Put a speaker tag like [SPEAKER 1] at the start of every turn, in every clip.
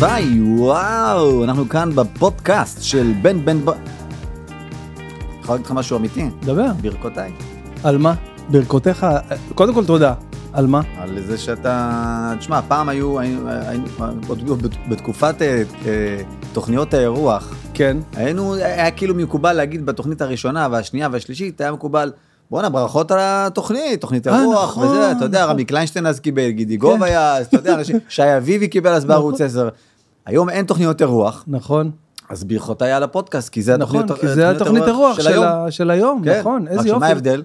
[SPEAKER 1] ביי, וואו, אנחנו כאן בפודקאסט של בן בן ב... יכול להגיד לך משהו אמיתי?
[SPEAKER 2] דבר.
[SPEAKER 1] ברכותיי.
[SPEAKER 2] על מה? ברכותיך, קודם כל תודה. על מה?
[SPEAKER 1] על זה שאתה... תשמע, פעם היו, היינו- היינו- עוד בתקופת אה, אה, תוכניות האירוח,
[SPEAKER 2] כן.
[SPEAKER 1] היינו, היה כאילו מקובל להגיד בתוכנית הראשונה והשנייה והשלישית, היה מקובל, בואנה, ברכות על התוכנית, תוכנית
[SPEAKER 2] אה,
[SPEAKER 1] הרוח,
[SPEAKER 2] נכון,
[SPEAKER 1] וזה, אתה יודע,
[SPEAKER 2] נכון.
[SPEAKER 1] רמי קליינשטיין אז קיבל, גידי גוב
[SPEAKER 2] כן.
[SPEAKER 1] היה, אז אתה יודע, אנשים- שי אביבי קיבל אז בערוץ 10. היום אין תוכניות אירוח,
[SPEAKER 2] נכון.
[SPEAKER 1] אז ברכותיי על הפודקאסט, כי זה התוכנית
[SPEAKER 2] נכון, כי זה התוכנית הרוח של
[SPEAKER 1] היום.
[SPEAKER 2] ה- של היום,
[SPEAKER 1] כן.
[SPEAKER 2] נכון, איזה
[SPEAKER 1] רק
[SPEAKER 2] יופי.
[SPEAKER 1] שמה ההבדל?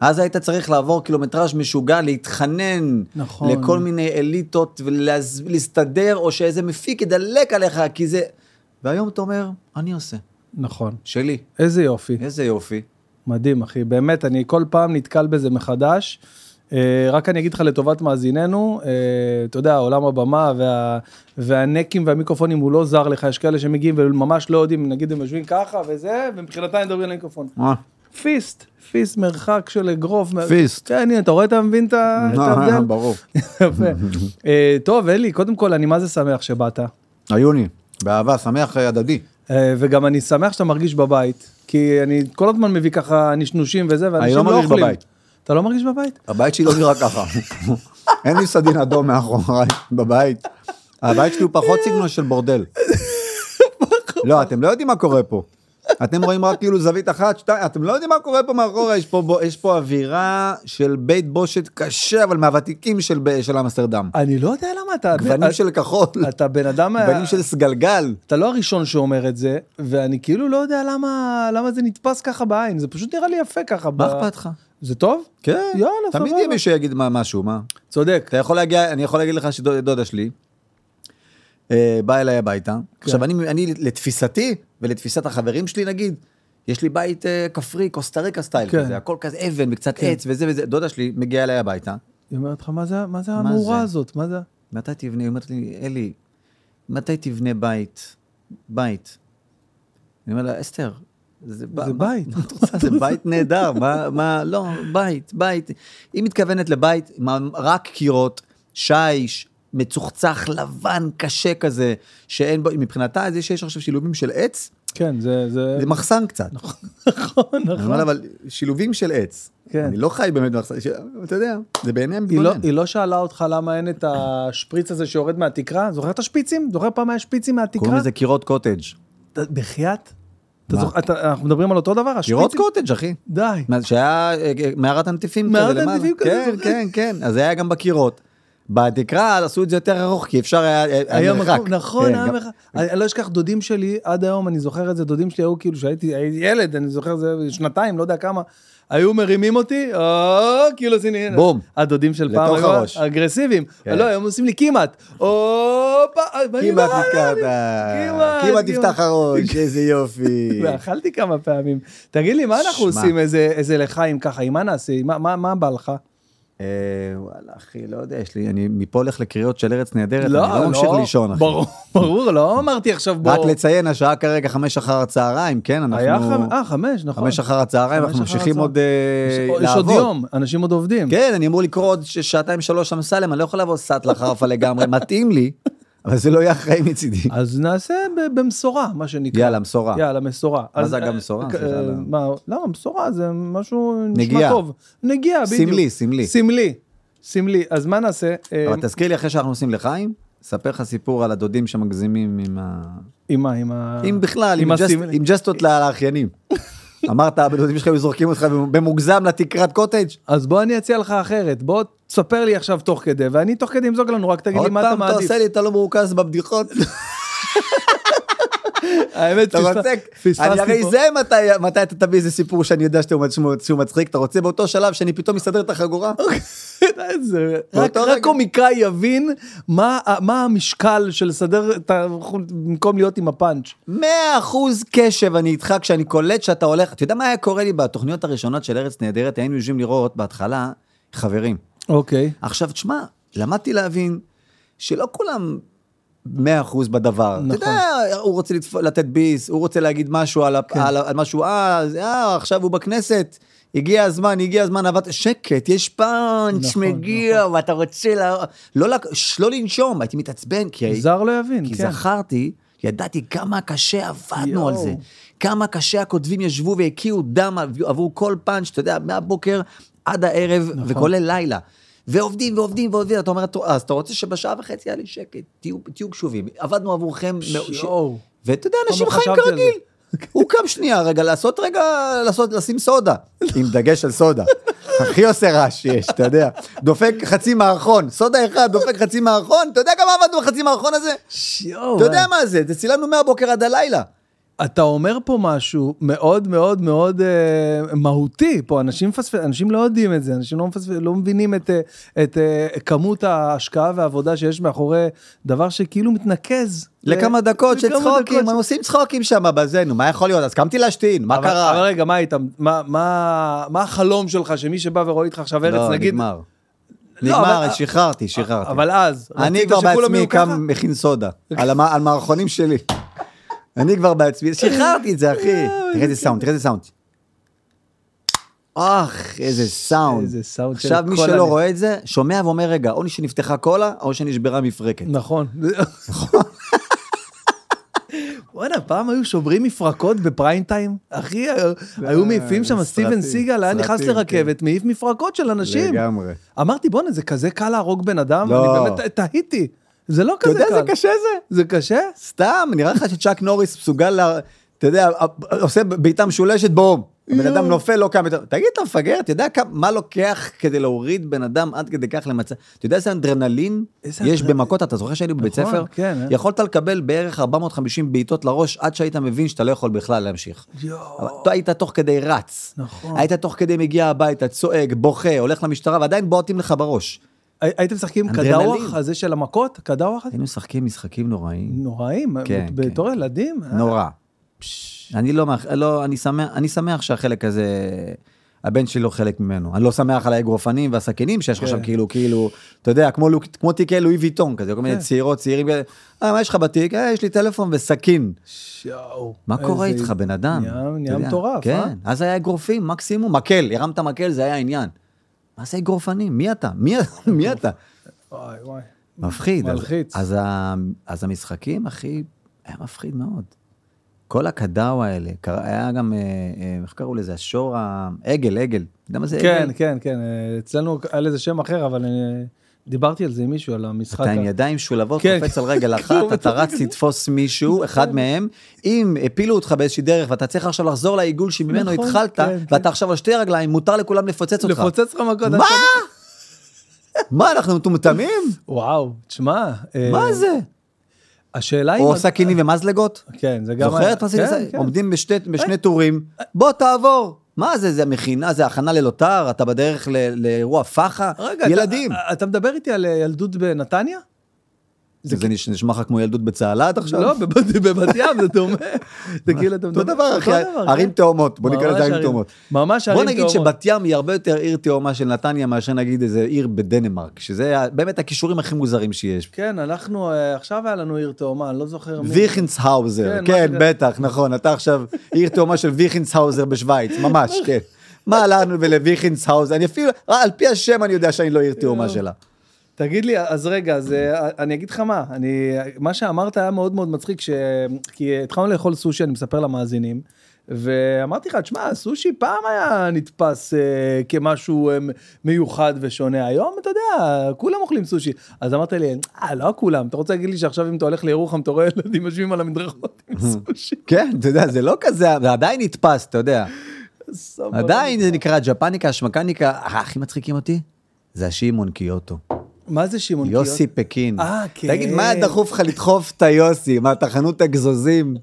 [SPEAKER 1] אז היית צריך לעבור קילומטראז' משוגע, להתחנן
[SPEAKER 2] נכון.
[SPEAKER 1] לכל מיני אליטות ולהסתדר, או שאיזה מפיק ידלק עליך, כי זה... והיום אתה אומר, אני עושה,
[SPEAKER 2] נכון.
[SPEAKER 1] שלי.
[SPEAKER 2] איזה יופי.
[SPEAKER 1] איזה יופי.
[SPEAKER 2] מדהים, אחי. באמת, אני כל פעם נתקל בזה מחדש. אה, רק אני אגיד לך לטובת מאזיננו, אה, אתה יודע, עולם הבמה וה, והנקים והמיקרופונים הוא לא זר לך, יש כאלה שמגיעים וממש לא יודעים, נגיד הם יושבים ככה וזה, ומבחינתם מדברים למיקרופון.
[SPEAKER 1] אה,
[SPEAKER 2] פיסט, פיסט מרחק של אגרוף.
[SPEAKER 1] פיסט. אה,
[SPEAKER 2] כן, הנה, אתה רואה, אתה מבין את ה- את ההבדל?
[SPEAKER 1] ברור.
[SPEAKER 2] יפה. אה, טוב, אלי, קודם כל, אני מה זה שמח שבאת,
[SPEAKER 1] היוני, באהבה, שמח אה, הדדי.
[SPEAKER 2] אה, וגם אני שמח שאתה מרגיש בבית, כי אני כל הזמן מביא ככה נשנושים וזה,
[SPEAKER 1] אני
[SPEAKER 2] ואנשים
[SPEAKER 1] לא
[SPEAKER 2] לא
[SPEAKER 1] מרגיש
[SPEAKER 2] אוכלים.
[SPEAKER 1] בבית.
[SPEAKER 2] אתה לא מרגיש בבית?
[SPEAKER 1] הבית שלי לא נראה ככה. אין לי סדין אדום מאחוריי בבית. הבית שלי הוא פחות סגנון של בורדל. לא, אתם לא יודעים מה קורה פה. אתם רואים רק כאילו זווית אחת, שתיים, אתם לא יודעים מה קורה פה מאחורה, יש פה, בו- יש פה אווירה של בית בושת קשה, אבל מהוותיקים של, ב- של אמסטרדם.
[SPEAKER 2] אני לא יודע למה אתה...
[SPEAKER 1] גוונים
[SPEAKER 2] אתה-
[SPEAKER 1] של כחול,
[SPEAKER 2] אתה בן אדם... ה-
[SPEAKER 1] גוונים של סגלגל.
[SPEAKER 2] אתה לא הראשון שאומר את זה, ואני כאילו לא יודע למה למה זה נתפס ככה בעין, זה פשוט נראה לי יפה ככה. ב-
[SPEAKER 1] מה אכפת לך?
[SPEAKER 2] זה טוב?
[SPEAKER 1] כן,
[SPEAKER 2] יאללה,
[SPEAKER 1] תמיד
[SPEAKER 2] סבבה.
[SPEAKER 1] יהיה מישהו שיגיד מה- משהו, מה?
[SPEAKER 2] צודק.
[SPEAKER 1] אתה יכול להגיע, אני יכול להגיד לך שדודה שלי אה, באה אליי הביתה.
[SPEAKER 2] כן.
[SPEAKER 1] עכשיו, אני, אני לתפיסתי ולתפיסת החברים שלי, נגיד, יש לי בית אה, כפרי, קוסטה ריקה סטייל
[SPEAKER 2] כן.
[SPEAKER 1] כזה, הכל כזה אבן וקצת
[SPEAKER 2] כן.
[SPEAKER 1] עץ וזה וזה. דודה שלי מגיעה אליי הביתה,
[SPEAKER 2] היא אומרת לך, מה זה- מה זה
[SPEAKER 1] מה
[SPEAKER 2] המאורה
[SPEAKER 1] זה?
[SPEAKER 2] הזאת? מה זה?
[SPEAKER 1] מתי תבנה, היא אומרת לי, אלי, מתי תבנה בית? בית. אני אומר לה, אסתר, זה, ב-
[SPEAKER 2] זה
[SPEAKER 1] מה-
[SPEAKER 2] בית."
[SPEAKER 1] מה את רוצה? זה בית נהדר, מה, מה, לא, בית, בית. היא מתכוונת לבית, מה- רק קירות, שיש, מצוחצח, לבן, קשה כזה, שאין בו, מבחינתה זה שיש עכשיו שילובים של עץ,
[SPEAKER 2] כן, זה... זה-
[SPEAKER 1] זה מחסן קצת. נכון,
[SPEAKER 2] נכון,
[SPEAKER 1] אני
[SPEAKER 2] נכון.
[SPEAKER 1] אומר לה, אבל שילובים של עץ.
[SPEAKER 2] כן.
[SPEAKER 1] אני לא חי באמת במחסן, ש- אתה יודע, זה בעיניהם
[SPEAKER 2] היא לא,
[SPEAKER 1] מתבונן.
[SPEAKER 2] היא לא שאלה אותך למה אין את השפריץ הזה שיורד מהתקרה? זוכר את השפיצים? זוכר פעם היה שפיצים
[SPEAKER 1] קוראים
[SPEAKER 2] מהתקרה?
[SPEAKER 1] לזה קירות קוטג'.
[SPEAKER 2] אתה- בחייאת? אתה
[SPEAKER 1] מה?
[SPEAKER 2] זוכר- אתה- אנחנו מדברים על אותו דבר,
[SPEAKER 1] קירות
[SPEAKER 2] השפיצים?
[SPEAKER 1] קוטג', אחי.
[SPEAKER 2] די.
[SPEAKER 1] מה, שהיה אה, אה, מערת הנטיפים
[SPEAKER 2] מערת
[SPEAKER 1] למעלה.
[SPEAKER 2] הנטיפים כזה,
[SPEAKER 1] כן,
[SPEAKER 2] זוכר.
[SPEAKER 1] כן, כן, אז זה היה גם בקירות. בתקרה עשו את זה יותר ארוך, כי אפשר היה, אה,
[SPEAKER 2] היה מקום, נכון,
[SPEAKER 1] כן,
[SPEAKER 2] היה
[SPEAKER 1] גם-
[SPEAKER 2] מרחק. אני אני לא אשכח, דודים שלי, עד היום אני זוכר את זה, דודים שלי היו כאילו, כשהייתי הייתי ילד, אני זוכר את זה, שנתיים, לא יודע כמה, היו מרימים אותי, או, כאילו עשיתי, הנה.
[SPEAKER 1] בום.
[SPEAKER 2] הדודים של פעם
[SPEAKER 1] לתוך
[SPEAKER 2] היו
[SPEAKER 1] הראש.
[SPEAKER 2] אגרסיביים,
[SPEAKER 1] כן.
[SPEAKER 2] לא, הם עושים לי כמעט, הופה, ואני לא-
[SPEAKER 1] כמעט נתקעת,
[SPEAKER 2] כמעט,
[SPEAKER 1] כמעט
[SPEAKER 2] כמעט.
[SPEAKER 1] אה, תפתח הראש, איזה יופי.
[SPEAKER 2] ואכלתי כמה פעמים. תגיד לי, מה אנחנו
[SPEAKER 1] שמע.
[SPEAKER 2] עושים איזה- איזה לחיים ככה? עם מה נעשה? עם מה- מה מה בא לך?
[SPEAKER 1] אה, וואלה, אחי, לא יודע, יש לי, אני מפה הולך לקריאות של ארץ נהדרת, אני
[SPEAKER 2] לא,
[SPEAKER 1] לא ממשיך לישון, אחי.
[SPEAKER 2] ברור, ברור, לא אמרתי עכשיו בוא.
[SPEAKER 1] רק לציין, השעה כרגע חמש אחר הצהריים, כן,
[SPEAKER 2] היה חמש,
[SPEAKER 1] אנחנו...
[SPEAKER 2] אה, חמש, נכון.
[SPEAKER 1] חמש אחר הצהריים,
[SPEAKER 2] חמש
[SPEAKER 1] אנחנו
[SPEAKER 2] אחר
[SPEAKER 1] ממשיכים
[SPEAKER 2] הצהריים.
[SPEAKER 1] עוד אה, לעבוד.
[SPEAKER 2] יש עוד יום, אנשים עוד עובדים.
[SPEAKER 1] כן, אני אמור לקרוא עוד ש- שעתיים שלוש אמסלם, אני לא יכול לעבור סאטלה חרפה לגמרי, מתאים לי, אבל זה לא יהיה אחראי מצידי.
[SPEAKER 2] אז נעשה ב- במשורה, מה שנקרא.
[SPEAKER 1] יאללה, מסורה.
[SPEAKER 2] יאללה, מסורה.
[SPEAKER 1] מה
[SPEAKER 2] אז,
[SPEAKER 1] זה אגב
[SPEAKER 2] אה,
[SPEAKER 1] מסורה?
[SPEAKER 2] אה,
[SPEAKER 1] סליחה, לא.
[SPEAKER 2] מה, למה, מסורה זה משהו נשמע
[SPEAKER 1] נגיעה.
[SPEAKER 2] טוב. נגיעה, בדיוק.
[SPEAKER 1] סמלי, סמלי.
[SPEAKER 2] סמלי, סמלי. אז מה נעשה? אה,
[SPEAKER 1] אבל תזכיר לי אחרי שאנחנו נוסעים לחיים, ספר לך סיפור על הדודים שמגזימים עם ה...
[SPEAKER 2] עם מה, עם ה...
[SPEAKER 1] אם בכלל,
[SPEAKER 2] עם
[SPEAKER 1] עם ג'ס-
[SPEAKER 2] הסמלי.
[SPEAKER 1] עם ג'סטות לאחיינים. אמרת, הדודים שלך היו זורקים אותך במוגזם לתקרת קוטג'?
[SPEAKER 2] אז בוא אני אציע לך אחרת, בוא תספר לי עכשיו תוך כדי, ואני תוך כדי אמזוג לנו, רק תגיד לי
[SPEAKER 1] עוד
[SPEAKER 2] מה אתה
[SPEAKER 1] פעם אתה
[SPEAKER 2] מעדיף.
[SPEAKER 1] עושה לי, אתה לא מרוכז בבדיחות.
[SPEAKER 2] האמת,
[SPEAKER 1] אתה
[SPEAKER 2] פספס-
[SPEAKER 1] רוצה... אני
[SPEAKER 2] פספסתי
[SPEAKER 1] הרי
[SPEAKER 2] פה.
[SPEAKER 1] זה מתי, מתי אתה תביא איזה סיפור שאני יודע שאתה מצ- שהוא מצחיק, אתה רוצה באותו שלב שאני פתאום מסדר את החגורה?
[SPEAKER 2] זה- רק-
[SPEAKER 1] באותו רגע.
[SPEAKER 2] רק קומיקאי יבין מה ה- מה המשקל של לסדר את ה... במקום להיות עם הפאנץ'.
[SPEAKER 1] מאה אחוז קשב אני איתך כשאני קולט שאתה הולך. אתה יודע מה היה קורה לי בתוכניות הראשונות של ארץ נהדרת? היינו יושבים לראות בהתחלה חברים.
[SPEAKER 2] אוקיי.
[SPEAKER 1] עכשיו, תשמע, למדתי להבין שלא כולם מאה אחוז בדבר.
[SPEAKER 2] נכון.
[SPEAKER 1] אתה יודע, הוא רוצה
[SPEAKER 2] כן.
[SPEAKER 1] לתפ... לתת ביס, הוא רוצה להגיד משהו על, הפ... על... ה- על משהו, אה, אז, אה, עכשיו הוא בכנסת. הגיע הזמן, הגיע הזמן, עבדת, שקט, יש פאנץ'
[SPEAKER 2] נכון,
[SPEAKER 1] מגיע, ואתה רוצה לה... לא, לק- לא לנשום, הייתי מתעצבן, כי...
[SPEAKER 2] זר לא יבין,
[SPEAKER 1] כי
[SPEAKER 2] כן.
[SPEAKER 1] זכרתי, ידעתי כמה קשה עבדנו
[SPEAKER 2] יואו.
[SPEAKER 1] על זה. כמה קשה הכותבים ישבו והקיאו דם עבור כל פאנץ', אתה יודע, מהבוקר עד הערב, נכון. וכולל לילה. ועובדים ועובדים ועובדים, אתה אומר, "טוב, אז אתה רוצה שבשעה וחצי היה לי שקט, תהיו, תהיו קשובים. עבדנו עבורכם, מא- ש-
[SPEAKER 2] יואו.
[SPEAKER 1] ואתה יודע, אנשים
[SPEAKER 2] לא
[SPEAKER 1] חיים
[SPEAKER 2] חשבתי על
[SPEAKER 1] כרגיל. הוא קם שנייה רגע, לעשות רגע, לעשות, לשים סודה, עם דגש על סודה. הכי עושה רעש שיש, אתה יודע. דופק חצי מערכון, סודה אחד, דופק חצי מערכון, אתה יודע כמה עבדנו בחצי מערכון הזה?
[SPEAKER 2] יואו,
[SPEAKER 1] אתה יודע מה זה, זה צילמנו מהבוקר עד הלילה.
[SPEAKER 2] אתה אומר פה משהו מאוד מאוד מאוד אה, מהותי פה, אנשים, פספ... אנשים לא יודעים את זה, אנשים לא, מפספ... לא מבינים את, אה, את אה, כמות ההשקעה והעבודה שיש מאחורי דבר שכאילו מתנקז.
[SPEAKER 1] לכמה
[SPEAKER 2] אה,
[SPEAKER 1] דקות של
[SPEAKER 2] לכמה
[SPEAKER 1] צחוקים,
[SPEAKER 2] דקות
[SPEAKER 1] הם
[SPEAKER 2] של-
[SPEAKER 1] עושים צחוקים שם בזנו, מה יכול להיות? אז קמתי להשתין, מה
[SPEAKER 2] אבל- אבל
[SPEAKER 1] קרה?
[SPEAKER 2] רגע, מה היית, מה, מה, מה החלום שלך שמי שבא ורואה איתך עכשיו ארץ,
[SPEAKER 1] לא,
[SPEAKER 2] נגיד,
[SPEAKER 1] נגמר.
[SPEAKER 2] לא,
[SPEAKER 1] נגמר,
[SPEAKER 2] אבל-
[SPEAKER 1] שחררתי, שחררתי.
[SPEAKER 2] אבל אז,
[SPEAKER 1] אני
[SPEAKER 2] רצית
[SPEAKER 1] כבר
[SPEAKER 2] שכולם
[SPEAKER 1] בעצמי
[SPEAKER 2] יהיו ככה?
[SPEAKER 1] קם מכין סודה, על המ- על מערכונים שלי. אני כבר בעצמי, שחררתי את זה, אחי.
[SPEAKER 2] אה,
[SPEAKER 1] תראה איזה
[SPEAKER 2] אוקיי.
[SPEAKER 1] סאונד, תראה איזה סאונד. אך, איזה סאונד.
[SPEAKER 2] איזה סאונד של
[SPEAKER 1] עכשיו, מי
[SPEAKER 2] קולה
[SPEAKER 1] שלא
[SPEAKER 2] נ-
[SPEAKER 1] רואה את זה, שומע ואומר, רגע, או שנפתחה קולה, או שנשברה מפרקת.
[SPEAKER 2] נכון. וואלה, פעם היו שוברים מפרקות בפריים טיים. אחי, היו- היו מעיפים שם,
[SPEAKER 1] סרטים,
[SPEAKER 2] סטיבן סיגל היה נכנס
[SPEAKER 1] סרטים, כן.
[SPEAKER 2] לרכבת, מעיף מפרקות של אנשים.
[SPEAKER 1] לגמרי.
[SPEAKER 2] אמרתי, בואנה, זה כזה קל להרוג בן אדם?
[SPEAKER 1] לא.
[SPEAKER 2] אני באמת תהיתי. זה לא
[SPEAKER 1] אתה
[SPEAKER 2] כזה
[SPEAKER 1] יודע
[SPEAKER 2] קל.
[SPEAKER 1] איזה קשה זה?
[SPEAKER 2] זה קשה?
[SPEAKER 1] סתם, נראה לך שצ'אק נוריס מסוגל, לה- אתה יודע, עושה בעיטה משולשת, בום. הבן
[SPEAKER 2] יואו.
[SPEAKER 1] אדם נופל, לא קם. אתה- תגיד, אתה מפגר, אתה יודע כמה- מה לוקח כדי להוריד בן אדם עד כדי כך למצב? אתה יודע איזה אנדרנלין
[SPEAKER 2] איזה
[SPEAKER 1] יש
[SPEAKER 2] אנדרנלין.
[SPEAKER 1] במכות? אתה זוכר שהיינו בבית
[SPEAKER 2] נכון,
[SPEAKER 1] ספר?
[SPEAKER 2] כן, אה.
[SPEAKER 1] יכולת לקבל בערך 450 בעיטות לראש עד שהיית מבין שאתה לא יכול בכלל להמשיך.
[SPEAKER 2] יואו.
[SPEAKER 1] אבל אתה היית תוך כדי רץ.
[SPEAKER 2] נכון.
[SPEAKER 1] היית תוך כדי מגיע הביתה, צועק, בוכה, הולך למשטרה, ועדיין בועטים לך בראש.
[SPEAKER 2] הי- הייתם משחקים
[SPEAKER 1] אדרנלין.
[SPEAKER 2] קדאווח, הזה של המכות? קדאווח?
[SPEAKER 1] היינו משחקים משחקים נוראים.
[SPEAKER 2] נוראים,
[SPEAKER 1] כן,
[SPEAKER 2] בתור ילדים. אה?
[SPEAKER 1] נורא. אני לא, מאח- לא אני, שמח, אני שמח שהחלק הזה, הבן שלי לא חלק ממנו. אני לא שמח על האגרופנים והסכינים שיש לך
[SPEAKER 2] כן.
[SPEAKER 1] שם, כאילו, כאילו, אתה יודע, כמו, לוק- כמו תיקי לואי ויטון כזה, כל
[SPEAKER 2] כן.
[SPEAKER 1] מיני צעירות, צעירים כאלה, אה, מה יש לך בתיק? אה, יש לי טלפון וסכין.
[SPEAKER 2] אה, יואו.
[SPEAKER 1] מה קורה
[SPEAKER 2] איזה-
[SPEAKER 1] איתך, בן אדם?
[SPEAKER 2] נהיה-
[SPEAKER 1] אתה
[SPEAKER 2] נהיה
[SPEAKER 1] יודע.
[SPEAKER 2] מטורף, אה?
[SPEAKER 1] כן, אז היה אגרופים, מקסימום, מקל, הרמת מקל, זה היה העניין. מה זה אגרופנים? מי אתה? מי, מי אתה?
[SPEAKER 2] וואי, וואי.
[SPEAKER 1] מפחיד. אז-
[SPEAKER 2] מלחיץ.
[SPEAKER 1] אז, ה, אז המשחקים, אחי, היה מפחיד מאוד. כל הקדאווה האלה, קרא- היה גם, אה, אה, איך קראו לזה? השור ה... עגל, עגל. אתה יודע מה זה
[SPEAKER 2] כן,
[SPEAKER 1] עגל?
[SPEAKER 2] כן, כן, אה, אצלנו היה לזה שם אחר, אבל אני דיברתי על זה עם מישהו, על המשחק.
[SPEAKER 1] אתה עם
[SPEAKER 2] ה-
[SPEAKER 1] ידיים משולבות,
[SPEAKER 2] כן,
[SPEAKER 1] קופץ על רגל אחת, אתה רץ לתפוס מישהו, אחד מהם, אם הפילו אותך באיזושהי דרך ואתה צריך עכשיו לחזור לעיגול שממנו
[SPEAKER 2] נכון,
[SPEAKER 1] התחלת,
[SPEAKER 2] כן, כן.
[SPEAKER 1] ואתה עכשיו על שתי רגליים, מותר לכולם לפוצץ אותך.
[SPEAKER 2] לפוצץ לך מכות.
[SPEAKER 1] מה? מה, אנחנו מטומטמים?
[SPEAKER 2] וואו, תשמע. אה,
[SPEAKER 1] מה זה?
[SPEAKER 2] השאלה היא...
[SPEAKER 1] או סכינים ומזלגות?
[SPEAKER 2] כן, זה גם...
[SPEAKER 1] זוכרת מה
[SPEAKER 2] כן,
[SPEAKER 1] זה?
[SPEAKER 2] כן.
[SPEAKER 1] עומדים בשתי- בשני טורים, בוא תעבור. מה זה, זה מכינה, זה הכנה ללוטר, אתה בדרך ל- לאירוע פח"ע?
[SPEAKER 2] רגע, אתה-
[SPEAKER 1] ילדים.
[SPEAKER 2] אתה מדבר איתי על אה, ילדות בנתניה?
[SPEAKER 1] זה נש- נשמע לך כמו ילדות בצהלת עכשיו?
[SPEAKER 2] לא, בבת- בבת ים, זה דומה. זה כאילו, אתה מדבר...
[SPEAKER 1] אותו דבר, אחי,
[SPEAKER 2] אותו דבר,
[SPEAKER 1] ערים
[SPEAKER 2] כן.
[SPEAKER 1] תאומות, בוא נקרא
[SPEAKER 2] ממש
[SPEAKER 1] לזה ערים
[SPEAKER 2] ערים-
[SPEAKER 1] תאומות.
[SPEAKER 2] ממש
[SPEAKER 1] בוא
[SPEAKER 2] ערים
[SPEAKER 1] נגיד
[SPEAKER 2] תאומות.
[SPEAKER 1] שבת ים היא הרבה יותר עיר תאומה של נתניה מאשר נגיד איזה עיר בדנמרק, שזה ה- באמת הכישורים הכי מוזרים שיש.
[SPEAKER 2] כן, אנחנו, אה, עכשיו היה לנו עיר תאומה, אני לא זוכר מי.
[SPEAKER 1] ויכנסהאוזר,
[SPEAKER 2] כן,
[SPEAKER 1] כן,
[SPEAKER 2] משהו כזה.
[SPEAKER 1] בטח, נכון, אתה עכשיו עיר תאומה של ויכנסהאוזר בשוויץ, ממש, כן. מה לנו ולוויכנסהאוזר, אני אפילו, אה, על פי השם אני יודע שאני לא
[SPEAKER 2] כן.
[SPEAKER 1] עיר תאומה שלה.
[SPEAKER 2] תגיד לי, אז רגע, אז אה, אני אגיד לך מה, אני, מה שאמרת היה מאוד מאוד מצחיק, ש... כי התחלנו לאכול סושי, אני מספר למאזינים, ואמרתי לך, תשמע, סושי פעם היה נתפס אה, כמשהו אה, מיוחד ושונה, היום, אתה יודע, כולם אוכלים סושי. אז אמרת לי, אה, לא כולם, אתה רוצה להגיד לי שעכשיו אם אתה הולך לירוחם, אתה רואה ילדים יושבים על המדרכות עם סושי?
[SPEAKER 1] כן, אתה יודע, זה לא כזה, זה עדיין נתפס, אתה יודע.
[SPEAKER 2] סבבה.
[SPEAKER 1] עדיין זה נקרא ג'פניקה, שמקניקה, אה, הכי מצחיקים אותי? זה השימון קיוטו.
[SPEAKER 2] מה זה שמעון קיוט?
[SPEAKER 1] יוסי פקין.
[SPEAKER 2] אה, כן.
[SPEAKER 1] תגיד, מה היה דחוף לך לדחוף את היוסי? מה, אתה חנות אגזוזים?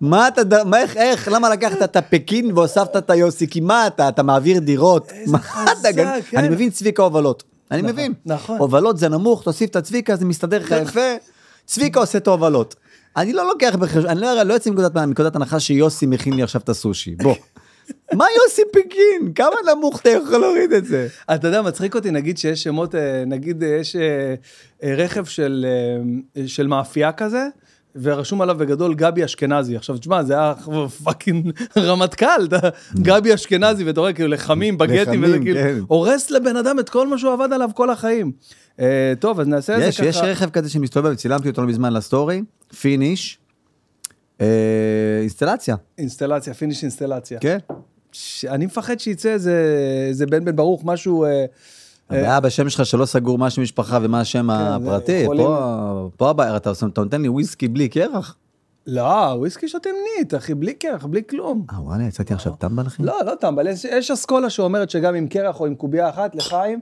[SPEAKER 1] מה אתה, ד- מה, איך, איך, למה לקחת את הפקין והוספת את היוסי? כי מה אתה, אתה מעביר דירות?
[SPEAKER 2] איזה
[SPEAKER 1] מה
[SPEAKER 2] חזק,
[SPEAKER 1] אתה גנ-
[SPEAKER 2] כן.
[SPEAKER 1] אני מבין צביקה הובלות. אני מבין.
[SPEAKER 2] נכון.
[SPEAKER 1] הובלות זה נמוך, תוסיף את הצביקה, זה מסתדר לך יפה. צביקה עושה את ההובלות. אני לא לוקח בחשבון, אני לא, לא יוצא מנקודת, מנקודת הנחה שיוסי מכין לי עכשיו את הסושי, בוא. מה יוסי פקין? כמה נמוך אתה יכול להוריד את זה?
[SPEAKER 2] אתה יודע, מצחיק אותי, נגיד שיש שמות, אה, נגיד אה, יש אה, אה, רכב של, אה, של מאפייה כזה, ורשום עליו בגדול גבי אשכנזי. עכשיו, תשמע, זה היה פאקינג רמטכ"ל, אתה- גבי אשכנזי, ואתה רואה כאילו לחמים, בגטים,
[SPEAKER 1] לחמים,
[SPEAKER 2] וזה כאילו,
[SPEAKER 1] כן.
[SPEAKER 2] הורס לבן אדם את כל מה שהוא עבד עליו כל החיים. אה, טוב, אז נעשה את זה
[SPEAKER 1] יש,
[SPEAKER 2] ככה.
[SPEAKER 1] יש רכב כזה שמסתובב, צילמתי אותו לא מזמן לסטורי, פיניש, אה, אינסטלציה,
[SPEAKER 2] אינסטלציה, פיניש אינסטלציה.
[SPEAKER 1] כן?
[SPEAKER 2] ש- אני מפחד שיצא איזה איזה בן בן ברוך, משהו... אה, כן, אה,
[SPEAKER 1] הבעיה בשם שלך שלא סגור מה שם משפחה ומה השם הפרטי,
[SPEAKER 2] יכולים-
[SPEAKER 1] פה- פה הבעיה, אתה עושה- אתה נותן לי וויסקי בלי קרח?
[SPEAKER 2] לא, וויסקי שותים ניט, אחי, בלי קרח, בלי כלום.
[SPEAKER 1] אה וואלה, יצאתי עכשיו טמבל אחי?
[SPEAKER 2] לא, לא טמבל, יש, יש אסכולה שאומרת שגם עם קרח או עם קובייה אחת, לחיים,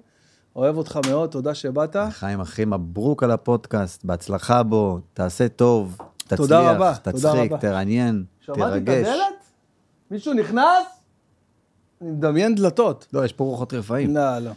[SPEAKER 2] אוהב אותך מאוד, תודה שבאת.
[SPEAKER 1] חיים אחי, מברוק על הפודקאסט, בהצלחה בו, תעשה טוב, תצליח,
[SPEAKER 2] רבה, תודה
[SPEAKER 1] תצחיק,
[SPEAKER 2] רבה.
[SPEAKER 1] תרעניין,
[SPEAKER 2] שמעתי את
[SPEAKER 1] תרגש.
[SPEAKER 2] הדלת? מישהו נכנס? אני מדמיין דלתות.
[SPEAKER 1] לא, יש פה רוחות רפאים.
[SPEAKER 2] לא, לא.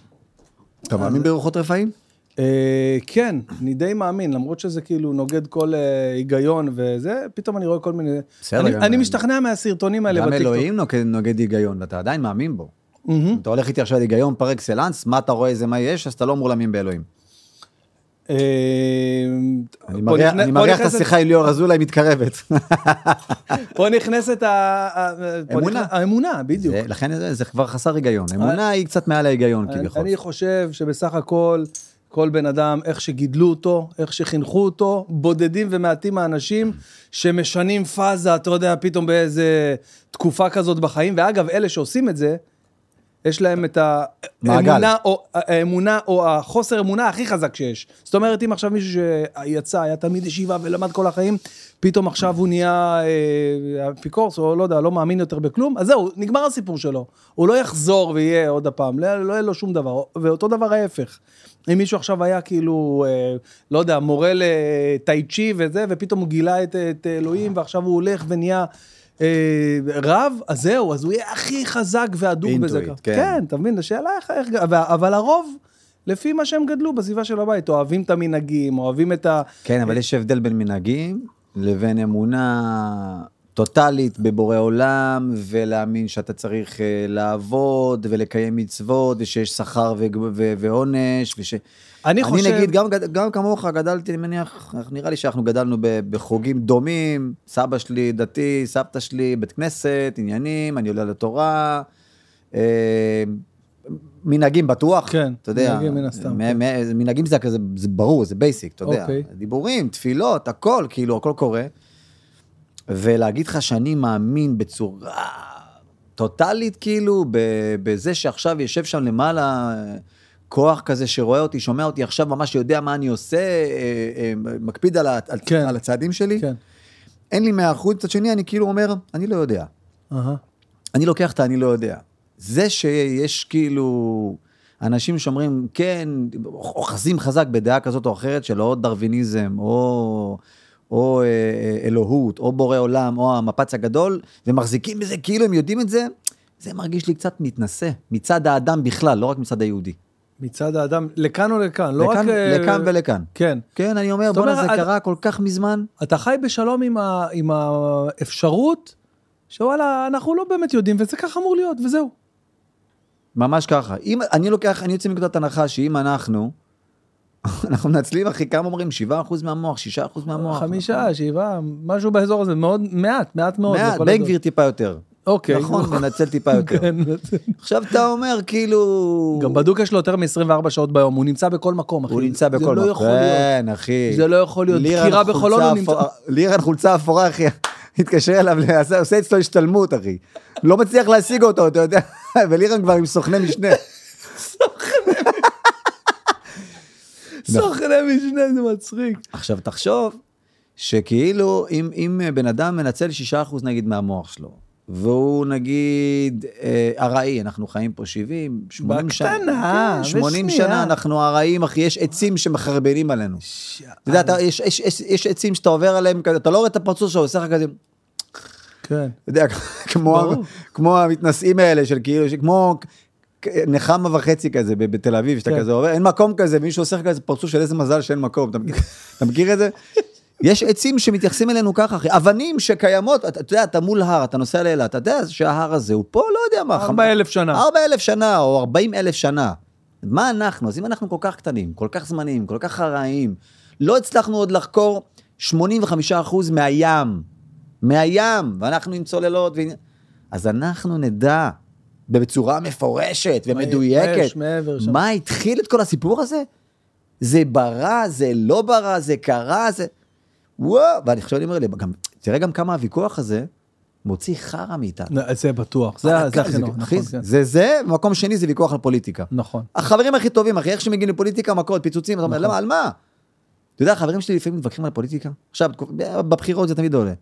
[SPEAKER 1] אתה מאמין ברוחות רפאים?
[SPEAKER 2] אה, כן, אני די מאמין, למרות שזה כאילו נוגד כל אה, היגיון וזה, פתאום אני רואה כל מיני...
[SPEAKER 1] בסדר,
[SPEAKER 2] אני,
[SPEAKER 1] גם-
[SPEAKER 2] אני משתכנע מהסרטונים האלה
[SPEAKER 1] גם
[SPEAKER 2] בטיקטוק.
[SPEAKER 1] אלוהים נוגד- נוגד היגיון, ואתה עדיין מאמין בו.
[SPEAKER 2] מהמם.
[SPEAKER 1] אתה הולך איתי עכשיו על היגיון פר אקסלנס, מה אתה רואה, זה מה יש, אז אתה לא אמור להאמין באלוהים.
[SPEAKER 2] אה,
[SPEAKER 1] אני
[SPEAKER 2] פה
[SPEAKER 1] מריח-
[SPEAKER 2] נכנס-
[SPEAKER 1] אני
[SPEAKER 2] פה
[SPEAKER 1] מריח את
[SPEAKER 2] נכנסת-
[SPEAKER 1] השיחה עם ליאור אזולאי מתקרבת.
[SPEAKER 2] פה נכנסת ה- ה- פה
[SPEAKER 1] אמונה.
[SPEAKER 2] נכנס- האמונה, בדיוק. אה.
[SPEAKER 1] זה- לכן זה- זה כבר חסר היגיון. אמונה היא קצת מעל ההיגיון
[SPEAKER 2] אני-
[SPEAKER 1] כביכול.
[SPEAKER 2] אני חושב שבסך הכל, כל בן אדם, איך שגידלו אותו, איך שחינכו אותו, בודדים ומעטים האנשים שמשנים פאזה, אתה יודע, פתאום באיזה תקופה כזאת בחיים. ואגב, אלה שעושים את זה, יש להם את
[SPEAKER 1] מעגל.
[SPEAKER 2] האמונה או, האמונה או החוסר אמונה הכי חזק שיש. זאת אומרת, אם עכשיו מישהו שיצא, היה תלמיד ישיבה ולמד כל החיים, פתאום עכשיו הוא נהיה אה, אפיקורס, או לא יודע, לא מאמין יותר בכלום, אז זהו, נגמר הסיפור שלו. הוא לא יחזור ויהיה עוד הפעם, לא, לא יהיה לו שום דבר. ואותו דבר ההפך. אם מישהו עכשיו היה כאילו, אה, לא יודע, מורה לטאי צ'י וזה, ופתאום הוא גילה את, את אלוהים, ועכשיו הוא הולך ונהיה... אה, רב, אז זהו, אז הוא יהיה הכי חזק והדוק בזה.
[SPEAKER 1] אינטואיט, כן.
[SPEAKER 2] כן, אתה מבין? השאלה איך, איך, אבל- אבל הרוב, לפי מה שהם גדלו בסביבה של הבית, אוהבים את המנהגים, אוהבים את ה...
[SPEAKER 1] כן, אבל יש הבדל בין מנהגים לבין אמונה טוטאלית בבורא עולם, ולהאמין שאתה צריך אה, לעבוד, ולקיים מצוות, ושיש שכר ו- ו- ועונש, וש...
[SPEAKER 2] אני חושב...
[SPEAKER 1] אני נגיד, גם, גד- גם כמוך גדלתי, אני מניח, נראה לי שאנחנו גדלנו ב- בחוגים דומים, סבא שלי דתי, סבתא שלי בית כנסת, עניינים, אני עולה לתורה, אה, מנהגים בטוח,
[SPEAKER 2] כן,
[SPEAKER 1] אתה יודע,
[SPEAKER 2] מנהגים מן הסתם,
[SPEAKER 1] מ-
[SPEAKER 2] כן.
[SPEAKER 1] מ- מנהגים זה כזה, זה ברור, זה בייסיק, אתה יודע,
[SPEAKER 2] אוקיי.
[SPEAKER 1] דיבורים, תפילות, הכל, כאילו, הכל קורה. ולהגיד לך שאני מאמין בצורה טוטאלית, כאילו, ב- בזה שעכשיו יושב שם למעלה אה, כוח כזה שרואה אותי, שומע אותי עכשיו, ממש יודע מה אני עושה, אה, אה, מקפיד על, ה- על,
[SPEAKER 2] כן.
[SPEAKER 1] על הצעדים שלי.
[SPEAKER 2] כן.
[SPEAKER 1] אין לי מאה אחוז, מצד שני, אני כאילו אומר, אני לא יודע.
[SPEAKER 2] אהה.
[SPEAKER 1] אני לוקח את ה"אני לא יודע". זה שיש כאילו אנשים שאומרים, כן, אוחזים חזק בדעה כזאת או אחרת של או דרוויניזם, או, או אה, אה, אלוהות, או בורא עולם, או המפץ הגדול, ומחזיקים בזה כאילו הם יודעים את זה, זה מרגיש לי קצת מתנשא, מצד האדם בכלל, לא רק מצד היהודי.
[SPEAKER 2] מצד האדם, לכאן או לכאן, לא
[SPEAKER 1] לכאן,
[SPEAKER 2] רק... אה,
[SPEAKER 1] לכאן ולכאן.
[SPEAKER 2] כן.
[SPEAKER 1] כן, אני אומר,
[SPEAKER 2] זאת
[SPEAKER 1] בואנה,
[SPEAKER 2] אומרת, אה,
[SPEAKER 1] זה
[SPEAKER 2] את-
[SPEAKER 1] קרה כל כך מזמן.
[SPEAKER 2] אתה חי בשלום עם, ה... עם האפשרות שוואלה, אנחנו לא באמת יודעים, וזה ככה אמור להיות, וזהו.
[SPEAKER 1] ממש ככה. אם אני לוקח, אני יוצא מנקודת הנחה שאם אנחנו, אנחנו מנצלים אחי, כמה אומרים? 7% מהמוח, 6% מהמוח.
[SPEAKER 2] חמישה, שבעה, משהו באזור הזה, מאוד, מעט, מעט מאוד.
[SPEAKER 1] נכון. מעט,
[SPEAKER 2] לכל
[SPEAKER 1] בן
[SPEAKER 2] הדור.
[SPEAKER 1] גביר טיפה יותר.
[SPEAKER 2] אוקיי.
[SPEAKER 1] נכון, מנצל טיפה יותר.
[SPEAKER 2] כן.
[SPEAKER 1] עכשיו אתה אומר, כאילו...
[SPEAKER 2] גם בדוק יש לו יותר מ-24 שעות ביום, הוא נמצא בכל מקום, אחי.
[SPEAKER 1] הוא נמצא בכל
[SPEAKER 2] זה לא יכול להיות.
[SPEAKER 1] כן, אחי.
[SPEAKER 2] זה לא יכול להיות.
[SPEAKER 1] לירן
[SPEAKER 2] דקירה
[SPEAKER 1] חולצה
[SPEAKER 2] בחולון הוא
[SPEAKER 1] אפורה-
[SPEAKER 2] נמצא-
[SPEAKER 1] לירן חולצה אפורה, אחי. התקשר אליו, עשה- עושה אצלו השתלמות, אחי. לא מצליח להשיג אותו, אתה יודע. ולירן כבר עם סוכני משנה.
[SPEAKER 2] סוכני משנה זה מצחיק.
[SPEAKER 1] עכשיו תחשוב שכאילו אם, אם בן אדם מנצל 6% נגיד מהמוח שלו, והוא נגיד אה, ארעי, אנחנו חיים פה 70, 80 שנה.
[SPEAKER 2] בקטנה,
[SPEAKER 1] כן, 80
[SPEAKER 2] בשנייה.
[SPEAKER 1] שנה אנחנו ארעיים, אחי, יש עצים שמחרבנים עלינו. אתה יודע, אתה- יש, יש, יש, יש עצים שאתה עובר עליהם, כזה, אתה לא רואה את הפרצוף שלו, עושה לך כזה, אתה
[SPEAKER 2] כן.
[SPEAKER 1] יודע, כמו,
[SPEAKER 2] ברור.
[SPEAKER 1] כמו המתנשאים האלה של כאילו, כמו כ- נחמה וחצי כזה ב- בתל אביב, שאתה
[SPEAKER 2] כן.
[SPEAKER 1] כזה עובר, אין מקום כזה, מישהו עושה לך כזה פרצוף של איזה מזל שאין מקום, אתה מכיר- אתה מכיר את זה? יש עצים שמתייחסים אלינו ככה, אחי, אבנים שקיימות, אתה אתה יודע, אתה מול הר, אתה נוסע לאילת, אתה יודע שההר הזה הוא פה, לא יודע מה, חמ-
[SPEAKER 2] 4,000 שנה.
[SPEAKER 1] 4,000 שנה או 40,000 שנה. מה אנחנו? אז אם אנחנו כל כך קטנים, כל כך זמניים, כל כך ארעיים, לא הצלחנו עוד לחקור 85% מהים, מהים, ואנחנו עם צוללות. ועני- אז אנחנו נדע בצורה מפורשת
[SPEAKER 2] מה
[SPEAKER 1] ומדויקת
[SPEAKER 2] יש מעבר שם.
[SPEAKER 1] מה התחיל את כל הסיפור הזה? זה ברע, זה לא ברע, זה קרה, זה... וואו, ואני חושב, אני אומר לי, גם, תראה גם כמה הוויכוח הזה מוציא חרא מאיתנו.
[SPEAKER 2] נ- לא, זה בטוח, זה זה הכי
[SPEAKER 1] זה-
[SPEAKER 2] נכון,
[SPEAKER 1] אחי,
[SPEAKER 2] נכון, כן.
[SPEAKER 1] זה זה, במקום שני זה ויכוח על פוליטיקה.
[SPEAKER 2] נכון.
[SPEAKER 1] החברים הכי טובים, אחי, איך שמגיעים לפוליטיקה, מכות, פיצוצים, אתה אומר,
[SPEAKER 2] נכון.
[SPEAKER 1] למה, על מה? אתה יודע, החברים שלי לפעמים מתווכחים על פוליטיקה. עכשיו, בתקופ- בבחירות זה תמיד עולה.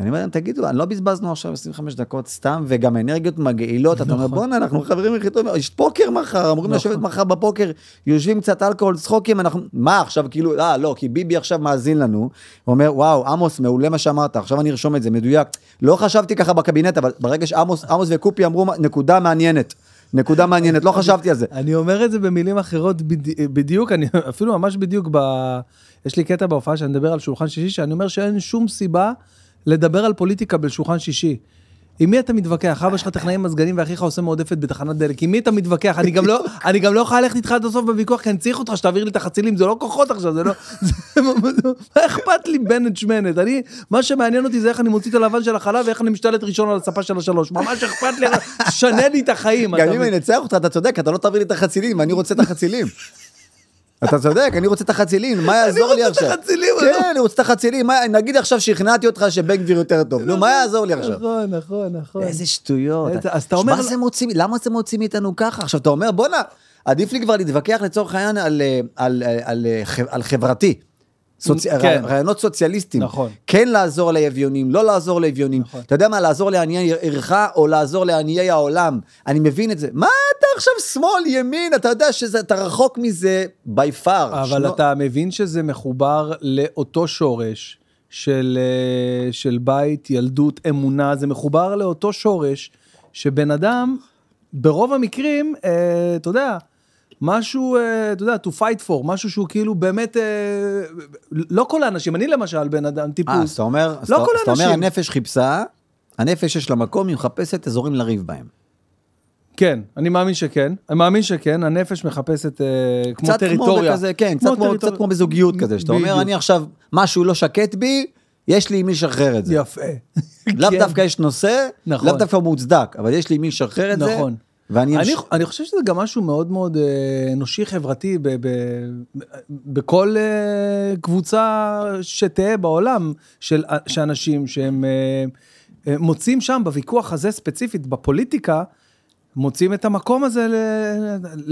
[SPEAKER 1] אני אומר להם, תגידו, אני לא בזבזנו עכשיו 25 דקות סתם, וגם האנרגיות מגעילות, אתה אומר,
[SPEAKER 2] נכון.
[SPEAKER 1] בואנה, אנחנו חברים הכי טובים, יש פוקר מחר, אמורים
[SPEAKER 2] נכון.
[SPEAKER 1] לשבת מחר בפוקר, יושבים קצת אלכוהול, צחוקים, אנחנו, מה עכשיו, כאילו, אה, לא, כי ביבי עכשיו מאזין לנו, הוא אומר, וואו, עמוס, מעולה מה שאמרת, עכשיו אני ארשום את זה, מדויק. לא חשבתי ככה בקבינט, אבל ברגע שעמוס עמוס וקופי אמרו, נקודה מעניינת, נקודה מעניינת, לא חשבתי על זה.
[SPEAKER 2] אני אומר את זה במילים אחרות בדי- בדיוק, אני אפילו ממש בדיוק ב... יש לי קטע בהופעה שאני מדבר על שולחן שישי, שאני אומר שאין שום סיבה לדבר על פוליטיקה בשולחן שישי. עם מי אתה מתווכח? אבא שלך טכנאי מזגנים ואחיך עושה מעודפת בתחנת דלק. עם מי אתה מתווכח? אני גם לא, אני גם לא יכול ללכת איתך עד הסוף בוויכוח, כי אני צריך אותך שתעביר לי את החצילים, זה לא כוחות עכשיו, זה לא... זה ממש לא- מה אכפת לי בנט שמנט? אני, מה שמעניין אותי זה איך אני מוציא את הלבן של החלב ואיך אני משתלט ראשון על הספה של השלוש. ממש אכפת לי, שנה לי את החיים.
[SPEAKER 1] גם
[SPEAKER 2] אתה
[SPEAKER 1] אם
[SPEAKER 2] מבין?
[SPEAKER 1] אני אנצח אותך, אתה צודק, אתה לא תעביר לי את החצילים, אני רוצה את החצילים. אתה צודק, אני רוצה את החצילים, מה יעזור לי
[SPEAKER 2] רוצה את
[SPEAKER 1] עכשיו?
[SPEAKER 2] החצילים, לא-
[SPEAKER 1] כן, אני רוצה את החצילים, מה- נגיד עכשיו שכנעתי אותך שבן גביר יותר טוב, נו, מה יעזור לי עכשיו?
[SPEAKER 2] נכון, נכון, נכון.
[SPEAKER 1] איזה שטויות.
[SPEAKER 2] איזה- אז אתה אומר-
[SPEAKER 1] מה זה מוציא, למה זה מוציא מאיתנו ככה? עכשיו, אתה אומר, בואנה, עדיף לי כבר להתווכח לצורך העניין על, אה, על, אה, על, אה, ח- על חברתי. סוצ...
[SPEAKER 2] כן.
[SPEAKER 1] רעיונות סוציאליסטיים.
[SPEAKER 2] נכון.
[SPEAKER 1] כן לעזור לאביונים, לא לעזור לאביונים.
[SPEAKER 2] נכון.
[SPEAKER 1] אתה יודע מה, לעזור לעניי עירך או לעזור לעניי העולם. אני מבין את זה. מה אתה עכשיו שמאל, ימין, אתה יודע שאתה רחוק מזה by far.
[SPEAKER 2] אבל אתה מבין שזה מחובר לאותו שורש של, אה, של בית, ילדות, אמונה, זה מחובר לאותו שורש שבן אדם, ברוב המקרים, אה, אתה יודע, משהו, אה, אתה יודע, to fight for, משהו שהוא כאילו באמת, אה, לא כל האנשים, אני למשל בן אדם
[SPEAKER 1] אה, אז
[SPEAKER 2] טיפוס.
[SPEAKER 1] אתה אומר, אז
[SPEAKER 2] לא
[SPEAKER 1] אתה-
[SPEAKER 2] כל
[SPEAKER 1] אז אתה אומר,
[SPEAKER 2] האנשים.
[SPEAKER 1] הנפש חיפשה, הנפש יש לה מקום, היא מחפשת אזורים לריב בהם.
[SPEAKER 2] כן, אני מאמין שכן, אני מאמין שכן, הנפש מחפשת אה, כמו
[SPEAKER 1] קצת
[SPEAKER 2] טריטוריה.
[SPEAKER 1] כמו בכזה, כן, קצת כמו,
[SPEAKER 2] טריטוריה.
[SPEAKER 1] קצת כמו בזוגיות כזה, שאתה
[SPEAKER 2] בדיוק.
[SPEAKER 1] אומר, אני עכשיו, משהו לא שקט בי, יש לי עם מי לשחרר את זה.
[SPEAKER 2] יפה.
[SPEAKER 1] לאו
[SPEAKER 2] כן.
[SPEAKER 1] דווקא יש נושא,
[SPEAKER 2] נכון.
[SPEAKER 1] לאו דווקא הוא מוצדק, אבל יש לי עם מי לשחרר את זה.
[SPEAKER 2] נכון.
[SPEAKER 1] ואני
[SPEAKER 2] אני,
[SPEAKER 1] אמש-
[SPEAKER 2] אני חושב שזה גם משהו מאוד מאוד אה, אנושי חברתי ב, ב, בכל אה, קבוצה שתהא בעולם של אנשים שהם אה, אה, מוצאים שם בוויכוח הזה ספציפית בפוליטיקה. מוצאים את המקום הזה ל...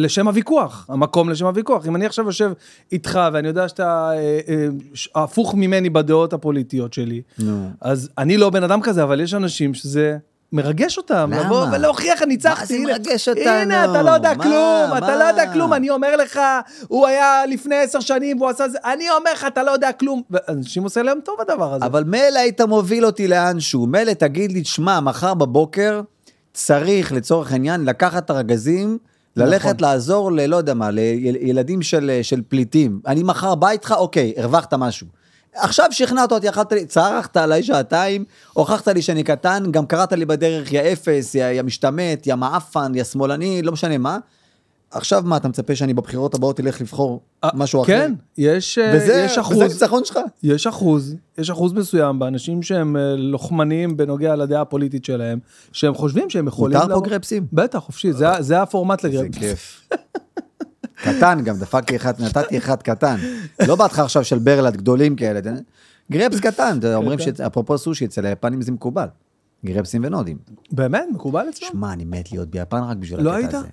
[SPEAKER 2] לשם הוויכוח, המקום לשם הוויכוח. אם אני עכשיו יושב איתך ואני יודע שאתה אה, אה, ש- הפוך ממני בדעות הפוליטיות שלי,
[SPEAKER 1] נו.
[SPEAKER 2] אז אני לא בן אדם כזה, אבל יש אנשים שזה מרגש אותם,
[SPEAKER 1] למה?
[SPEAKER 2] לבוא ולהוכיח,
[SPEAKER 1] מה
[SPEAKER 2] אני ניצחתי.
[SPEAKER 1] זה
[SPEAKER 2] הנה,
[SPEAKER 1] מרגש
[SPEAKER 2] הנה,
[SPEAKER 1] אותנו?
[SPEAKER 2] אתה לא יודע
[SPEAKER 1] מה?
[SPEAKER 2] כלום,
[SPEAKER 1] מה?
[SPEAKER 2] אתה לא יודע כלום, אני אומר לך, הוא היה לפני עשר שנים והוא עשה זה, אני אומר לך, אתה לא יודע כלום. ואנשים עושים להם טוב הדבר הזה.
[SPEAKER 1] אבל מילא היית מוביל אותי לאנשהו, מילא תגיד לי, שמע, מחר בבוקר צריך לצורך העניין לקחת ארגזים, ללכת
[SPEAKER 2] נכון.
[SPEAKER 1] לעזור ל... לא יודע מה, לילדים של, של פליטים. אני מחר בא איתך, אוקיי, הרווחת משהו. עכשיו שכנעת אותי, אכלת לי, צרחת עליי שעתיים, הוכחת לי שאני קטן, גם קראת לי בדרך יא אפס, יא, יא משתמט, יא מעפן, יא שמאלני, לא משנה מה. עכשיו מה, אתה מצפה שאני בבחירות הבאות אלך לבחור
[SPEAKER 2] אה,
[SPEAKER 1] משהו אחר?
[SPEAKER 2] כן, יש אה,
[SPEAKER 1] וזה,
[SPEAKER 2] יש
[SPEAKER 1] וזה
[SPEAKER 2] אחוז.
[SPEAKER 1] ניצחון שלך?
[SPEAKER 2] יש אחוז, יש אחוז מסוים באנשים שהם אה, לוחמניים בנוגע לדעה הפוליטית שלהם, שהם חושבים שהם יכולים...
[SPEAKER 1] מותר פה
[SPEAKER 2] לבוא-
[SPEAKER 1] גרפסים?
[SPEAKER 2] בטח, חופשי, זה ה- זה הפורמט
[SPEAKER 1] איזה
[SPEAKER 2] לגרפס.
[SPEAKER 1] כיף. קטן גם, דפקתי אחד, נתתי אחד קטן. לא באתך עכשיו של ברלד גדולים כאלה. אתה- גרפס קטן, אתה יודע, אומרים שאפרופו סושי, אצל היפנים זה מקובל. גרפסים ונודים.
[SPEAKER 2] באמת? מקובל אצלם?
[SPEAKER 1] שמע, אני מת להיות ביפן רק בשביל
[SPEAKER 2] לא
[SPEAKER 1] הקטע
[SPEAKER 2] היית?
[SPEAKER 1] הזה.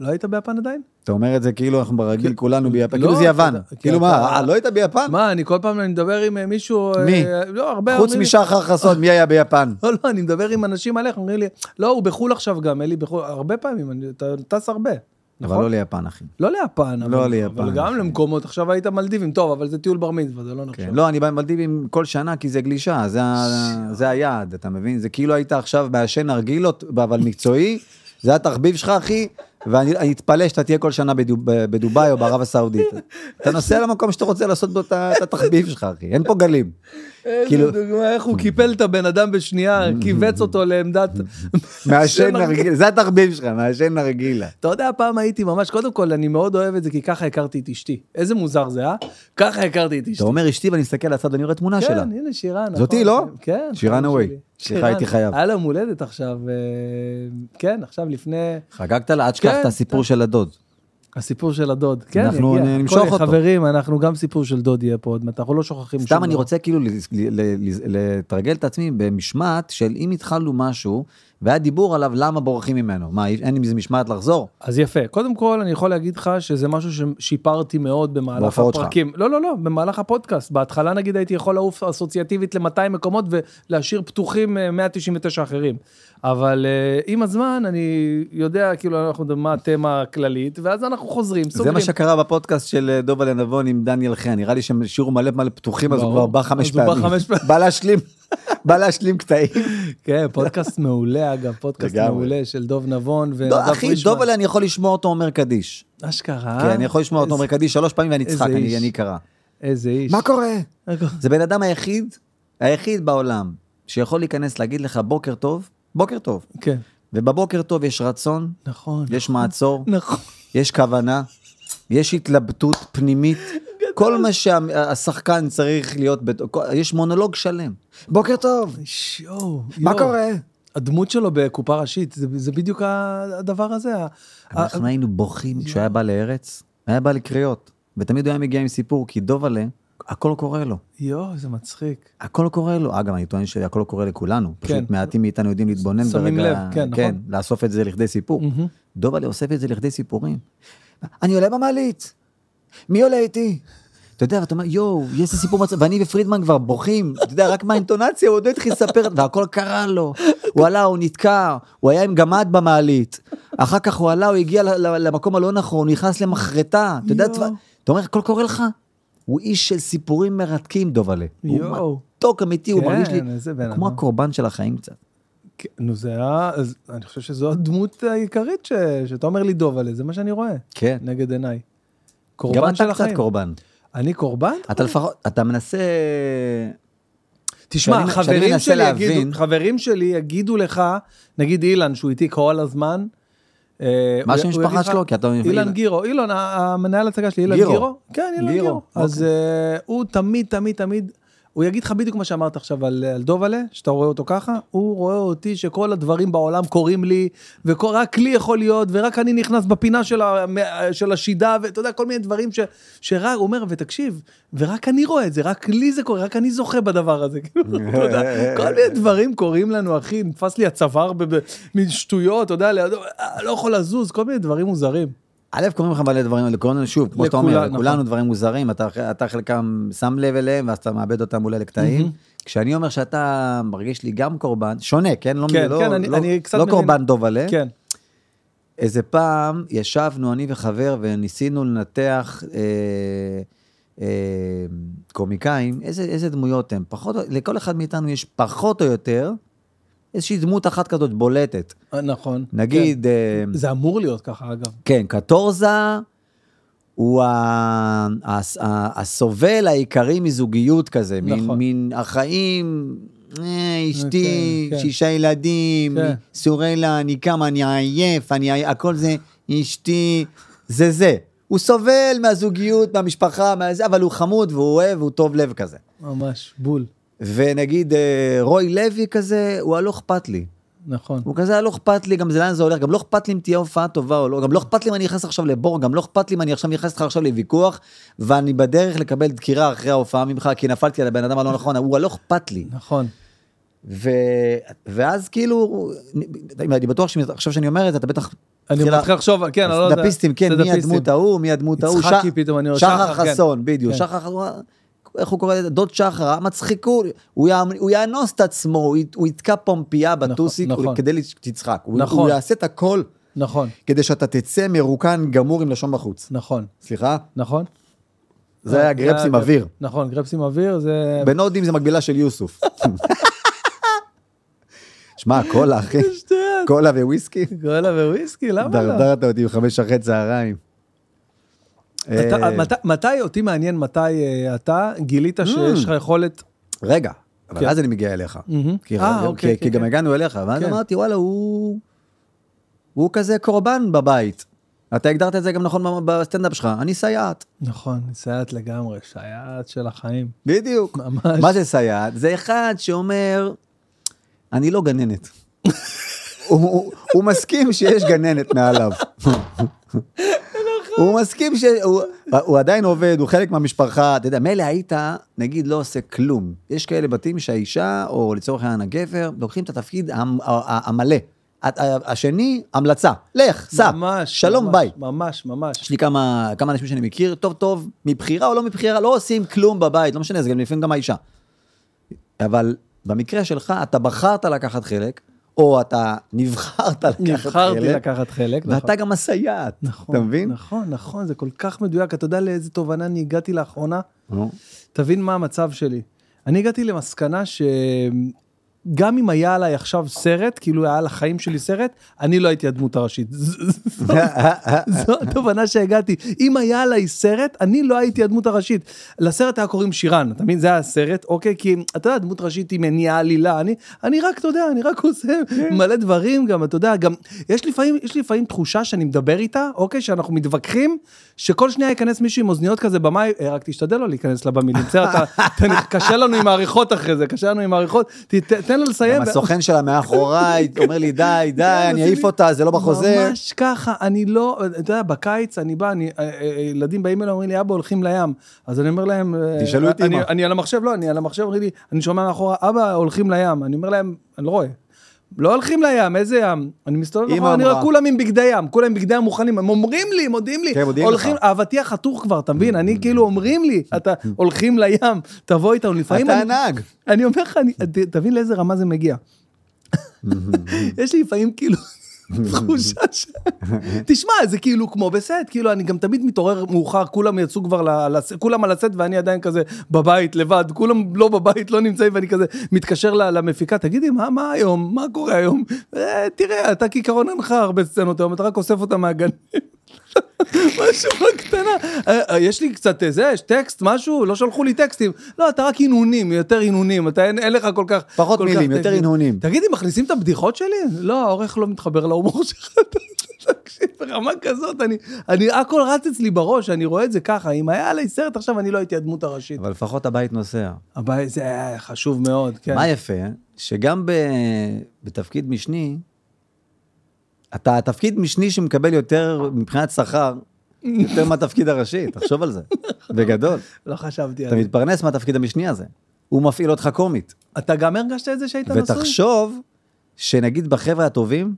[SPEAKER 2] לא היית ביפן עדיין?
[SPEAKER 1] אתה אומר את זה כאילו אנחנו ברגיל כולנו ביפן,
[SPEAKER 2] לא,
[SPEAKER 1] כאילו זה יוון.
[SPEAKER 2] אתה- כי
[SPEAKER 1] כאילו
[SPEAKER 2] אתה-
[SPEAKER 1] מה, אה, לא היית ביפן?
[SPEAKER 2] מה, אני כל פעם אני מדבר עם אה, מישהו... אה,
[SPEAKER 1] מי?
[SPEAKER 2] לא, הרבה...
[SPEAKER 1] חוץ
[SPEAKER 2] אומרים לי-
[SPEAKER 1] משחר חסון, מי היה ביפן?
[SPEAKER 2] לא, לא, אני מדבר עם אנשים עליך, אומרים לי, לא, הוא בחו"ל עכשיו גם, אלי בחו"ל, הרבה פעמים, אני- אתה טס הרבה.
[SPEAKER 1] אבל
[SPEAKER 2] נכון?
[SPEAKER 1] לא ליפן, אחי.
[SPEAKER 2] לא ליפן,
[SPEAKER 1] לא
[SPEAKER 2] אבל-
[SPEAKER 1] ליפן,
[SPEAKER 2] אבל גם
[SPEAKER 1] אחי.
[SPEAKER 2] למקומות, עכשיו היית מלדיבים, טוב, אבל זה טיול בר מצווה, זה לא
[SPEAKER 1] כן.
[SPEAKER 2] נחשב.
[SPEAKER 1] לא, אני במלדיבים כל שנה כי זה גלישה, זה, ה- זה היעד, לא אתה מבין? זה כאילו היית עכשיו מעשן נרגילות, אבל מקצועי, זה התחביב שלך, אחי, ואני אני אתפלא שאתה תהיה כל שנה בדוב- בדובאי או בערב הסעודית. אתה נוסע למקום שאתה רוצה לעשות בו את ה- את התחביב שלך, אחי. אין פה גלים.
[SPEAKER 2] איזה
[SPEAKER 1] כאילו-
[SPEAKER 2] דוגמה, איך הוא קיפל את הבן אדם בשנייה, כיווץ אותו לעמדת...
[SPEAKER 1] מעשן
[SPEAKER 2] של-
[SPEAKER 1] נרגילה, זה התחביב שלך, מעשן נרגילה.
[SPEAKER 2] אתה יודע, פעם הייתי ממש, קודם כל, אני מאוד אוהב את זה, כי ככה הכרתי את אשתי. איזה מוזר זה, אה? ככה הכרתי את אשתי.
[SPEAKER 1] אתה אומר אשתי ואני מסתכל לצד ואני רואה תמונה
[SPEAKER 2] כן,
[SPEAKER 1] שלה.
[SPEAKER 2] הנה שירן. נכון.
[SPEAKER 1] זאתי, לא?
[SPEAKER 2] כן.
[SPEAKER 1] שירן
[SPEAKER 2] חבר
[SPEAKER 1] אווי.
[SPEAKER 2] שלי.
[SPEAKER 1] סליחה,
[SPEAKER 2] שירן.
[SPEAKER 1] הייתי חייב.
[SPEAKER 2] היה לה יום הולדת עכשיו, אה, כן, עכשיו לפני
[SPEAKER 1] חגגת לה, עד
[SPEAKER 2] כן,
[SPEAKER 1] שכחת את הסיפור של הדוד.
[SPEAKER 2] הסיפור של הדוד. כן,
[SPEAKER 1] אנחנו
[SPEAKER 2] יגיע.
[SPEAKER 1] נ-
[SPEAKER 2] הכל
[SPEAKER 1] נמשוך
[SPEAKER 2] יהיה.
[SPEAKER 1] אותו.
[SPEAKER 2] חברים, אנחנו גם סיפור של דוד יהיה פה עוד מעט, אנחנו לא שוכחים שום
[SPEAKER 1] סתם אני
[SPEAKER 2] דבר.
[SPEAKER 1] רוצה כאילו לז- ל- ל- לז- לתרגל את עצמי במשמעת של אם התחלנו משהו והיה דיבור עליו למה בורחים ממנו. מה, אי- אין לי מזה משמעת לחזור?
[SPEAKER 2] אז יפה. קודם כל, אני יכול להגיד לך שזה משהו ששיפרתי מאוד במהלך
[SPEAKER 1] בהופעות שלך.
[SPEAKER 2] הפרקים. לא, לא, לא, במהלך הפודקאסט. בהתחלה, נגיד, הייתי יכול לעוף אסוציאטיבית ל-200 מקומות ולהשאיר פתוחים אה, 199 אחרים. אבל אה, עם הזמן, אני יודע, כאילו, אנחנו יודעים מה התמה הכללית, ואז אנחנו חוזרים,
[SPEAKER 1] זה
[SPEAKER 2] סוגרים.
[SPEAKER 1] מה שקרה בפודקאסט של אה, דוב אלנבון עם דניאל חן, נראה לי שהם השאירו מלא מלא פתוחים, אז הוא
[SPEAKER 2] ברור.
[SPEAKER 1] כבר בא חמש
[SPEAKER 2] אז הוא בא
[SPEAKER 1] פעמים.
[SPEAKER 2] חמש פעמים.
[SPEAKER 1] בא להשלים, בא להשלים קטעים.
[SPEAKER 2] כן, פודקאסט מעולה, אגב, פודקאסט
[SPEAKER 1] לגמרי.
[SPEAKER 2] מעולה של דוב נבון
[SPEAKER 1] דוב-
[SPEAKER 2] ונדב
[SPEAKER 1] אחי,
[SPEAKER 2] פרישמן.
[SPEAKER 1] דוב אלן, אני יכול לשמוע אותו אומר קדיש.
[SPEAKER 2] אשכרה.
[SPEAKER 1] כן, אני יכול לשמוע אותו
[SPEAKER 2] אה? איזה-
[SPEAKER 1] אומר קדיש שלוש פעמים ואני
[SPEAKER 2] איזה
[SPEAKER 1] אצחק,
[SPEAKER 2] איש.
[SPEAKER 1] אני אני אקרא.
[SPEAKER 2] איזה איש.
[SPEAKER 1] מה קורה?
[SPEAKER 2] מה קורה?
[SPEAKER 1] זה בן אדם היחיד, היחיד בעולם, שיכול להיכנס להגיד לך בוקר טוב, בוקר טוב.
[SPEAKER 2] כן,
[SPEAKER 1] ובבוקר טוב יש רצון,
[SPEAKER 2] נכון.
[SPEAKER 1] יש מעצור,
[SPEAKER 2] נכון.
[SPEAKER 1] יש כוונה, יש התלבטות פנימית. כל מה שהשחקן צריך להיות, בת... כל- יש מונולוג שלם. בוקר טוב,
[SPEAKER 2] שואו.
[SPEAKER 1] מה
[SPEAKER 2] יואו.
[SPEAKER 1] קורה?
[SPEAKER 2] הדמות שלו בקופה ראשית, זה, זה בדיוק ה- הדבר הזה. ה- ה-
[SPEAKER 1] אנחנו היינו בוכים כשהוא היה בא לארץ, היה בא לקריאות, ותמיד הוא היה מגיע עם סיפור, כי דובלה, הכל קורה לו.
[SPEAKER 2] יואו, זה מצחיק.
[SPEAKER 1] הכל קורה לו. אגב, אני טוען שהכל קורה לכולנו. פשוט
[SPEAKER 2] כן.
[SPEAKER 1] מעטים מאיתנו יודעים להתבונן
[SPEAKER 2] שמים
[SPEAKER 1] ברגע...
[SPEAKER 2] לב, כן,
[SPEAKER 1] כן,
[SPEAKER 2] נכון.
[SPEAKER 1] לאסוף את זה לכדי סיפור.
[SPEAKER 2] מהמם.
[SPEAKER 1] דובלה אוסף את זה לכדי סיפורים. אני עולה במעלית, מי עולה איתי? אתה יודע, ואתה אומר, יואו, יש לי סיפור מצב, ואני ופרידמן כבר בוכים, אתה יודע, רק מהאינטונציה, הוא עוד לא התחיל לספר, והכל קרה לו. הוא עלה, הוא נתקע, הוא היה עם גמד במעלית. אחר כך הוא עלה, הוא הגיע ל- ל- למקום הלא נכון, הוא נכנס למחרטה, אתה יודע,
[SPEAKER 2] יואו.
[SPEAKER 1] דבר- אתה אומר, הכל קורה לך? הוא איש של סיפורים מרתקים, דובלה.
[SPEAKER 2] יואו.
[SPEAKER 1] הוא מתוק אמיתי, הוא
[SPEAKER 2] כן,
[SPEAKER 1] מרגיש לי,
[SPEAKER 2] איזה בן
[SPEAKER 1] הוא כמו
[SPEAKER 2] אדם.
[SPEAKER 1] הקורבן של החיים קצת.
[SPEAKER 2] כן, נו, זה היה, אז אני חושב שזו הדמות העיקרית ש, שאתה אומר לי דוב עליה, זה מה שאני רואה.
[SPEAKER 1] כן.
[SPEAKER 2] נגד עיניי.
[SPEAKER 1] גם
[SPEAKER 2] קורבן
[SPEAKER 1] אתה
[SPEAKER 2] של
[SPEAKER 1] קצת
[SPEAKER 2] החיים. אה.
[SPEAKER 1] קורבן.
[SPEAKER 2] אני קורבן?
[SPEAKER 1] אתה לפחות, אתה מנסה...
[SPEAKER 2] תשמע,
[SPEAKER 1] שאני- שאני
[SPEAKER 2] חברים
[SPEAKER 1] מנסה
[SPEAKER 2] שלי,
[SPEAKER 1] להבין-
[SPEAKER 2] יגידו, חברים שלי יגידו לך, נגיד אילן, שהוא איתי כל הזמן, אה,
[SPEAKER 1] מה
[SPEAKER 2] הוא-
[SPEAKER 1] שם
[SPEAKER 2] הוא
[SPEAKER 1] משפחה
[SPEAKER 2] יגיד לך-
[SPEAKER 1] שלו? כי אתה...
[SPEAKER 2] אילן גירו, אילן, ה- המנהל הצגה שלי, אילן
[SPEAKER 1] גירו.
[SPEAKER 2] גירו. כן, אילן
[SPEAKER 1] גירו,
[SPEAKER 2] גירו. אז
[SPEAKER 1] אוקיי.
[SPEAKER 2] אה, הוא תמיד, תמיד, תמיד, הוא יגיד לך בדיוק מה שאמרת עכשיו על על דובלה, שאתה רואה אותו ככה, הוא רואה אותי שכל הדברים בעולם קורים לי, ורק לי יכול להיות, ורק אני נכנס בפינה של ה- מה- של השידה, ואתה יודע, כל מיני דברים ש- שרק, הוא אומר, ותקשיב, ורק אני רואה את זה, רק לי זה קורה, רק אני זוכה בדבר הזה, כאילו, אתה יודע, כל מיני דברים קורים לנו, אחי, נתפס לי הצוואר משטויות, אתה יודע, לידו, "אה, לא יכול לזוז, כל מיני דברים מוזרים.
[SPEAKER 1] א', קוראים לך מלא דברים, לכולנו, שוב, כמו שאתה
[SPEAKER 2] לכולם,
[SPEAKER 1] אומר,
[SPEAKER 2] נכון.
[SPEAKER 1] לכולנו דברים מוזרים, אתה- אתה חלקם שם לב אליהם, ואז אתה מאבד אותם אולי לקטעים. כשאני אומר שאתה מרגיש לי גם קורבן, שונה, כן? לא-
[SPEAKER 2] כן,
[SPEAKER 1] לא-
[SPEAKER 2] כן, אני-
[SPEAKER 1] לא-
[SPEAKER 2] אני קצת
[SPEAKER 1] לא
[SPEAKER 2] מבין.
[SPEAKER 1] קורבן דוב עלה.
[SPEAKER 2] כן.
[SPEAKER 1] איזה פעם ישבנו, אני וחבר, וניסינו לנתח אה, אה, קומיקאים, איזה, איזה דמויות הם. פחות, או- לכל אחד מאיתנו יש פחות או יותר איזושהי דמות אחת כזאת בולטת.
[SPEAKER 2] אה, נכון.
[SPEAKER 1] נגיד, כן, אה,
[SPEAKER 2] כן. זה אמור להיות ככה, אגב.
[SPEAKER 1] כן קטורזה הוא ה, הס, ה, הסובל העיקרי מזוגיות כזה,
[SPEAKER 2] נכון.
[SPEAKER 1] נכון. מן, מן החיים, אה, אשתי,
[SPEAKER 2] כן, כן.
[SPEAKER 1] שישה ילדים,
[SPEAKER 2] כן.
[SPEAKER 1] סורי לה, אני קם, אני עייף, אני עייף, הכל זה אשתי, זה זה. הוא סובל מהזוגיות, מהמשפחה, מהזה, אבל הוא חמוד והוא אוהב, הוא טוב לב כזה.
[SPEAKER 2] ממש, בול.
[SPEAKER 1] ונגיד אה, רוי לוי כזה, הוא הלא אכפת לי.
[SPEAKER 2] נכון.
[SPEAKER 1] הוא כזה היה לא אכפת לי, גם זה לאן זה הולך, גם לא אכפת לי אם תהיה הופעה טובה או לא, גם לא אכפת לי אם אני נכנס עכשיו לבור, גם לא אכפת לי אם אני עכשיו נכנס איתך עכשיו לוויכוח, ואני בדרך לקבל דקירה אחרי ההופעה ממך, כי נפלתי על הבן אדם הלא נכון, הוא הלא אכפת לי.
[SPEAKER 2] נכון.
[SPEAKER 1] ו... ואז כאילו, אני בטוח שעכשיו שאני אומר את זה, אתה בטח...
[SPEAKER 2] אני
[SPEAKER 1] תחילה-
[SPEAKER 2] מתחיל לחשוב, כן, אני לא יודע.
[SPEAKER 1] סדאפיסטים, כן, מי
[SPEAKER 2] סטנדאפיסטים.
[SPEAKER 1] הדמות ההוא, מי הדמות ההוא,
[SPEAKER 2] יצחקי פתאום, אני רואה,
[SPEAKER 1] שחר
[SPEAKER 2] שחר, כן.
[SPEAKER 1] חסון, בדיוק,
[SPEAKER 2] כן.
[SPEAKER 1] שחר חסון, איך הוא קורא לזה, דוד שחר, המצחיקו, הוא יאמ- הוא יאנוס את עצמו, הוא ית- הוא יתקע פומפייה בטוסיק
[SPEAKER 2] נכון.
[SPEAKER 1] כדי שתצחק, הוא-
[SPEAKER 2] נכון.
[SPEAKER 1] הוא יעשה את הכל
[SPEAKER 2] נכון,
[SPEAKER 1] כדי שאתה תצא מרוקן גמור עם לשון בחוץ.
[SPEAKER 2] נכון,
[SPEAKER 1] סליחה?
[SPEAKER 2] נכון.
[SPEAKER 1] זה
[SPEAKER 2] אה,
[SPEAKER 1] היה גרפס עם
[SPEAKER 2] גרפ-
[SPEAKER 1] אוויר.
[SPEAKER 2] נכון, גרפס עם אוויר זה...
[SPEAKER 1] בן הודים זה מקבילה של יוסוף. שמע, הכל אחי.
[SPEAKER 2] שטויות,
[SPEAKER 1] קולה וויסקי?
[SPEAKER 2] גולה וויסקי, למה לא?
[SPEAKER 1] דרדרת אותי בחמש אחרי צהריים.
[SPEAKER 2] אתה-
[SPEAKER 1] אה, Mm.
[SPEAKER 2] מת- מתי, אותי מעניין מתי אה, אתה גילית שיש לך יכולת...
[SPEAKER 1] רגע,
[SPEAKER 2] כן.
[SPEAKER 1] אבל אז אני מגיע אליך.
[SPEAKER 2] מהמם.
[SPEAKER 1] כי-
[SPEAKER 2] אה,
[SPEAKER 1] כי-
[SPEAKER 2] אוקיי,
[SPEAKER 1] כי
[SPEAKER 2] כן,
[SPEAKER 1] גם
[SPEAKER 2] כן.
[SPEAKER 1] הגענו אליך, ואז
[SPEAKER 2] כן.
[SPEAKER 1] אמרתי, וואלה, הוא... הוא כזה קורבן בבית. אתה הגדרת את זה גם נכון בסטנדאפ שלך, אני סייעת.
[SPEAKER 2] נכון, סייעת לגמרי, סייעת של החיים.
[SPEAKER 1] בדיוק.
[SPEAKER 2] ממש.
[SPEAKER 1] מה זה סייעת? זה אחד שאומר, אני לא גננת. הוא, הוא, הוא מסכים שיש גננת מעליו.
[SPEAKER 2] נכון.
[SPEAKER 1] הוא מסכים ש... הוא, הוא עדיין עובד, הוא חלק מהמשפחה, אתה יודע, מילא היית, נגיד, לא עושה כלום. יש כאלה בתים שהאישה, או לצורך העניין הגבר, לוקחים את התפקיד המ- ה- ה- המלא. הת- ה- השני, המלצה. לך, סע,
[SPEAKER 2] ממש,
[SPEAKER 1] שלום,
[SPEAKER 2] ממש,
[SPEAKER 1] ביי.
[SPEAKER 2] ממש, ממש.
[SPEAKER 1] יש לי כמה, כמה אנשים שאני מכיר, טוב טוב, מבחירה או לא מבחירה, לא עושים כלום בבית, לא משנה, זה גם לפעמים גם האישה. אבל במקרה שלך, אתה בחרת לקחת חלק, או אתה נבחרת לקחת
[SPEAKER 2] נבחרתי
[SPEAKER 1] חלק,
[SPEAKER 2] לקחת חלק, נכון.
[SPEAKER 1] ואתה גם הסייעת,
[SPEAKER 2] נכון,
[SPEAKER 1] אתה מבין?
[SPEAKER 2] נכון, נכון, זה כל כך מדויק. אתה יודע לאיזה תובנה אני הגעתי לאחרונה?
[SPEAKER 1] נו.
[SPEAKER 2] תבין מה המצב שלי. אני הגעתי למסקנה שגם אם היה עליי עכשיו סרט, כאילו היה על החיים שלי סרט, אני לא הייתי הדמות הראשית. ז- ז- זו התובנה שהגעתי. אם היה עליי סרט, אני לא הייתי הדמות הראשית. לסרט היה קוראים שירן, אתה מבין? זה היה הסרט, אוקיי? כי אתה יודע, דמות ראשית היא מניעה עלילה. אני, אני רק, אתה יודע, אני רק עושה מלא דברים גם, אתה יודע, גם, יש לפעמים, יש לפעמים תחושה שאני מדבר איתה, אוקיי? שאנחנו מתווכחים, שכל שנייה ייכנס מישהו עם אוזניות כזה במאי, "אה, רק תשתדל לא להיכנס לה במילים. בסדר, אתה, אתה, קשה לנו עם העריכות אחרי זה, קשה לנו עם העריכות. ת- ת- תן לה לסיים.
[SPEAKER 1] גם הסוכן שלה מאחוריי, אומר לי, די, די,
[SPEAKER 2] כן,
[SPEAKER 1] אני
[SPEAKER 2] אז
[SPEAKER 1] אעיף אותה, זה לא בחוזה.
[SPEAKER 2] ממש ככה, אני לא, אתה יודע, בקיץ אני בא, אני, אה, אה, ילדים באים אליי, אומרים לי, אבא, הולכים לים. אז אני אומר להם, אה,
[SPEAKER 1] תשאלו את
[SPEAKER 2] אני-
[SPEAKER 1] אמא.
[SPEAKER 2] אני על המחשב, לא, אני על המחשב, אומרים לי, אני שומע מאחורה, אבא, הולכים לים. אני אומר להם, אני לא רואה. לא הולכים לים, איזה ים? אני מסתובב
[SPEAKER 1] אמא
[SPEAKER 2] אחורה, אני רואה
[SPEAKER 1] אמרה.
[SPEAKER 2] כולם עם בגדי ים, כולם עם בגדי ים מוכנים, הם אומרים לי, הם מודיעים לי,
[SPEAKER 1] כן, מודיעים
[SPEAKER 2] הולכים,
[SPEAKER 1] לך.
[SPEAKER 2] האבטיח חתוך כבר, אתה מבין? אני כאילו אומרים לי, אתה הולכים לים, תבוא איתנו, לפעמים
[SPEAKER 1] אתה
[SPEAKER 2] אני-
[SPEAKER 1] הנהג.
[SPEAKER 2] אני אומר לך, אני- ת- תבין לאיזה רמה זה מגיע. יש לי לפעמים כאילו תחושה ש... תשמע, זה כאילו כמו בסט, כאילו אני גם תמיד מתעורר מאוחר, כולם יצאו כבר, ל- לס- כולם על הסט ואני עדיין כזה בבית, לבד, כולם לא בבית, לא נמצאים, ואני כזה מתקשר ל- למפיקה, תגידי, מה מה היום, מה קורה היום? "אה, תראה, אתה כעיקרון אין לך הרבה סצנות היום, אתה רק אוסף אותם מהגן. משהו בקטנה, אה, אה, יש לי קצת אה, זה, יש טקסט, משהו, לא שלחו לי טקסטים. לא, אתה רק הנהונים, יותר הנהונים, אתה אין אין לך כל כך...
[SPEAKER 1] פחות
[SPEAKER 2] כל
[SPEAKER 1] מילים,
[SPEAKER 2] כך
[SPEAKER 1] יותר
[SPEAKER 2] טקסטים.
[SPEAKER 1] הנהונים.
[SPEAKER 2] תגידי, מכניסים את הבדיחות שלי? לא, העורך לא מתחבר להומור שלך. תקשיב, ברמה כזאת, אני, אני, הכל רץ אצלי בראש, אני רואה את זה ככה. אם היה עלי סרט עכשיו, אני לא הייתי הדמות הראשית.
[SPEAKER 1] אבל לפחות הבית נוסע.
[SPEAKER 2] הבעיה, זה היה חשוב מאוד, כן.
[SPEAKER 1] מה יפה? שגם ב... בתפקיד משני, אתה התפקיד משני שמקבל יותר מבחינת שכר, יותר מהתפקיד הראשי, תחשוב על זה. בגדול.
[SPEAKER 2] לא חשבתי על
[SPEAKER 1] אתה
[SPEAKER 2] זה.
[SPEAKER 1] מתפרנס מהתפקיד המשני הזה. הוא מפעיל אותך קומית.
[SPEAKER 2] אתה גם הרגשת את זה שהיית נשוי?
[SPEAKER 1] ותחשוב שנגיד בחבר'ה הטובים,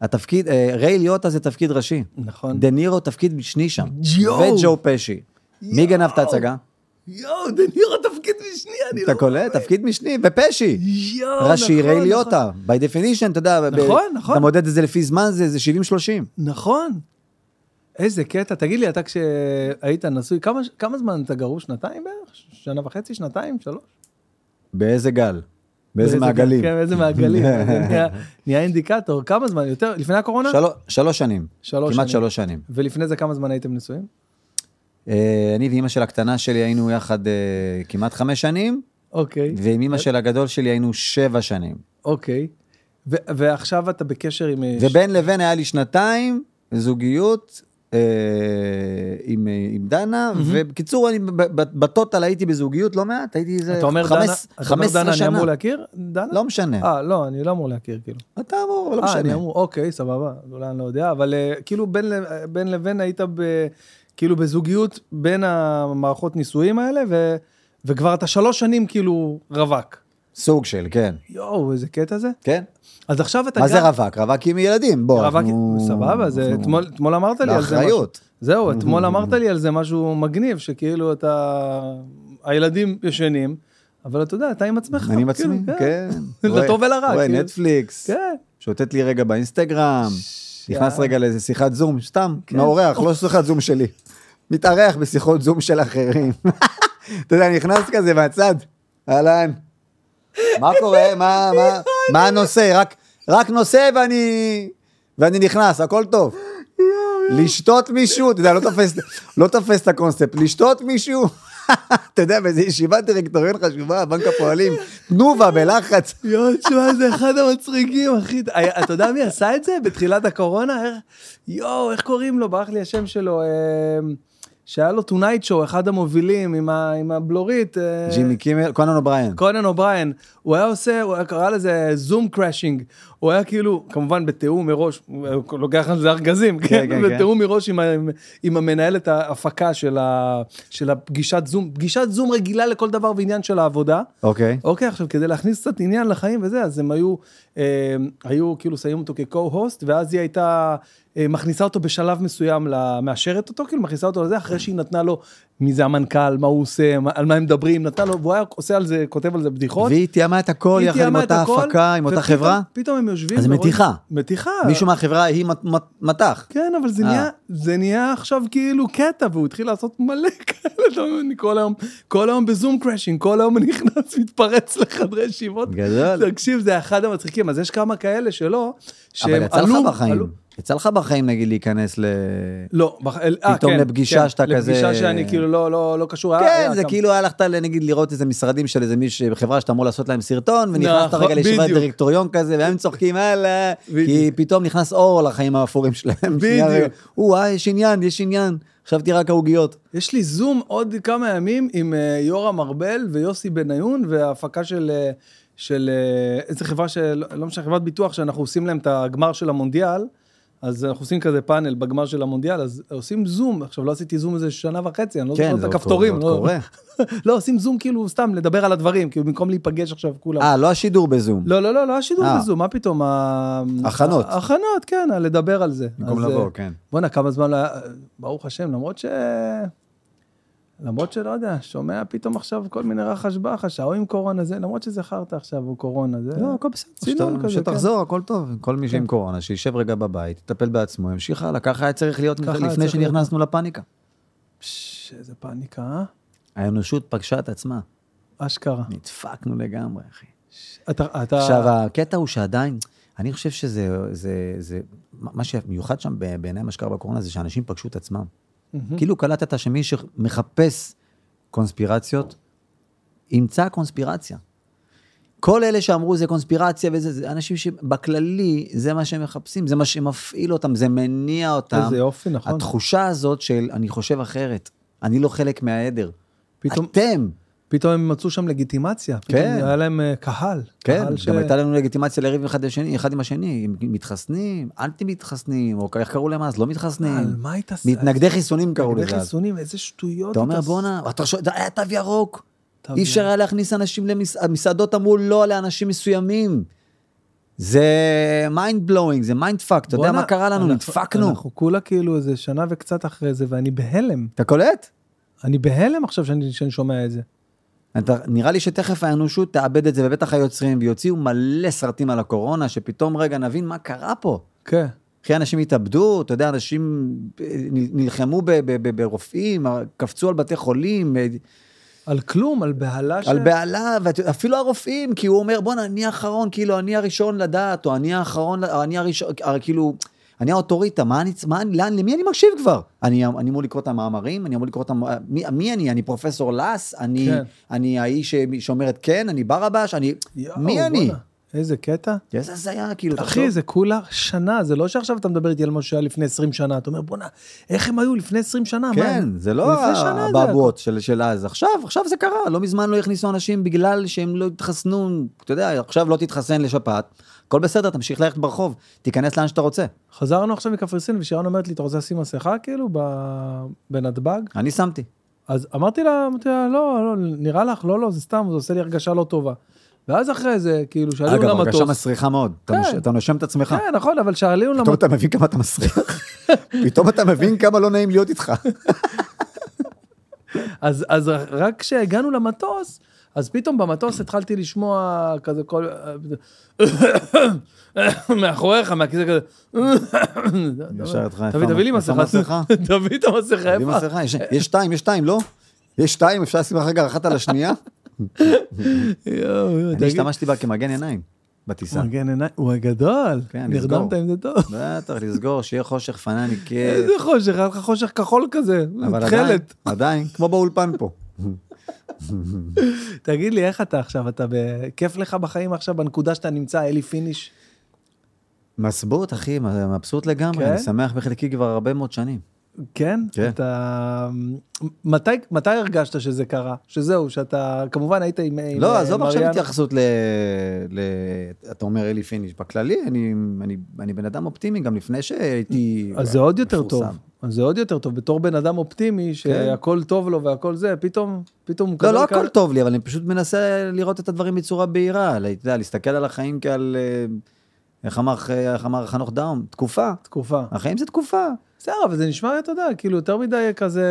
[SPEAKER 1] התפקיד, אה, ריי ליוטה זה תפקיד ראשי.
[SPEAKER 2] נכון.
[SPEAKER 1] דה נירו תפקיד משני שם.
[SPEAKER 2] יואו.
[SPEAKER 1] וג'ו פשי. מי גנב את ההצגה?
[SPEAKER 2] יואו, דנירו תפקיד משני, אני לא...
[SPEAKER 1] אתה קולט? תפקיד משני, ופשי.
[SPEAKER 2] יואו, נכון.
[SPEAKER 1] ראשי ריי
[SPEAKER 2] נכון.
[SPEAKER 1] ליוטה, by definition, אתה יודע, ב-
[SPEAKER 2] נכון,
[SPEAKER 1] ב-
[SPEAKER 2] נכון.
[SPEAKER 1] אתה מודד את זה לפי זמן, זה זה 70-30.
[SPEAKER 2] נכון. איזה קטע. תגיד לי, אתה כשהיית נשוי, כמה, כמה זמן אתה גרוש? שנתיים בערך? שנה וחצי? שנתיים? שלוש?
[SPEAKER 1] באיזה גל? באיזה
[SPEAKER 2] גל?
[SPEAKER 1] מעגלים?
[SPEAKER 2] כן, באיזה מעגלים. זה נהיה- נהיה אינדיקטור. כמה זמן? יותר? לפני הקורונה?
[SPEAKER 1] שלוש- שלוש שנים.
[SPEAKER 2] כן. שלוש
[SPEAKER 1] כמעט
[SPEAKER 2] שנים.
[SPEAKER 1] שלוש שנים.
[SPEAKER 2] ולפני זה כמה זמן הייתם נשואים?
[SPEAKER 1] אה, אני ואימא של הקטנה שלי היינו יחד אה, כמעט חמש שנים,
[SPEAKER 2] אוקיי,
[SPEAKER 1] ועם אימא של הגדול שלי היינו שבע שנים.
[SPEAKER 2] אוקיי. ו- ועכשיו אתה בקשר עם... אה, ש-
[SPEAKER 1] ובין לבין היה לי שנתיים זוגיות אה, עם, אה, עם דנה, ובקיצור, אני ב- ב- בטוטל הייתי בזוגיות לא מעט, הייתי איזה
[SPEAKER 2] אתה אומר דנה,
[SPEAKER 1] חמש-
[SPEAKER 2] אתה אומר
[SPEAKER 1] 15
[SPEAKER 2] דנה, אני
[SPEAKER 1] שנה.
[SPEAKER 2] אמור להכיר? דנה?
[SPEAKER 1] לא משנה.
[SPEAKER 2] אה, לא, אני לא אמור להכיר, כאילו.
[SPEAKER 1] אתה אמור, אבל לא
[SPEAKER 2] אה, אני
[SPEAKER 1] משנה.
[SPEAKER 2] אמור, אוקיי, סבבה, אז אולי אני לא יודע, אבל אה, כאילו בין ל- בין לבין היית ב- כאילו בזוגיות בין המערכות נישואים האלה, ו- וכבר אתה שלוש שנים כאילו רווק.
[SPEAKER 1] סוג של, כן.
[SPEAKER 2] יואו, איזה קטע זה.
[SPEAKER 1] כן?
[SPEAKER 2] אז עכשיו אתה
[SPEAKER 1] מה
[SPEAKER 2] גם...
[SPEAKER 1] זה רווק? רווק עם ילדים, בוא.
[SPEAKER 2] רווק,
[SPEAKER 1] אנחנו-
[SPEAKER 2] סבבה, זה
[SPEAKER 1] אנחנו-
[SPEAKER 2] אתמול אתמול אמרת לי על זה משהו.
[SPEAKER 1] לאחריות.
[SPEAKER 2] זהו, אתמול אמרת לי על זה משהו מגניב, שכאילו אתה... הילדים ישנים, אבל אתה יודע, אתה עם עצמך.
[SPEAKER 1] אני עם
[SPEAKER 2] כאילו,
[SPEAKER 1] עצמי, כן. רואה-
[SPEAKER 2] לטוב ולרע.
[SPEAKER 1] רואה
[SPEAKER 2] כאילו.
[SPEAKER 1] נטפליקס,
[SPEAKER 2] כן.
[SPEAKER 1] שוטט לי רגע באינסטגרם, נכנס
[SPEAKER 2] יאללה.
[SPEAKER 1] רגע לאיזה שיחת זום, סתם,
[SPEAKER 2] כן.
[SPEAKER 1] מאורח, לא שיחת זום שלי. מתארח בשיחות זום של אחרים. אתה יודע, נכנס כזה מהצד, אהלן. מה קורה? מה- מה- מה הנושא? רק רק נוסע ואני... ואני נכנס, הכל טוב. לשתות מישהו, אתה יודע, לא תופס, לא תופס את הקונספט, לשתות מישהו, אתה יודע, באיזו ישיבת דירקטוריון חשובה, בנק הפועלים, תנובה בלחץ.
[SPEAKER 2] יואו, תשמע, זה אחד המצחיקים, אחי. היה- אתה יודע מי עשה את זה? בתחילת הקורונה? איך- יואו, איך קוראים לו? ברח לי השם שלו. אה, שהיה לו טונייט שואו, אחד המובילים עם ה- עם הבלורית. אה,
[SPEAKER 1] ג'ימי קימל, קונן אובריין.
[SPEAKER 2] קונן אובריין, הוא היה עושה, הוא היה קרא לזה זום קראשינג, הוא היה כאילו, כמובן בתיאום מראש, הוא לוקח על זה ארגזים, כן,
[SPEAKER 1] כן, כן.
[SPEAKER 2] בתיאום מראש עם, ה- עם, עם המנהלת ההפקה של, ה, של הפגישת זום, פגישת זום רגילה לכל דבר ועניין של העבודה.
[SPEAKER 1] אוקיי.
[SPEAKER 2] אוקיי, עכשיו כדי להכניס קצת עניין לחיים וזה, אז הם היו, אה, היו כאילו שמים אותו כ-co-host, ואז היא הייתה אה, מכניסה אותו בשלב מסוים, ל- מאשרת אותו, כאילו מכניסה אותו לזה, אחרי שהיא נתנה לו מי זה המנכ"ל, מה הוא עושה, מה- על מה הם מדברים, נתנה לו, והוא היה עושה על זה, כותב על זה בדיחות.
[SPEAKER 1] והיא תיאמה את הכל
[SPEAKER 2] אוקיי. היא
[SPEAKER 1] יחד עם
[SPEAKER 2] תיאמה את
[SPEAKER 1] אותה
[SPEAKER 2] הכל,
[SPEAKER 1] הפקה, עם אותה
[SPEAKER 2] ופתאום- אה.
[SPEAKER 1] חברה.
[SPEAKER 2] פתאום הם יושבים.
[SPEAKER 1] אז
[SPEAKER 2] ורואים-
[SPEAKER 1] מתיחה.
[SPEAKER 2] מתיחה.
[SPEAKER 1] מישהו מהחברה היא מת- מת- מטח.
[SPEAKER 2] כן, אבל זה
[SPEAKER 1] אה.
[SPEAKER 2] נהיה, זה נהיה עכשיו כאילו קטע, והוא התחיל לעשות מלא כאלה, אתה אומר, אני כל היום, כל היום בזום קראשינג, כל היום אני נכנס, מתפרץ לחדרי ישיבות.
[SPEAKER 1] גדול.
[SPEAKER 2] תקשיב, זה אחד המצחיקים, אז יש כמה כאלה שלא,
[SPEAKER 1] אבל
[SPEAKER 2] שהם
[SPEAKER 1] יצא לך
[SPEAKER 2] עלו-
[SPEAKER 1] בחיים,
[SPEAKER 2] כן. עלו-
[SPEAKER 1] יצא לך בחיים נגיד להיכנס ל...
[SPEAKER 2] לא, בח- אל- אה,
[SPEAKER 1] פתאום
[SPEAKER 2] כן,
[SPEAKER 1] לפגישה
[SPEAKER 2] כן,
[SPEAKER 1] שאתה כזה-
[SPEAKER 2] לפגישה שאני כאילו לא, לא, לא קשור. אה,
[SPEAKER 1] כן,
[SPEAKER 2] היה
[SPEAKER 1] זה
[SPEAKER 2] כמה-
[SPEAKER 1] כאילו הלכת נגיד לראות איזה משרדים של איזה מישהו, חברה שאתה אמור לעשות להם סרטון, ונכנסת
[SPEAKER 2] נכון,
[SPEAKER 1] רגע לישיבת
[SPEAKER 2] בדיוק.
[SPEAKER 1] דירקטוריון כזה, והם צוחקים, הלאה, כי
[SPEAKER 2] בדיוק.
[SPEAKER 1] פתאום נכנס אור לחיים האפורים שלהם. שנייה רגע,
[SPEAKER 2] בדיוק.
[SPEAKER 1] או, אה, יש עניין, יש עניין, חשבתי רק העוגיות.
[SPEAKER 2] יש לי זום עוד כמה ימים עם אה, יורם ארבל ויוסי בניון וההפקה של, אה, של אה, איזה חברה של, לא משנה, חברת ביטוח שאנחנו עושים להם את הגמר של המונדיאל, אז אנחנו עושים כזה פאנל בגמר של המונדיאל, אז עושים זום, עכשיו לא עשיתי זום איזה שנה וחצי, אני לא
[SPEAKER 1] כן,
[SPEAKER 2] זוכר
[SPEAKER 1] זה
[SPEAKER 2] את
[SPEAKER 1] עוד
[SPEAKER 2] הכפתורים,
[SPEAKER 1] קורה, זה עוד
[SPEAKER 2] לא, לא עושים זום כאילו סתם לדבר על הדברים, כאילו במקום להיפגש עכשיו כולם.
[SPEAKER 1] אה, לא השידור בזום.
[SPEAKER 2] לא, לא, לא, לא השידור
[SPEAKER 1] אה.
[SPEAKER 2] בזום, מה פתאום? ה-
[SPEAKER 1] הכנות.
[SPEAKER 2] הכנות, כן, ה- לדבר על זה.
[SPEAKER 1] במקום
[SPEAKER 2] אז,
[SPEAKER 1] לבוא,
[SPEAKER 2] אה,
[SPEAKER 1] כן.
[SPEAKER 2] בואנה, כמה זמן, לא היה- ברוך השם, למרות ש... למרות שלא יודע, שומע פתאום עכשיו כל מיני רחש בחש, ההוא עם קורונה זה, למרות שזה חרטא עכשיו, הוא קורונה זה.
[SPEAKER 1] לא, הכל בסדר,
[SPEAKER 2] צינון
[SPEAKER 1] שאתה-
[SPEAKER 2] כזה, כן.
[SPEAKER 1] שתחזור, הכל טוב. כל מי שעם קורונה, שישב רגע בבית, יטפל בעצמו, ימשיך הלאה. ככה היה צריך להיות
[SPEAKER 2] ככה היה
[SPEAKER 1] לפני
[SPEAKER 2] צריך להיות.
[SPEAKER 1] שנכנסנו לפאניקה.
[SPEAKER 2] פש, איזה פאניקה, אה?
[SPEAKER 1] האנושות פגשה את עצמה.
[SPEAKER 2] אשכרה.
[SPEAKER 1] נדפקנו לגמרי, אחי.
[SPEAKER 2] אתה, אתה...
[SPEAKER 1] עכשיו, הקטע הוא שעדיין, אני חושב שזה, זה, זה, מה מה שמיוחד שם ב- בעיניי מה שקרה בקורונה זה שאנשים פגשו את עצמם.
[SPEAKER 2] מהמם.
[SPEAKER 1] כאילו קלטת שמי שמחפש קונספירציות, ימצא קונספירציה. כל אלה שאמרו זה קונספירציה וזה, זה אנשים שבכללי זה מה שהם מחפשים, זה מה שמפעיל אותם, זה מניע אותם.
[SPEAKER 2] איזה יופי, נכון.
[SPEAKER 1] התחושה הזאת של אני חושב אחרת, אני לא חלק מהעדר.
[SPEAKER 2] פתאום-
[SPEAKER 1] אתם.
[SPEAKER 2] פתאום הם מצאו שם לגיטימציה. פתאום
[SPEAKER 1] כן.
[SPEAKER 2] היה להם אה, קהל.
[SPEAKER 1] כן,
[SPEAKER 2] קהל
[SPEAKER 1] גם
[SPEAKER 2] ש-
[SPEAKER 1] הייתה לנו לגיטימציה לריב אחד, לשני, אחד עם השני, אם מתחסנים, אנטי מתחסנים, או איך קראו להם אז, לא
[SPEAKER 2] על
[SPEAKER 1] מתחסנים.
[SPEAKER 2] מה היית...
[SPEAKER 1] מתנגדי חיסונים קראו
[SPEAKER 2] מתנגדי
[SPEAKER 1] לזה אז.
[SPEAKER 2] חיסונים, איזה שטויות.
[SPEAKER 1] אתה אומר
[SPEAKER 2] עושה."
[SPEAKER 1] בואנה, אתה חושב, היה תו ירוק,
[SPEAKER 2] תו
[SPEAKER 1] אי אפשר
[SPEAKER 2] ירוק.
[SPEAKER 1] היה להכניס אנשים למסעדות, אמרו לא לאנשים מסוימים. זה מיינד בלואינג, זה מיינד פאק, אתה יודע
[SPEAKER 2] בואנה,
[SPEAKER 1] מה קרה לנו,
[SPEAKER 2] אנחנו-
[SPEAKER 1] נדפקנו.
[SPEAKER 2] אנחנו כולה כאילו איזה שנה וקצת אחרי זה, ואני בהלם.
[SPEAKER 1] אתה קולט?
[SPEAKER 2] אני בהלם עכשיו שאני, שאני שומע את זה.
[SPEAKER 1] אתה, נראה לי שתכף האנושות תאבד את זה, ובטח היוצרים, ויוציאו מלא סרטים על הקורונה, שפתאום רגע נבין מה קרה פה.
[SPEAKER 2] כן.
[SPEAKER 1] אחי, אנשים התאבדו, אתה יודע, אנשים אה, נל- נלחמו ב- ב- ב- ברופאים, אה, קפצו על בתי חולים, אה,
[SPEAKER 2] על כלום, על בהלה ש...
[SPEAKER 1] על בהלה, ואפילו הרופאים, כי הוא אומר, בואנה, אני האחרון, כאילו, אני הראשון לדעת, או אני האחרון, או אני הראשון, אה, כאילו, אני האוטוריטה, מה אני, מה, אני- לאן, למי אני מקשיב כבר? אני, אני אמור לקרוא את המאמרים, אני אמור לקרוא את המ... מי, מי אני? אני פרופסור לס? אני,
[SPEAKER 2] כן.
[SPEAKER 1] אני האיש ש- שאומרת כן? אני ברבש? אני...
[SPEAKER 2] יואו,
[SPEAKER 1] מי אני?
[SPEAKER 2] בואנה, איזה קטע.
[SPEAKER 1] איזה הזיה, כאילו, תחשוב.
[SPEAKER 2] אחי, זה כולה שנה, זה לא שעכשיו אתה מדבר איתי על מה שהיה לפני 20 שנה, אתה אומר, בואנה, איך הם היו לפני 20 שנה? מה
[SPEAKER 1] כן,
[SPEAKER 2] הם-
[SPEAKER 1] זה לא
[SPEAKER 2] לפני שנה זה
[SPEAKER 1] הבעבועות של, של אז. עכשיו, עכשיו זה קרה, לא מזמן לא הכניסו אנשים בגלל שהם לא התחסנו, אתה יודע, עכשיו לא תתחסן לשפעת, הכל בסדר, תמשיך ללכת ברחוב, תיכנס לאן שאתה רוצה.
[SPEAKER 2] הכל. חזרנו עכשיו מקפריסין, ושירן אומרת לי, אתה רוצה לשים מסכה כאילו ב- בנתב"ג?
[SPEAKER 1] אני שמתי.
[SPEAKER 2] אז אמרתי לה, אמרתי לה, לא, לא, נראה לך, לא, לא, זה סתם, זה עושה לי הרגשה לא טובה. ואז אחרי זה, כאילו, שעלינו
[SPEAKER 1] אגב,
[SPEAKER 2] למטוס...
[SPEAKER 1] הרגשה מסריחה מאוד, אתה
[SPEAKER 2] כן.
[SPEAKER 1] נוש- אתה נושם את עצמך.
[SPEAKER 2] כן, נכון, אבל שעלינו למטוס...
[SPEAKER 1] אתה מבין כמה אתה מסריח, פתאום אתה מבין כמה לא נעים להיות איתך.
[SPEAKER 2] אז, אז רק כשהגענו למטוס, אז פתאום במטוס התחלתי לשמוע כזה כל... מאחוריך, מהכיסא כזה...
[SPEAKER 1] ישר אותך,
[SPEAKER 2] תביא,
[SPEAKER 1] איפה
[SPEAKER 2] תביא לי
[SPEAKER 1] המסכה?
[SPEAKER 2] מסכה,
[SPEAKER 1] מסכה?
[SPEAKER 2] תביא את המסכה,
[SPEAKER 1] אני
[SPEAKER 2] איפה?
[SPEAKER 1] מסריחה, יש- יש שתיים, יש שתיים, לא? יש שתיים, אפשר לשים אחר כך אחת על השנייה?
[SPEAKER 2] יואו, יואו,
[SPEAKER 1] אני
[SPEAKER 2] תגיד.
[SPEAKER 1] השתמשתי בה כמגן עיניים. בטיסה.
[SPEAKER 2] הוא מגן עיניים, הוא הגדול.
[SPEAKER 1] כן,
[SPEAKER 2] נרדמת
[SPEAKER 1] לסגור.
[SPEAKER 2] עם זה טוב.
[SPEAKER 1] בטח, לסגור, שיהיה חושך פנני, כן.
[SPEAKER 2] איזה חושך, היה לך חושך כחול כזה,
[SPEAKER 1] אבל עדיין,
[SPEAKER 2] תכלת.
[SPEAKER 1] עדיין, כמו באולפן פה.
[SPEAKER 2] תגיד לי, איך אתה עכשיו? אתה ב- כיף לך בחיים עכשיו, בנקודה שאתה נמצא, אלי פיניש?
[SPEAKER 1] מסבוט, אחי, מבסוט לגמרי,
[SPEAKER 2] כן?
[SPEAKER 1] אני שמח בחלקי כבר הרבה מאוד שנים.
[SPEAKER 2] כן?
[SPEAKER 1] כן.
[SPEAKER 2] אתה... מתי, מתי הרגשת שזה קרה? שזהו, שאתה... כמובן היית עם... עם,
[SPEAKER 1] לא,
[SPEAKER 2] אה,
[SPEAKER 1] עזוב עכשיו
[SPEAKER 2] מריאנה.
[SPEAKER 1] התייחסות ל... ל- אתה אומר אלי פיניש. בכללי, אני- אני- אני בן אדם אופטימי, גם לפני שהייתי...
[SPEAKER 2] אז זה עוד יותר טוב.
[SPEAKER 1] מפורסם. כן.
[SPEAKER 2] אז זה עוד יותר טוב. בתור בן אדם אופטימי, שהכל טוב לו והכל זה, פתאום, פתאום הוא
[SPEAKER 1] לא,
[SPEAKER 2] מקבל
[SPEAKER 1] לא
[SPEAKER 2] כאלה-
[SPEAKER 1] הכל טוב לי, אבל אני פשוט מנסה לראות את הדברים בצורה בהירה. ל- אתה יודע, להסתכל על החיים כעל... אה, איך אמר ח- איך אמר חנוך דאום? תקופה.
[SPEAKER 2] תקופה.
[SPEAKER 1] החיים זה תקופה.
[SPEAKER 2] בסדר, אבל זה נשמע, אתה יודע, כאילו יותר מדי כזה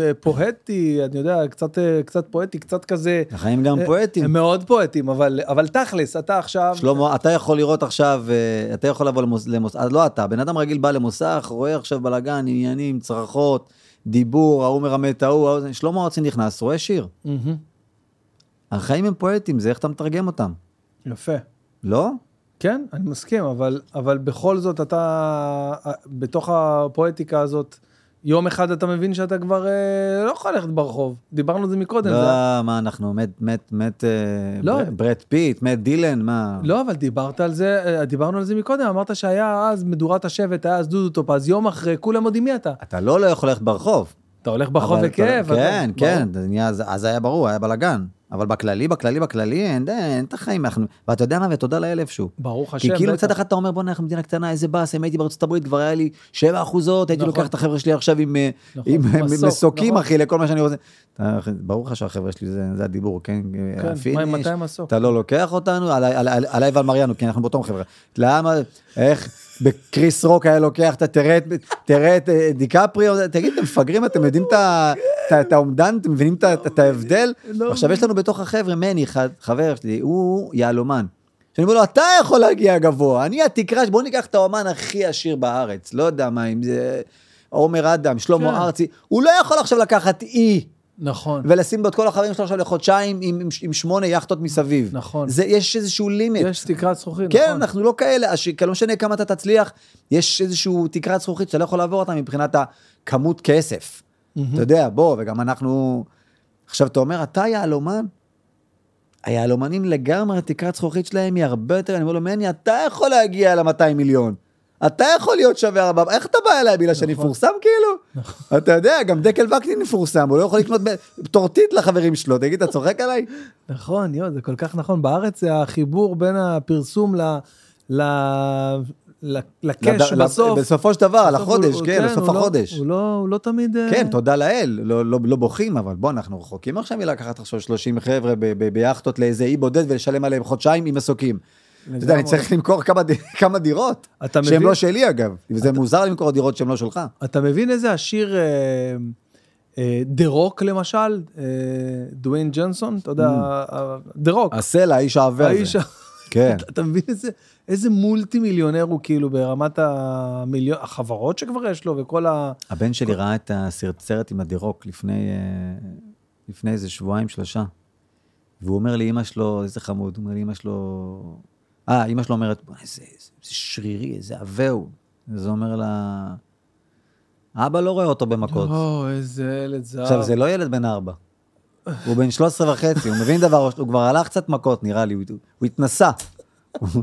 [SPEAKER 2] אה, פואטי, אני יודע, קצת, אה, קצת פואטי, קצת כזה...
[SPEAKER 1] החיים גם
[SPEAKER 2] אה,
[SPEAKER 1] פואטים.
[SPEAKER 2] הם מאוד פואטים, אבל, אבל תכלס, אתה עכשיו...
[SPEAKER 1] שלמה, אתה יכול לראות עכשיו, אה, אתה יכול לבוא למוסך, לא אתה, בן אדם רגיל בא למוסך, רואה עכשיו בלאגן, עניינים, צרחות, דיבור, ההוא מרמה את ההוא, ההוא- שלמה ארצי נכנס, רואה שיר.
[SPEAKER 2] מהמם.
[SPEAKER 1] החיים הם פואטים, זה איך אתה מתרגם אותם,
[SPEAKER 2] יפה.
[SPEAKER 1] לא?
[SPEAKER 2] כן, אני מסכים, אבל, אבל בכל זאת אתה, בתוך הפואטיקה הזאת, יום אחד אתה מבין שאתה כבר אה, לא יכול ללכת ברחוב. דיברנו על זה מקודם.
[SPEAKER 1] לא,
[SPEAKER 2] זה...
[SPEAKER 1] מה אנחנו, מת, מת, מת, אה,
[SPEAKER 2] לא.
[SPEAKER 1] בר- ברד פיט, מת דילן, מה?
[SPEAKER 2] לא, אבל דיברת על זה, אה, דיברנו על זה מקודם, אמרת שהיה אז מדורת השבט, היה אז דודו טופז, יום אחרי, כולם עוד עם מי אתה.
[SPEAKER 1] אתה לא לא יכול ללכת ברחוב.
[SPEAKER 2] אתה הולך ברחוב
[SPEAKER 1] אבל אתה-
[SPEAKER 2] בכאב.
[SPEAKER 1] כן,
[SPEAKER 2] אתה-
[SPEAKER 1] כן, זה נהיה- אז- אז היה ברור, היה בלאגן. אבל בכללי, בכללי, בכללי, אין אין את החיים, אנחנו, ואתה יודע מה, ותודה לאלף שהוא.
[SPEAKER 2] ברור, ברוך השם.
[SPEAKER 1] כי כאילו
[SPEAKER 2] בטח.
[SPEAKER 1] מצד אחד אתה אומר בוא'נה אנחנו מדינה קטנה איזה באס אם הייתי בארצות הברית כבר היה לי 7 אחוזות הייתי
[SPEAKER 2] נכון.
[SPEAKER 1] לוקח את החבר'ה שלי עכשיו עם, אה,
[SPEAKER 2] נכון,
[SPEAKER 1] עם אה,
[SPEAKER 2] מסוק,
[SPEAKER 1] מסוקים
[SPEAKER 2] נכון.
[SPEAKER 1] אחי לכל מה שאני רוצה. אתה- ברור לך שהחבר'ה שלי זה זה הדיבור כן אה,
[SPEAKER 2] כן,
[SPEAKER 1] הפיניש,
[SPEAKER 2] מה עם 200 מסוק?
[SPEAKER 1] אתה לא לוקח אותנו עליי- עליי עליי ועל מריאנו כי אנחנו באותו חבר'ה. למה איך בקריס רוק היה לוקח אתה תראה את- תראה את אה, דיקפריו תגיד אתם מפגרים אתם יודעים את ה- את ה- את האומדן אתם מבינים את ה- את ההבדל
[SPEAKER 2] לא
[SPEAKER 1] עכשיו יש לנו בתוך החבר'ה מני אחד- חבר שלי הוא יהלומן. שאני אומר לו, אתה יכול להגיע גבוה, אני התקרה, בוא ניקח את האומן הכי עשיר בארץ, לא יודע מה, אם זה עומר אדם,
[SPEAKER 2] כן.
[SPEAKER 1] שלמה ארצי, הוא לא יכול עכשיו לקחת אי
[SPEAKER 2] נכון.
[SPEAKER 1] ולשים בו את כל החברים שלו עכשיו לחודשיים עם, עם, עם שמונה יאכטות מסביב.
[SPEAKER 2] נכון.
[SPEAKER 1] זה, יש איזשהו לימיט.
[SPEAKER 2] יש תקרת זכוכית,
[SPEAKER 1] כן,
[SPEAKER 2] נכון.
[SPEAKER 1] אנחנו לא כאלה, הש- לא משנה כמה אתה תצליח, יש איזשהו תקרת זכוכית שאתה לא יכול לעבור אותה מבחינת הכמות כסף.
[SPEAKER 2] מהמם.
[SPEAKER 1] אתה יודע, בוא, וגם אנחנו... עכשיו, אתה אומר, אתה יהלומן? היהלומנים לגמרי, התקרת זכוכית שלהם היא הרבה יותר, אני אומר לו, מני, אתה יכול להגיע ל-200 מיליון. אתה יכול להיות שווה ארבע, איך אתה בא אליי בגלל שאני
[SPEAKER 2] נכון.
[SPEAKER 1] מפורסם כאילו? אתה יודע, גם דקל וקנין מפורסם, הוא לא יכול לקנות ב- טורטית לחברים שלו, תגיד, אתה צוחק עליי?
[SPEAKER 2] נכון, יואו, זה כל כך נכון. בארץ זה החיבור בין הפרסום ל... ל... ל... לקש
[SPEAKER 1] לד-
[SPEAKER 2] בסוף.
[SPEAKER 1] בסופו של דבר,
[SPEAKER 2] כן, בסוף הוא-
[SPEAKER 1] לחודש,
[SPEAKER 2] הוא-
[SPEAKER 1] כן, בסוף
[SPEAKER 2] הוא לא-
[SPEAKER 1] החודש.
[SPEAKER 2] הוא לא, הוא לא תמיד... אה,
[SPEAKER 1] כן, תודה לאל, לא, לא, לא בוכים, אבל בוא, אנחנו רחוקים עכשיו מלקחת עכשיו 30 חבר'ה ב- ב- ביאכטות לאיזה אי בודד ולשלם עליהם חודשיים עם מסוקים. אתה יודע, אני
[SPEAKER 2] לגמרי.
[SPEAKER 1] צריך למכור כמה, ד- כמה דירות,
[SPEAKER 2] אתה
[SPEAKER 1] שהן
[SPEAKER 2] מבין? אוקיי.
[SPEAKER 1] לא שלי אגב, וזה מוזר למכור דירות שהן לא שלך.
[SPEAKER 2] אתה מבין איזה השיר אה, אה, דה רוק למשל, אה, דוויין ג'ונסון, אתה יודע, אה, דה רוק,
[SPEAKER 1] הסלע, האיש העבר
[SPEAKER 2] האיש
[SPEAKER 1] Mm. הזה.
[SPEAKER 2] ה-
[SPEAKER 1] כן.
[SPEAKER 2] אתה מבין איזה, איזה מולטי מיליונר הוא כאילו ברמת המיליון, החברות שכבר יש לו וכל ה...
[SPEAKER 1] הבן שלי ראה את הסרט עם הדירוק לפני, אה, לפני איזה שבועיים, שלושה. והוא אומר לי, אמא שלו, איזה חמוד, הוא אומר לי, אמא שלו... אה, אמא שלו אומרת, "בוא'נה, איזה, איזה שרירי, איזה עבה הוא. אז הוא אומר לה, אבא לא רואה אותו במכות.
[SPEAKER 2] או, איזה ילד זהב.
[SPEAKER 1] עכשיו, זה לא ילד בן ארבע. הוא בן 13 וחצי, הוא מבין דבר, הוא כבר הלך קצת מכות, נראה לי, הוא הוא התנסה. אז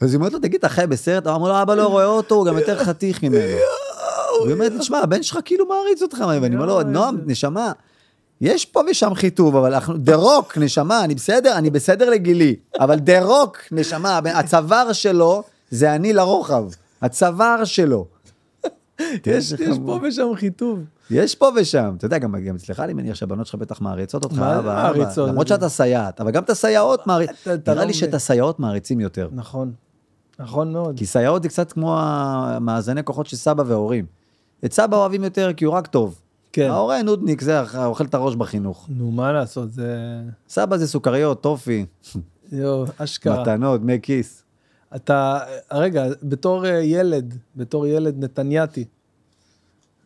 [SPEAKER 1] היא אומרת לו, תגיד, אתה חי בסרט? הוא אמר לו, אבא לא רואה אותו, הוא גם יותר חתיך ממנו. והיא אומרת לי, תשמע, הבן שלך כאילו מעריץ אותך, ואני אומר לו,
[SPEAKER 2] יואו,
[SPEAKER 1] נועם,
[SPEAKER 2] איזה-
[SPEAKER 1] נשמה, יש פה ושם חיטוב, אבל אנחנו, דה רוק, נשמה, אני בסדר, אני בסדר לגילי, אבל דה רוק, נשמה, הבן- הצוואר שלו זה אני לרוחב, הצוואר שלו.
[SPEAKER 2] יש,
[SPEAKER 1] איזה
[SPEAKER 2] יש
[SPEAKER 1] חמוד.
[SPEAKER 2] פה ושם חיטוב.
[SPEAKER 1] יש פה ושם, אתה יודע, גם גם אצלך אני מניח שהבנות שלך בטח מעריצות אותך,
[SPEAKER 2] מה זה
[SPEAKER 1] אבא, אבא.
[SPEAKER 2] מעריצות?
[SPEAKER 1] למרות שאתה סייעת, אבל גם את הסייעות
[SPEAKER 2] אתה-
[SPEAKER 1] מעריצים,
[SPEAKER 2] אתה
[SPEAKER 1] נראה
[SPEAKER 2] לא
[SPEAKER 1] לי שאת
[SPEAKER 2] מבין.
[SPEAKER 1] הסייעות מעריצים יותר,
[SPEAKER 2] נכון, נכון מאוד.
[SPEAKER 1] כי סייעות זה קצת כמו המאזני כוחות של סבא והורים. את סבא אוהבים יותר כי הוא רק טוב.
[SPEAKER 2] כן.
[SPEAKER 1] ההורה נודניק, זה הח- אוכל את הראש בחינוך.
[SPEAKER 2] נו, מה לעשות, זה...
[SPEAKER 1] סבא זה סוכריות, טופי,
[SPEAKER 2] יואו, אשכרה.
[SPEAKER 1] מתנות, דמי כיס.
[SPEAKER 2] אתה, רגע, בתור אה, ילד, בתור ילד נתניאתי,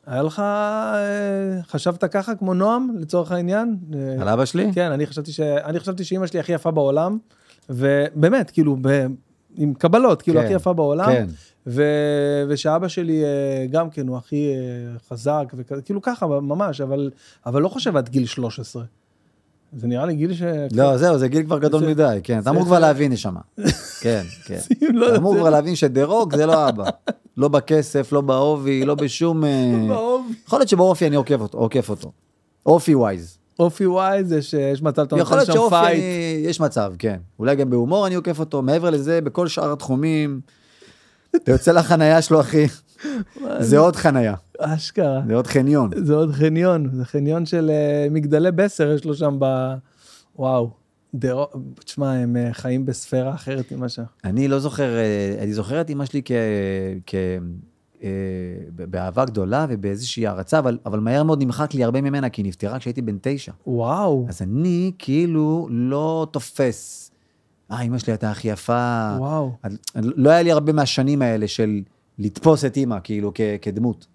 [SPEAKER 2] היה לך, אה, חשבת ככה כמו נועם, לצורך העניין? אה,
[SPEAKER 1] על אבא שלי?
[SPEAKER 2] כן, אני חשבתי, ש... אני חשבתי שאימא שלי הכי יפה בעולם, ובאמת, כאילו, ב... עם קבלות, כאילו,
[SPEAKER 1] כן,
[SPEAKER 2] הכי יפה בעולם.
[SPEAKER 1] כן.
[SPEAKER 2] ו... ושאבא שלי אה, גם כן, הוא הכי אה, חזק, וכזה, כאילו ככה, ממש, אבל, אבל לא חושב עד גיל 13. זה נראה לי גיל ש...
[SPEAKER 1] לא, זהו, זה גיל כבר גדול
[SPEAKER 2] זה-
[SPEAKER 1] מדי, כן. אתה אמור כבר להבין, נשמה. כן, כן.
[SPEAKER 2] לא,
[SPEAKER 1] אתה אמור
[SPEAKER 2] זה-
[SPEAKER 1] כבר להבין שדה-רוק זה לא אבא. לא בכסף, לא בעובי, לא בשום... אה,
[SPEAKER 2] באופי-
[SPEAKER 1] יכול להיות שבאופי אני עוקף אותו, עוקף אותו. אופי ווייז.
[SPEAKER 2] אופי וואי זה שיש מצב, אתה
[SPEAKER 1] יכול
[SPEAKER 2] נותן
[SPEAKER 1] להיות
[SPEAKER 2] שם
[SPEAKER 1] שאופי,
[SPEAKER 2] פייט.
[SPEAKER 1] אני- יש מצב, כן. אולי גם בהומור אני עוקף אותו, מעבר לזה, בכל שאר התחומים, אתה יוצא לחנייה שלו, אחי, זה עוד חנייה,
[SPEAKER 2] אשכרה.
[SPEAKER 1] זה עוד חניון.
[SPEAKER 2] זה עוד חניון, זה חניון של אה, מגדלי בסר, יש לו שם ב... וואו. דרו... תשמע, הם אה, חיים בספירה אחרת ממה ש...
[SPEAKER 1] אני לא זוכר, אה, אני זוכר את אמא שלי כ... כ... אה, ב- באהבה גדולה ובאיזושהי הערצה, אבל, אבל מהר מאוד נמחק לי הרבה ממנה, כי היא נפטרה כשהייתי בן תשע.
[SPEAKER 2] וואו,
[SPEAKER 1] אז אני כאילו לא תופס. אה, אמא שלי הייתה הכי יפה.
[SPEAKER 2] וואו.
[SPEAKER 1] אז- אז לא היה לי הרבה מהשנים האלה של לתפוס את אימא, כאילו, כ- כדמות.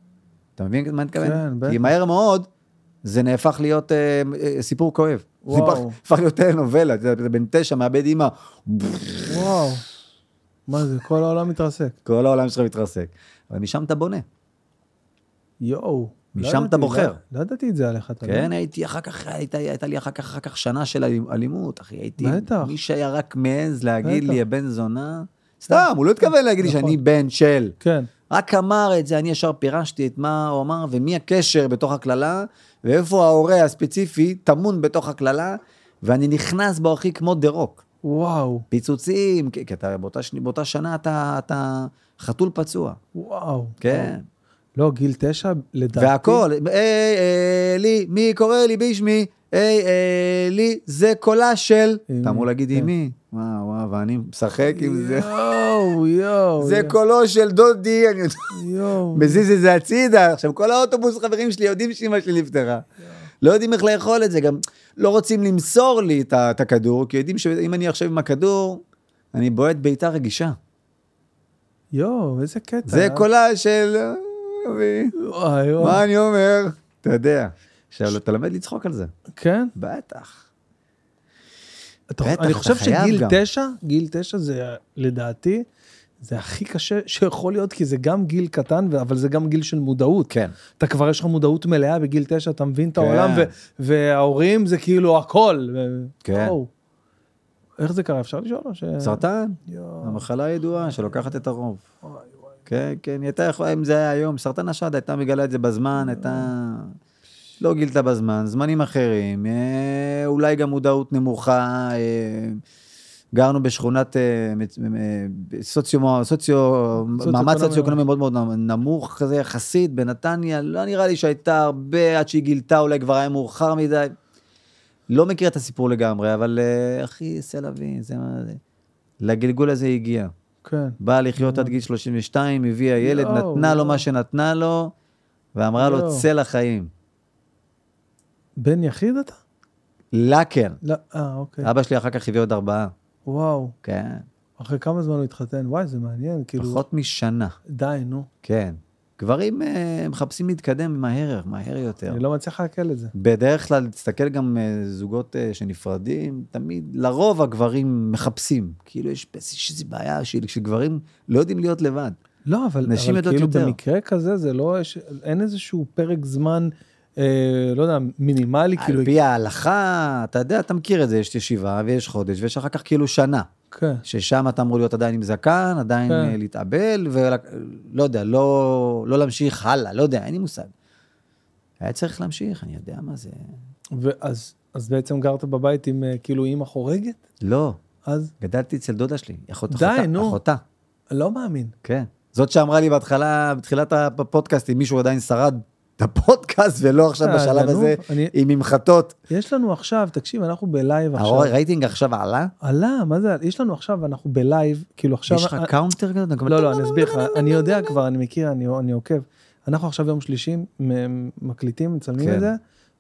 [SPEAKER 1] אתה מבין מה אני מתכוון?
[SPEAKER 2] כן, בטח.
[SPEAKER 1] כי מהר מאוד, זה נהפך להיות אה, אה, סיפור כואב. זה
[SPEAKER 2] וואו.
[SPEAKER 1] הפך- הפך להיות אה, נובלה, אתה יודע, אתה בן תשע, מאבד אימא,
[SPEAKER 2] וואו. מה זה, כל העולם מתרסק.
[SPEAKER 1] כל העולם שלך מתרסק. אבל משם אתה בונה.
[SPEAKER 2] יואו.
[SPEAKER 1] משם
[SPEAKER 2] לא ידעתי,
[SPEAKER 1] אתה בוחר.
[SPEAKER 2] לא- לא ידעתי את זה עליך, אתה
[SPEAKER 1] כן, הייתי אחר כך, הייתה, הייתה לי אחר כך, אחר כך שנה של אלימ- אלימות, אחי, הייתי...
[SPEAKER 2] בטח.
[SPEAKER 1] מי שהיה רק מעז להגיד
[SPEAKER 2] בטח.
[SPEAKER 1] לי, הבן זונה... סתם, הוא לא התכוון להגיד לי
[SPEAKER 2] נכון.
[SPEAKER 1] שאני בן של.
[SPEAKER 2] כן.
[SPEAKER 1] רק אמר את זה, אני ישר פירשתי את מה הוא אמר, ומי הקשר בתוך הקללה, ואיפה ההורה הספציפי טמון בתוך הקללה, ואני נכנס בו, אחי, כמו דה רוק.
[SPEAKER 2] וואו,
[SPEAKER 1] פיצוצים, כי כי אתה באותה, שני- באותה שנה אתה, אתה חתול פצוע,
[SPEAKER 2] וואו.
[SPEAKER 1] כן?
[SPEAKER 2] לא, גיל תשע, לדעתי...
[SPEAKER 1] והכל, היי, אה, לי, מי קורא לי בשמי? היי, אה, לי, זה קולה של...
[SPEAKER 2] אמי,
[SPEAKER 1] אתה אמור להגיד
[SPEAKER 2] כן.
[SPEAKER 1] אמי. וואו, וואו, ואני משחק עם זה.
[SPEAKER 2] יואו, יואו.
[SPEAKER 1] זה
[SPEAKER 2] יואו,
[SPEAKER 1] קולו של דודי, אני יודע.
[SPEAKER 2] יואו.
[SPEAKER 1] מזיז את זה הצידה. עכשיו, כל האוטובוס, חברים שלי, יודעים שאימא שלי נפטרה. לא יודעים איך לאכול את זה, גם לא רוצים למסור לי את ה- את הכדור, כי יודעים שאם אני עכשיו עם הכדור, אני בועט בעיטה רגישה.
[SPEAKER 2] יואו, איזה קטע.
[SPEAKER 1] זה
[SPEAKER 2] אה? לא.
[SPEAKER 1] קולה של... אה, אבי,
[SPEAKER 2] וואי,
[SPEAKER 1] מה
[SPEAKER 2] וואי.
[SPEAKER 1] אני אומר? אתה יודע. עכשיו, אתה לומד לצחוק על זה.
[SPEAKER 2] כן?
[SPEAKER 1] בטח.
[SPEAKER 2] אתה-
[SPEAKER 1] בטח,
[SPEAKER 2] אני
[SPEAKER 1] אתה
[SPEAKER 2] חושב
[SPEAKER 1] חייב
[SPEAKER 2] שגיל
[SPEAKER 1] גם.
[SPEAKER 2] תשע, גיל תשע זה לדעתי, זה הכי קשה שיכול להיות, כי זה גם גיל קטן, ו- אבל זה גם גיל של מודעות.
[SPEAKER 1] כן.
[SPEAKER 2] אתה כבר יש לך מודעות מלאה בגיל תשע, אתה מבין את
[SPEAKER 1] כן.
[SPEAKER 2] העולם, ו- וההורים זה כאילו הכל. ו-
[SPEAKER 1] כן.
[SPEAKER 2] וואו. איך זה קרה? אפשר לשאול? או ש-
[SPEAKER 1] סרטן,
[SPEAKER 2] אה. יואו,
[SPEAKER 1] המחלה הידועה שלוקחת את הרוב.
[SPEAKER 2] וואי, וואי.
[SPEAKER 1] כן, כן, היא הייתה יכולה, אם זה היה היום, סרטן השד, הייתה מגלה את זה בזמן, הייתה... לא גילתה בזמן, זמנים אחרים, אה, אולי גם מודעות נמוכה, אה, גרנו בשכונת אה, מצ- אה, סוציו, סוציו, מעמד סוציו-אקונומי מאוד מאוד נמוך כזה יחסית בנתניה, לא נראה לי שהייתה הרבה עד שהיא גילתה, אולי כבר היה מאוחר מדי. לא מכיר את הסיפור לגמרי, אבל אה, אחי, סלווי, זה מה זה. לגלגול הזה הגיע.
[SPEAKER 2] כן.
[SPEAKER 1] באה לחיות עד גיל 32, הביאה ילד,
[SPEAKER 2] יואו,
[SPEAKER 1] נתנה לו
[SPEAKER 2] יואו.
[SPEAKER 1] מה שנתנה לו, ואמרה לו,
[SPEAKER 2] יואו.
[SPEAKER 1] צא לחיים.
[SPEAKER 2] בן יחיד אתה?
[SPEAKER 1] לה כן.
[SPEAKER 2] לא, אה, אוקיי.
[SPEAKER 1] אבא שלי אחר כך הביא עוד ארבעה.
[SPEAKER 2] וואו,
[SPEAKER 1] כן,
[SPEAKER 2] אחרי כמה זמן הוא התחתן? וואי, זה מעניין, כאילו...
[SPEAKER 1] פחות משנה.
[SPEAKER 2] די, נו.
[SPEAKER 1] כן. גברים אה, מחפשים להתקדם מהר, מהר יותר.
[SPEAKER 2] אני לא מצליח לעכל את זה.
[SPEAKER 1] בדרך כלל, תסתכל גם אה, זוגות אה, שנפרדים, תמיד, לרוב הגברים מחפשים. כאילו, יש איזושהי בעיה של- שגברים לא יודעים להיות לבד.
[SPEAKER 2] לא, אבל,
[SPEAKER 1] נשים
[SPEAKER 2] אבל
[SPEAKER 1] יודעות
[SPEAKER 2] כאילו
[SPEAKER 1] יותר.
[SPEAKER 2] במקרה כזה, זה לא, יש, אין איזשהו פרק זמן, אה, לא יודע, מינימלי, כאילו,
[SPEAKER 1] על פי ההלכה, אתה יודע, אתה מכיר את זה, יש ישיבה ויש חודש, ויש אחר כך כאילו שנה.
[SPEAKER 2] כן,
[SPEAKER 1] ששם אתה אמור להיות עדיין עם זקן, עדיין
[SPEAKER 2] כן.
[SPEAKER 1] אה, להתאבל, ולא יודע, לא, לא להמשיך הלאה, לא יודע, אין לי מושג. היה צריך להמשיך, אני יודע מה זה.
[SPEAKER 2] ואז, אז בעצם גרת בבית עם אה, כאילו אימא חורגת,
[SPEAKER 1] לא,
[SPEAKER 2] אז
[SPEAKER 1] גדלתי אצל דודה שלי, אחות,
[SPEAKER 2] די,
[SPEAKER 1] אחותה,
[SPEAKER 2] נו.
[SPEAKER 1] אחותה,
[SPEAKER 2] לא מאמין.
[SPEAKER 1] כן. זאת שאמרה לי בהתחלה, בתחילת הפודקאסט, אם מישהו עדיין שרד את הפודקאסט, ולא עכשיו
[SPEAKER 2] אה,
[SPEAKER 1] בשלב
[SPEAKER 2] נו,
[SPEAKER 1] הזה,
[SPEAKER 2] אני-
[SPEAKER 1] עם ממחטות.
[SPEAKER 2] יש לנו עכשיו, תקשיב, אנחנו בלייב עכשיו.
[SPEAKER 1] הרייטינג עכשיו עלה?
[SPEAKER 2] עלה, מה זה, יש לנו עכשיו, אנחנו בלייב, כאילו עכשיו...
[SPEAKER 1] יש לך
[SPEAKER 2] אה,
[SPEAKER 1] קאונטר כזה? אתה גם-
[SPEAKER 2] לא, לא, אני אסביר לך, אני יודע כבר, אני מכיר, אני, אני עוקב. אנחנו עכשיו יום שלישי, מ- מקליטים, מצלמים
[SPEAKER 1] כן.
[SPEAKER 2] את זה.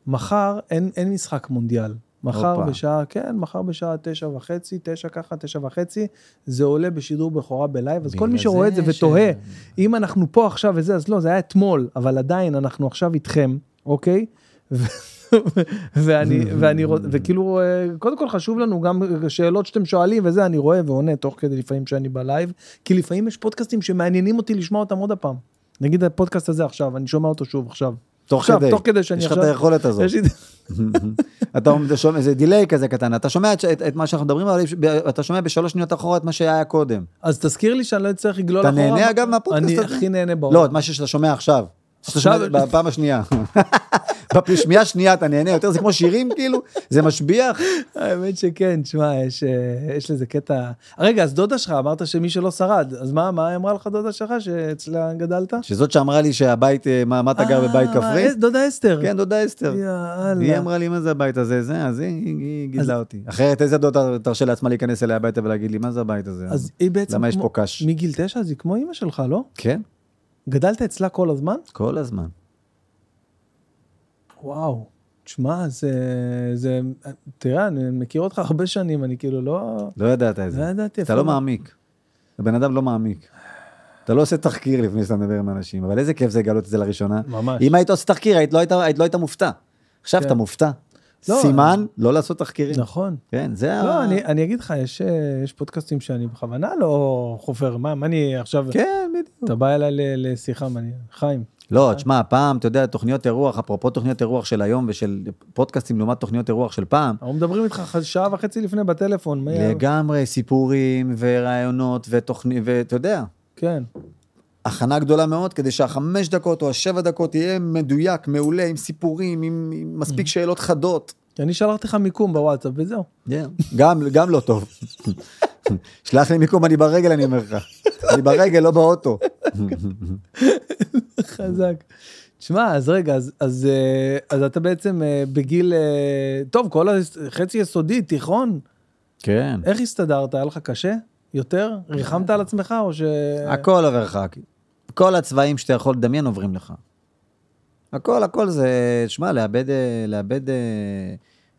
[SPEAKER 2] מחר אין, אין משחק מונדיאל. מחר
[SPEAKER 1] הופה.
[SPEAKER 2] בשעה, כן, מחר בשעה תשע וחצי, תשע ככה, תשע וחצי, זה עולה בשידור בכורה בלייב, אז כל
[SPEAKER 1] בגלל
[SPEAKER 2] מי שרואה את זה
[SPEAKER 1] לא, זה אה, ש-
[SPEAKER 2] ותוהה, אם אנחנו פה עכשיו וזה, אז לא, זה היה אתמול, אבל עדיין, אנחנו עכשיו איתכם, אוקיי? ו- ואני, ואני, רוצ- וכאילו, אה, קודם כל חשוב לנו גם שאלות שאתם שואלים וזה, אני רואה ועונה תוך כדי לפעמים שאני בלייב, כי לפעמים יש פודקאסטים שמעניינים אותי לשמוע אותם עוד הפעם. נגיד הפודקאסט הזה עכשיו, אני שומע אותו שוב עכשיו.
[SPEAKER 1] תוך
[SPEAKER 2] עכשיו,
[SPEAKER 1] כדי.
[SPEAKER 2] תוך כדי שאני
[SPEAKER 1] יש לך
[SPEAKER 2] עכשיו...
[SPEAKER 1] את היכולת הזאת.
[SPEAKER 2] יש לי את-
[SPEAKER 1] אתה אומר, אתה שומע, זה דיליי כזה קטן, אתה שומע את, את, את מה שאנחנו מדברים עליו, אתה שומע בשלוש שניות אחורה את מה שהיה קודם.
[SPEAKER 2] אז תזכיר לי שאני לא אצטרך לגלול
[SPEAKER 1] אתה
[SPEAKER 2] אחורה.
[SPEAKER 1] נהנה אגב מהפודקאסט
[SPEAKER 2] אני
[SPEAKER 1] הזה?
[SPEAKER 2] הכי נהנה בעולם.
[SPEAKER 1] לא, את מה שאתה שומע עכשיו. שאתה שומע
[SPEAKER 2] עכשיו-
[SPEAKER 1] בפעם השנייה. בשמיעה שנייה אתה נהנה יותר, זה כמו שירים כאילו, זה משביח.
[SPEAKER 2] האמת שכן, תשמע, יש, אה, יש לזה קטע... רגע, אז דודה שלך, אמרת שמי שלא שרד, אז מה, מה אמרה לך דודה שלך שאצלה גדלת?
[SPEAKER 1] שזאת שאמרה לי שהבית, אה, מה, מה אתה גר בבית
[SPEAKER 2] אה,
[SPEAKER 1] כפרי?
[SPEAKER 2] אה, דודה אסתר.
[SPEAKER 1] כן, דודה אסתר.
[SPEAKER 2] יאללה.
[SPEAKER 1] היא אמרה לי, מה זה הבית הזה? זה, אז היא- היא היא גידלה אותי. אחרת איזה דודה תרשה לעצמה להיכנס אליה הביתה ולהגיד לי, מה זה הבית הזה?
[SPEAKER 2] אז היא בעצם...
[SPEAKER 1] למה יש
[SPEAKER 2] כמו-
[SPEAKER 1] פה קש?
[SPEAKER 2] מגיל תשע, אז היא כמו אימא שלך, לא?
[SPEAKER 1] כן,
[SPEAKER 2] גדלת אצלה כל הזמן?
[SPEAKER 1] כל הזמן.
[SPEAKER 2] וואו. תשמע, זה... זה... תראה, אני מכיר אותך הרבה שנים, אני כאילו לא...
[SPEAKER 1] לא ידעת את
[SPEAKER 2] לא
[SPEAKER 1] זה. אתה
[SPEAKER 2] ידעתי איפה-
[SPEAKER 1] לא מעמיק. הבן אדם לא מעמיק. אתה לא עושה תחקיר לפני שאתה מדבר עם אנשים, אבל איזה כיף זה לגלות את זה לראשונה.
[SPEAKER 2] ממש.
[SPEAKER 1] אם היית עושה תחקיר, היית לא היית- היית לא היית מופתע. עכשיו
[SPEAKER 2] כן.
[SPEAKER 1] אתה מופתע.
[SPEAKER 2] לא,
[SPEAKER 1] סימן, לא לעשות תחקירים.
[SPEAKER 2] נכון.
[SPEAKER 1] כן, זה ה...
[SPEAKER 2] לא, אני, אני אגיד לך, יש, אה, יש פודקאסטים שאני בכוונה לא חופר, מה, מה אני עכשיו,
[SPEAKER 1] כן, בדיוק.
[SPEAKER 2] אתה בא אליי ל- לשיחה, מה אני, חיים,
[SPEAKER 1] לא, תשמע, פעם, אתה יודע, תוכניות אירוח, אפרופו תוכניות אירוח של היום ושל פודקאסטים לעומת תוכניות אירוח של פעם,
[SPEAKER 2] אנחנו מדברים איתך ח- שעה וחצי לפני בטלפון, מה-
[SPEAKER 1] לגמרי סיפורים ורעיונות ותוכניות, ואתה יודע,
[SPEAKER 2] כן,
[SPEAKER 1] הכנה גדולה מאוד כדי שהחמש דקות או השבע דקות יהיה מדויק, מעולה, עם סיפורים, עם, עם מספיק שאלות חדות.
[SPEAKER 2] אני שלחתי לך מיקום בוואטסאפ וזהו,
[SPEAKER 1] גם, גם לא טוב. שלח לי מיקום, אני ברגל, אני אומר לך. אני ברגל, לא באוטו.
[SPEAKER 2] חזק. תשמע, אז רגע, אז, אז, אה, אז אתה בעצם אה, בגיל, אה, טוב, כל החצי יסודי, תיכון,
[SPEAKER 1] כן.
[SPEAKER 2] איך הסתדרת, היה לך קשה? יותר? ריחמת על עצמך או ש...
[SPEAKER 1] הכל עובר לך. כל הצבעים שאתה יכול לדמיין עוברים לך. הכל, הכל זה, שמע, לאבד, אה, לאבד אה,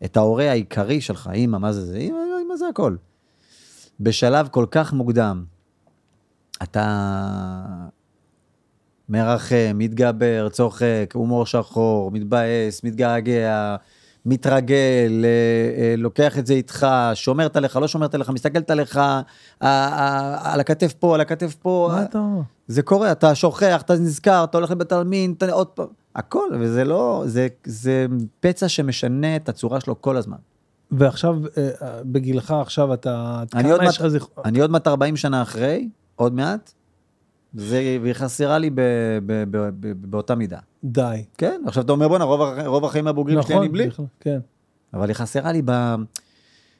[SPEAKER 1] את ההורה העיקרי שלך, אימא, מה זה זה? אימא, אימא זה הכל. בשלב כל כך מוקדם, אתה מרחם, מתגבר, צוחק, הומור שחור, מתבאס, מתגעגע, מתרגל, אה, אה, לוקח את זה איתך, שומרת עליך, לא שומרת עליך, מסתכלת עליך, אה, אה, על הכתף פה, על הכתף פה. אה,
[SPEAKER 2] מה אתה אומר?
[SPEAKER 1] זה קורה, אתה שוכח, אתה נזכר, אתה הולך לבית העלמין, אתה עוד פעם, הכל, וזה לא, זה, זה פצע שמשנה את הצורה שלו כל הזמן.
[SPEAKER 2] ועכשיו, אה, אה, בגילך עכשיו אתה...
[SPEAKER 1] אני עוד
[SPEAKER 2] כמה יש
[SPEAKER 1] מעט-
[SPEAKER 2] לך זיכ-
[SPEAKER 1] אני עוד מעט 40 שנה אחרי, עוד מעט, זה, והיא חסרה לי ב, ב, ב, ב, ב, באותה מידה.
[SPEAKER 2] די.
[SPEAKER 1] כן, עכשיו אתה אומר, בואנה, רוב, הח- רוב החיים הבוגרים שלי אני בלי,
[SPEAKER 2] בכלל, כן.
[SPEAKER 1] אבל היא חסרה לי ב...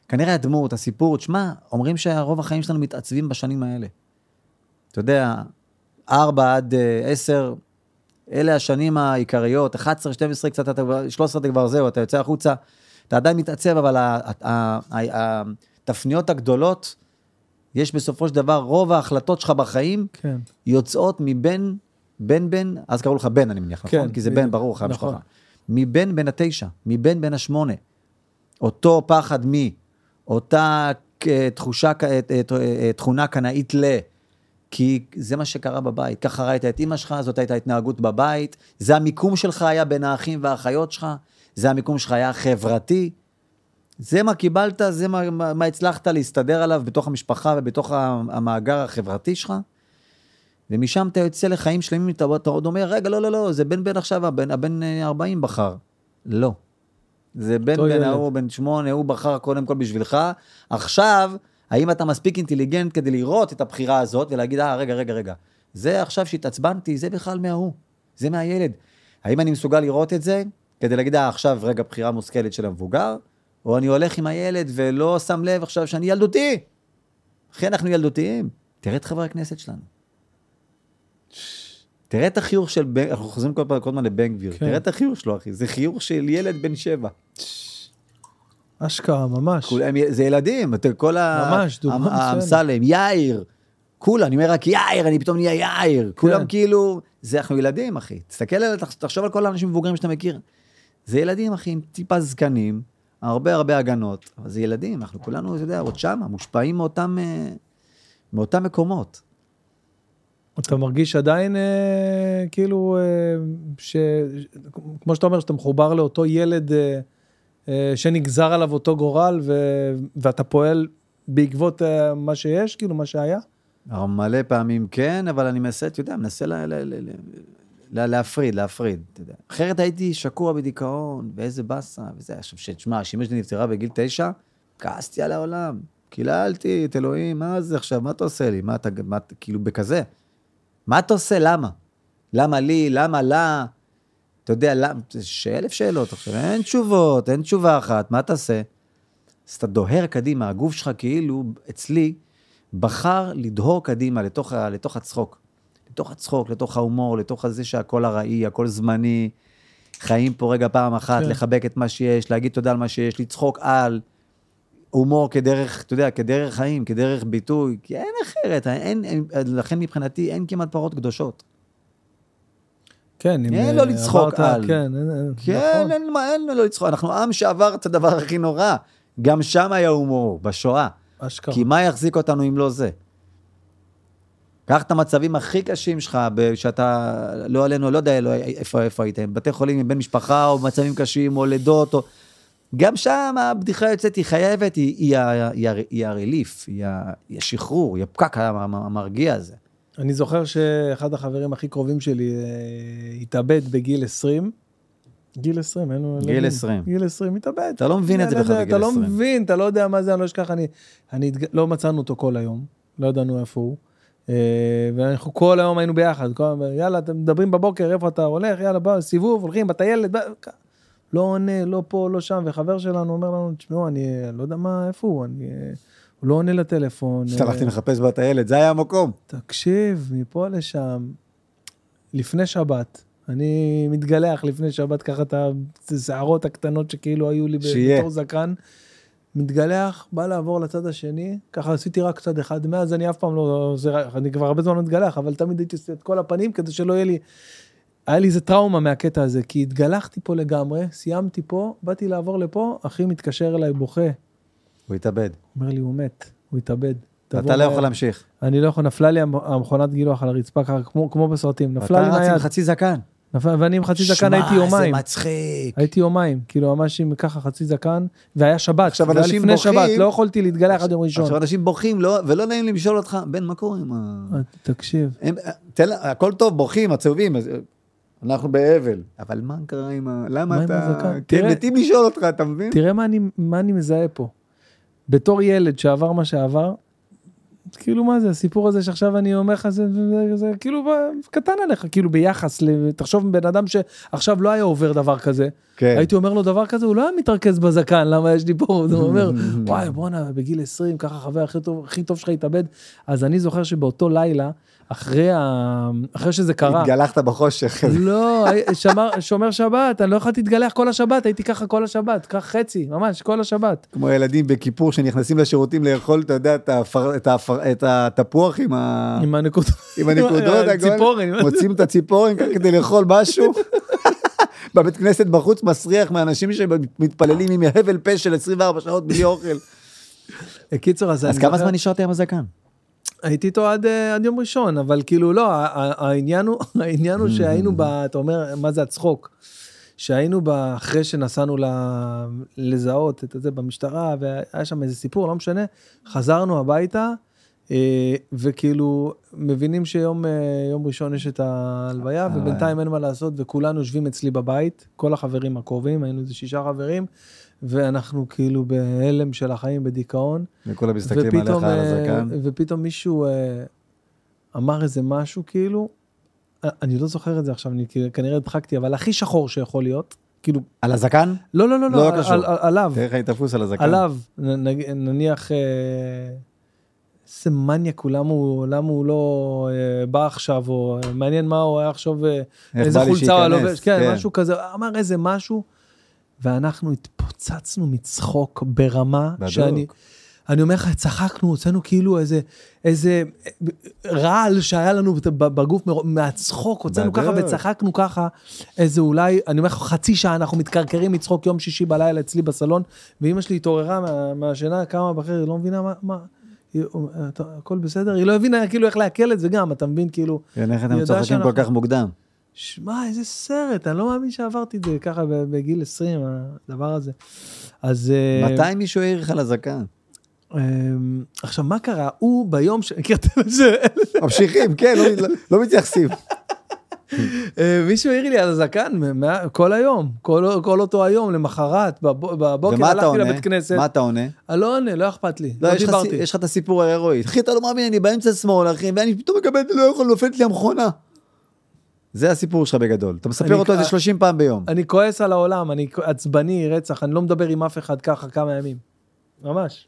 [SPEAKER 1] כנראה הדמות, הסיפור, תשמע, אומרים שרוב החיים שלנו מתעצבים בשנים האלה. אתה יודע, 4 עד אה, 10, אלה השנים העיקריות, 11, 12, קצת, אתה כבר- 13 אתה כבר זהו, אתה יוצא החוצה, אתה עדיין מתעצב, אבל ה- ה- ה- התפניות הגדולות, יש בסופו של דבר, רוב ההחלטות שלך בחיים
[SPEAKER 2] כן.
[SPEAKER 1] יוצאות מבין, בן בן, אז קראו לך בן, אני מניח,
[SPEAKER 2] כן,
[SPEAKER 1] נכון? כי זה
[SPEAKER 2] בדיוק.
[SPEAKER 1] בן, ברור לך,
[SPEAKER 2] נכון.
[SPEAKER 1] המשפחה. מבן בן התשע, מבן בן השמונה. אותו פחד מי, אותה אה, תחושה, כ- אה, אה, אה, תכונה קנאית ל... כי זה מה שקרה בבית, ככה ראית את אימא שלך, זאת הייתה ההתנהגות בבית, זה המיקום שלך היה בין האחים והאחיות שלך, זה המיקום שלך היה חברתי, זה מה קיבלת, זה מה, מה, מה הצלחת להסתדר עליו בתוך המשפחה ובתוך ה- המאגר החברתי שלך, ומשם אתה יוצא לחיים שלמים, אתה, אתה עוד אומר, רגע, לא, לא, לא, זה בן בן עכשיו, הבן, הבן אה, 40 בחר. לא. זה בן
[SPEAKER 2] אותו
[SPEAKER 1] בן
[SPEAKER 2] ילד.
[SPEAKER 1] ההוא, בן שמונה, הוא בחר קודם כל בשבילך. עכשיו, האם אתה מספיק אינטליגנט כדי לראות את הבחירה הזאת ולהגיד, אה, רגע, רגע, רגע, זה עכשיו שהתעצבנתי, זה בכלל מההוא, זה מהילד. האם אני מסוגל לראות את זה כדי להגיד, אה, עכשיו רגע בחירה מושכלת של המבוגר, או אני הולך עם הילד ולא שם לב עכשיו שאני ילדותי? אחי, אנחנו ילדותיים. תראה את חברי הכנסת שלנו. תראה את החיוך של בן, אנחנו חוזרים כל פעם- כל הזמן לבן גביר,
[SPEAKER 2] כן.
[SPEAKER 1] תראה את החיוך שלו, אחי, זה חיוך של ילד בן שבע.
[SPEAKER 2] אשכרה, ממש.
[SPEAKER 1] כולם, זה ילדים, אתה- כל ה-
[SPEAKER 2] ממש, דוגמה
[SPEAKER 1] המ-
[SPEAKER 2] מצוינת.
[SPEAKER 1] האמסלם, יאיר, כולם, אני אומר רק יאיר, אני פתאום נהיה יאיר,
[SPEAKER 2] כן.
[SPEAKER 1] כולם כאילו, זה אנחנו ילדים, אחי, תסתכל על, תח- תחשוב על כל האנשים המבוגרים שאתה מכיר, זה ילדים, אחי, עם טיפה זקנים, הרבה הרבה הגנות, אבל זה ילדים, אנחנו כולנו, אתה יודע, עוד שמה, מושפעים מאותם, אה, מאותם מקומות.
[SPEAKER 2] אתה מרגיש עדיין אה, כאילו, אה, ש... כמו שאתה אומר, שאתה מחובר לאותו ילד אה, אה, שנגזר עליו אותו גורל, ו... ואתה פועל בעקבות אה, מה שיש, כאילו, מה שהיה?
[SPEAKER 1] אה, מלא פעמים כן, אבל אני מנסה, אתה יודע, מנסה ל- ל- ל- ל- ל- להפריד, להפריד, אתה יודע. אחרת הייתי שקוע בדיכאון, ואיזה באסה, וזה. עכשיו, שתשמע, שאמא שלי נפטרה בגיל תשע, כעסתי על העולם. קיללתי את אלוהים, מה זה עכשיו, מה אתה עושה לי? מה אתה, מה, אתה- כאילו, בכזה. מה אתה עושה, למה? למה לי, למה לה? אתה יודע, למה, יש אלף שאלות עכשיו, אין תשובות, אין תשובה אחת, מה תעשה? אז אתה דוהר קדימה, הגוף שלך כאילו, אצלי, בחר לדהור קדימה לתוך, ה- לתוך הצחוק. לתוך הצחוק, לתוך ההומור, לתוך הזה שהכל ארעי, הכל זמני. חיים פה רגע פעם אחת,
[SPEAKER 2] כן.
[SPEAKER 1] כן. לחבק את מה שיש, להגיד תודה על מה שיש, לצחוק על. הומור כדרך, אתה יודע, כדרך חיים, כדרך ביטוי, כי אין אחרת, אין, אין, לכן מבחינתי אין כמעט פרות קדושות.
[SPEAKER 2] כן, אם...
[SPEAKER 1] אין
[SPEAKER 2] אה,
[SPEAKER 1] לו לא לצחוק
[SPEAKER 2] עברת-
[SPEAKER 1] על.
[SPEAKER 2] כן, אין- אין-
[SPEAKER 1] כן,
[SPEAKER 2] נכון.
[SPEAKER 1] אין, מה- אין לו לצחוק. אנחנו עם שעבר את הדבר הכי נורא. גם שם היה הומור, בשואה.
[SPEAKER 2] אשכרה.
[SPEAKER 1] אה, כי מה יחזיק אותנו אם לא זה? קח את המצבים הכי קשים שלך, ב- שאתה, לא עלינו, לא יודע לא, איפה, איפה הייתם, בתי חולים עם בן משפחה, או מצבים קשים, או לידות, או... גם שם הבדיחה יוצאת, היא חייבת, היא, היא, ה- היא, ה- היא הרליף, היא, ה- היא השחרור, היא הפקק המ- המ- המרגיע הזה.
[SPEAKER 2] אני זוכר שאחד החברים הכי קרובים שלי אה, התאבד בגיל 20. גיל 20, אין לו...
[SPEAKER 1] גיל
[SPEAKER 2] ילדים.
[SPEAKER 1] 20.
[SPEAKER 2] גיל 20, התאבד.
[SPEAKER 1] אתה לא מבין את זה
[SPEAKER 2] ילד,
[SPEAKER 1] בכלל בגיל
[SPEAKER 2] אתה לא
[SPEAKER 1] 20.
[SPEAKER 2] מבין, אתה לא יודע מה זה, אני לא אשכח, אני... אני התג- לא מצאנו אותו כל היום, לא ידענו איפה הוא. אה, ואנחנו כל היום היינו ביחד, כל היום, יאללה, אתם מדברים בבוקר, איפה אתה הולך, יאללה, בא, סיבוב, הולכים, בטיילת, בא, כ- לא עונה, לא פה, לא שם, וחבר שלנו אומר לנו, תשמעו, אני אה, לא יודע מה, איפה הוא, אני... אה, הוא לא עונה לטלפון. אה,
[SPEAKER 1] הלכתי לחפש בת הילד, זה היה המקום.
[SPEAKER 2] תקשיב, מפה לשם, לפני שבת, אני מתגלח לפני שבת, ככה את השערות הקטנות שכאילו היו לי
[SPEAKER 1] שיהיה.
[SPEAKER 2] בתור זקן, מתגלח, בא לעבור לצד השני, ככה עשיתי רק צד אחד, מאז אני אף פעם לא, זה, רק- אני כבר הרבה זמן לא מתגלח, אבל תמיד הייתי עושה את כל הפנים כדי שלא יהיה לי, היה לי איזה טראומה מהקטע הזה, כי התגלחתי פה לגמרי, סיימתי פה, באתי לעבור לפה, אחי מתקשר אליי בוכה,
[SPEAKER 1] הוא התאבד.
[SPEAKER 2] אומר לי, הוא מת, הוא התאבד. תבוא
[SPEAKER 1] אתה לא
[SPEAKER 2] מהר."
[SPEAKER 1] יכול להמשיך.
[SPEAKER 2] אני לא יכול, נפלה לי המ- המכונת גילוח על הרצפה ככה, כמו, כמו בסרטים, נפלה לי
[SPEAKER 1] אתה רץ עם
[SPEAKER 2] מהיד,
[SPEAKER 1] חצי זקן.
[SPEAKER 2] נפל, ואני עם חצי זקן הייתי
[SPEAKER 1] שמע,
[SPEAKER 2] יומיים,
[SPEAKER 1] זה מצחיק.
[SPEAKER 2] הייתי יומיים, כאילו ממש עם ככה חצי זקן, והיה שבת,
[SPEAKER 1] עכשיו
[SPEAKER 2] זה היה
[SPEAKER 1] אנשים
[SPEAKER 2] לפני
[SPEAKER 1] בוכים.
[SPEAKER 2] שבת, לא יכולתי להתגלח עד יום ראשון.
[SPEAKER 1] עכשיו אנשים בוכים, לא- ולא נעים לי לשאול אותך, בן, מה קורה עם ה...
[SPEAKER 2] אה, תקשיב,
[SPEAKER 1] הם- אה, תן לה- הכל טוב, בוכים, עצובים, אז- אה, אנחנו באבל. אבל מה קרה עם ה...
[SPEAKER 2] מה
[SPEAKER 1] למה
[SPEAKER 2] עם
[SPEAKER 1] אתה...
[SPEAKER 2] הזקן?
[SPEAKER 1] כן,
[SPEAKER 2] תראה-
[SPEAKER 1] מתים לשאול אותך, אתה מבין?
[SPEAKER 2] תראה מה אני, מה אני מזהה פה. בתור ילד שעבר מה שעבר, כאילו מה זה הסיפור הזה שעכשיו אני אומר לך זה, זה, זה כאילו קטן עליך כאילו ביחס ל... תחשוב בן אדם שעכשיו לא היה עובר דבר כזה
[SPEAKER 1] כן.
[SPEAKER 2] הייתי אומר לו דבר כזה, הוא לא היה מתרכז בזקן, למה יש לי פה? הוא אומר, וואי, בואנה, בגיל 20, ככה החבר הכי טוב, הכי טוב שלך התאבד. אז אני זוכר שבאותו לילה, אחרי, ה... אחרי שזה קרה,
[SPEAKER 1] התגלחת בחושך.
[SPEAKER 2] לא, שמר, שומר שבת, אני לא יכולתי להתגלח כל השבת, הייתי ככה כל השבת, כך חצי, ממש, כל השבת.
[SPEAKER 1] כמו ילדים בכיפור שנכנסים לשירותים לאכול, אתה יודע, את האפר- את האפר- את התפוח עם ה-
[SPEAKER 2] עם הנקודות,
[SPEAKER 1] עם הנקודות,
[SPEAKER 2] עם
[SPEAKER 1] הגול.
[SPEAKER 2] הציפורן.
[SPEAKER 1] מוצאים את הציפורן ככה כדי לאכול משהו. בבית כנסת בחוץ מסריח מאנשים שמתפללים עם הבל פה של 24 שעות בלי אוכל.
[SPEAKER 2] קיצור, אז אני
[SPEAKER 1] אז כמה
[SPEAKER 2] זוכר-
[SPEAKER 1] זמן נשארת עם הזקן?
[SPEAKER 2] הייתי איתו עד, אה, עד יום ראשון, אבל כאילו לא, ה- ה- העניין הוא, העניין הוא
[SPEAKER 1] Mm-hmm.
[SPEAKER 2] שהיינו ב... אתה אומר, מה זה הצחוק? שהיינו ב... אחרי שנסענו ל... לזהות את זה במשטרה, והיה שם איזה סיפור, לא משנה, חזרנו הביתה, אה, וכאילו מבינים שיום אה, יום ראשון יש את ההלוויה,
[SPEAKER 1] אה,
[SPEAKER 2] ובינתיים אין מה לעשות, וכולנו יושבים אצלי בבית, כל החברים הקרובים, היינו איזה שישה חברים, ואנחנו כאילו בהלם של החיים, בדיכאון.
[SPEAKER 1] וכולם מסתכלים עליך על
[SPEAKER 2] אה,
[SPEAKER 1] הזקן.
[SPEAKER 2] ופתאום מישהו אה, אמר איזה משהו כאילו, אה, אני לא זוכר את זה עכשיו, אני כאילו- כנראה הדחקתי, אבל הכי שחור שיכול להיות, כאילו,
[SPEAKER 1] על הזקן?
[SPEAKER 2] לא, לא, לא,
[SPEAKER 1] לא
[SPEAKER 2] לא, על-
[SPEAKER 1] קשור.
[SPEAKER 2] על- על- עליו,
[SPEAKER 1] תראה איך אני תפוס על הזקן.
[SPEAKER 2] עליו, נ- נג- נניח, אה, איזה מניאק הוא, למה הוא- למה הוא לא אה, בא עכשיו, או אה, מעניין מה הוא היה עכשיו, אה,
[SPEAKER 1] איך
[SPEAKER 2] איזה
[SPEAKER 1] בא לי
[SPEAKER 2] חולצה הוא היה
[SPEAKER 1] שייכנס,
[SPEAKER 2] לובש, כן,
[SPEAKER 1] כן.
[SPEAKER 2] משהו כזה, אמר איזה משהו, ואנחנו התפוצצנו מצחוק ברמה
[SPEAKER 1] בדוק.
[SPEAKER 2] שאני, אני אומר לך, צחקנו, הוצאנו כאילו איזה, איזה רעל שהיה לנו בת- בגוף מר- מהצחוק, הוצאנו
[SPEAKER 1] בדוק.
[SPEAKER 2] ככה וצחקנו ככה, איזה אולי, אני אומר לך, חצי שעה אנחנו מתקרקרים מצחוק יום שישי בלילה אצלי בסלון, ואימא שלי התעוררה מה, מהשינה, קמה בחדר, היא לא מבינה מה, מה, היא- הוא- אתה- הכל בסדר, היא לא הבינה כאילו איך לעכל את זה גם, אתה מבין כאילו,
[SPEAKER 1] כן, איך
[SPEAKER 2] אני
[SPEAKER 1] אתם
[SPEAKER 2] יודע
[SPEAKER 1] צוחקים כל
[SPEAKER 2] שאנחנו-
[SPEAKER 1] כך מוקדם?
[SPEAKER 2] שמע, איזה סרט, אני לא מאמין שעברתי את זה ככה ב- בגיל 20, הדבר הזה. אז... אה,
[SPEAKER 1] מתי מישהו העיר לך לזקן?
[SPEAKER 2] אמ, עכשיו, מה קרה? הוא ביום ש... מכיר את זה?
[SPEAKER 1] ממשיכים, כן, לא- לא- לא מתייחסים.
[SPEAKER 2] אה, מישהו העיר לי על הזקן מ- מה- כל היום, כל כל אותו היום, למחרת, בב- בבוקר
[SPEAKER 1] ומה אתה
[SPEAKER 2] הלכתי
[SPEAKER 1] עונה?
[SPEAKER 2] לבית כנסת.
[SPEAKER 1] מה אתה עונה?
[SPEAKER 2] אני לא עונה, לא אכפת לי,
[SPEAKER 1] לא,
[SPEAKER 2] לא
[SPEAKER 1] יש לך סי-
[SPEAKER 2] דיברתי.
[SPEAKER 1] יש לך את הסיפור ההירואי. אחי, אתה לא מאמין, אני באמצע שמאל, אחי, ואני פתאום מקבל, לא יכול, נופלת לי המכונה. זה הסיפור שלך בגדול. אתה מספר
[SPEAKER 2] אני-
[SPEAKER 1] אותו איזה
[SPEAKER 2] אה,
[SPEAKER 1] 30 פעם ביום.
[SPEAKER 2] אני כועס על העולם, אני כ- עצבני, רצח, אני לא מדבר עם אף אחד ככה כמה ימים. ממש.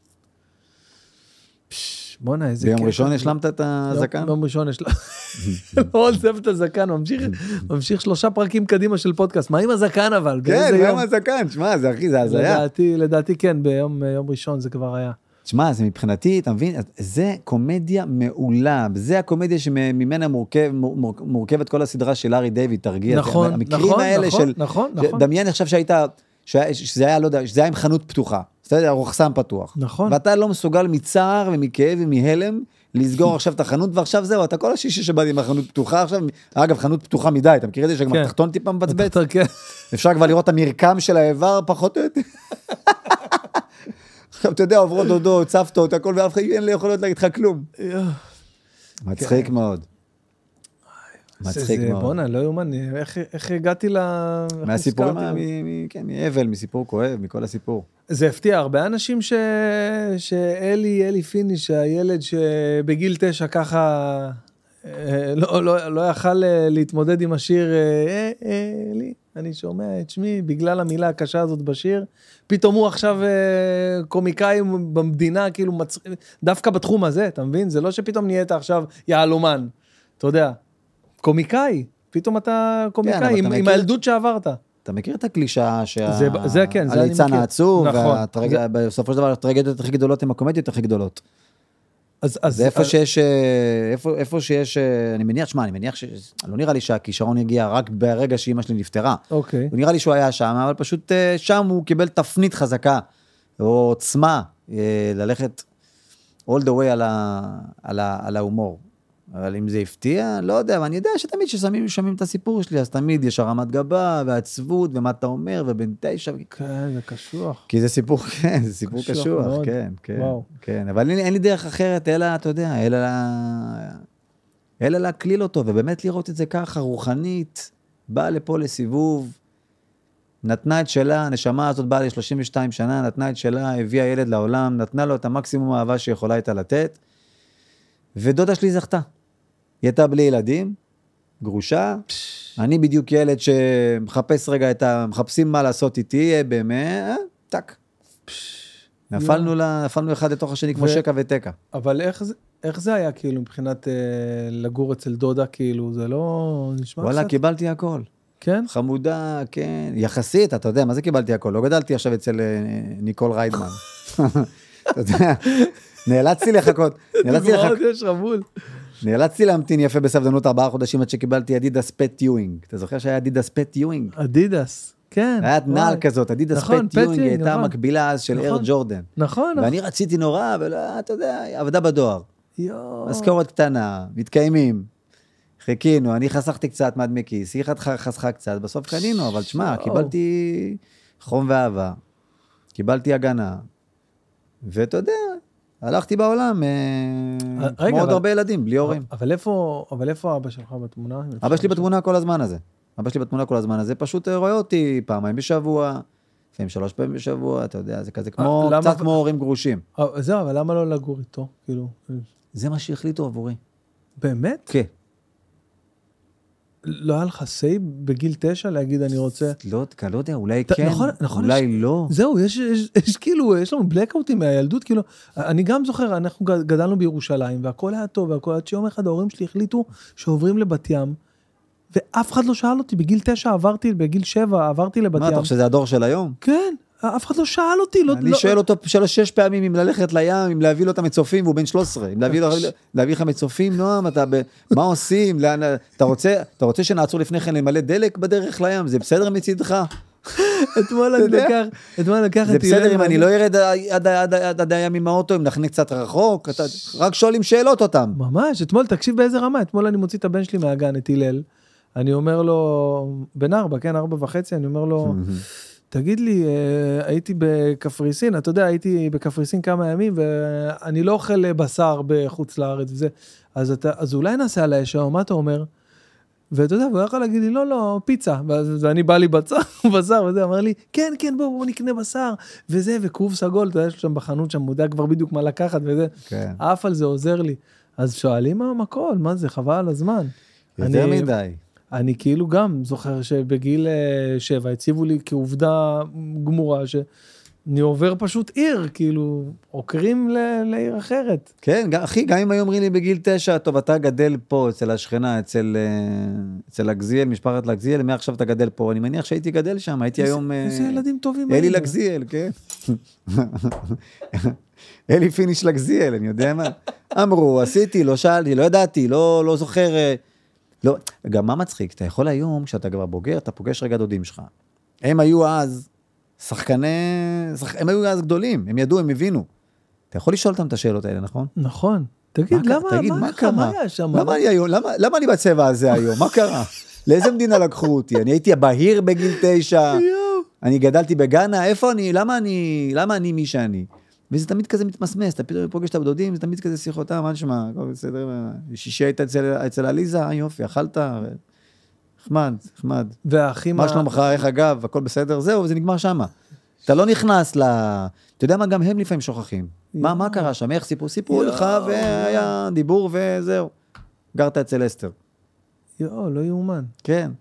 [SPEAKER 2] פש, בואנה, איזה
[SPEAKER 1] ביום
[SPEAKER 2] קטע.
[SPEAKER 1] ראשון השלמת את הזקן?
[SPEAKER 2] כן. יום- יום ראשון יש לה... לא עוזב את הזקן, ממשיך- ממשיך שלושה פרקים קדימה של פודקאסט. מה עם הזקן אבל?
[SPEAKER 1] כן,
[SPEAKER 2] באיזה
[SPEAKER 1] ביום
[SPEAKER 2] יום?
[SPEAKER 1] הזקן, שמע, זה אחי, זה הזיה.
[SPEAKER 2] לדעתי, לדעתי כן, ביום יום ראשון זה כבר היה.
[SPEAKER 1] תשמע, זה מבחינתי, אתה מבין? זה קומדיה מעולה, זה הקומדיה שממנה מורכב, מור, מורכבת כל הסדרה של לארי דיוויד, תרגיע.
[SPEAKER 2] נכון,
[SPEAKER 1] המקרים
[SPEAKER 2] נכון,
[SPEAKER 1] האלה
[SPEAKER 2] נכון,
[SPEAKER 1] של,
[SPEAKER 2] נכון,
[SPEAKER 1] ש-
[SPEAKER 2] נכון.
[SPEAKER 1] דמיין עכשיו שהיית, שהיה- שזה היה, לא יודע, שזה היה עם חנות פתוחה, אתה יודע, רוחסן פתוח.
[SPEAKER 2] נכון.
[SPEAKER 1] ואתה לא מסוגל מצער ומכאב ומהלם לסגור עכשיו את החנות, ועכשיו זהו, אתה כל השישי שבאתי עם החנות פתוחה עכשיו, אגב, חנות פתוחה מדי, אתה מכיר את זה שגם
[SPEAKER 2] כן.
[SPEAKER 1] התחתון טיפה מבצבץ?
[SPEAKER 2] אתה- כן.
[SPEAKER 1] אפשר כבר לראות את המרקם של האיבר, פחות או יותר. עכשיו, אתה יודע, עוברות דודות, סבתות, הכל, ואף אחד אין לי יכולות להגיד לך כלום. מצחיק מאוד. מצחיק
[SPEAKER 2] כן. זה-
[SPEAKER 1] מאוד.
[SPEAKER 2] בואנה, לא יאומן, איך- איך הגעתי ל... איך
[SPEAKER 1] מהסיפורים,
[SPEAKER 2] נזכרתי?
[SPEAKER 1] ה- מ- מ- כן, מאבל, מסיפור כואב, מכל הסיפור.
[SPEAKER 2] זה הפתיע הרבה אנשים ש... שאלי, אלי פיניש, הילד שבגיל תשע ככה אה, לא, לא, לא יכל אה, להתמודד עם השיר, אה, אה, אה, אלי, אני שומע את שמי בגלל המילה הקשה הזאת בשיר, פתאום הוא עכשיו אה, קומיקאי במדינה, כאילו, מצ... דווקא בתחום הזה, אתה מבין? זה לא שפתאום נהיית עכשיו יהלומן, אתה יודע, קומיקאי, פתאום אתה קומיקאי
[SPEAKER 1] אבל אתה
[SPEAKER 2] עם, עם
[SPEAKER 1] מכיר-
[SPEAKER 2] הילדות שעברת.
[SPEAKER 1] אתה מכיר את הקלישאה
[SPEAKER 2] זה-
[SPEAKER 1] שה-
[SPEAKER 2] זה כן, זה אני
[SPEAKER 1] הליצן
[SPEAKER 2] מכיר.
[SPEAKER 1] העצוב,
[SPEAKER 2] נכון. זה-
[SPEAKER 1] ובסופו של דבר הטרגדיות הכי גדולות הן הקומדיות הכי גדולות.
[SPEAKER 2] אז, אז,
[SPEAKER 1] זה איפה
[SPEAKER 2] אז-
[SPEAKER 1] שיש, אה, איפה, איפה שיש, אה, אני מניח, שמע, אני מניח ש... לא נראה לי שהכישרון יגיע רק ברגע שאימא שלי נפטרה.
[SPEAKER 2] אוקיי.
[SPEAKER 1] הוא נראה לי שהוא היה שם, אבל פשוט אה, שם הוא קיבל תפנית חזקה, או עוצמה, אה, ללכת all the way על, ה, על, ה, על ההומור. אבל אם זה הפתיע, לא יודע, ואני יודע שתמיד כששמים שומעים את הסיפור שלי, אז תמיד יש הרמת גבה, ועצבות, ומה אתה אומר, ובן תשע, ו-
[SPEAKER 2] כן, זה קשוח.
[SPEAKER 1] כי זה סיפור, כן, זה סיפור
[SPEAKER 2] קשוח
[SPEAKER 1] קשוח,
[SPEAKER 2] מאוד.
[SPEAKER 1] כן, כן,
[SPEAKER 2] וואו.
[SPEAKER 1] כן, אבל אין, אין לי דרך אחרת, אלא, אתה יודע, אלא, אלא להקליל אותו, ובאמת לראות את זה ככה, רוחנית, באה לפה לסיבוב, נתנה את שלה, הנשמה הזאת באה ל-32 שנה, נתנה את שלה, הביאה ילד לעולם, נתנה לו את המקסימום האהבה שיכולה הייתה לתת, ודודה שלי זכתה. היא הייתה בלי ילדים, גרושה, אני בדיוק ילד שמחפש רגע את ה... מחפשים מה לעשות איתי, אה, באמת, טאק. נפלנו, לה, נפלנו אחד לתוך השני כמו
[SPEAKER 2] ו-
[SPEAKER 1] שקע ותקע.
[SPEAKER 2] אבל איך זה, איך זה היה כאילו מבחינת אה, לגור אצל דודה כאילו זה לא נשמע
[SPEAKER 1] וואלה,
[SPEAKER 2] קצת?
[SPEAKER 1] קיבלתי הכל.
[SPEAKER 2] כן?
[SPEAKER 1] חמודה, כן, יחסית, אתה יודע, מה זה קיבלתי הכל? לא גדלתי עכשיו אצל אה, ניקול ריידמן. אתה יודע, נאלצתי לחכות, נאלצתי לחכות.
[SPEAKER 2] דוגמאות יש רבול.
[SPEAKER 1] נאלצתי להמתין יפה בסבלנות ארבעה חודשים עד שקיבלתי אדידס פט יואינג. אתה זוכר שהיה אדידס פט יואינג?
[SPEAKER 2] אדידס. כן.
[SPEAKER 1] היה נעל
[SPEAKER 2] וואי.
[SPEAKER 1] כזאת, אדידס
[SPEAKER 2] נכון,
[SPEAKER 1] פט יואינג
[SPEAKER 2] פט
[SPEAKER 1] היא
[SPEAKER 2] יואינג,
[SPEAKER 1] הייתה
[SPEAKER 2] נכון.
[SPEAKER 1] המקבילה אז של
[SPEAKER 2] נכון.
[SPEAKER 1] אר ג'ורדן.
[SPEAKER 2] נכון. נכון.
[SPEAKER 1] ואני רציתי נורא, ולא, אתה יודע, היא עבדה בדואר.
[SPEAKER 2] יואו.
[SPEAKER 1] משכורת קטנה, מתקיימים. חיכינו, אני חסכתי קצת מהדמי כיס, היא חתכה- חסכה קצת, בסוף קנינו, אבל תשמע,
[SPEAKER 2] יואו.
[SPEAKER 1] קיבלתי חום ואהבה, קיבלתי הגנה, ואתה יודע, הלכתי בעולם, אה,
[SPEAKER 2] אה, רגע,
[SPEAKER 1] כמו עוד
[SPEAKER 2] אבל- אה,
[SPEAKER 1] הרבה ילדים, בלי הורים.
[SPEAKER 2] אבל איפה אבל איפה אבא שלך בתמונה? אם אפשר
[SPEAKER 1] אבא שלי
[SPEAKER 2] לשאול?
[SPEAKER 1] בתמונה כל הזמן הזה. אבא שלי בתמונה כל הזמן הזה, פשוט אה, רואה אותי פעמיים בשבוע, לפעמים שלוש פעמים בשבוע, אתה יודע, זה כזה כמו,
[SPEAKER 2] למה-
[SPEAKER 1] קצת כמו הורים גרושים.
[SPEAKER 2] אה, זהו אבל למה לא לגור איתו כאילו
[SPEAKER 1] זה מה שהחליטו עבורי.
[SPEAKER 2] באמת
[SPEAKER 1] כן.
[SPEAKER 2] לא היה לך סיי בגיל תשע להגיד אני רוצה.
[SPEAKER 1] לא, אתה לא יודע, אולי
[SPEAKER 2] אתה-
[SPEAKER 1] כן,
[SPEAKER 2] נכון, נכון,
[SPEAKER 1] אולי
[SPEAKER 2] יש-
[SPEAKER 1] לא.
[SPEAKER 2] זהו, יש, יש, יש כאילו, יש לנו בלקאוטים מהילדות, כאילו, אני גם זוכר, אנחנו גד- גדלנו בירושלים, והכל היה טוב, והכל, עד שיום אחד ההורים שלי החליטו שעוברים לבת ים, ואף אחד לא שאל אותי, בגיל תשע עברתי, בגיל שבע עברתי לבת
[SPEAKER 1] מה, אתה
[SPEAKER 2] ים.
[SPEAKER 1] חושב שזה הדור של היום?
[SPEAKER 2] כן, אף אחד לא שאל אותי, לא...
[SPEAKER 1] אני
[SPEAKER 2] לא,
[SPEAKER 1] שואל אותו שלוש, שש פעמים אם ללכת לים, אם להביא לו את המצופים, והוא בן 13. אם להביא לו- להביא לך מצופים, נועם, אתה ב... מה עושים? לאן... אתה רוצה, אתה רוצה שנעצור לפני כן למלא דלק בדרך לים? זה בסדר מצידך?
[SPEAKER 2] אתמול אני
[SPEAKER 1] יודע.
[SPEAKER 2] לקח, אתמול לקחתי...
[SPEAKER 1] זה בסדר אם
[SPEAKER 2] לב-
[SPEAKER 1] אני לא ארד עד- עד- עד עד הים עם האוטו, אם נחנה קצת רחוק, אתה- רק שואלים שאלות אותם.
[SPEAKER 2] ממש, אתמול, תקשיב באיזה רמה, אתמול אני מוציא את הבן שלי מהגן, את הלל, אני אומר לו, בן ארבע, כן, ארבע וחצי, אני אומר לו,
[SPEAKER 1] Hmm.
[SPEAKER 2] תגיד לי, אה, הייתי בקפריסין, אתה יודע, הייתי בקפריסין כמה ימים, ואני לא אוכל אה, בשר בחוץ לארץ וזה, אז, אתה, אז אולי נעשה על הישר, מה אתה אומר? ואתה יודע, והוא היה יכול להגיד לי, לא, לא, פיצה. ואז- ואני בא לי בצר, בשר וזה, אמר לי, כן, כן, בוא, בוא נקנה בשר, וזה, וכרוב סגול, אתה יודע, יש לו שם בחנות שם, הוא יודע כבר בדיוק מה לקחת וזה.
[SPEAKER 1] כן.
[SPEAKER 2] אף על זה עוזר לי. אז שואלים היום הכל, מה זה, חבל על הזמן.
[SPEAKER 1] יותר
[SPEAKER 2] אני-
[SPEAKER 1] מדי.
[SPEAKER 2] אני כאילו גם זוכר שבגיל אה, שבע הציבו לי כעובדה גמורה שאני עובר פשוט עיר, כאילו עוקרים ל- לעיר אחרת.
[SPEAKER 1] כן, גם- אחי, גם אם היו אומרים לי בגיל תשע, טוב, אתה גדל פה אצל השכנה, אצל אה, אצל לגזיאל, משפחת לגזיאל, מעכשיו אתה גדל פה. אני מניח שהייתי גדל שם, הייתי היום... אה,
[SPEAKER 2] איזה ילדים טובים.
[SPEAKER 1] אלי
[SPEAKER 2] היינו.
[SPEAKER 1] לגזיאל, כן. אלי פיניש לגזיאל, אני יודע מה. אמרו, עשיתי, לא שאלתי, לא ידעתי, לא, לא זוכר. אה, לא, גם מה מצחיק, אתה יכול היום, כשאתה כבר בוגר, אתה פוגש רגע דודים שלך. הם היו אז שחקני... שח... הם היו אז גדולים, הם ידעו, הם הבינו. אתה יכול לשאול אותם את השאלות האלה, נכון?
[SPEAKER 2] נכון. תגיד,
[SPEAKER 1] מה
[SPEAKER 2] למה,
[SPEAKER 1] קרה? תגיד,
[SPEAKER 2] מה
[SPEAKER 1] מה
[SPEAKER 2] קרה? מה
[SPEAKER 1] קרה?
[SPEAKER 2] היה שם?
[SPEAKER 1] למה אני היום, למה, למה אני בצבע הזה היום? מה קרה? לאיזה מדינה לקחו אותי? אני הייתי בהיר בגיל תשע, אני גדלתי בגאנה, איפה אני, למה אני, למה אני מי שאני? וזה תמיד כזה מתמסמס, אתה פתאום פוגש את הבדודים, זה תמיד כזה שיחות, אה, מה נשמע, הכל בסדר, אה, שישי היית אצל, אצל עליזה, אה, יופי, אכלת, אה, נחמד, נחמד.
[SPEAKER 2] והאחים...
[SPEAKER 1] מה
[SPEAKER 2] ה-
[SPEAKER 1] שלומך, איך הגב, הכל בסדר, זהו, וזה נגמר שמה. אתה לא נכנס ל... אתה יודע מה, גם הם לפעמים שוכחים. מה, מה קרה שם, איך סיפרו? סיפרו לך, והיה דיבור וזהו. גרת אצל אסתר.
[SPEAKER 2] יואו, לא יאומן.
[SPEAKER 1] כן.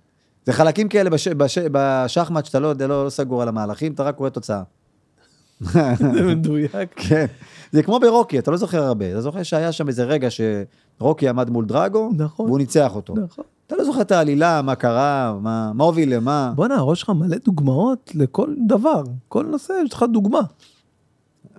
[SPEAKER 1] זה חלקים כאלה בש... בש... בשחמט שאתה לא יודע, לא, לא סגור על המהלכים, אתה רק רואה תוצאה.
[SPEAKER 2] זה מדויק.
[SPEAKER 1] כן. זה כמו ברוקי, אתה לא זוכר הרבה. אתה זוכר שהיה שם איזה רגע שרוקי עמד מול דרגו,
[SPEAKER 2] נכון.
[SPEAKER 1] והוא ניצח אותו.
[SPEAKER 2] נכון.
[SPEAKER 1] אתה לא זוכר את העלילה, מה קרה, מה, מה הוביל למה.
[SPEAKER 2] בואנה, הראש שלך מלא דוגמאות לכל דבר. כל נושא, יש לך דוגמה.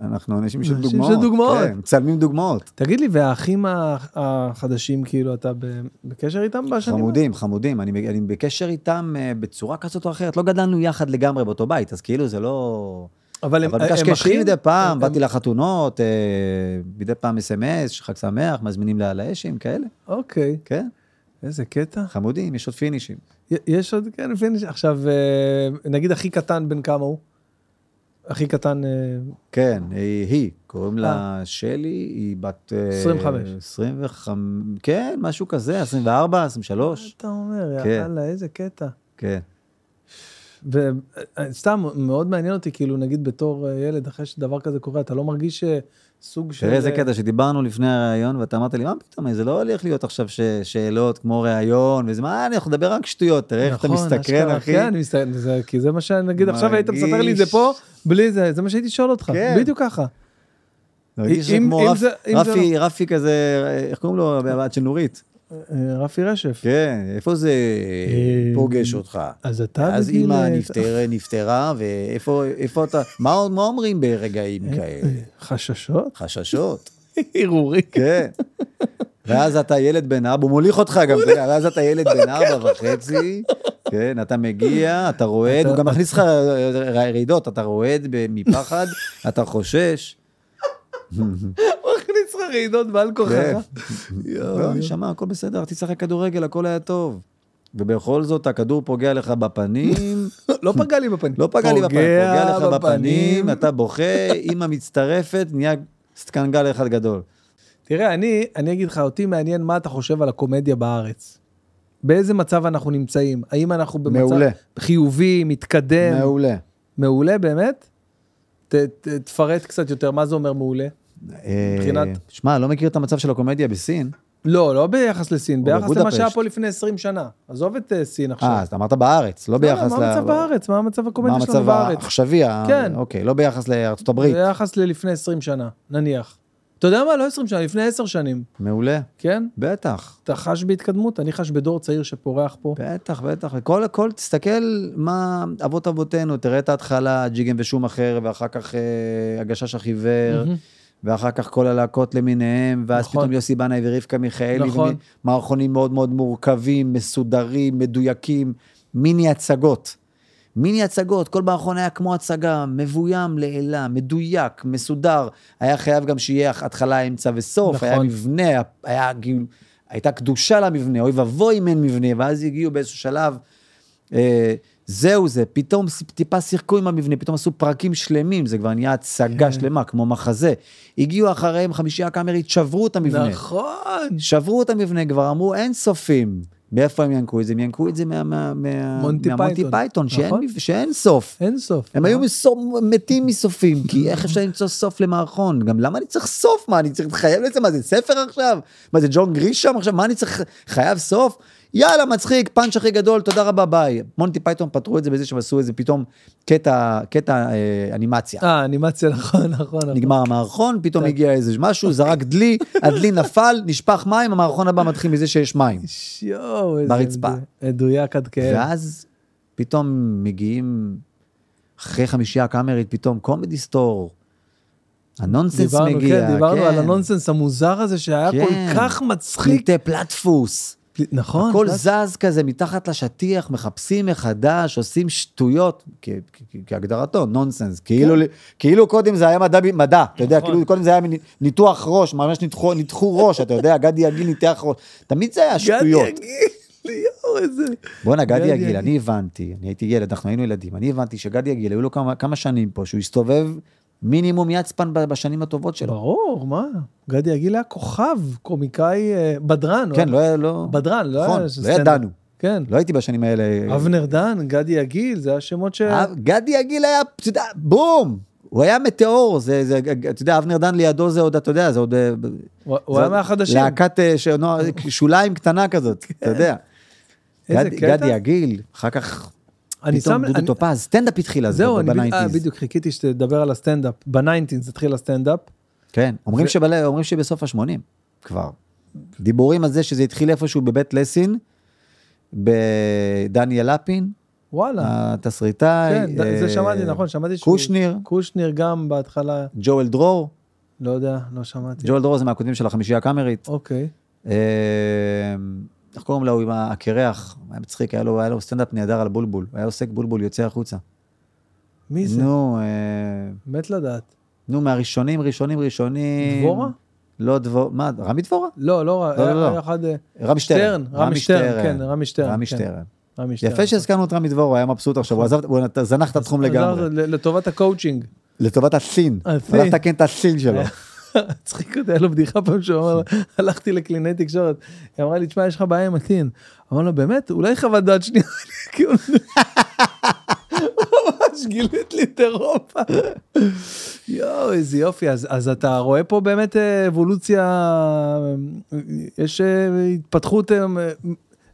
[SPEAKER 1] אנחנו אנשים של
[SPEAKER 2] אנשים של
[SPEAKER 1] דוגמאות.
[SPEAKER 2] דוגמאות.
[SPEAKER 1] כן, מצלמים דוגמאות.
[SPEAKER 2] תגיד לי, והאחים ה- החדשים, כאילו, אתה ב- בקשר איתם בשנים? האלה?
[SPEAKER 1] חמודים, חמודים, אני, אני בקשר איתם אה, בצורה כזאת או אחרת, לא גדלנו יחד לגמרי באותו בית, אז כאילו זה לא...
[SPEAKER 2] אבל הם
[SPEAKER 1] אבל
[SPEAKER 2] הם
[SPEAKER 1] מקשקשים
[SPEAKER 2] אחים?
[SPEAKER 1] מדי פעם,
[SPEAKER 2] הם-
[SPEAKER 1] באתי לחתונות, אה, מדי פעם אס.אם.אס, חג שמח, מזמינים לה לאשים, כאלה,
[SPEAKER 2] אוקיי,
[SPEAKER 1] כן,
[SPEAKER 2] איזה קטע.
[SPEAKER 1] חמודים, יש עוד פינישים.
[SPEAKER 2] י- יש עוד, כן, פיניש. עכשיו, אה, נגיד הכי קטן, בן כמה הוא? הכי קטן, אה,
[SPEAKER 1] כן, היא, היא, קוראים לה שלי, היא בת... אה,
[SPEAKER 2] 25.
[SPEAKER 1] 25, כן, משהו כזה, 24, 23,
[SPEAKER 2] אתה אומר,
[SPEAKER 1] כן.
[SPEAKER 2] יאללה, איזה קטע.
[SPEAKER 1] כן.
[SPEAKER 2] וסתם, מאוד מעניין אותי, כאילו, נגיד בתור אה, ילד, אחרי שדבר כזה קורה, אתה לא מרגיש אה, סוג של...
[SPEAKER 1] תראה איזה
[SPEAKER 2] אה,
[SPEAKER 1] קטע שדיברנו לפני הראיון, ואתה אמרת לי, מה פתאום, זה לא הולך להיות עכשיו ש- שאלות כמו ראיון, וזה מה, אני יכול לדבר רק שטויות, תראה איך אתה
[SPEAKER 2] נכון,
[SPEAKER 1] מסתקרן,
[SPEAKER 2] אשכרה,
[SPEAKER 1] אחי.
[SPEAKER 2] כן, אני מסתכל, זה- כי זה מה שנגיד, עכשיו היית
[SPEAKER 1] מרגיש.
[SPEAKER 2] מספר לי את זה פה, בלי זה, זה מה שהייתי שואל אותך,
[SPEAKER 1] כן.
[SPEAKER 2] בדיוק ככה.
[SPEAKER 1] מרגיש
[SPEAKER 2] אם-
[SPEAKER 1] כמו
[SPEAKER 2] אם
[SPEAKER 1] רפ-
[SPEAKER 2] זה- אם זה לא-
[SPEAKER 1] רפי, רפי כזה, איך קוראים לו, הבת של נורית?
[SPEAKER 2] אה, רפי רשף.
[SPEAKER 1] כן, איפה זה
[SPEAKER 2] אה,
[SPEAKER 1] פוגש אותך?
[SPEAKER 2] אז אתה
[SPEAKER 1] אז
[SPEAKER 2] בגיל...
[SPEAKER 1] אימא
[SPEAKER 2] אה,
[SPEAKER 1] נפטר- נפטרה, ואיפה איפה אתה, מה מה אומרים ברגעים
[SPEAKER 2] אה,
[SPEAKER 1] כאלה?
[SPEAKER 2] חששות?
[SPEAKER 1] חששות,
[SPEAKER 2] הרהורים.
[SPEAKER 1] כן. ואז אתה ילד בן ארבע, הוא מוליך אותך גם, אתה יודע, ואז אתה ילד בן ארבע וחצי, כן, אתה מגיע, אתה רועד, הוא גם מכניס לך אה, רעידות, אתה רועד ב- מפחד, אתה חושש.
[SPEAKER 2] מכניס לך רעידות בעל
[SPEAKER 1] כן.
[SPEAKER 2] כוחך.
[SPEAKER 1] לא, נשמה, הכל בסדר, רק תשחק כדורגל, הכל היה טוב. ובכל זאת, הכדור פוגע לך בפנים,
[SPEAKER 2] לא פגע לי בפנים.
[SPEAKER 1] כן. לא פגע לי בפנים, פוגע לך בפנים, אתה בוכה, אימא מצטרפת, נהיה סטקנגל אחד גדול.
[SPEAKER 2] תראה, אני אני אגיד לך, אותי מעניין מה אתה חושב על הקומדיה בארץ. באיזה מצב אנחנו נמצאים? האם אנחנו במצב
[SPEAKER 1] מעולה.
[SPEAKER 2] חיובי, מתקדם?
[SPEAKER 1] מעולה.
[SPEAKER 2] מעולה באמת? ת- ת- תפרט קצת יותר, מה זה אומר מעולה? מבחינת-
[SPEAKER 1] אה, שמע, לא מכיר את המצב של הקומדיה בסין.
[SPEAKER 2] לא, לא ביחס לסין, ביחס
[SPEAKER 1] בבודפשט.
[SPEAKER 2] למה שהיה פה לפני 20 שנה. עזוב את אה, סין עכשיו.
[SPEAKER 1] אה, אז אמרת בארץ, לא ביחס
[SPEAKER 2] מה
[SPEAKER 1] ל...
[SPEAKER 2] המצב בארץ? מה המצב
[SPEAKER 1] מה
[SPEAKER 2] הקומדיה שלנו
[SPEAKER 1] המצב
[SPEAKER 2] בארץ?
[SPEAKER 1] העכשווי? ה-
[SPEAKER 2] כן.
[SPEAKER 1] אוקיי, לא ביחס לארצות הברית.
[SPEAKER 2] ביחס ללפני 20 שנה, נניח. אתה יודע מה? לא 20 שנה, לפני 10 שנים,
[SPEAKER 1] מעולה.
[SPEAKER 2] כן?
[SPEAKER 1] בטח.
[SPEAKER 2] אתה חש בהתקדמות, אני חש בדור צעיר שפורח פה.
[SPEAKER 1] בטח, בטח, וכל הכל, תסתכל מה אבות אבותינו, תראה את ההתחלה, ג'יגים ושום אחר, ואחר כך אה, הגשש החיוור,
[SPEAKER 2] מהמם.
[SPEAKER 1] ואחר כך כל הלהקות למיניהם, ואז
[SPEAKER 2] נכון.
[SPEAKER 1] פתאום יוסי בנאי ורבקה מיכאלי,
[SPEAKER 2] נכון.
[SPEAKER 1] ומי- מערכונים מאוד מאוד מורכבים, מסודרים, מדויקים, מיני הצגות. מיני הצגות, כל מערכון היה כמו הצגה, מבוים לעילה, מדויק, מסודר. היה חייב גם שיהיה התחלה, אמצע וסוף,
[SPEAKER 2] נכון.
[SPEAKER 1] היה מבנה, היה, היה, גיל- הייתה קדושה למבנה, אוי ואבוי אם אין מבנה, ואז הגיעו באיזשהו שלב, אה, זהו זה, פתאום ס- טיפה שיחקו עם המבנה, פתאום עשו פרקים שלמים, זה כבר נהיה
[SPEAKER 2] כן.
[SPEAKER 1] הצגה שלמה, כמו מחזה. הגיעו אחריהם חמישייה קאמרית, שברו את המבנה.
[SPEAKER 2] נכון.
[SPEAKER 1] שברו את המבנה כבר, אמרו אין סופים. מאיפה הם ינקו את זה? הם ינקו את זה מה- מה- מה-
[SPEAKER 2] מונטי
[SPEAKER 1] מהמונטי
[SPEAKER 2] פייתון.
[SPEAKER 1] פייתון, שאין
[SPEAKER 2] נכון.
[SPEAKER 1] מב- שאין סוף.
[SPEAKER 2] אין סוף.
[SPEAKER 1] הם היו מסו- מתים מסופים, כי איך אפשר למצוא סוף למערכון? גם למה אני צריך סוף? מה, אני צריך להתחייב לזה? מה, זה ספר עכשיו? מה, זה ג'ון גריש שם עכשיו? מה אני צריך, חייב סוף? יאללה, מצחיק, פאנץ' הכי גדול, תודה רבה, ביי. מונטי פייתון פתרו את זה בזה שהם עשו איזה פתאום קטע, קטע אה, אנימציה.
[SPEAKER 2] אה, אנימציה, נכון, נכון. נכון.
[SPEAKER 1] נגמר המערכון, פתאום הגיע איזה משהו, זרק דלי, הדלי נפל, נשפך מים, המערכון הבא מתחיל מזה שיש מים.
[SPEAKER 2] יואו, איזה...
[SPEAKER 1] ברצפה.
[SPEAKER 2] מדו- מדויק עד כאב.
[SPEAKER 1] ואז פתאום מגיעים, אחרי חמישייה הקאמרית, פתאום קומדי סטור, הנונסנס
[SPEAKER 2] דיברנו,
[SPEAKER 1] מגיע,
[SPEAKER 2] כן, דיברנו על הנונסנס המוזר הזה שהיה
[SPEAKER 1] כן.
[SPEAKER 2] כל כך מצחיק.
[SPEAKER 1] פליטי פלטפוס.
[SPEAKER 2] נכון.
[SPEAKER 1] הכל
[SPEAKER 2] ואז-
[SPEAKER 1] זז כזה מתחת לשטיח, מחפשים מחדש, עושים שטויות, כ- כ- כ- כהגדרתו, נונסנס. כאילו, כאילו קודם זה היה מדע, ב- מדע, אתה יודע,
[SPEAKER 2] כן. נכון.
[SPEAKER 1] כאילו קודם זה היה מין ניתוח ראש, ממש ניתחו, ניתחו ראש, אתה יודע, גדי יגיל ניתח ראש. תמיד זה היה שטויות.
[SPEAKER 2] גדי יגיל, יואו, איזה...
[SPEAKER 1] בואנה, גדי
[SPEAKER 2] גדי
[SPEAKER 1] יגיל,
[SPEAKER 2] יגיל.
[SPEAKER 1] אני הבנתי, אני הייתי ילד, אנחנו היינו ילדים, אני הבנתי שגדי יגיל, היו לו כמה, כמה שנים פה, שהוא הסתובב מינימום יצפן ב- בשנים הטובות
[SPEAKER 2] לא.
[SPEAKER 1] שלו.
[SPEAKER 2] ברור, מה? גדי יגיל היה כוכב, קומיקאי, אה, בדרן. הוא
[SPEAKER 1] כן,
[SPEAKER 2] היה-
[SPEAKER 1] לא היה, לא...
[SPEAKER 2] בדרן, לא
[SPEAKER 1] נכון,
[SPEAKER 2] היה...
[SPEAKER 1] לא ידענו.
[SPEAKER 2] כן.
[SPEAKER 1] לא אה, הייתי בשנים האלה...
[SPEAKER 2] אבנר דן, גדי יגיל, זה השמות ש...
[SPEAKER 1] אב- גדי יגיל היה, אתה יודע, בום! הוא היה מטאור, זה, זה, אתה יודע, אבנר דן לידו זה עוד, אתה יודע, זה עוד... אה,
[SPEAKER 2] הוא הוא
[SPEAKER 1] זה עוד
[SPEAKER 2] היה מהחדשים. כן.
[SPEAKER 1] להקת אה, שנוע- שוליים קטנה כזאת, אתה יודע.
[SPEAKER 2] איזה
[SPEAKER 1] גד-
[SPEAKER 2] קטע.
[SPEAKER 1] גדי יגיל, אחר כך
[SPEAKER 2] אני
[SPEAKER 1] פתאום
[SPEAKER 2] שם-
[SPEAKER 1] דודו
[SPEAKER 2] אני-
[SPEAKER 1] טופז, סטנדאפ התחיל אז,
[SPEAKER 2] זהו, אני בדיוק- אה,
[SPEAKER 1] בניינטיז.
[SPEAKER 2] בדיוק חיכיתי שתדבר על הסטנדאפ. בניינטינס התחיל הסטנדאפ.
[SPEAKER 1] כן, אומרים,
[SPEAKER 2] ו-
[SPEAKER 1] שבלה, אומרים שבסוף ה-80 כבר. דיבורים על זה שזה התחיל איפשהו בבית לסין, בדניאל לפין,
[SPEAKER 2] וואלה.
[SPEAKER 1] התסריטאי.
[SPEAKER 2] כן, ד- זה
[SPEAKER 1] אה,
[SPEAKER 2] שמעתי, נכון, שמעתי שהוא...
[SPEAKER 1] קושניר,
[SPEAKER 2] קושניר גם בהתחלה,
[SPEAKER 1] ג'ואל דרור,
[SPEAKER 2] לא יודע, לא שמעתי.
[SPEAKER 1] ג'ואל דרור זה מהכותבים של החמישייה הקאמרית.
[SPEAKER 2] אוקיי.
[SPEAKER 1] אה, איך קוראים לו, עם הקרח, היה מצחיק, היה לו, היה לו סטנדאפ נהדר על בולבול, היה עוסק בולבול יוצא החוצה.
[SPEAKER 2] מי זה?
[SPEAKER 1] נו, אה,
[SPEAKER 2] מת לדעת.
[SPEAKER 1] נו, מהראשונים, ראשונים, ראשונים.
[SPEAKER 2] דבורה?
[SPEAKER 1] לא דבורה, מה, רמי דבורה?
[SPEAKER 2] לא, לא,
[SPEAKER 1] לא,
[SPEAKER 2] היה-
[SPEAKER 1] לא.
[SPEAKER 2] היה אחד... אה,
[SPEAKER 1] רמי שטרן.
[SPEAKER 2] שטרן, רמי שטרן, כן, רמי שטרן,
[SPEAKER 1] רמי
[SPEAKER 2] כן.
[SPEAKER 1] שטרן.
[SPEAKER 2] רמי שטרן.
[SPEAKER 1] יפה שהזכרנו את רמי דבור, הוא היה מבסוט
[SPEAKER 2] נכון.
[SPEAKER 1] עכשיו, הוא עזב, הוא זנח את התחום
[SPEAKER 2] עזר
[SPEAKER 1] לגמרי.
[SPEAKER 2] ל- לטובת הקואוצ'ינג.
[SPEAKER 1] לטובת הסין.
[SPEAKER 2] הסין.
[SPEAKER 1] הלך לתקן את הסין
[SPEAKER 2] אה.
[SPEAKER 1] שלו.
[SPEAKER 2] צחיק אותי, היה לו בדיחה פעם שהוא אמר, לה, הלכתי לקלינאי תקשורת, היא אמרה לי, תשמע, יש לך בעיה עם הטין. אמר לה, באמת? אולי חוות דעת שנייה? כאילו, ממש גילית לי את אירופה. יואו, איזה יופי. אז, אז אתה רואה פה באמת אה, אבולוציה, אה, יש אה, התפתחות אה,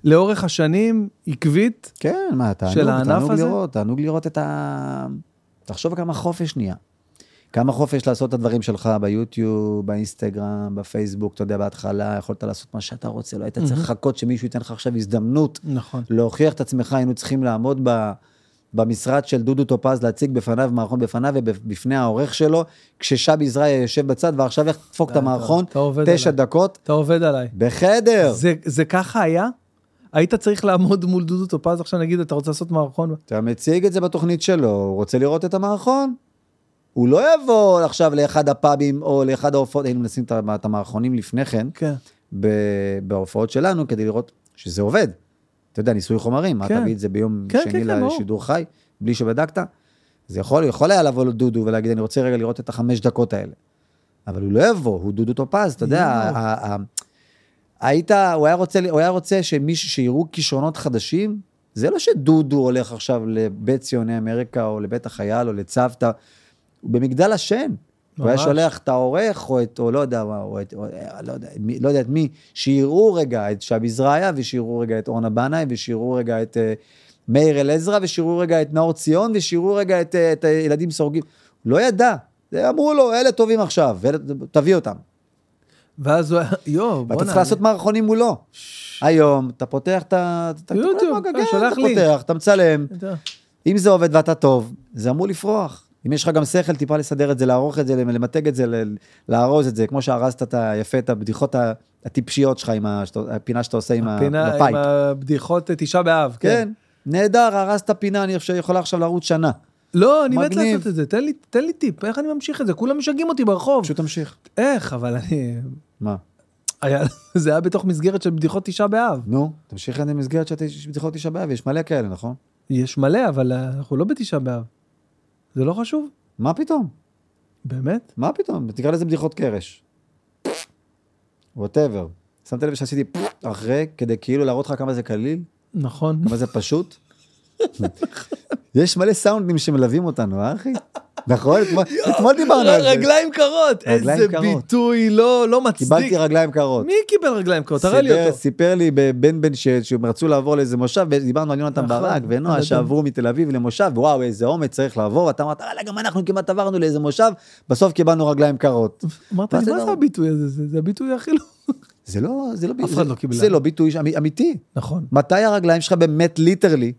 [SPEAKER 2] לאורך השנים עקבית.
[SPEAKER 1] כן, מה,
[SPEAKER 2] של
[SPEAKER 1] תענוג,
[SPEAKER 2] הענף
[SPEAKER 1] תענוג
[SPEAKER 2] הזה?
[SPEAKER 1] לראות, תענוג לראות את ה... תחשוב כמה חופש נהיה. כמה חופש לעשות את הדברים שלך ביוטיוב, באינסטגרם, בפייסבוק, אתה יודע, בהתחלה יכולת לעשות מה שאתה רוצה, לא היית צריך לחכות שמישהו ייתן לך עכשיו הזדמנות
[SPEAKER 2] נכון.
[SPEAKER 1] להוכיח את עצמך, היינו צריכים לעמוד ב, במשרד של דודו טופז, להציג בפניו מערכון בפניו ובפני העורך שלו, כששבי עזריה יושב בצד, ועכשיו איך תדפוק את
[SPEAKER 2] אתה-
[SPEAKER 1] המערכון,
[SPEAKER 2] אתה עובד
[SPEAKER 1] תשע
[SPEAKER 2] עליי.
[SPEAKER 1] דקות,
[SPEAKER 2] אתה עובד עליי.
[SPEAKER 1] בחדר.
[SPEAKER 2] לא זה, זה ככה היה? היית צריך לעמוד מול דודו טופז עכשיו, נגיד, אתה רוצה לעשות מערכון?
[SPEAKER 1] אתה מציג את זה בתוכנית שלו, הוא רוצה לראות את המערכון. הוא לא יבוא עכשיו לאחד הפאבים או לאחד ההופעות, היינו מנסים את ה- את המערכונים לפני כן,
[SPEAKER 2] כן.
[SPEAKER 1] ב- בהופעות שלנו, כדי לראות שזה עובד. אתה יודע, ניסוי חומרים, מה
[SPEAKER 2] כן.
[SPEAKER 1] תביא את זה ביום
[SPEAKER 2] כן,
[SPEAKER 1] שני
[SPEAKER 2] כן, כן, ברור.
[SPEAKER 1] לשידור חי, בלי שבדקת? זה יכול, יכול היה לבוא לדודו ולהגיד, אני רוצה רגע לראות את החמש דקות האלה. אבל הוא לא יבוא, הוא דודו טופז, אתה יודע,
[SPEAKER 2] יואו.
[SPEAKER 1] ה- ה- היית, הוא היה רוצה, הוא היה רוצה שמישהו, שיראו כישרונות חדשים, זה לא שדודו הולך עכשיו לבית ציוני אמריקה, או לבית החייל, או לצוותא, הוא במגדל השן. הוא היה
[SPEAKER 2] ממש.
[SPEAKER 1] שולח את העורך, או את, או לא יודע מה, או את, או, לא יודע, מי, לא יודע את מי, שיראו רגע את שבי זרעיה, ושיראו רגע את אורנה בנאי, ושיראו רגע את אה, מאיר אל עזרא, ושיראו רגע את נאור ציון, ושיראו רגע את, אה, את הילדים סורגים. לא ידע. זה אמרו לו, אלה טובים עכשיו, ואלה, תביא אותם.
[SPEAKER 2] ואז הוא היה, יואו,
[SPEAKER 1] ואתה
[SPEAKER 2] בוא'נה.
[SPEAKER 1] צריך לעשות מערכונים מולו. היום, אתה פותח את ה... אתה-
[SPEAKER 2] יוטיוב,
[SPEAKER 1] אתה-
[SPEAKER 2] אתה שולח
[SPEAKER 1] אתה
[SPEAKER 2] לינק.
[SPEAKER 1] פותח, אתה מצלם.
[SPEAKER 2] אני- אתה-
[SPEAKER 1] אם זה עובד ואתה טוב, זה אמור לפרוח. אם יש לך גם שכל, טיפה לסדר את זה, לערוך את זה, למתג את זה, ל- לארוז את זה, כמו שארזת את היפה, את הבדיחות ה- הטיפשיות שלך, עם ה- שאתה- הפינה שאתה עושה עם ה-
[SPEAKER 2] הפינה
[SPEAKER 1] עם הפייפ.
[SPEAKER 2] עם הבדיחות אה, תשעה באב,
[SPEAKER 1] כן, נהדר, הרסת פינה, אני חושב שיכולה עכשיו לרוץ שנה.
[SPEAKER 2] לא, אני מת
[SPEAKER 1] מגניב.
[SPEAKER 2] לעשות את זה, תן לי, תן לי טיפ, איך אני ממשיך את זה? כולם משגעים אותי ברחוב.
[SPEAKER 1] פשוט תמשיך.
[SPEAKER 2] איך, אבל אני...
[SPEAKER 1] מה?
[SPEAKER 2] היה, זה היה בתוך מסגרת של בדיחות תשעה באב.
[SPEAKER 1] נו, תמשיך את המסגרת שאתה יש בדיחות תשעה באב, יש מלא כאלה, נכון?
[SPEAKER 2] יש מלא, אבל אה, אנחנו לא בתשעה באב. זה לא חשוב?
[SPEAKER 1] מה פתאום?
[SPEAKER 2] באמת?
[SPEAKER 1] מה פתאום? תקרא לזה בדיחות קרש. ווטאבר. שמת לב שעשיתי אחרי, כדי כאילו להראות לך כמה זה קליל?
[SPEAKER 2] נכון.
[SPEAKER 1] כמה זה פשוט? יש מלא סאונדים שמלווים אותנו, אה אחי? נכון? אתמול- אתמול דיברנו על זה.
[SPEAKER 2] לא, רגליים קרות,
[SPEAKER 1] רגליים
[SPEAKER 2] איזה
[SPEAKER 1] קרות.
[SPEAKER 2] ביטוי לא לא מצדיק.
[SPEAKER 1] קיבלתי רגליים קרות.
[SPEAKER 2] מי קיבל רגליים קרות? תראה לי
[SPEAKER 1] סיפר-
[SPEAKER 2] אותו.
[SPEAKER 1] סיפר לי בן בן ש- שהם רצו לעבור לאיזה מושב, ודיברנו על יונתן
[SPEAKER 2] נכון,
[SPEAKER 1] ברק
[SPEAKER 2] על
[SPEAKER 1] ונועה
[SPEAKER 2] אדום.
[SPEAKER 1] שעברו מתל אביב למושב, וואו איזה אומץ צריך לעבור, אתה אמרת, וואלה גם אנחנו כמעט עברנו לאיזה מושב, בסוף קיבלנו רגליים קרות.
[SPEAKER 2] אמרת לי,
[SPEAKER 1] מה זה
[SPEAKER 2] מה זה
[SPEAKER 1] לא-
[SPEAKER 2] הביטוי הזה? זה זה הביטוי הכי לא...
[SPEAKER 1] זה לא, זה לא,
[SPEAKER 2] אף
[SPEAKER 1] זה-
[SPEAKER 2] אחד לא קיבל.
[SPEAKER 1] זה לא ביטוי אמי- אמיתי.
[SPEAKER 2] נכון.
[SPEAKER 1] מתי הרגליים שלך באמת ליטרלי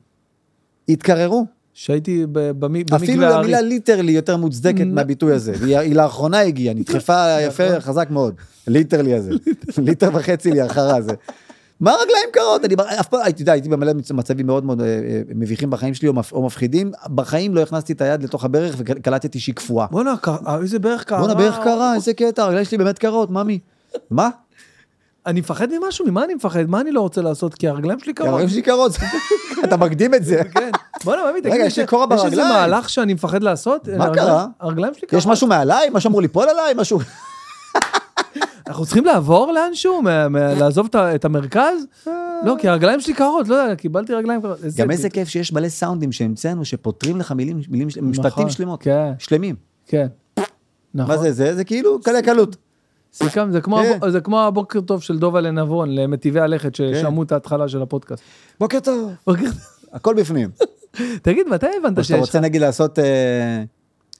[SPEAKER 1] התקררו?
[SPEAKER 2] שהייתי ב- במי-
[SPEAKER 1] אפילו
[SPEAKER 2] במקווה הארי.
[SPEAKER 1] המילה לא- ליטרלי יותר מוצדקת מהביטוי הזה, והיא היא לאחרונה הגיעה, נדחפה
[SPEAKER 2] נכון.
[SPEAKER 1] יפה, חזק מאוד, ליטרלי הזה, ליטר וחצי לי אחרה זה. מה רגליים קרות? אני בר- אף פעם, אתה יודע, הייתי במלא מצ- מצבים מאוד מאוד אה, אה, מביכים בחיים שלי או מפ- או מפחידים, בחיים לא הכנסתי את היד לתוך הברך וקלטתי שהיא קפואה.
[SPEAKER 2] בואנה, קר- אה, איזה ברך קרה.
[SPEAKER 1] בואנה, ברך קרה, איזה קטע, הרגליים שלי באמת קרות, ממי. מה?
[SPEAKER 2] אני מפחד ממשהו, ממה אני מפחד? מה אני לא רוצה לעשות? כי הרגליים שלי קרות.
[SPEAKER 1] הרגליים שלי קרות, אתה מקדים את זה.
[SPEAKER 2] כן. בואנה, מאמי, תגיד,
[SPEAKER 1] רגע,
[SPEAKER 2] לי,
[SPEAKER 1] יש לי
[SPEAKER 2] ש-
[SPEAKER 1] קורה
[SPEAKER 2] יש איזה
[SPEAKER 1] ברגליים.
[SPEAKER 2] מהלך שאני מפחד לעשות?
[SPEAKER 1] מה
[SPEAKER 2] הרגליים-
[SPEAKER 1] קרה?
[SPEAKER 2] הרגליים שלי קרות.
[SPEAKER 1] יש משהו מעליי? משהו אמור ליפול עליי? משהו...
[SPEAKER 2] אנחנו צריכים לעבור לאנשהו? מה- מה- לעזוב את ה- את המרכז? לא, כי הרגליים שלי קרות, לא יודע, קיבלתי רגליים קרות.
[SPEAKER 1] אה. גם איזה
[SPEAKER 2] ביטוי.
[SPEAKER 1] כיף שיש מלא סאונדים שהמצאנו, שפותרים לך מילים, מילים- משפטים
[SPEAKER 2] נכון,
[SPEAKER 1] שלמות,
[SPEAKER 2] כן.
[SPEAKER 1] שלמים.
[SPEAKER 2] כן. נכון.
[SPEAKER 1] מה זה זה? זה כאילו קלה קלות.
[SPEAKER 2] סיכם, זה כמו,
[SPEAKER 1] כן.
[SPEAKER 2] הבו- זה כמו הבוקר טוב של דובה לנבון, למטיבי הלכת ששמעו את ההתחלה של הפודקאסט.
[SPEAKER 1] בוקר טוב. הכל בפנים.
[SPEAKER 2] תגיד, מתי הבנת
[SPEAKER 1] או שאתה
[SPEAKER 2] שיש לך?
[SPEAKER 1] רוצה נגיד לעשות, אה,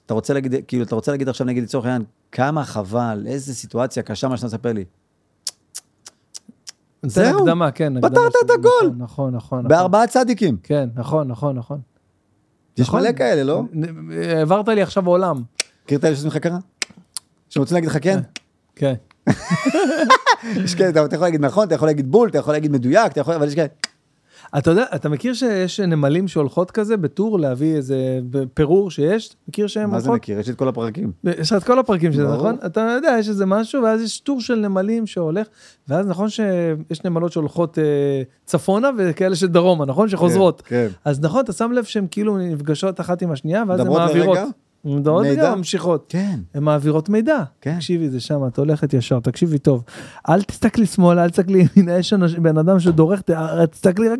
[SPEAKER 1] אתה רוצה להגיד, כאילו, אתה רוצה להגיד עכשיו נגיד לצורך העניין, כמה חבל, איזה סיטואציה קשה מה שאתה מספר לי.
[SPEAKER 2] נותן
[SPEAKER 1] זהו.
[SPEAKER 2] הקדמה, כן. הקדמה
[SPEAKER 1] פתרת
[SPEAKER 2] של-
[SPEAKER 1] את הכל.
[SPEAKER 2] נכון, נכון, נכון. נכון.
[SPEAKER 1] בארבעה צדיקים.
[SPEAKER 2] כן, נכון, נכון, נכון.
[SPEAKER 1] יש
[SPEAKER 2] נכון.
[SPEAKER 1] מלא כאלה, לא?
[SPEAKER 2] נ- העברת לי עכשיו עולם.
[SPEAKER 1] מכיר את אלה שעושים לך ככה? שרוצים להגיד לך כן?
[SPEAKER 2] כן.
[SPEAKER 1] יש כאלה, אתה אתה יכול להגיד נכון, אתה יכול להגיד בול, אתה יכול להגיד מדויק, אתה יכול, אבל יש כאלה,
[SPEAKER 2] כן, אתה יודע, אתה מכיר שיש נמלים שהולכות כזה בטור להביא איזה פירור שיש? מכיר שהם
[SPEAKER 1] מה זה
[SPEAKER 2] הולכות?
[SPEAKER 1] מכיר? יש לי את כל הפרקים.
[SPEAKER 2] יש לך את כל הפרקים של זה,
[SPEAKER 1] ברור.
[SPEAKER 2] נכון? אתה יודע, יש איזה משהו, ואז יש טור של נמלים שהולך, ואז נכון שיש נמלות שהולכות אה, צפונה וכאלה של דרומה, נכון? שחוזרות.
[SPEAKER 1] כן.
[SPEAKER 2] אז נכון, אתה שם לב שהן כאילו נפגשות אחת עם השנייה, ואז הן
[SPEAKER 1] מדברות
[SPEAKER 2] מעבירות.
[SPEAKER 1] לרגע?
[SPEAKER 2] מדברות
[SPEAKER 1] מידע?
[SPEAKER 2] רגע, ממשיכות.
[SPEAKER 1] כן.
[SPEAKER 2] הן מעבירות מידע.
[SPEAKER 1] כן.
[SPEAKER 2] תקשיבי, זה שם, את הולכת ישר, תקשיבי טוב. אל תסתכלי שמאלה, אל תסתכלי ימינה, יש אנש- בן אדם שדורך, ת- תסתכלי רק...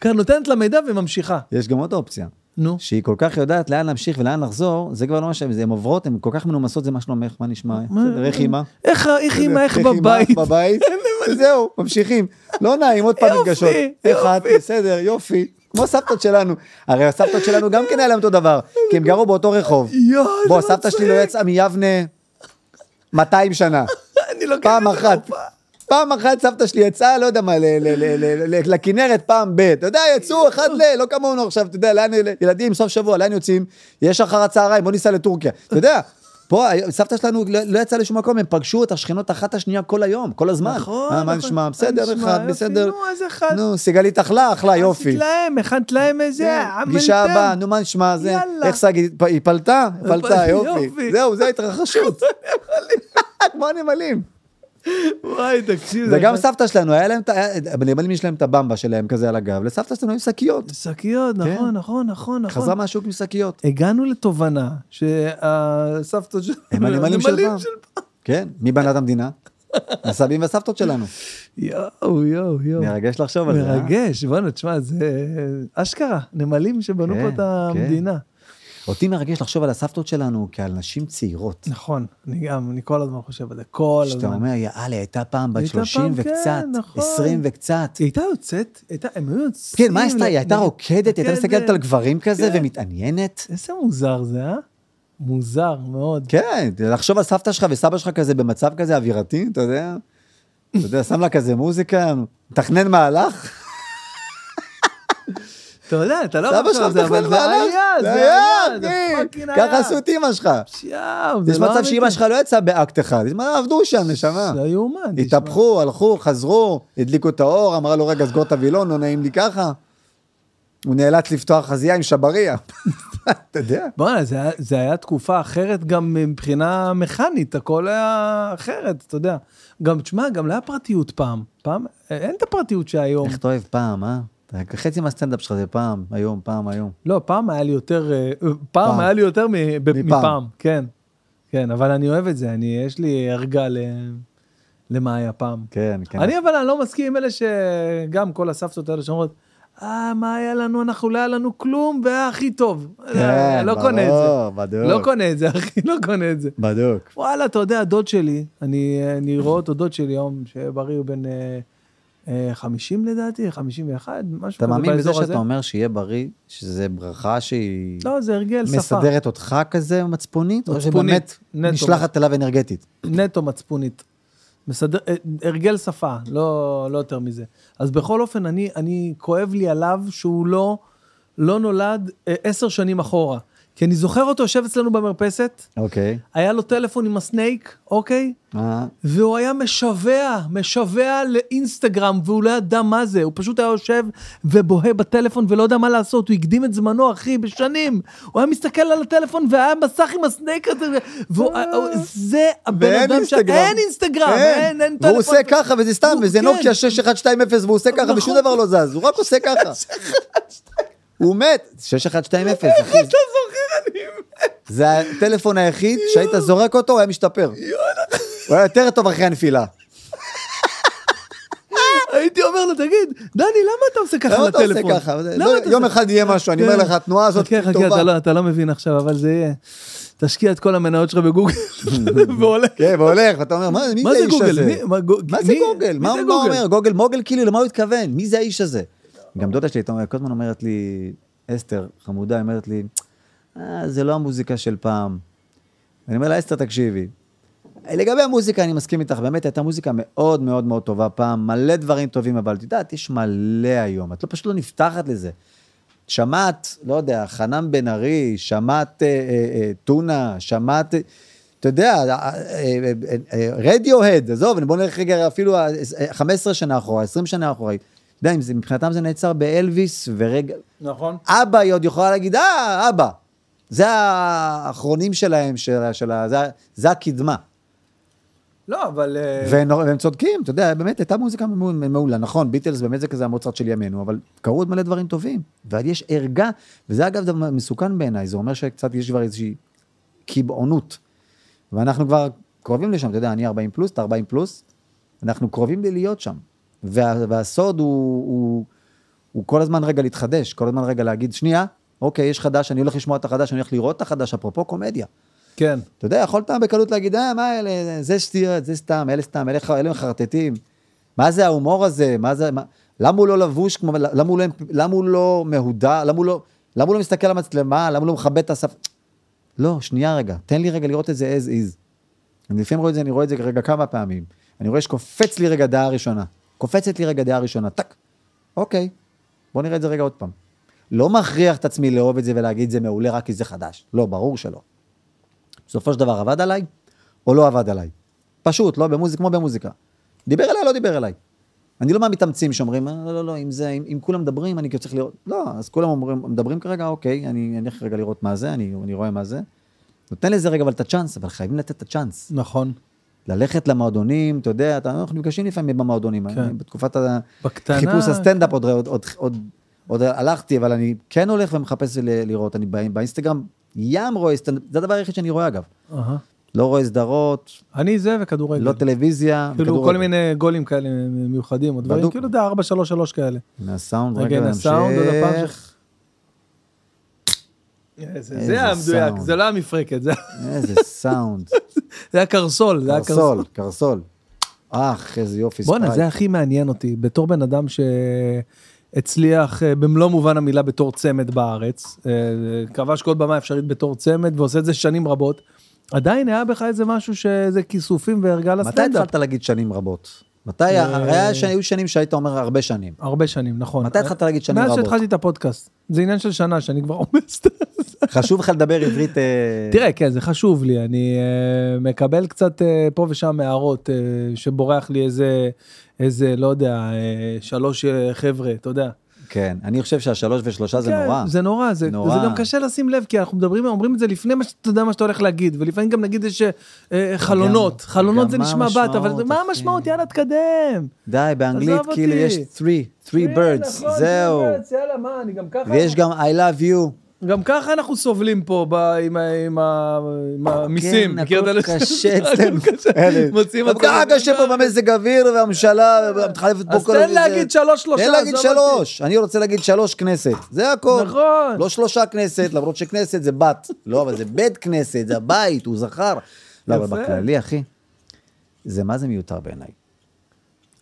[SPEAKER 2] כאן נותנת לה מידע וממשיכה.
[SPEAKER 1] יש גם עוד אופציה.
[SPEAKER 2] נו.
[SPEAKER 1] שהיא כל כך יודעת לאן להמשיך ולאן לחזור, זה כבר לא מה שהן, הן עוברות, הן כל כך מנומסות, זה מה שלומך, מה נשמע? בסדר, איך אימא?
[SPEAKER 2] איך ה- איך אימא, איך
[SPEAKER 1] אימא,
[SPEAKER 2] בבית?
[SPEAKER 1] איך בבית? זהו, ממשיכים. לא נעים, עוד פעם
[SPEAKER 2] יופי,
[SPEAKER 1] נפגשות. איך את? בסדר, יופי. כמו הסבתות שלנו. הרי הסבתות שלנו גם כן היה להם אותו דבר, כי הם גרו באותו רחוב.
[SPEAKER 2] יואו,
[SPEAKER 1] בוא,
[SPEAKER 2] זה
[SPEAKER 1] הסבתא שלי לא יצאה מיבנה 200 שנה.
[SPEAKER 2] אני לוקח
[SPEAKER 1] פעם
[SPEAKER 2] את זה
[SPEAKER 1] אחת.
[SPEAKER 2] לפה.
[SPEAKER 1] פעם אחת סבתא שלי יצאה, לא יודע מה, ל- ל- ל- ל- ל- לכנרת פעם ב', אתה יודע, יצאו אחד ל... לא כמונו עכשיו, אתה יודע, לאן, ילדים, סוף שבוע, לאן יוצאים? יש אחר הצהריים, בוא ניסע לטורקיה. אתה יודע, פה, סבתא שלנו לא- לא יצאה לשום מקום, הם פגשו את השכנות אחת השנייה כל היום, כל הזמן.
[SPEAKER 2] נכון,
[SPEAKER 1] אה, מה
[SPEAKER 2] נכון.
[SPEAKER 1] נשמע?
[SPEAKER 2] מה
[SPEAKER 1] בסדר,
[SPEAKER 2] נשמע?
[SPEAKER 1] אחד,
[SPEAKER 2] יופי,
[SPEAKER 1] בסדר.
[SPEAKER 2] נו, אז אחד. אה,
[SPEAKER 1] נו, סיגלית אכלה, אכלה, אה, יופי.
[SPEAKER 2] עשית להם, הכנת להם איזה,
[SPEAKER 1] כן, פגישה
[SPEAKER 2] עמלתם.
[SPEAKER 1] הבאה, נו מה נשמע זה?
[SPEAKER 2] אה, יאללה. אה,
[SPEAKER 1] איך שגית, פ- היא פלטה? פלטה,
[SPEAKER 2] יופי.
[SPEAKER 1] יופי. זהו, זו ההתרחשות. כמו הנמלים.
[SPEAKER 2] וואי, תקשיב.
[SPEAKER 1] זה גם סבתא שלנו, היה להם, את ה- היה- בנמלים יש להם את הבמבה שלהם כזה על הגב, לסבתא שלנו היו שקיות.
[SPEAKER 2] שקיות, נכון, נכון, נכון, נכון.
[SPEAKER 1] כן. חזרה מהשוק עם שקיות.
[SPEAKER 2] הגענו לתובנה שהסבתות שלנו,
[SPEAKER 1] הם הנמלים של פעם. כן, מי בנה את המדינה? הסבים והסבתות שלנו.
[SPEAKER 2] יואו, יואו, יואו.
[SPEAKER 1] מרגש לחשוב על זה. אה?
[SPEAKER 2] מרגש, בואנה, תשמע, זה אשכרה, נמלים שבנו
[SPEAKER 1] כן,
[SPEAKER 2] פה את
[SPEAKER 1] כן.
[SPEAKER 2] המדינה.
[SPEAKER 1] אותי מרגש לחשוב על הסבתות שלנו כעל נשים צעירות.
[SPEAKER 2] נכון, אני גם, אני כל הזמן חושב על זה, כל
[SPEAKER 1] שאתה
[SPEAKER 2] הזמן.
[SPEAKER 1] אומר, יאללה, הייתה פעם בת
[SPEAKER 2] הייתה פעם,
[SPEAKER 1] 30
[SPEAKER 2] כן,
[SPEAKER 1] וקצת,
[SPEAKER 2] נכון.
[SPEAKER 1] 20 וקצת.
[SPEAKER 2] היא הייתה יוצאת, הייתה, הם היו יוצאים.
[SPEAKER 1] כן, מה עשתה? היא הייתה
[SPEAKER 2] נגיד-
[SPEAKER 1] רוקדת, הייתה מסתכלת על גברים כזה
[SPEAKER 2] כן.
[SPEAKER 1] ומתעניינת.
[SPEAKER 2] איזה מוזר זה, אה? מוזר מאוד.
[SPEAKER 1] כן, לחשוב על סבתא שלך וסבא שלך כזה במצב כזה אווירתי, אתה יודע? אתה יודע, שם לה כזה מוזיקה, מתכנן מהלך,
[SPEAKER 2] אתה יודע, אתה לא
[SPEAKER 1] סבא שלך
[SPEAKER 2] על זה,
[SPEAKER 1] מתכנן
[SPEAKER 2] אבל
[SPEAKER 1] מהלך.
[SPEAKER 2] זה היה, זה היה, זה
[SPEAKER 1] אחי.
[SPEAKER 2] פאקינג היה.
[SPEAKER 1] ככה עשו את אמא שלך.
[SPEAKER 2] שיאו, זה
[SPEAKER 1] יש
[SPEAKER 2] לא
[SPEAKER 1] מצב
[SPEAKER 2] אמיתי.
[SPEAKER 1] שאמא שלך לא יצאה באקט אחד, יש מה, עבדו שם, נשמה.
[SPEAKER 2] זה יאומן. תשמע.
[SPEAKER 1] התהפכו, הלכו, חזרו, הדליקו את האור, אמרה לו, רגע, סגור את הווילון, לא נעים לי ככה. הוא נאלץ לפתוח חזייה עם שבריה. אתה יודע.
[SPEAKER 2] בוא'נה, זה, היה- זה היה תקופה אחרת גם מבחינה מכנית, הכל היה אחרת, אתה יודע. גם, תשמע, גם לא היה פרטיות פעם. פעם, אין את הפרטיות שהיום.
[SPEAKER 1] איך אתה אוהב פעם, אה? אתה- חצי מהסטנדאפ שלך זה פעם, היום, פעם, היום.
[SPEAKER 2] לא, פעם היה לי יותר, אה, פעם, פעם. היה לי יותר מ, ב,
[SPEAKER 1] מפעם.
[SPEAKER 2] מפעם. מפעם, כן. כן, אבל אני אוהב את זה, אני, יש לי הרגה ל, למה היה פעם.
[SPEAKER 1] כן, כן.
[SPEAKER 2] אני אבל אני לא מסכים עם אלה שגם כל הסבתות האלה שאומרות, אה, מה היה לנו, אנחנו לא היה לנו כלום, והיה הכי טוב.
[SPEAKER 1] כן,
[SPEAKER 2] לא קונה את זה.
[SPEAKER 1] ברור, בדוק.
[SPEAKER 2] לא קונה את זה, אחי, לא קונה את זה.
[SPEAKER 1] בדוק.
[SPEAKER 2] וואלה, אתה יודע, דוד שלי, אני, אני רואה אותו דוד שלי היום, שבריא הוא בן אה, אה, 50 לדעתי, 51, משהו
[SPEAKER 1] אתה מאמין בזה
[SPEAKER 2] באזור
[SPEAKER 1] שאתה
[SPEAKER 2] הזה.
[SPEAKER 1] אומר שיהיה בריא, שזה ברכה שהיא
[SPEAKER 2] לא, זה הרגל שפה.
[SPEAKER 1] מסדרת אותך כזה מצפונית, או
[SPEAKER 2] מצפונית,
[SPEAKER 1] שבאמת
[SPEAKER 2] נטו.
[SPEAKER 1] נשלחת אליו אנרגטית?
[SPEAKER 2] נטו מצפונית. מסדר, אה, הרגל שפה, לא, לא יותר מזה. אז בכל אופן, אני, אני כואב לי עליו שהוא לא, לא נולד אה, עשר שנים אחורה. כי אני זוכר אותו יושב אצלנו במרפסת,
[SPEAKER 1] אוקיי.
[SPEAKER 2] היה לו טלפון עם הסנייק, אוקיי?
[SPEAKER 1] אה,
[SPEAKER 2] והוא היה משווע, משווע לאינסטגרם, והוא לא ידע מה זה, הוא פשוט היה יושב ובוהה בטלפון ולא יודע מה לעשות, הוא הקדים את זמנו, אחי, בשנים. הוא היה מסתכל על הטלפון והיה מסך עם הסנייק הזה, ו- והוא, זה הבן
[SPEAKER 1] אה. ואין
[SPEAKER 2] אדם ש...
[SPEAKER 1] אינסטגרם. כן.
[SPEAKER 2] אין אינסטגרם, אין, אין
[SPEAKER 1] והוא עושה ככה, וזה סתם,
[SPEAKER 2] הוא-
[SPEAKER 1] וזה
[SPEAKER 2] כן.
[SPEAKER 1] נוקיה 6120, והוא עושה ככה, ושום
[SPEAKER 2] נכון.
[SPEAKER 1] דבר לא זז, הוא רק עושה ככה. הוא מת, 6120,
[SPEAKER 2] איך
[SPEAKER 1] אחי,
[SPEAKER 2] אתה זוכר, אני...
[SPEAKER 1] זה הטלפון היחיד שהיית זורק אותו, הוא היה משתפר. הוא היה יותר טוב אחרי הנפילה.
[SPEAKER 2] הייתי אומר לו, תגיד, דני, למה אתה עושה ככה
[SPEAKER 1] למה אתה עושה
[SPEAKER 2] לטלפון?
[SPEAKER 1] ככה?
[SPEAKER 2] למה
[SPEAKER 1] לא,
[SPEAKER 2] אתה
[SPEAKER 1] יום
[SPEAKER 2] עושה-
[SPEAKER 1] אחד יהיה משהו, אני אומר
[SPEAKER 2] כן.
[SPEAKER 1] לך, התנועה הזאת
[SPEAKER 2] חכה, חכה,
[SPEAKER 1] טובה.
[SPEAKER 2] אתה לא- אתה לא מבין עכשיו, אבל זה יהיה. תשקיע את כל המניות שלך בגוגל, והולך.
[SPEAKER 1] כן, והולך, ואתה אומר, מה מי
[SPEAKER 2] מה זה
[SPEAKER 1] האיש
[SPEAKER 2] גוגל?
[SPEAKER 1] הזה?
[SPEAKER 2] מי- מה גו-
[SPEAKER 1] מה זה
[SPEAKER 2] מי-
[SPEAKER 1] גוגל?
[SPEAKER 2] מי
[SPEAKER 1] מה
[SPEAKER 2] זה
[SPEAKER 1] הוא מה הוא
[SPEAKER 2] גוגל?
[SPEAKER 1] אומר? גוגל מוגל כאילו, למה הוא התכוון? מי זה האיש הזה? גם דודה שלי הייתה אומרת- כל הזמן אומרת לי, אסתר, חמודה, היא אומרת לי, "אה, זה לא המוזיקה של פעם. אני אומר לה, אסתר, תקשיבי. לגבי המוזיקה, אני מסכים איתך, באמת הייתה מוזיקה מאוד מאוד מאוד טובה פעם, מלא דברים טובים, אבל את יודעת, יש מלא היום, את לא פשוט לא נפתחת לזה. שמעת, לא יודע, חנן בן ארי, שמעת אה, אה, אה, טונה, שמעת, אה, אתה יודע, רדיוהד, עזוב, בוא נלך רגע אפילו ה- אה, 15 שנה אחורה, 20 שנה אחורה. אתה יודע, אם זה- מבחינתם זה נעצר באלוויס, ורגע,
[SPEAKER 2] נכון.
[SPEAKER 1] אבא היא עוד יכולה להגיד, אה, אבא. זה האחרונים שלהם, של, ה- של, ה- זה, ה- זה הקדמה.
[SPEAKER 2] לא, אבל... אה,
[SPEAKER 1] והם, והם צודקים, אתה יודע, באמת הייתה מוזיקה מעו- מעולה, נכון, ביטלס באמת זה כזה המוצרט של ימינו, אבל קרו עוד מלא דברים טובים, ויש ערגה, וזה אגב דבר מסוכן בעיניי, זה אומר שקצת יש כבר איזושהי קבעונות, ואנחנו כבר קרובים לשם, אתה יודע, אני 40 פלוס, אתה 40 פלוס, אנחנו קרובים להיות שם, וה, והסוד הוא, הוא, הוא כל הזמן רגע להתחדש, כל הזמן רגע להגיד, שנייה, אוקיי, יש חדש, אני הולך לשמוע את החדש, אני הולך לראות את החדש, אפרופו קומדיה.
[SPEAKER 2] כן.
[SPEAKER 1] אתה יודע, יכולת בקלות להגיד, אה, מה אלה, זה שטויות, זה סתם, אלה סתם, אלה, ח- אלה מחרטטים. מה זה ההומור הזה? מה זה, מה, למה הוא לא לבוש כמו, למה הוא לא, למה הוא לא מהודר? למה הוא לא, למה הוא לא מסתכל על המצלמה? למה הוא לא מכבד את הסף? לא, שנייה רגע, תן לי רגע לראות את זה as is. אני לפעמים רואה את זה, אני רואה את זה רגע כמה פעמים. אני רואה שקופץ לי רגע דעה ראשונה. קופצת לי רגע דעה ראשונה, טק. אוקיי, בוא נראה את זה רגע עוד פעם. לא מכריח את עצמי לאהוב את זה ולהגיד זה מעולה רק כי זה חדש. לא, ברור שלא. בסופו של דבר עבד עליי, או לא עבד עליי. פשוט, לא במוזיקה, כמו במוזיקה. דיבר אליי, לא דיבר אליי. אני לא מהמתאמצים שאומרים, "אה, לא, לא, לא, אם זה, אם, אם כולם מדברים, אני צריך לראות. לא, אז כולם אומרים, מדברים כרגע, אוקיי, אני אלך רגע לראות מה זה, אני, אני רואה מה זה. נותן לזה רגע אבל את הצ'אנס, אבל חייבים לתת את הצ'אנס.
[SPEAKER 2] נכון.
[SPEAKER 1] ללכת למועדונים, אתה יודע, אתה, אנחנו נפגשים לפעמים במועדונים.
[SPEAKER 2] כן.
[SPEAKER 1] אני בתקופת ה-
[SPEAKER 2] בקטנה, כן.
[SPEAKER 1] חיפוש הסטנדאפ עוד, עוד, עוד, עוד, עוד הלכתי, אבל אני כן הולך ומחפש ל- לראות. אני בא- באינסטגרם ים רואה סטנדאפ, זה הדבר היחיד שאני רואה אגב.
[SPEAKER 2] אהה.
[SPEAKER 1] לא רואה סדרות,
[SPEAKER 2] אני זה וכדורגל.
[SPEAKER 1] לא טלוויזיה,
[SPEAKER 2] כן. כאילו כל
[SPEAKER 1] וכדורגל.
[SPEAKER 2] מיני גולים כאלה מיוחדים, או דברים,
[SPEAKER 1] בדוק.
[SPEAKER 2] כאילו דה 4-3-3 כאלה.
[SPEAKER 1] מהסאונד,
[SPEAKER 2] רגע,
[SPEAKER 1] רגע,
[SPEAKER 2] הנה הסאונד, עוד הפעם
[SPEAKER 1] נמשיך.
[SPEAKER 2] שלך. איזה-
[SPEAKER 1] איזה
[SPEAKER 2] זה היה המדויק,
[SPEAKER 1] סאונד.
[SPEAKER 2] זה לא המפרקת, זה-
[SPEAKER 1] איזה סאונד.
[SPEAKER 2] זה היה קרסול, זה היה קרסול.
[SPEAKER 1] קרסול, קרסול. אך, איזה יופי
[SPEAKER 2] בואנה, זה
[SPEAKER 1] ספרייט.
[SPEAKER 2] הכי מעניין אותי, בתור בן אדם שהצליח אה, במלוא מובן המילה בתור צמד בארץ, אה, כבש כל במה אפשרית בתור צמד, ועושה את זה שנים רבות, עדיין היה בך איזה משהו שזה כיסופים והרגה
[SPEAKER 1] מתי
[SPEAKER 2] לסטנדאפ.
[SPEAKER 1] התחלת להגיד שנים רבות? מתי,
[SPEAKER 2] אה.
[SPEAKER 1] הרי היה ש- היו שנים שהיית אומר הרבה שנים.
[SPEAKER 2] הרבה שנים, נכון.
[SPEAKER 1] מתי התחלת להגיד שנים
[SPEAKER 2] מאז
[SPEAKER 1] רבות?
[SPEAKER 2] שהתחלתי את הפודקאסט. זה עניין של שנה שאני כבר עומד סתם.
[SPEAKER 1] חשוב לך לדבר עברית... אה,
[SPEAKER 2] תראה, כן, זה חשוב לי, אני אה, מקבל קצת אה, פה ושם הערות, אה, שבורח לי איזה, איזה, לא יודע, אה, שלוש אה, חבר'ה, אתה יודע.
[SPEAKER 1] כן, אני חושב שהשלוש ושלושה זה
[SPEAKER 2] כן,
[SPEAKER 1] נורא.
[SPEAKER 2] זה נורא, זה,
[SPEAKER 1] נורא.
[SPEAKER 2] זה גם קשה לשים לב, כי אנחנו מדברים, אומרים את זה לפני מה שאתה יודע מה שאתה הולך להגיד, ולפעמים גם נגיד יש אה, חלונות,
[SPEAKER 1] גם-
[SPEAKER 2] חלונות
[SPEAKER 1] גם
[SPEAKER 2] זה
[SPEAKER 1] מה
[SPEAKER 2] נשמע בת, אבל
[SPEAKER 1] המשמעות,
[SPEAKER 2] מה
[SPEAKER 1] אחי?
[SPEAKER 2] המשמעות, יאללה, תקדם.
[SPEAKER 1] די, באנגלית
[SPEAKER 2] עזוב
[SPEAKER 1] כאילו
[SPEAKER 2] אותי. כן, נכון,
[SPEAKER 1] יש three, three birds, זהו.
[SPEAKER 2] יאללה, מה, אני גם ככה... לא-
[SPEAKER 1] ויש גם I love you.
[SPEAKER 2] גם ככה אנחנו סובלים פה ב, עם, ה- עם, ה- עם המיסים.
[SPEAKER 1] כן,
[SPEAKER 2] מכיר את
[SPEAKER 1] הכל
[SPEAKER 2] אלה ש-
[SPEAKER 1] קשה
[SPEAKER 2] הכל
[SPEAKER 1] אצלם.
[SPEAKER 2] קשה.
[SPEAKER 1] אלה.
[SPEAKER 2] מוצאים
[SPEAKER 1] גם ככה קשה פה במזג אוויר והממשלה מתחלפת פה
[SPEAKER 2] אז
[SPEAKER 1] כל...
[SPEAKER 2] תן
[SPEAKER 1] הזה.
[SPEAKER 2] להגיד שלוש, שלושה,
[SPEAKER 1] תן להגיד
[SPEAKER 2] עזוב
[SPEAKER 1] שלוש. אני רוצה להגיד שלוש כנסת. זה הכל.
[SPEAKER 2] נכון.
[SPEAKER 1] לא שלושה כנסת, למרות שכנסת זה בת. לא, אבל זה בית כנסת, זה הבית, הוא זכר. לא, אבל
[SPEAKER 2] יפה.
[SPEAKER 1] בכללי, אחי, זה מה זה מיותר בעיניי.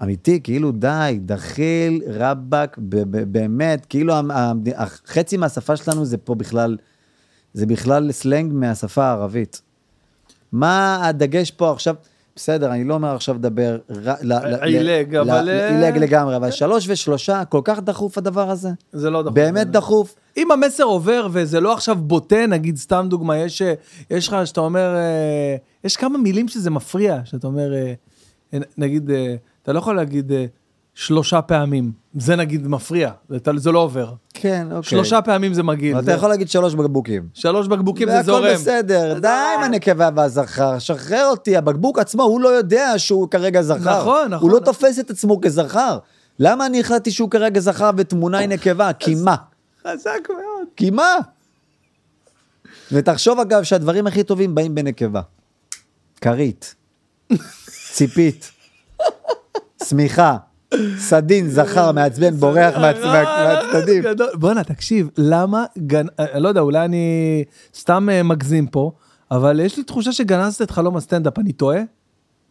[SPEAKER 1] אמיתי, כאילו די, דחיל, רבאק, ב- ב- באמת, כאילו המ- המד- הח- חצי מהשפה שלנו זה פה בכלל, זה בכלל סלנג מהשפה הערבית. מה הדגש פה עכשיו? בסדר, אני לא אומר עכשיו לדבר... ר- ל- ל-
[SPEAKER 2] עילג,
[SPEAKER 1] ל-
[SPEAKER 2] אבל,
[SPEAKER 1] ל-
[SPEAKER 2] אה,
[SPEAKER 1] עילג לגמרי, אבל שלוש ושלושה, כל כך דחוף הדבר הזה?
[SPEAKER 2] זה לא דחוף.
[SPEAKER 1] באמת דחוף?
[SPEAKER 2] אם המסר עובר וזה לא עכשיו בוטה, נגיד סתם דוגמה, יש אה, יש לך שאתה אומר, אה, יש כמה מילים שזה מפריע, שאתה אומר, אה, אה, נגיד, אה, אתה לא יכול להגיד אה, שלושה פעמים, זה נגיד מפריע, זה- אתה- זה לא עובר.
[SPEAKER 1] כן, אוקיי.
[SPEAKER 2] שלושה פעמים זה מגעיל.
[SPEAKER 1] אתה
[SPEAKER 2] זה-
[SPEAKER 1] יכול להגיד שלוש בקבוקים.
[SPEAKER 2] שלוש בקבוקים זה זורם. אה.
[SPEAKER 1] והכל בסדר, די עם הנקבה והזכר, שחרר אותי, הבקבוק עצמו, הוא לא יודע שהוא כרגע זכר.
[SPEAKER 2] נכון, נכון.
[SPEAKER 1] הוא לא תופס את עצמו כזכר. למה אני החלטתי שהוא כרגע זכר ותמונה היא נקבה? כי מה?
[SPEAKER 2] חזק מאוד.
[SPEAKER 1] כי מה? ותחשוב אגב שהדברים הכי טובים באים בנקבה. כרית, ציפית, שמיכה, סדין, זכר, מעצבן, בורח מה-
[SPEAKER 2] אה,
[SPEAKER 1] מה- מהצדדים.
[SPEAKER 2] לא, גדול. בואנה, תקשיב, למה, גנ... אני לא יודע, אולי אני סתם אה, מגזים פה, אבל יש לי תחושה שגנזת את חלום הסטנדאפ, אני טועה?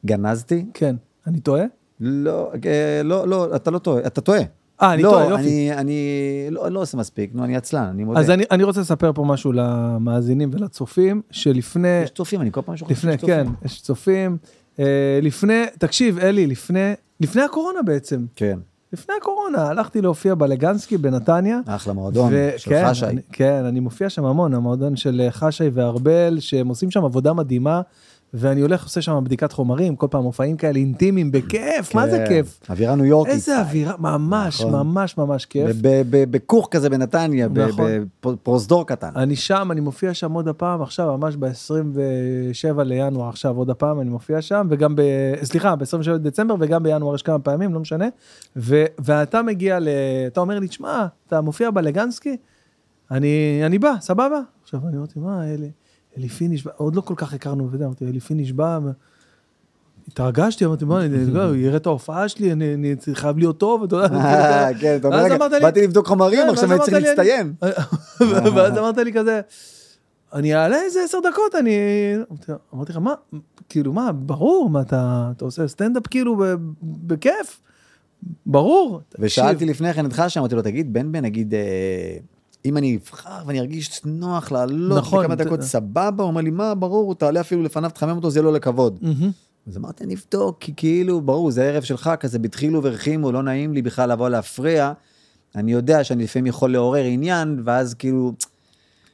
[SPEAKER 1] גנזתי?
[SPEAKER 2] כן. אני טועה?
[SPEAKER 1] לא, אה, לא, לא, אתה לא טועה, אתה טועה.
[SPEAKER 2] אה, אני
[SPEAKER 1] לא,
[SPEAKER 2] טועה, יופי.
[SPEAKER 1] אני, אני לא, לא עושה מספיק, נו, אני עצלן, אני מודה.
[SPEAKER 2] אז אני, אני רוצה לספר פה משהו למאזינים ולצופים, שלפני...
[SPEAKER 1] יש צופים, אני כל פעם שוכח
[SPEAKER 2] לפני, כן, יש צופים. אה, לפני, תקשיב, אלי, לפני, לפני הקורונה בעצם.
[SPEAKER 1] כן,
[SPEAKER 2] לפני הקורונה הלכתי להופיע בלגנסקי בנתניה.
[SPEAKER 1] אחלה מועדון, של
[SPEAKER 2] כן,
[SPEAKER 1] חשאי.
[SPEAKER 2] אני, כן, אני מופיע שם המון, המועדון של אה, חשאי וארבל, שהם עושים שם עבודה מדהימה, ואני הולך עושה שם בדיקת חומרים, כל פעם מופעים כאלה אינטימיים, בכיף, מה זה
[SPEAKER 1] כן.
[SPEAKER 2] כיף?
[SPEAKER 1] אווירה ניו יורקית.
[SPEAKER 2] איזה אווירה, ממש,
[SPEAKER 1] נכון.
[SPEAKER 2] ממש, ממש כיף.
[SPEAKER 1] ב- ב- ב- בכוך כזה בנתניה, ב-
[SPEAKER 2] נכון.
[SPEAKER 1] בפרוזדור קטן.
[SPEAKER 2] אני שם, אני מופיע שם עוד הפעם, עכשיו, ממש ב-27 לינואר עכשיו, עוד הפעם אני מופיע שם, וגם ב... סליחה, ב-27 דצמבר, וגם בינואר יש כמה פעמים, לא משנה. ו- ואתה מגיע ל... אתה אומר לי, תשמע, אתה מופיע בלגנסקי? אני, אני בא, סבבה? עכשיו, אני אמרתי, מה, אלי, אלי פיניש, בא?" עוד לא כל כך הכרנו, וזה, אמרתי, אלי פיניש בא, התרגשתי, אמרתי, מה, אני, אני- הוא יראה את ההופעה שלי, אני, אני חייב להיות טוב, אתה יודע.
[SPEAKER 1] אה, כן, אתה אומר,
[SPEAKER 2] ואז
[SPEAKER 1] רגע,
[SPEAKER 2] אמרת לי-
[SPEAKER 1] באתי לבדוק חומרים,
[SPEAKER 2] כן,
[SPEAKER 1] עכשיו
[SPEAKER 2] ואז
[SPEAKER 1] אני צריך
[SPEAKER 2] אמרת לי,
[SPEAKER 1] להצטיין.
[SPEAKER 2] אני- ואז אמרת לי כזה, אני אעלה איזה עשר דקות, אני... אמרתי- אמרתי לך, מה, כאילו, מה, ברור, מה, אתה אתה עושה סטנדאפ כאילו ב- בכיף, ברור.
[SPEAKER 1] ושאלתי
[SPEAKER 2] תקשיב,
[SPEAKER 1] לפני כן את חשה, אמרתי לו, תגיד, בן בן, נגיד, אה, אם אני אבחר ואני ארגיש נוח לעלות
[SPEAKER 2] נכון,
[SPEAKER 1] לכמה
[SPEAKER 2] אתה-
[SPEAKER 1] דקות, סבבה? הוא אומר לי, מה, ברור, תעלה אפילו לפניו, תחמם אותו, זה יהיה לו לכבוד.
[SPEAKER 2] מהמם.
[SPEAKER 1] אז אמרתי, נבדוק, כי כאילו, ברור, זה ערב שלך, כזה בדחילו ורחימו, לא נעים לי בכלל לבוא להפריע. אני יודע שאני לפעמים יכול לעורר עניין, ואז כאילו,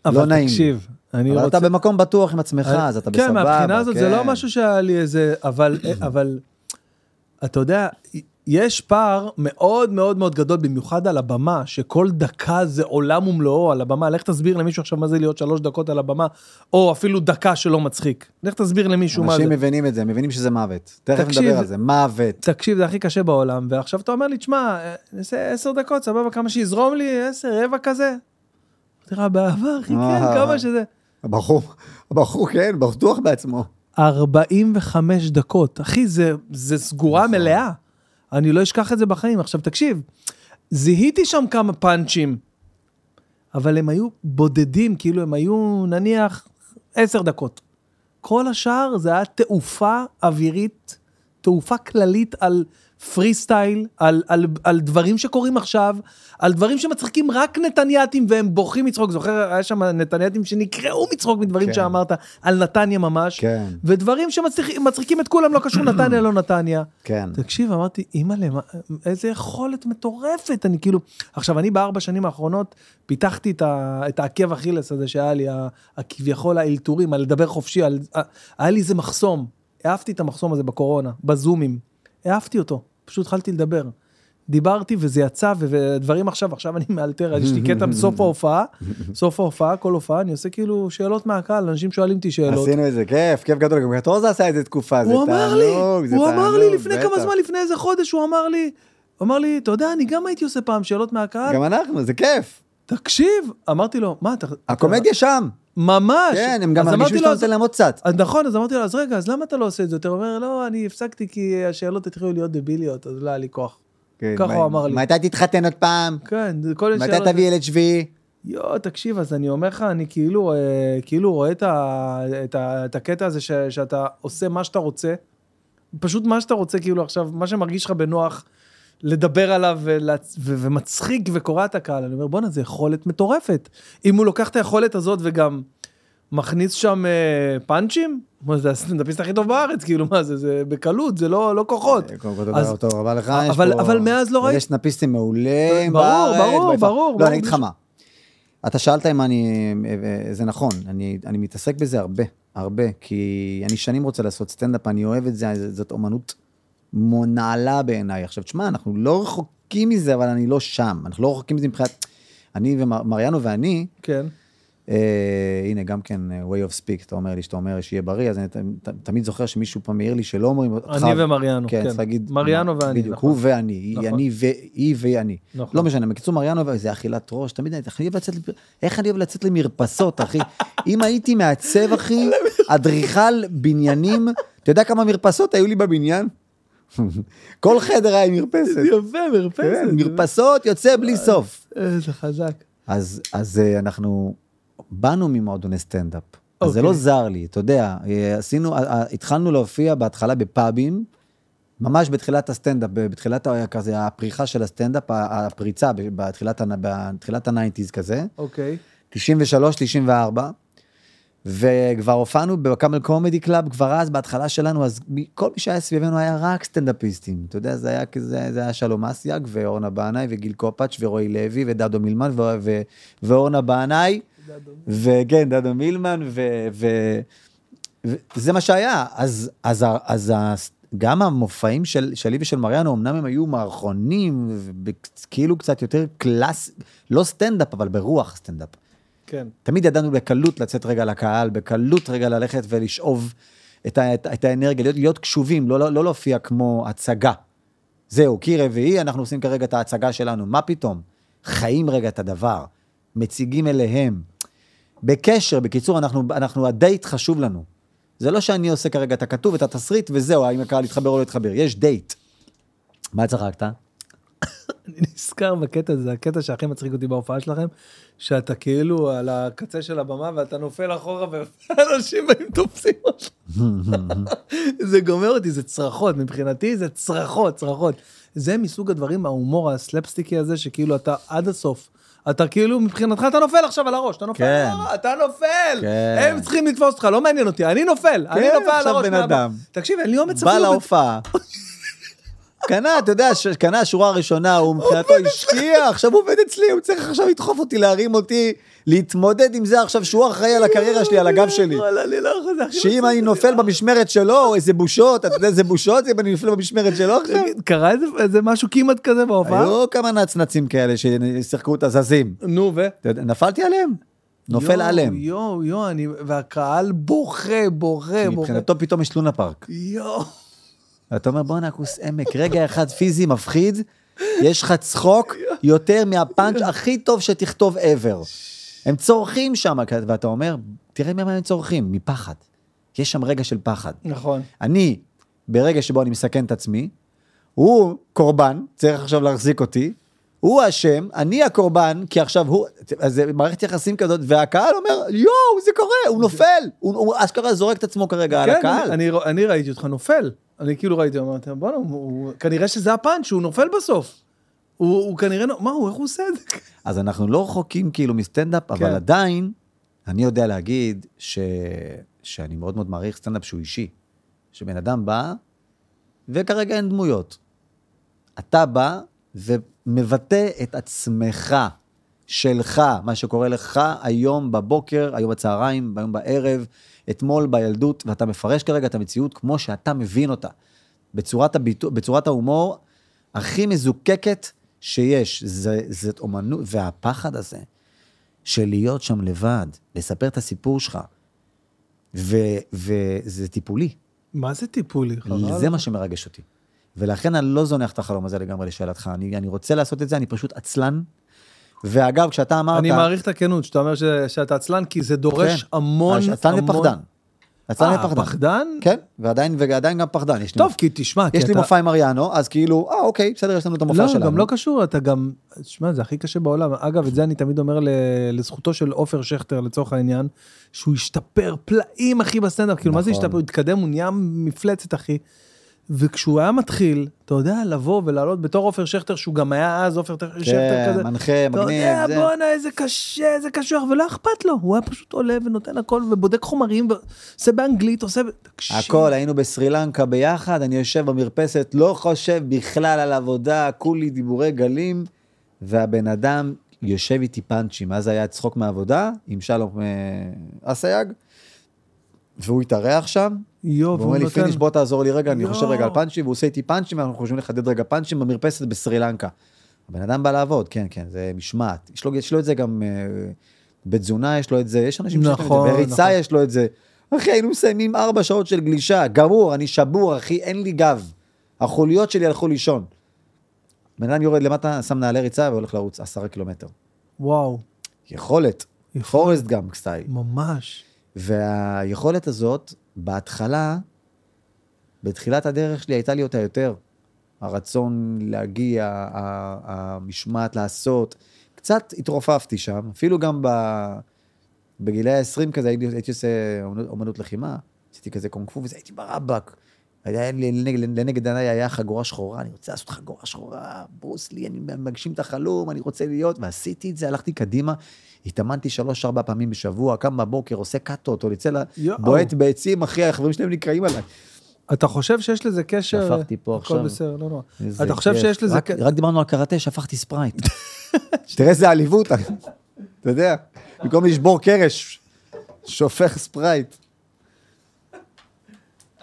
[SPEAKER 1] לא
[SPEAKER 2] אבל
[SPEAKER 1] נעים.
[SPEAKER 2] תקשיב, אני
[SPEAKER 1] אבל
[SPEAKER 2] רוצה...
[SPEAKER 1] אתה במקום בטוח עם עצמך,
[SPEAKER 2] אני-
[SPEAKER 1] אז אתה בסבבה.
[SPEAKER 2] כן, מהבחינה הזאת זה לא
[SPEAKER 1] כן.
[SPEAKER 2] משהו שהיה לי איזה, אבל, אה, אבל אתה יודע, יש פער מאוד מאוד מאוד גדול, במיוחד על הבמה, שכל דקה זה עולם ומלואו על הבמה. לך תסביר למישהו עכשיו מה זה להיות שלוש דקות על הבמה, או אפילו דקה שלא מצחיק. לך תסביר למישהו מה זה.
[SPEAKER 1] אנשים מבינים את זה, מבינים שזה מוות. תכף
[SPEAKER 2] תקשיב,
[SPEAKER 1] נדבר על זה, מוות.
[SPEAKER 2] תקשיב, זה הכי קשה בעולם, ועכשיו אתה אומר לי, תשמע, אה, נעשה עשר דקות, סבבה, כמה שיזרום לי, עשר, רבע כזה. אמרתי לך, באהבה, אחי, כן,
[SPEAKER 1] אה.
[SPEAKER 2] כמה שזה.
[SPEAKER 1] הבחור, הבחור, כן, בטוח בעצמו.
[SPEAKER 2] 45 דקות. אחי, זה, זה
[SPEAKER 1] נכון.
[SPEAKER 2] סגורה מלאה. אני לא אשכח את זה בחיים. עכשיו, תקשיב, זיהיתי שם כמה פאנצ'ים, אבל הם היו בודדים, כאילו הם היו, נניח, 10 דקות. כל השאר זה היה תעופה אווירית, תעופה כללית על פרי סטייל, על, על, על דברים שקורים עכשיו, על דברים שמצחיקים רק נתנייתים והם בוכים מצחוק. זוכר, היה שם נתנייתים שנקרעו מצחוק מדברים
[SPEAKER 1] כן.
[SPEAKER 2] שאמרת על נתניה ממש.
[SPEAKER 1] כן.
[SPEAKER 2] ודברים שמצחיקים את כולם, לא קשור נתניה, לא נתניה.
[SPEAKER 1] כן.
[SPEAKER 2] תקשיב, אמרתי, אימא'לה, מה- איזה יכולת מטורפת. אני כאילו, עכשיו, אני בארבע שנים האחרונות פיתחתי את, ה, את העקב אכילס הזה שהיה לי, ה- הכביכול האלתורים, על לדבר חופשי, על, ה- היה לי איזה מחסום. העפתי את המחסום הזה בקורונה, בזומים. העפתי אותו, פשוט התחלתי לדבר. דיברתי וזה יצא, ו- ודברים עכשיו, עכשיו אני מאלתר, יש לי קטע בסוף ההופעה, סוף ההופעה, כל הופעה, אני עושה כאילו שאלות מהקהל, אנשים שואלים אותי שאלות.
[SPEAKER 1] עשינו איזה כיף, כיף גדול, גם קטורזה עשה את זה תקופה, זה
[SPEAKER 2] הוא
[SPEAKER 1] תענוג,
[SPEAKER 2] אמר לי,
[SPEAKER 1] זה
[SPEAKER 2] הוא אמר לי
[SPEAKER 1] תענוג,
[SPEAKER 2] לפני כמה
[SPEAKER 1] בטח.
[SPEAKER 2] זמן, לפני איזה חודש, הוא אמר לי, הוא אמר לי, אתה יודע, אני גם הייתי עושה פעם שאלות מהקהל,
[SPEAKER 1] גם אנחנו, זה כיף.
[SPEAKER 2] תקשיב, אמרתי לו, מה אתה...
[SPEAKER 1] הקומדיה שם.
[SPEAKER 2] ממש.
[SPEAKER 1] כן, הם גם
[SPEAKER 2] אז
[SPEAKER 1] מרגישים
[SPEAKER 2] אמרתי
[SPEAKER 1] שאתה
[SPEAKER 2] לו,
[SPEAKER 1] נותן להם עוד קצת.
[SPEAKER 2] אז נכון, אז אמרתי לו, אז רגע, אז למה אתה לא עושה את זה יותר? הוא אומר, לא, אני הפסקתי כי השאלות התחילו להיות דביליות, אז לא היה לי כוח.
[SPEAKER 1] כן,
[SPEAKER 2] ככה
[SPEAKER 1] מה-
[SPEAKER 2] הוא אמר לי.
[SPEAKER 1] מתי תתחתן עוד פעם?
[SPEAKER 2] כן, זה כל מיני
[SPEAKER 1] מתי
[SPEAKER 2] שאלות.
[SPEAKER 1] תביא ילד שביעי?
[SPEAKER 2] יואו, תקשיב, אז אני אומר לך, אני כאילו, אה, כאילו רואה את, ה, את, ה, את הקטע הזה ש, שאתה עושה מה שאתה רוצה, פשוט מה שאתה רוצה, כאילו עכשיו, מה שמרגיש לך בנוח, לדבר עליו ולה, ו, ומצחיק וקורע את הקהל, אני אומר, בואנה, זו יכולת מטורפת. אם הוא לוקח את היכולת הזאת וגם מכניס שם אה, פאנצ'ים, מה זה הסטנדאפיסט הכי טוב בארץ, כאילו, מה זה, זה בקלות, זה לא, לא כוחות.
[SPEAKER 1] אה, קודם כל
[SPEAKER 2] אז-
[SPEAKER 1] תודה טוב, רבה לך. יש
[SPEAKER 2] אבל-
[SPEAKER 1] פה-
[SPEAKER 2] אבל מאז לא ראיתי-
[SPEAKER 1] יש סנאפיסטים מעולים
[SPEAKER 2] ברור,
[SPEAKER 1] בארץ.
[SPEAKER 2] ברור,
[SPEAKER 1] בארץ.
[SPEAKER 2] ברור,
[SPEAKER 1] לא,
[SPEAKER 2] ברור,
[SPEAKER 1] אני אגיד לך
[SPEAKER 2] בלי
[SPEAKER 1] מה. אתה שאלת אם אני... אה, אה, זה נכון, אני אני מתעסק בזה הרבה, הרבה, כי אני שנים רוצה לעשות סטנדאפ, אני אוהב את זה, זאת אומנות מו- נעלה בעיניי. עכשיו, תשמע, אנחנו לא רחוקים מזה, אבל אני לא שם. אנחנו לא רחוקים מזה מבחינת... אני ומריאנו ואני,
[SPEAKER 2] כן.
[SPEAKER 1] אה, הנה, גם כן, אה, way of speak, אתה אומר לי שאתה אומר שיהיה בריא, אז אני ת, ת, תמיד זוכר שמישהו פעם העיר לי שלא אומרים אותך.
[SPEAKER 2] אני ומריאנו,
[SPEAKER 1] כן,
[SPEAKER 2] כן.
[SPEAKER 1] צריך להגיד.
[SPEAKER 2] מריאנו
[SPEAKER 1] מה,
[SPEAKER 2] ואני,
[SPEAKER 1] בדיוק,
[SPEAKER 2] נכון.
[SPEAKER 1] הוא ואני, היא-
[SPEAKER 2] נכון.
[SPEAKER 1] אני ו... היא ואני.
[SPEAKER 2] נכון.
[SPEAKER 1] לא משנה, בקיצור, מריאנו ואני, זה אכילת ראש, תמיד אני, אני אוהב לצאת, לפ- איך אני אוהב לצאת למרפסות, אחי? אם הייתי מעצב, אחי,
[SPEAKER 2] לא
[SPEAKER 1] אדריכל בניינים, אתה יודע כמה מרפסות היו לי בבניין? כל חדר היה עם מרפסת.
[SPEAKER 2] יפה, מרפסת.
[SPEAKER 1] אה, כן, מרפסות יוצא
[SPEAKER 2] אה,
[SPEAKER 1] בלי סוף.
[SPEAKER 2] איזה חזק.
[SPEAKER 1] אז, אז אה, אנחנו באנו ממועדוני סטנדאפ. אז זה
[SPEAKER 2] אוקיי.
[SPEAKER 1] לא זר לי, אתה יודע, אה, עשינו, אה, אה, התחלנו להופיע בהתחלה בפאבים, ממש בתחילת הסטנדאפ, ב- בתחילת ה- כזה, הפריחה של הסטנדאפ, ה- הפריצה ב- בתחילת, הנ- בתחילת הניינטיז כזה,
[SPEAKER 2] אוקיי.
[SPEAKER 1] 93, 94, וכבר הופענו בקאמל קומדי קלאב, כבר אז, בהתחלה שלנו, אז מי- כל מי שהיה סביבנו היה רק סטנדאפיסטים. אתה יודע, זה היה כזה, זה היה שלום אסיאג, ואורנה בנאי, וגיל קופאץ', ורועי לוי, ודדו מילמן, ו- ו- ואורנה בנאי, וכן, דדו מילמן, ו... ו- ו- זה מה שהיה, אז, אז, ה- אז ה- גם המופעים של, שלי ושל מריאנו, אמנם הם היו מערכונים, ובק- כאילו קצת יותר קלאס, לא סטנדאפ, אבל ברוח סטנדאפ.
[SPEAKER 2] כן.
[SPEAKER 1] תמיד ידענו בקלות לצאת רגע לקהל, בקלות רגע ללכת ולשאוב את, ה, את, את האנרגיה, להיות, להיות קשובים, לא, לא, לא להופיע כמו הצגה. זהו, קיר רביעי, אנחנו עושים כרגע את ההצגה שלנו, מה פתאום? חיים רגע את הדבר, מציגים אליהם. בקשר, בקיצור, אנחנו, אנחנו הדייט חשוב לנו. זה לא שאני עושה כרגע את הכתוב, את התסריט, וזהו, האם הקהל יתחבר או לא יתחבר, יש דייט. מה צחקת?
[SPEAKER 2] אני נזכר בקטע הזה, הקטע שהכי מצחיק אותי בהופעה שלכם, שאתה כאילו על הקצה של הבמה ואתה נופל אחורה ואנשים באים תופסים אותך. זה גומר אותי, זה צרחות, מבחינתי זה צרחות, צרחות. זה מסוג הדברים, ההומור הסלפסטיקי הזה, שכאילו אתה עד הסוף. אתה כאילו, מבחינתך אתה נופל עכשיו על הראש, אתה נופל,
[SPEAKER 1] כן.
[SPEAKER 2] על הראש, אתה נופל,
[SPEAKER 1] כן.
[SPEAKER 2] הם צריכים לתפוס אותך, לא מעניין אותי, אני נופל, אני
[SPEAKER 1] כן,
[SPEAKER 2] נופל על
[SPEAKER 1] עכשיו
[SPEAKER 2] הראש.
[SPEAKER 1] בן
[SPEAKER 2] מהבמה.
[SPEAKER 1] אדם.
[SPEAKER 2] תקשיב, אין לי אומץ
[SPEAKER 1] בא
[SPEAKER 2] אפילו,
[SPEAKER 1] להופעה. קנה, אתה יודע, ש- קנה השורה הראשונה, הוא מבחינתו השקיע, עכשיו הוא עובד אצלי, הוא צריך עכשיו לדחוף אותי, להרים אותי, להתמודד עם זה עכשיו שהוא אחראי על הקריירה שלי, על הגב שלי.
[SPEAKER 2] וואלה, אני לא יכול, זה הכי
[SPEAKER 1] שאם
[SPEAKER 2] מצחיק
[SPEAKER 1] אני
[SPEAKER 2] אותי.
[SPEAKER 1] נופל במשמרת שלו, איזה בושות, אתה יודע איזה בושות זה אם אני נופל במשמרת שלו עכשיו?
[SPEAKER 2] תגיד, אה, קרה איזה, איזה משהו כמעט כזה בהופעה?
[SPEAKER 1] היו כמה נצנצים כאלה ששיחקו את הזזים.
[SPEAKER 2] נו ו?
[SPEAKER 1] אתה יודע, נפלתי עליהם, נופל
[SPEAKER 2] יואו,
[SPEAKER 1] עליהם.
[SPEAKER 2] יואו, יואו, אני... והקהל בוכה, בוכה,
[SPEAKER 1] כי
[SPEAKER 2] בוכה.
[SPEAKER 1] מבחינתו פתאום יש לונה פארק.
[SPEAKER 2] יואו.
[SPEAKER 1] אתה אומר, בואנה, כוס עמק, רגע אחד פיזי מפחיד, יש לך צחוק יותר מהפאנץ' הכי טוב שתכתוב ever. הם צורכים שם, ואתה אומר, תראה ממה הם צורכים, מפחד. יש שם רגע של פחד.
[SPEAKER 2] נכון.
[SPEAKER 1] אני, ברגע שבו אני מסכן את עצמי, הוא קורבן, צריך עכשיו להחזיק אותי, הוא האשם, אני הקורבן, כי עכשיו הוא, אז זה מערכת יחסים כזאת, והקהל אומר, יואו, זה קורה, הוא נופל, הוא הוא אשכרה זורק את עצמו כרגע על
[SPEAKER 2] כן,
[SPEAKER 1] הקהל.
[SPEAKER 2] אני, אני, אני ראיתי אותך נופל. אני כאילו ראיתי, אמרתי, בואנה, הוא- הוא- כנראה שזה הפאנץ', הוא נופל בסוף. הוא, הוא כנראה, נו- מה הוא, איך הוא עושה את זה?
[SPEAKER 1] אז אנחנו לא רחוקים כאילו מסטנדאפ, כן. אבל
[SPEAKER 2] כן.
[SPEAKER 1] עדיין, אני יודע להגיד ש... שאני מאוד מאוד מעריך סטנדאפ שהוא אישי. שבן אדם בא, וכרגע אין דמויות. אתה בא ומבטא את עצמך, שלך, מה שקורה לך היום בבוקר, היום בצהריים, היום בערב, אתמול בילדות, ואתה מפרש כרגע את המציאות כמו שאתה מבין אותה. בצורת, הביטו, בצורת ההומור, הכי מזוקקת שיש. זה, זאת אומנות, והפחד הזה של להיות שם לבד, לספר את הסיפור שלך, ו- וזה טיפולי.
[SPEAKER 2] מה זה טיפולי? חבל.
[SPEAKER 1] זה מה שמרגש אותי. ולכן אני לא זונח את החלום הזה לגמרי לשאלתך, אני, אני רוצה לעשות את זה, אני פשוט עצלן. ואגב, כשאתה אמרת...
[SPEAKER 2] אני מעריך את הכנות שאתה אומר ש- שאתה עצלן, כי זה
[SPEAKER 1] כן.
[SPEAKER 2] דורש המון,
[SPEAKER 1] אז אה, עצלן
[SPEAKER 2] המון...
[SPEAKER 1] ופחדן. עצלן
[SPEAKER 2] אה,
[SPEAKER 1] ופחדן.
[SPEAKER 2] פחדן?
[SPEAKER 1] כן, ועדיין, ועדיין גם פחדן. יש לי
[SPEAKER 2] טוב, כי תשמע, כי
[SPEAKER 1] כן. יש לי
[SPEAKER 2] אתה-
[SPEAKER 1] מופע עם אריאנו, אז כאילו, אה, אוקיי, בסדר, יש לנו את המופע
[SPEAKER 2] לא,
[SPEAKER 1] שלנו.
[SPEAKER 2] גם לא קשור, אתה גם... תשמע, זה הכי קשה בעולם. אגב, את זה אני תמיד אומר ל- לזכותו של עופר שכטר, לצורך העניין, שהוא השתפר פלאים, אחי, בסטנדאפ. כאילו, מה זה
[SPEAKER 1] נכון.
[SPEAKER 2] השתפר? הוא התקדם, הוא נהיה מפלצת, אחי. וכשהוא היה מתחיל, אתה יודע, לבוא ולעלות בתור עופר שכטר, שהוא גם היה אז עופר שכטר
[SPEAKER 1] כן,
[SPEAKER 2] כזה.
[SPEAKER 1] מנחה,
[SPEAKER 2] אתה יודע,
[SPEAKER 1] מגניב, זה.
[SPEAKER 2] בואנה, איזה קשה, איזה קשוח, ולא אכפת לו. הוא היה פשוט עולה ונותן הכל, ובודק חומרים, ועושה באנגלית, עושה... ב- תקשיב.
[SPEAKER 1] הכל, היינו בסרי לנקה ביחד, אני יושב במרפסת, לא חושב בכלל על עבודה, כולי דיבורי גלים, והבן אדם יושב איתי פאנצ'ים. אז היה צחוק מעבודה עם שלום אה, אסייג, והוא התארח שם,
[SPEAKER 2] יו,
[SPEAKER 1] והוא אומר
[SPEAKER 2] והוא "כן."
[SPEAKER 1] לי,
[SPEAKER 2] נותן...
[SPEAKER 1] פיניש, בוא תעזור לי רגע, אני
[SPEAKER 2] יואו.
[SPEAKER 1] חושב רגע על פאנצ'ים, והוא עושה איתי פאנצ'ים, ואנחנו חושבים לחדד רגע פאנצ'ים במרפסת בסרי לנקה. הבן אדם בא לעבוד, כן, כן, זה משמעת. יש לו, יש לו את זה גם אה, בתזונה, יש לו את זה, יש אנשים שיש להם
[SPEAKER 2] נכון,
[SPEAKER 1] את זה, בריצה
[SPEAKER 2] נכון.
[SPEAKER 1] יש לו את זה. אחי, היינו מסיימים ארבע שעות של גלישה, גמור, אני שבור, אחי, אין לי גב. החוליות שלי הלכו לישון. בן אדם יורד למטה, שם נעלי ריצה והולך לרוץ עשרה קילומטר.
[SPEAKER 2] וואו,
[SPEAKER 1] יכולת,
[SPEAKER 2] יכולת.
[SPEAKER 1] פורסט גאמפ סטייל.
[SPEAKER 2] ממש.
[SPEAKER 1] והיכולת הזאת, בהתחלה, בתחילת הדרך שלי הייתה לי אותה יותר. הרצון להגיע, ה- ה- המשמעת לעשות. קצת התרופפתי שם, אפילו גם ב... בגילי ה-20 כזה הייתי, הייתי עושה אומנות, אומנות לחימה, עשיתי כזה קונג-פו וזה, הייתי ברבק. היה לי לנגד, לנגד עיניי היה חגורה שחורה, אני רוצה לעשות חגורה שחורה, ברוסלי, אני מגשים את החלום, אני רוצה להיות, ועשיתי את זה, הלכתי קדימה, התאמנתי שלוש-ארבע פעמים בשבוע, קם בבוקר, עושה קאטות, או יוצא ל...
[SPEAKER 2] יואו.
[SPEAKER 1] בועט בעצים, אחי, החברים שלהם נקרעים עליי.
[SPEAKER 2] אתה חושב שיש לזה קשר...
[SPEAKER 1] שפכתי פה עכשיו.
[SPEAKER 2] הכל בסדר, לא נורא.
[SPEAKER 1] איזה
[SPEAKER 2] אתה חושב
[SPEAKER 1] כיף.
[SPEAKER 2] שיש לזה...
[SPEAKER 1] רק-
[SPEAKER 2] קשר-
[SPEAKER 1] רק דיברנו על קראטה, שפכתי ספרייט. תראה איזה עליבות, אתה יודע, במקום לשבור קרש, שופך ספרייט.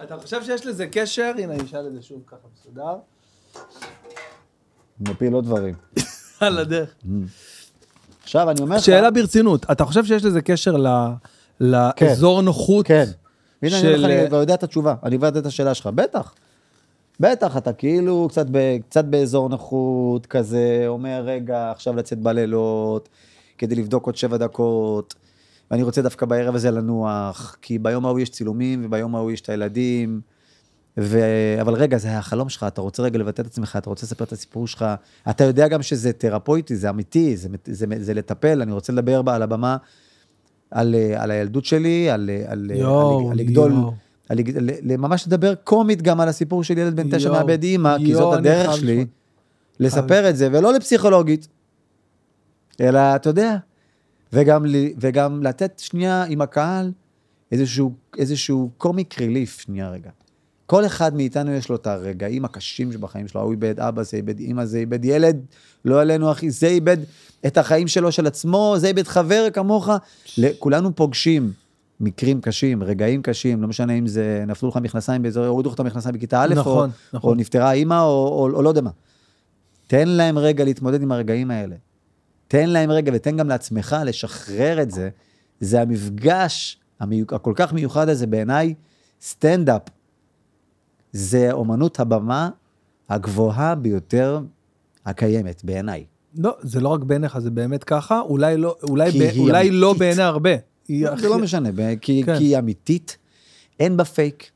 [SPEAKER 2] אתה חושב שיש לזה קשר? הנה, אני אשאל את זה שוב ככה מסודר.
[SPEAKER 1] מפיל עוד דברים.
[SPEAKER 2] על הדרך.
[SPEAKER 1] עכשיו אני אומר לך...
[SPEAKER 2] שאלה ברצינות, אתה חושב שיש לזה קשר ל- לאזור נוחות?
[SPEAKER 1] כן. הנה אני
[SPEAKER 2] של-
[SPEAKER 1] אומר לך, אני כבר יודע את התשובה, אני כבר יודע את השאלה שלך, בטח. בטח, אתה כאילו קצת, ב, קצת באזור נחות כזה, אומר, רגע, עכשיו לצאת בלילות, כדי לבדוק עוד שבע דקות, ואני רוצה דווקא בערב הזה לנוח, כי ביום ההוא יש צילומים, וביום ההוא יש את הילדים, ו... אבל רגע, זה החלום שלך, אתה רוצה רגע לבטא את עצמך, אתה רוצה לספר את הסיפור שלך, אתה יודע גם שזה תרפויטי, זה אמיתי, זה, זה, זה, זה לטפל, אני רוצה לדבר בה על הבמה על, אה, על הילדות שלי, על, אה, על, אה,
[SPEAKER 2] יואו,
[SPEAKER 1] על, על לגדול,
[SPEAKER 2] יואו.
[SPEAKER 1] על, לג- ל- ל- ממש לדבר קומית גם על הסיפור של ילד בן תשע
[SPEAKER 2] יואו,
[SPEAKER 1] מאבד אימא, כי
[SPEAKER 2] יואו,
[SPEAKER 1] זאת
[SPEAKER 2] אני
[SPEAKER 1] הדרך
[SPEAKER 2] חייב
[SPEAKER 1] שלי
[SPEAKER 2] לשמוע.
[SPEAKER 1] לספר את זה, ולא לפסיכולוגית, אלא, אתה יודע, וגם, ל- וגם לתת שנייה עם הקהל איזשהו, איזשהו קומיק ריליף, שנייה רגע. כל אחד מאיתנו יש לו את הרגעים הקשים שבחיים שלו, ההוא איבד אבא, זה איבד אימא, זה איבד ילד, לא עלינו אחי, זה איבד את החיים שלו של עצמו, זה איבד חבר כמוך. ל- כולנו פוגשים מקרים קשים, רגעים קשים, לא משנה אם זה נפלו לך מכנסיים באזור, הורידו לך את המכנסיים בכיתה א',
[SPEAKER 2] נכון,
[SPEAKER 1] או,
[SPEAKER 2] נכון.
[SPEAKER 1] או נפטרה אימא, או, או, או לא יודע מה. תן להם רגע להתמודד עם הרגעים האלה. תן להם רגע, ותן גם לעצמך לשחרר את זה. זה המפגש המי... הכל כך מיוחד הזה בעיניי, סטנדאפ. זה אומנות הבמה הגבוהה ביותר הקיימת בעיניי.
[SPEAKER 2] לא, זה לא רק בעיניך, זה באמת ככה. אולי לא- אולי
[SPEAKER 1] כי
[SPEAKER 2] ב-
[SPEAKER 1] היא
[SPEAKER 2] אולי
[SPEAKER 1] אמיתית.
[SPEAKER 2] לא בעיני הרבה. היא הכי-
[SPEAKER 1] זה לא משנה, ב- כי,
[SPEAKER 2] כן.
[SPEAKER 1] כי היא אמיתית, אין בה פייק.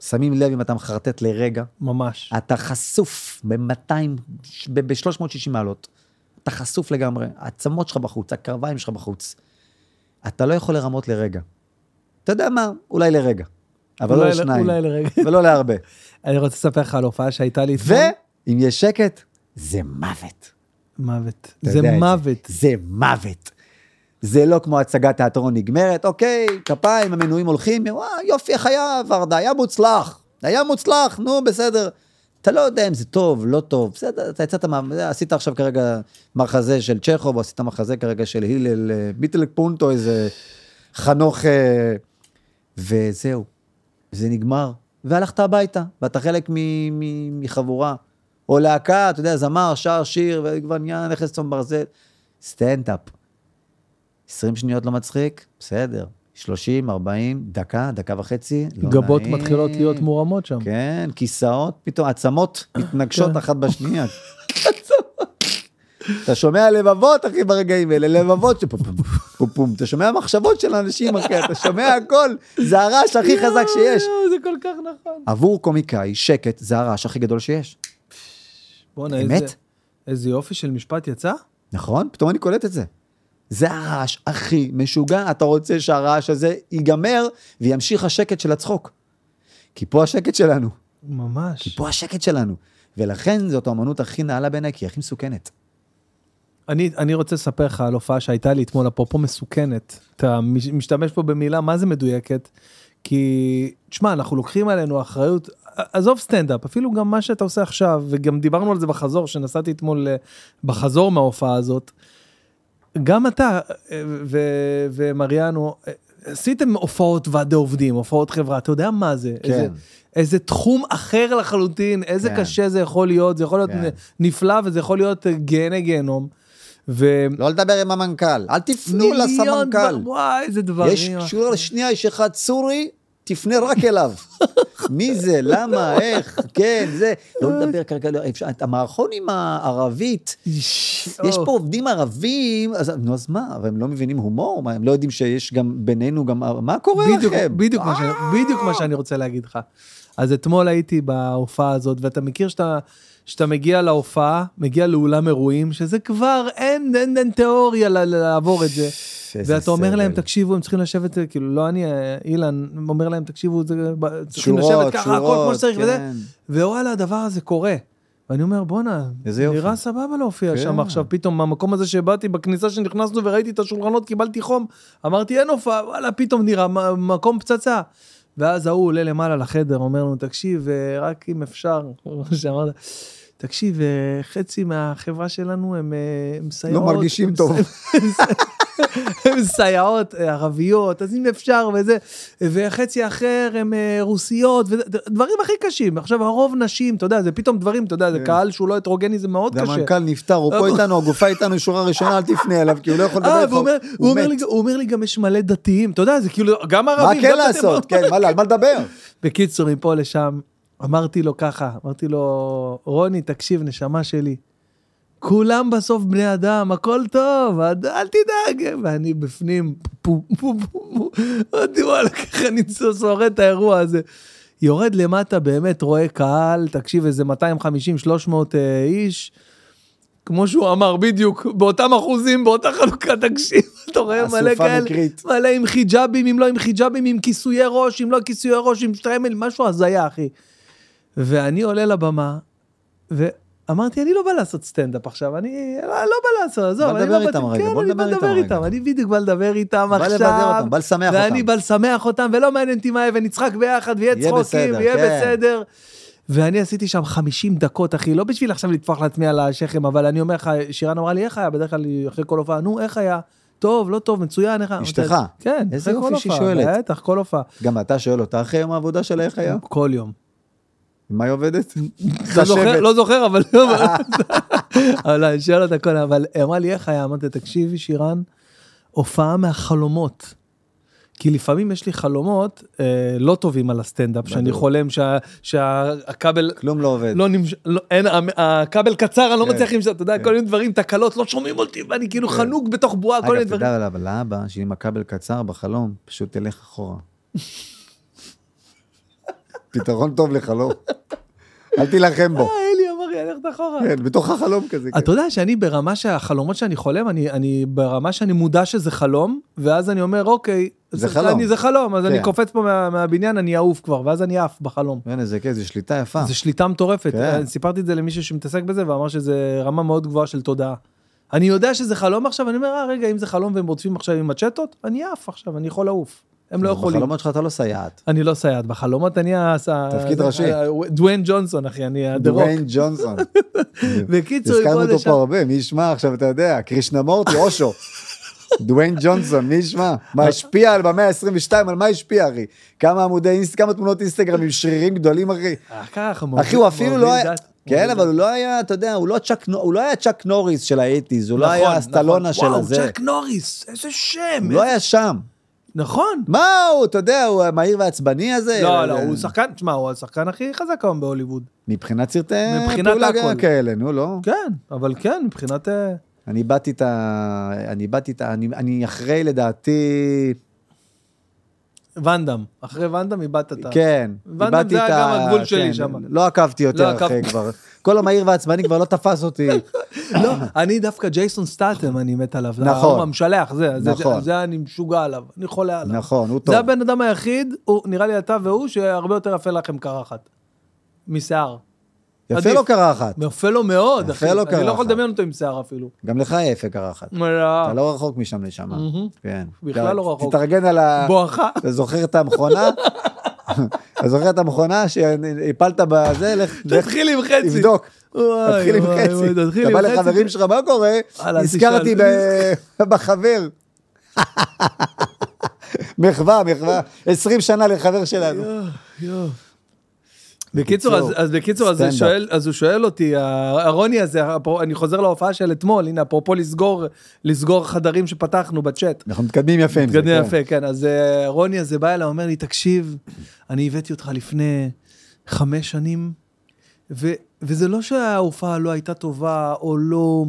[SPEAKER 1] שמים לב אם אתה מחרטט לרגע,
[SPEAKER 2] ממש.
[SPEAKER 1] אתה חשוף ב-200, ב-360 מעלות. אתה חשוף לגמרי, העצמות שלך בחוץ, הקרביים שלך בחוץ. אתה לא יכול לרמות לרגע. אתה יודע מה? אולי לרגע. אבל לא
[SPEAKER 2] אולי-
[SPEAKER 1] לשניים,
[SPEAKER 2] אולי לרגע.
[SPEAKER 1] ולא להרבה.
[SPEAKER 2] אני רוצה לספר לך על הופעה שהייתה לי אתמול.
[SPEAKER 1] ואם יש שקט, זה מוות.
[SPEAKER 2] מוות.
[SPEAKER 1] אתה
[SPEAKER 2] זה
[SPEAKER 1] יודע את
[SPEAKER 2] מוות.
[SPEAKER 1] זה מוות. זה לא כמו הצגת תיאטרון נגמרת, אוקיי, כפיים, המנויים הולכים, וואה, יופי, איך היה ורדה, היה מוצלח, היה מוצלח, נו, בסדר. אתה לא יודע אם זה טוב, לא טוב, בסדר, אתה יצאת, מה- עשית עכשיו כרגע מחזה של צ'כוב, או עשית מחזה כרגע של הלל אה, ביטלקפונט, או איזה חנוך, אה, וזהו, זה נגמר. והלכת הביתה, ואתה חלק מ- מ- מחבורה או להקה, אתה יודע, זמר, שר, שיר, ועגבניה, נכס צום ברזל. סטנדאפ. 20 שניות לא מצחיק, בסדר. 30, 40, דקה, דקה וחצי, לא
[SPEAKER 2] גבות
[SPEAKER 1] נעים.
[SPEAKER 2] מתחילות להיות מורמות שם.
[SPEAKER 1] כן, כיסאות, פתאום עצמות מתנגשות אחת בשנייה. אתה שומע לבבות, אחי, ברגעים האלה, לבבות שפו פום פום פום. אתה שומע מחשבות של אנשים, אחי, אתה שומע הכל, זה הרעש הכי חזק שיש.
[SPEAKER 2] יואו, אה, זה כל כך נכון.
[SPEAKER 1] עבור קומיקאי, שקט זה הרעש הכי גדול שיש,
[SPEAKER 2] בואנה,
[SPEAKER 1] אמת?
[SPEAKER 2] איזה- איזה יופי של משפט יצא.
[SPEAKER 1] נכון? פתאום אני קולט את זה. זה הרעש הכי משוגע, אתה רוצה שהרעש הזה ייגמר וימשיך השקט של הצחוק. כי פה השקט שלנו. כי
[SPEAKER 2] ממש.
[SPEAKER 1] פה השקט שלנו. ולכן זאת האמנות הכי נעלה בעיניי, כי היא הכי מסוכנת.
[SPEAKER 2] אני, אני רוצה לספר לך על הופעה שהייתה לי אתמול, אפרופו מסוכנת. אתה מש- משתמש פה במילה, מה זה מדויקת? כי, תשמע, אנחנו לוקחים עלינו אחריות, ע- עזוב סטנדאפ, אפילו גם מה שאתה עושה עכשיו, וגם דיברנו על זה בחזור, שנסעתי אתמול אה, בחזור מההופעה הזאת. גם אתה אה, ו- ומריאנו, אה, עשיתם הופעות ועדי עובדים, הופעות חברה, אתה יודע מה זה?
[SPEAKER 1] כן.
[SPEAKER 2] איזה, איזה תחום אחר לחלוטין, איזה
[SPEAKER 1] כן.
[SPEAKER 2] קשה זה יכול להיות, זה יכול להיות
[SPEAKER 1] כן.
[SPEAKER 2] נפלא וזה יכול להיות אה, גיהני גיהנום. ו...
[SPEAKER 1] לא לדבר עם המנכ"ל, אל תפנו
[SPEAKER 2] מיליון
[SPEAKER 1] לסמנכ"ל.
[SPEAKER 2] דבר- וואי, איזה
[SPEAKER 1] יש
[SPEAKER 2] דברים.
[SPEAKER 1] שורה שנייה, יש אחד סורי, תפנה רק אליו. מי זה, למה, איך, כן, זה. לא לדבר כרגע, לא, אפשר- את המערכונים הערבית,
[SPEAKER 2] יש
[SPEAKER 1] יש פה עובדים ערבים, אז נו, אז מה, אבל הם לא מבינים הומור? מה, הם לא יודעים שיש גם בינינו גם... ער- מה קורה
[SPEAKER 2] בדיוק,
[SPEAKER 1] לכם?
[SPEAKER 2] בדיוק, מה שאני, בדיוק מה שאני רוצה להגיד לך. אז אתמול הייתי בהופעה הזאת, ואתה מכיר שאתה, שאתה מגיע להופעה, מגיע לאולם אירועים, שזה כבר אין, אין, אין תיאוריה ל- ל- לעבור את זה.
[SPEAKER 1] איזה
[SPEAKER 2] ואתה אומר להם,
[SPEAKER 1] סבל.
[SPEAKER 2] תקשיבו, הם צריכים לשבת, אה, כאילו, לא אני, אה, אילן, אומר להם, תקשיבו, זה- ב- צריכים לשבת
[SPEAKER 1] שורות,
[SPEAKER 2] ככה, הכל כמו
[SPEAKER 1] שורות,
[SPEAKER 2] שצריך, וזה,
[SPEAKER 1] כן.
[SPEAKER 2] ווואלה, הדבר הזה קורה. ואני אומר, בואנה,
[SPEAKER 1] איזה יופי."
[SPEAKER 2] נראה סבבה להופיע
[SPEAKER 1] כן.
[SPEAKER 2] שם עכשיו, פתאום מהמקום הזה שבאתי, בכניסה שנכנסנו וראיתי את השולחנות, קיבלתי חום, אמרתי, אין הופעה, וואלה, פתאום נראה מ- מקום פצצה. ואז ההוא עולה למעלה לחדר, אומר לנו, תקשיב, אה, רק אם אפשר, כמו שאמרת, תקשיב, אה, חצי מהחברה שלנו הם אה, הם סייעות.
[SPEAKER 1] לא מרגישים
[SPEAKER 2] הם
[SPEAKER 1] טוב."
[SPEAKER 2] סי- הם סייעות אה, ערביות, אז אם אפשר וזה, וחצי האחר הם אה, רוסיות, וזה- דברים הכי קשים. עכשיו, הרוב נשים, אתה יודע, זה פתאום דברים, אתה יודע,
[SPEAKER 1] כן.
[SPEAKER 2] זה קהל שהוא לא הטרוגני, זה מאוד
[SPEAKER 1] זה
[SPEAKER 2] קשה.
[SPEAKER 1] המנכ"ל נפטר, הוא פה איתנו, הגופה איתנו, שורה ראשונה, אל תפנה אליו, כי הוא לא יכול לדבר
[SPEAKER 2] אה,
[SPEAKER 1] איתך.
[SPEAKER 2] והוא אומר- הוא אומר
[SPEAKER 1] מת.
[SPEAKER 2] לי- הוא אומר לי גם יש מלא דתיים, אתה יודע, זה כאילו, גם
[SPEAKER 1] מה
[SPEAKER 2] ערבים.
[SPEAKER 1] כן
[SPEAKER 2] גם דתיים.
[SPEAKER 1] לעשות? כן, מה, על מה לדבר?
[SPEAKER 2] בקיצור, מפה לשם, אמרתי לו ככה, אמרתי לו, רוני, תקשיב, נשמה שלי, כולם בסוף בני אדם, הכל טוב, אל אל תדאג. ואני בפנים, פו, פו, פו, פו, אמרתי, וואלה, ככה אני שורד את האירוע הזה. יורד למטה, באמת רואה קהל, תקשיב, איזה 250-300 אה, איש. כמו שהוא אמר, בדיוק, באותם אחוזים, באותה חלוקה, תקשיב, אתה רואה מלא
[SPEAKER 1] אסופה
[SPEAKER 2] כאלה,
[SPEAKER 1] מקרית.
[SPEAKER 2] מלא עם חיג'אבים, אם לא עם חיג'אבים, עם כיסויי ראש, אם לא כיסויי ראש, עם שטריימל, משהו הזיה, אחי. ואני עולה לבמה, ואמרתי, אני לא בא לעשות סטנדאפ עכשיו, אני לא, לא בא לעשות, עזוב,
[SPEAKER 1] בוא
[SPEAKER 2] אני
[SPEAKER 1] נדבר
[SPEAKER 2] לא
[SPEAKER 1] איתם רגע,
[SPEAKER 2] כן,
[SPEAKER 1] בוא
[SPEAKER 2] אני בא
[SPEAKER 1] נדבר איתם
[SPEAKER 2] לדבר
[SPEAKER 1] רגע.
[SPEAKER 2] איתם, אני בדיוק בא לדבר איתם
[SPEAKER 1] בא
[SPEAKER 2] עכשיו.
[SPEAKER 1] לבדר אותם, בא לשמח
[SPEAKER 2] ואני
[SPEAKER 1] אותם.
[SPEAKER 2] בא לשמח אותם, ולא מעניין אותי מה יהיה, ונצחק ביחד, ויהיה
[SPEAKER 1] יהיה
[SPEAKER 2] צחוקים,
[SPEAKER 1] בסדר,
[SPEAKER 2] ויהיה
[SPEAKER 1] כן.
[SPEAKER 2] בסדר. ואני עשיתי שם 50 דקות, אחי, לא בשביל עכשיו לטפוח לעצמי על השכם, אבל אני אומר לך, שירן אמרה לי, איך היה? בדרך כלל היא אחרי כל הופעה, נו, איך היה? טוב, לא טוב, מצוין, איך היה?
[SPEAKER 1] אשתך.
[SPEAKER 2] כן,
[SPEAKER 1] איזה
[SPEAKER 2] אחרי כל
[SPEAKER 1] יופי שהיא
[SPEAKER 2] הופעה,
[SPEAKER 1] שואלת.
[SPEAKER 2] בטח, כל הופעה.
[SPEAKER 1] גם אתה שואל אותה, אחרי יום העבודה שלה, איך היה?
[SPEAKER 2] כל יום.
[SPEAKER 1] מה היא עובדת?
[SPEAKER 2] לא זוכר, לא זוכר, אבל... אבל אני שואל אותה כל אבל היא אמרה לי איך היה, אמרתי, תקשיבי שירן, הופעה מהחלומות. כי לפעמים יש לי חלומות אה, לא טובים על הסטנדאפ, שאני
[SPEAKER 1] בדיוק.
[SPEAKER 2] חולם שה- שהכבל...
[SPEAKER 1] כלום לא עובד.
[SPEAKER 2] לא נמש... לא, אין, המ- הכבל קצר, אני לא
[SPEAKER 1] כן.
[SPEAKER 2] מצליח למשל, אתה יודע,
[SPEAKER 1] כן.
[SPEAKER 2] כל מיני דברים, תקלות, לא שומעים אותי, ואני כאילו חנוק בתוך בועה, כל מיני
[SPEAKER 1] אגב,
[SPEAKER 2] דברים.
[SPEAKER 1] תדע עליו, על האבא, שאם הכבל קצר בחלום, פשוט תלך אחורה. פתרון טוב לחלום. אל תילחם בו.
[SPEAKER 2] אה, אלי אמר לי, ללכת אחורה.
[SPEAKER 1] כן, בתוך החלום כזה. כן.
[SPEAKER 2] אתה יודע שאני ברמה שהחלומות שאני חולם, אני, אני ברמה שאני מודע שזה חלום, ואז אני אומר, אוקיי,
[SPEAKER 1] זה חלום."
[SPEAKER 2] אני, זה חלום, אז
[SPEAKER 1] כן.
[SPEAKER 2] אני קופץ פה מה, מהבניין, אני אעוף כבר, ואז אני עף בחלום.
[SPEAKER 1] אין איזה כיף, זו כן, שליטה יפה.
[SPEAKER 2] זה שליטה מטורפת.
[SPEAKER 1] אה. כן.
[SPEAKER 2] אני סיפרתי את זה למישהו שמתעסק בזה, ואמר שזה רמה מאוד גבוהה של תודעה. אני יודע שזה חלום עכשיו, אני אומר, אה, רגע, אם זה חלום והם רודפים עכשיו עם מצ'טות, אני עף עכשיו, אני יכול לעוף. הם לא
[SPEAKER 1] אז
[SPEAKER 2] יכולים.
[SPEAKER 1] בחלומות שלך אתה לא סייעת.
[SPEAKER 2] אני לא סייעת, בחלומות אני ה...
[SPEAKER 1] תפקיד ראשי.
[SPEAKER 2] אה, דוויין ג'ונסון, אחי, אני הדרוק.
[SPEAKER 1] דוויין ג'ונסון.
[SPEAKER 2] בקיצור,
[SPEAKER 1] הזכרנו
[SPEAKER 2] מפה
[SPEAKER 1] אותו
[SPEAKER 2] לשם.
[SPEAKER 1] פה הרבה, מי ישמע עכשיו, אתה יודע, קרישנמורטי, אושו. דוויין ג'ונסון, מי ישמע? מה השפיע על במאה ה-22, על מה השפיע, אחי? כמה עמודי אינסט, כמה תמונות אינסטגרם עם שרירים גדולים, אחי?
[SPEAKER 2] אה, ככה,
[SPEAKER 1] אחי,
[SPEAKER 2] מוביל-
[SPEAKER 1] הוא אפילו
[SPEAKER 2] מוביל
[SPEAKER 1] לא היה...
[SPEAKER 2] דת.
[SPEAKER 1] כן, אבל הוא לא היה, אתה יודע, הוא לא צ'אק נו- הוא לא היה צ'אק נוריס של האייטיז, הוא לא
[SPEAKER 3] נכון,
[SPEAKER 1] היה
[SPEAKER 3] נכון.
[SPEAKER 1] הסטלונה של
[SPEAKER 2] וואו,
[SPEAKER 1] הזה.
[SPEAKER 2] צ'אק נוריס, איזה שם.
[SPEAKER 1] הוא לא היה שם.
[SPEAKER 2] נכון.
[SPEAKER 1] מה הוא, אתה יודע, הוא המהיר והעצבני הזה?
[SPEAKER 2] לא, לא,
[SPEAKER 1] זה-
[SPEAKER 2] הוא שחקן, תשמע, הוא השחקן הכי חזק היום בהוליווד.
[SPEAKER 1] מבחינת סרטי
[SPEAKER 2] מבחינת
[SPEAKER 1] פעולה
[SPEAKER 2] הכל.
[SPEAKER 1] כאלה, נו, לא.
[SPEAKER 2] כן, אבל כן, מבחינת... אה,
[SPEAKER 1] אני איבדתי את ה... אני איבדתי את ה... אני, אני אחרי, לדעתי...
[SPEAKER 2] ואנדאם. אחרי ואנדאם איבדת את ה...
[SPEAKER 1] כן.
[SPEAKER 2] ואן דאם
[SPEAKER 1] איבדתי
[SPEAKER 2] זה
[SPEAKER 1] את
[SPEAKER 2] היה
[SPEAKER 1] ה-
[SPEAKER 2] גם הגבול שלי
[SPEAKER 1] כן,
[SPEAKER 2] שם.
[SPEAKER 1] לא עקבתי יותר
[SPEAKER 2] לא
[SPEAKER 1] אחרי
[SPEAKER 2] עקב-
[SPEAKER 1] כבר. כל המהיר והעצבני כבר לא תפס אותי.
[SPEAKER 2] לא, אני דווקא ג'ייסון סטאטם, אני מת עליו. זה
[SPEAKER 1] נכון.
[SPEAKER 2] נכון. המשלח, זה, זה,
[SPEAKER 1] נכון.
[SPEAKER 2] זה אני משוגע עליו, אני חולה עליו.
[SPEAKER 1] נכון, הוא טוב.
[SPEAKER 2] זה הבן אדם היחיד, הוא, נראה לי אתה והוא, שהרבה יותר יפה לכם קרחת. משיער.
[SPEAKER 1] יפה לא
[SPEAKER 2] עדיף.
[SPEAKER 1] לו קרחת.
[SPEAKER 2] יפה לו מאוד,
[SPEAKER 1] יפה
[SPEAKER 2] אחי.
[SPEAKER 1] לו
[SPEAKER 2] אני לא יכול
[SPEAKER 1] קרחת.
[SPEAKER 2] לדמיין אותו עם שיער אפילו.
[SPEAKER 1] גם לך יהיה יפה קרחת.
[SPEAKER 2] לא.
[SPEAKER 1] אתה לא רחוק משם לשם.
[SPEAKER 2] מהמם.
[SPEAKER 1] כן.
[SPEAKER 2] בכלל
[SPEAKER 1] אתה-
[SPEAKER 2] לא רחוק.
[SPEAKER 1] תתארגן על ה...
[SPEAKER 2] בואכה.
[SPEAKER 1] אתה זוכר את המכונה? אתה זוכר את המכונה שהפלת בזה? לך- לך
[SPEAKER 2] תתחיל עם חצי.
[SPEAKER 1] תבדוק.
[SPEAKER 2] וואי,
[SPEAKER 1] תתחיל עם
[SPEAKER 2] וואי,
[SPEAKER 1] חצי.
[SPEAKER 2] וואי, תתחיל
[SPEAKER 1] אתה
[SPEAKER 2] עם
[SPEAKER 1] בא
[SPEAKER 2] חצי.
[SPEAKER 1] לחברים שלך, מה קורה?
[SPEAKER 2] וואלה,
[SPEAKER 1] נזכרתי
[SPEAKER 2] תשאל.
[SPEAKER 1] ב- בחבר. מחווה, מחווה. 20 שנה לחבר שלנו.
[SPEAKER 2] יואו, יואו. בקיצור, אז, אז בקיצור, אז, הוא
[SPEAKER 1] סטנדאפ.
[SPEAKER 2] שואל, אז הוא שואל אותי, ה- הרוני הזה, אפרו- אני חוזר להופעה של אתמול, הנה, אפרופו לסגור, לסגור חדרים שפתחנו בצ'אט.
[SPEAKER 1] אנחנו מתקדמים יפה עם זה.
[SPEAKER 2] מתקדם
[SPEAKER 1] כן.
[SPEAKER 2] יפה, כן. אז אה, רוני הזה בא אליי, אומר לי, תקשיב, אני הבאתי אותך לפני חמש שנים, ו- וזה לא שההופעה לא הייתה טובה, או לא...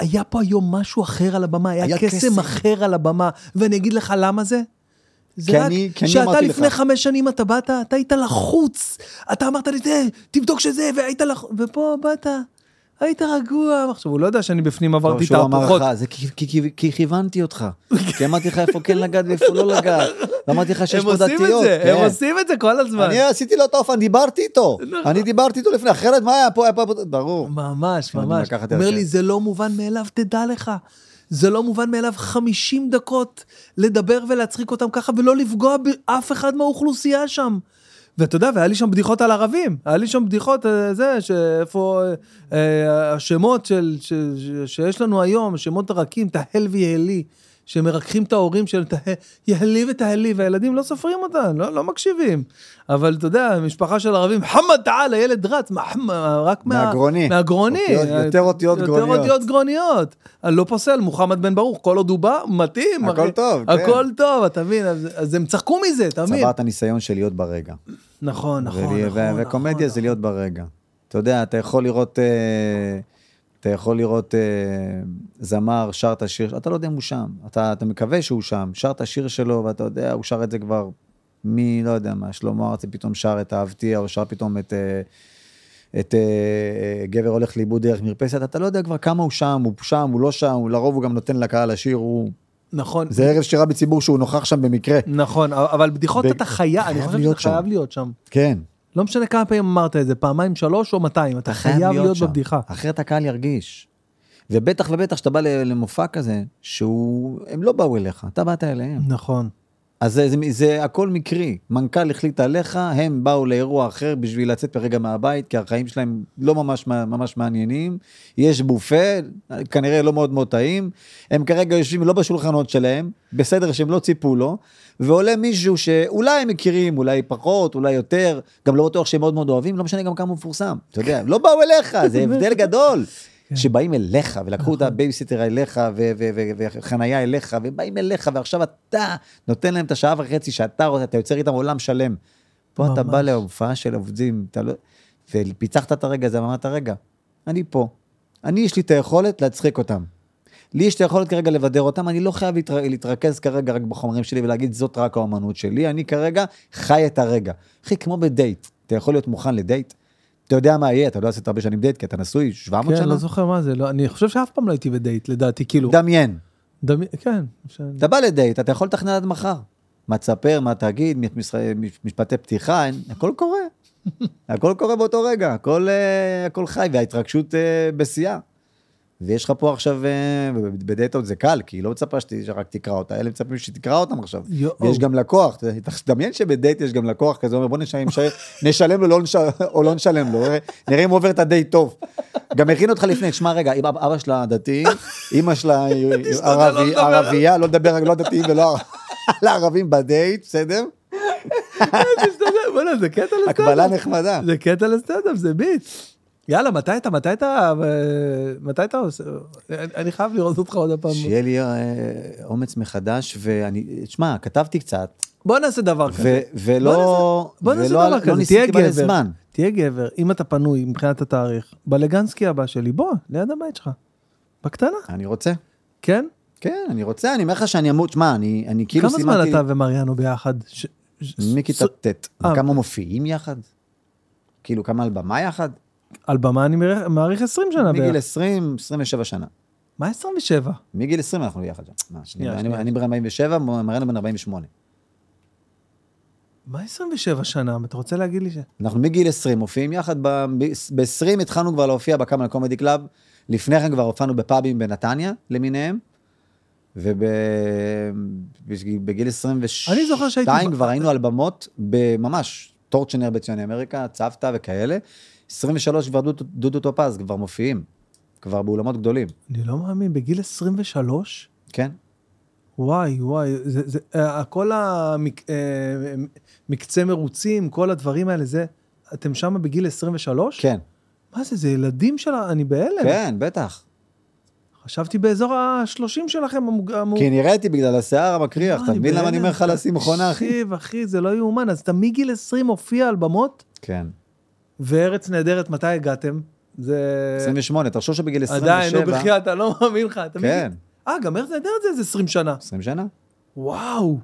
[SPEAKER 2] היה פה היום משהו אחר על הבמה, היה,
[SPEAKER 1] היה
[SPEAKER 2] קסם,
[SPEAKER 1] קסם.
[SPEAKER 2] אחר על הבמה, ואני אגיד לך למה זה? זה
[SPEAKER 1] כי
[SPEAKER 2] רק
[SPEAKER 1] אני- כי אני
[SPEAKER 2] שאתה
[SPEAKER 1] אמרתי
[SPEAKER 2] לפני
[SPEAKER 1] לך.
[SPEAKER 2] חמש שנים אתה באת, אתה היית לחוץ, אתה אמרת לי, "זה, תבדוק שזה, והיית לחוץ, ופה באת, היית רגוע. עכשיו, הוא לא יודע שאני בפנים
[SPEAKER 1] טוב,
[SPEAKER 2] עברתי את
[SPEAKER 1] שהוא אמר
[SPEAKER 2] ההפוכות.
[SPEAKER 1] לך, זה כי- כי- כי- כי כיוונתי אותך. כי אמרתי לך איפה כן לגעת ואיפה לא לגעת. ואמרתי לך שיש
[SPEAKER 2] הם
[SPEAKER 1] פה דתיות.
[SPEAKER 2] עושים את זה, הם
[SPEAKER 1] כן.
[SPEAKER 2] עושים את זה נכון. כל הזמן.
[SPEAKER 1] אני עשיתי לו את האופן, דיברתי איתו. אני דיברתי איתו לפני, אחרת מה היה פה? היה פה- ברור.
[SPEAKER 2] ממש,
[SPEAKER 1] אני
[SPEAKER 2] ממש.
[SPEAKER 1] לקחת את
[SPEAKER 2] אומר
[SPEAKER 1] הרכב.
[SPEAKER 2] לי, זה לא מובן מאליו, תדע לך. זה לא מובן מאליו 50 דקות לדבר ולהצחיק אותם ככה ולא לפגוע באף אחד מהאוכלוסייה שם. ואתה יודע, והיה לי שם בדיחות על ערבים, היה לי שם בדיחות, אה, זה, שאיפה, אה, אה, השמות של, ש, ש, שיש לנו היום, שמות רכים, תהל ויהלי, שמרככים את ההורים של תה, יהלי ותהלי, והילדים לא סופרים אותם, לא, לא מקשיבים. אבל אתה יודע, משפחה של ערבים, מוחמד תעל, הילד רץ, מוחמד, רק מה...
[SPEAKER 1] מהגרוני.
[SPEAKER 2] מהגרוני.
[SPEAKER 1] אותיות- יותר אותיות גרוניות.
[SPEAKER 2] יותר אותיות גרוניות. אני לא פוסל, מוחמד בן ברוך, כל עוד הוא בא, מתאים.
[SPEAKER 1] הכל
[SPEAKER 2] אחי.
[SPEAKER 1] טוב, כן.
[SPEAKER 2] הכל טוב, אתה מבין? אז- אז הם צחקו מזה, אתה מבין?
[SPEAKER 1] צברת ניסיון של להיות ברגע.
[SPEAKER 2] נכון, נכון, נכון.
[SPEAKER 1] ו- ו-
[SPEAKER 2] נכון,
[SPEAKER 1] וקומדיה זה להיות ברגע. אתה יודע, אתה יכול לראות, אה, אתה יכול לראות אה, זמר, שר את השיר, אתה לא יודע אם הוא שם, אתה, אתה מקווה שהוא שם, שר את השיר שלו, ואתה יודע, הוא שר את זה כבר מי, לא יודע מה, שלמה ארצי פתאום שר את אהבתי, או שר פתאום את, אה, את אה, אה, גבר הולך לאיבוד דרך מרפסת, אתה לא יודע כבר כמה הוא שם, הוא שם, הוא לא שם, הוא לרוב הוא גם נותן לקהל השיר, הוא...
[SPEAKER 2] נכון.
[SPEAKER 1] זה ערב שירה בציבור שהוא נוכח שם במקרה.
[SPEAKER 2] נכון, אבל בדיחות
[SPEAKER 1] ו-
[SPEAKER 2] אתה חייב, אני
[SPEAKER 1] חייב
[SPEAKER 2] חושב
[SPEAKER 1] להיות
[SPEAKER 2] שאתה חייב
[SPEAKER 1] שם.
[SPEAKER 2] להיות שם.
[SPEAKER 1] כן.
[SPEAKER 2] לא משנה כמה פעמים אמרת את זה, פעמיים שלוש או 200, אתה חייב להיות
[SPEAKER 1] שם,
[SPEAKER 2] בבדיחה.
[SPEAKER 1] אחרת הקהל ירגיש. ובטח ובטח שאתה בא ל- למופע כזה, שהוא, הם לא באו אליך, אתה באת אליהם.
[SPEAKER 2] נכון.
[SPEAKER 1] אז זה, זה, זה הכל מקרי. מנכ"ל החליט עליך, הם באו לאירוע אחר בשביל לצאת לרגע מהבית, כי החיים שלהם לא ממש, ממש מעניינים. יש בופה, כנראה לא מאוד מאוד טעים. הם כרגע יושבים לא בשולחנות שלהם, בסדר שהם לא ציפו לו, ועולה מישהו שאולי הם מכירים, אולי פחות, אולי יותר, גם לא בטוח שהם מאוד מאוד אוהבים, לא משנה גם כמה הוא מפורסם. אתה יודע, לא באו אליך, זה הבדל גדול. שבאים אליך, ולקחו את הבייביסיטר אליך, ו- ו- ו- וחנייה אליך, ובאים אליך, ועכשיו אתה נותן להם את השעה וחצי שאתה רוצה, אתה יוצר איתם עולם שלם. פה אתה
[SPEAKER 2] ממש.
[SPEAKER 1] בא להופעה של עובדים, אתה לא... ופיצחת את הרגע הזה, ואמרת, רגע, אני פה. אני, יש לי את היכולת להצחיק אותם. לי יש את היכולת כרגע לבדר אותם, אני לא חייב להתר... להתרכז כרגע רק בחומרים שלי ולהגיד, זאת רק האומנות שלי, אני כרגע חי את הרגע. אחי, כמו בדייט, אתה יכול להיות מוכן לדייט? אתה יודע מה יהיה, אתה לא עשית הרבה שנים דייט, כי אתה נשוי 700
[SPEAKER 2] כן,
[SPEAKER 1] שנה?
[SPEAKER 2] לא זוכר מה זה, לא- אני חושב שאף פעם לא הייתי בדייט, לדעתי, כאילו.
[SPEAKER 1] דמיין.
[SPEAKER 2] דמי- כן. ש-
[SPEAKER 1] אתה בא לדייט, אתה יכול לתכנן עד מחר. מה תספר, מה תגיד, מש- מש- מש- משפטי פתיחה, אין- הכל קורה. הכל קורה באותו רגע, הכל, אה, הכל חי, וההתרגשות אה, בשיאה. ויש לך פה עכשיו, אה, בדייט עוד זה קל, כי היא לא מצפה שת- שרק תקרא אותה, אלה מצפים שתקרא אותם עכשיו.
[SPEAKER 2] יואו.
[SPEAKER 1] ויש גם לקוח, אתה- תדמיין שבדייט יש גם לקוח כזה, אומר בוא נשלם, נשלם לו לא נש- או לא נשלם לו, נראה אם הוא עובר את הדייט טוב. גם הכין אותך לפני, תשמע רגע, אם אבא אבא שלה דתי, אמא שלה היא- היא ערבי-
[SPEAKER 2] לדבר.
[SPEAKER 1] ערבייה, לא לדבר רק לא דתיים ולא ער- על הערבים בדייט, בסדר?
[SPEAKER 2] בוא'נה, זה קטע לסטנדאפ.
[SPEAKER 1] הקבלה נחמדה.
[SPEAKER 2] זה קטע לסטנדאפ, זה ביט. יאללה, מתי אתה, מתי אתה, אה, מתי אתה עושה? אני אני חייב לראות אותך עוד הפעם.
[SPEAKER 1] שיהיה לי אה, אומץ מחדש, ואני, תשמע, כתבתי קצת,
[SPEAKER 2] בוא נעשה דבר
[SPEAKER 1] ו-
[SPEAKER 2] כזה.
[SPEAKER 1] ולא,
[SPEAKER 2] בוא נעשה
[SPEAKER 1] ולא-
[SPEAKER 2] דבר
[SPEAKER 1] לא
[SPEAKER 2] כזה, תהיה
[SPEAKER 1] ניסיתי מלא
[SPEAKER 2] גבר.
[SPEAKER 1] זמן.
[SPEAKER 2] תהיה גבר, אם אתה פנוי מבחינת התאריך, בלגנסקי הבא שלי, בוא, ליד הבית שלך. בקטנה,
[SPEAKER 1] אני רוצה.
[SPEAKER 2] כן?
[SPEAKER 1] כן, אני רוצה, אני אומר לך שאני אמור, תשמע, אני, אני כאילו
[SPEAKER 2] כמה זמן
[SPEAKER 1] סימנתי
[SPEAKER 2] אתה ומריאנו ביחד? ש- ש-
[SPEAKER 1] מכיתה
[SPEAKER 2] ס-
[SPEAKER 1] ט',
[SPEAKER 2] אה.
[SPEAKER 1] כמה מופיעים יחד? כאילו, כמה על במה יחד?
[SPEAKER 2] על במה אני מעריך- מעריך 20 שנה
[SPEAKER 1] מגיל
[SPEAKER 2] בערך.
[SPEAKER 1] 20, 27 שנה.
[SPEAKER 2] מה 27?
[SPEAKER 1] מגיל 20 אנחנו ביחד שם. מה,
[SPEAKER 2] שנייה,
[SPEAKER 1] אני-
[SPEAKER 2] שנייה.
[SPEAKER 1] אני בן 47, מרנו בן 48.
[SPEAKER 2] מה 27 שנה? אתה רוצה להגיד לי ש...
[SPEAKER 1] אנחנו מגיל 20 מופיעים יחד, ב-20 התחלנו כבר להופיע בקאמל קומדי קלאב, לפני כן כבר הופענו בפאבים בנתניה למיניהם, ובגיל 22
[SPEAKER 2] אני זוכר שהייתי-
[SPEAKER 1] כבר היינו על במות, ממש, טורצ'נר בציוני אמריקה, צוותא וכאלה, 23 כבר דודו- דודו טופז כבר מופיעים, כבר באולמות גדולים,
[SPEAKER 2] אני לא מאמין, בגיל 23?
[SPEAKER 1] כן?
[SPEAKER 2] וואי, וואי, זה, זה, אה, כל המקצה מרוצים, כל הדברים האלה, זה, אתם שם בגיל 23?
[SPEAKER 1] כן,
[SPEAKER 2] מה זה, זה ילדים של ה... אני בהלם.
[SPEAKER 1] כן, בטח.
[SPEAKER 2] חשבתי באזור ה-30 שלכם המוג... המוג-
[SPEAKER 1] כי נראיתי בגלל השיער המקריח,
[SPEAKER 2] אה,
[SPEAKER 1] כן, אתה מבין למה אני אומר לך
[SPEAKER 2] בהלם.
[SPEAKER 1] לשים מכונה, אחי?
[SPEAKER 2] תקשיב, אחי, זה לא יאומן. אז אתה מגיל 20 הופיע על במות,
[SPEAKER 1] כן.
[SPEAKER 2] וארץ נהדרת, מתי הגעתם? זה...
[SPEAKER 1] 28, תחשוב שבגיל 27...
[SPEAKER 2] עדיין, נו בחייאת, אני לא מאמין לך. אתה
[SPEAKER 1] כן,
[SPEAKER 2] מגיל- אה, גם ארץ נהדרת זה איזה 20 שנה.
[SPEAKER 1] 20 שנה?
[SPEAKER 2] וואו.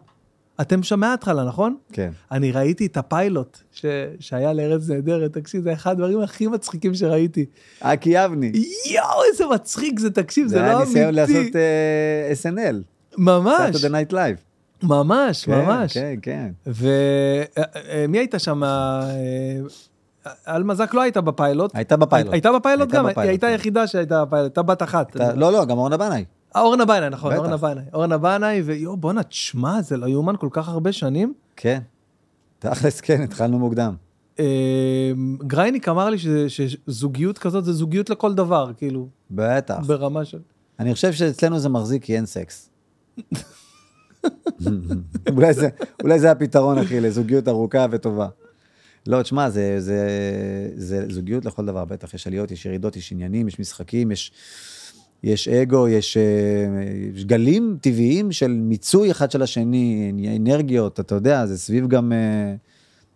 [SPEAKER 2] אתם שם מההתחלה, נכון?
[SPEAKER 1] כן.
[SPEAKER 2] אני ראיתי את הפיילוט ש... שהיה לארץ נהדרת, תקשיב, זה אחד הדברים הכי מצחיקים שראיתי.
[SPEAKER 1] אקי יבני.
[SPEAKER 2] יואו, איזה מצחיק זה, תקשיב, זה,
[SPEAKER 1] אה, זה היה
[SPEAKER 2] לא אמיתי.
[SPEAKER 1] ניסיון לעשות אה, SNL,
[SPEAKER 2] ממש,
[SPEAKER 1] Saturday Night Live.
[SPEAKER 2] ממש,
[SPEAKER 1] כן,
[SPEAKER 2] ממש.
[SPEAKER 1] כן, כן.
[SPEAKER 2] ומי הייתה שם? אה, אלמה זק לא הייתה בפיילוט.
[SPEAKER 1] הייתה בפיילוט.
[SPEAKER 2] הייתה בפיילוט
[SPEAKER 1] הייתה
[SPEAKER 2] גם,
[SPEAKER 1] בפיילוט,
[SPEAKER 2] היא הייתה
[SPEAKER 1] כן.
[SPEAKER 2] היחידה שהייתה בפיילוט, הייתה בת אחת.
[SPEAKER 1] אתה- לא, לא, גם אורנה בנאי.
[SPEAKER 2] אה, אורנה בנאי, נכון,
[SPEAKER 1] בטח.
[SPEAKER 2] אורנה בנאי. אורנה בנאי, ויואו, בואנה, תשמע, זה לא יאומן כל כך הרבה שנים.
[SPEAKER 1] כן. תכלס, כן, התחלנו מוקדם.
[SPEAKER 2] אה, גרייניק אמר לי שזה- שזוגיות כזאת זה זוגיות לכל דבר, כאילו,
[SPEAKER 1] בטח.
[SPEAKER 2] ברמה של...
[SPEAKER 1] אני חושב שאצלנו זה מחזיק כי אין סקס. אולי זה- אולי זה הפתרון, אחי, לזוגיות ארוכה וטובה. לא, תשמע, זה, זה, זה זוגיות לכל דבר, בטח. יש עליות, יש ירידות, יש עניינים, יש משחקים, יש, יש אגו, יש, אה, יש גלים טבעיים של מיצוי אחד של השני, אנרגיות, אתה יודע, זה סביב גם, אה,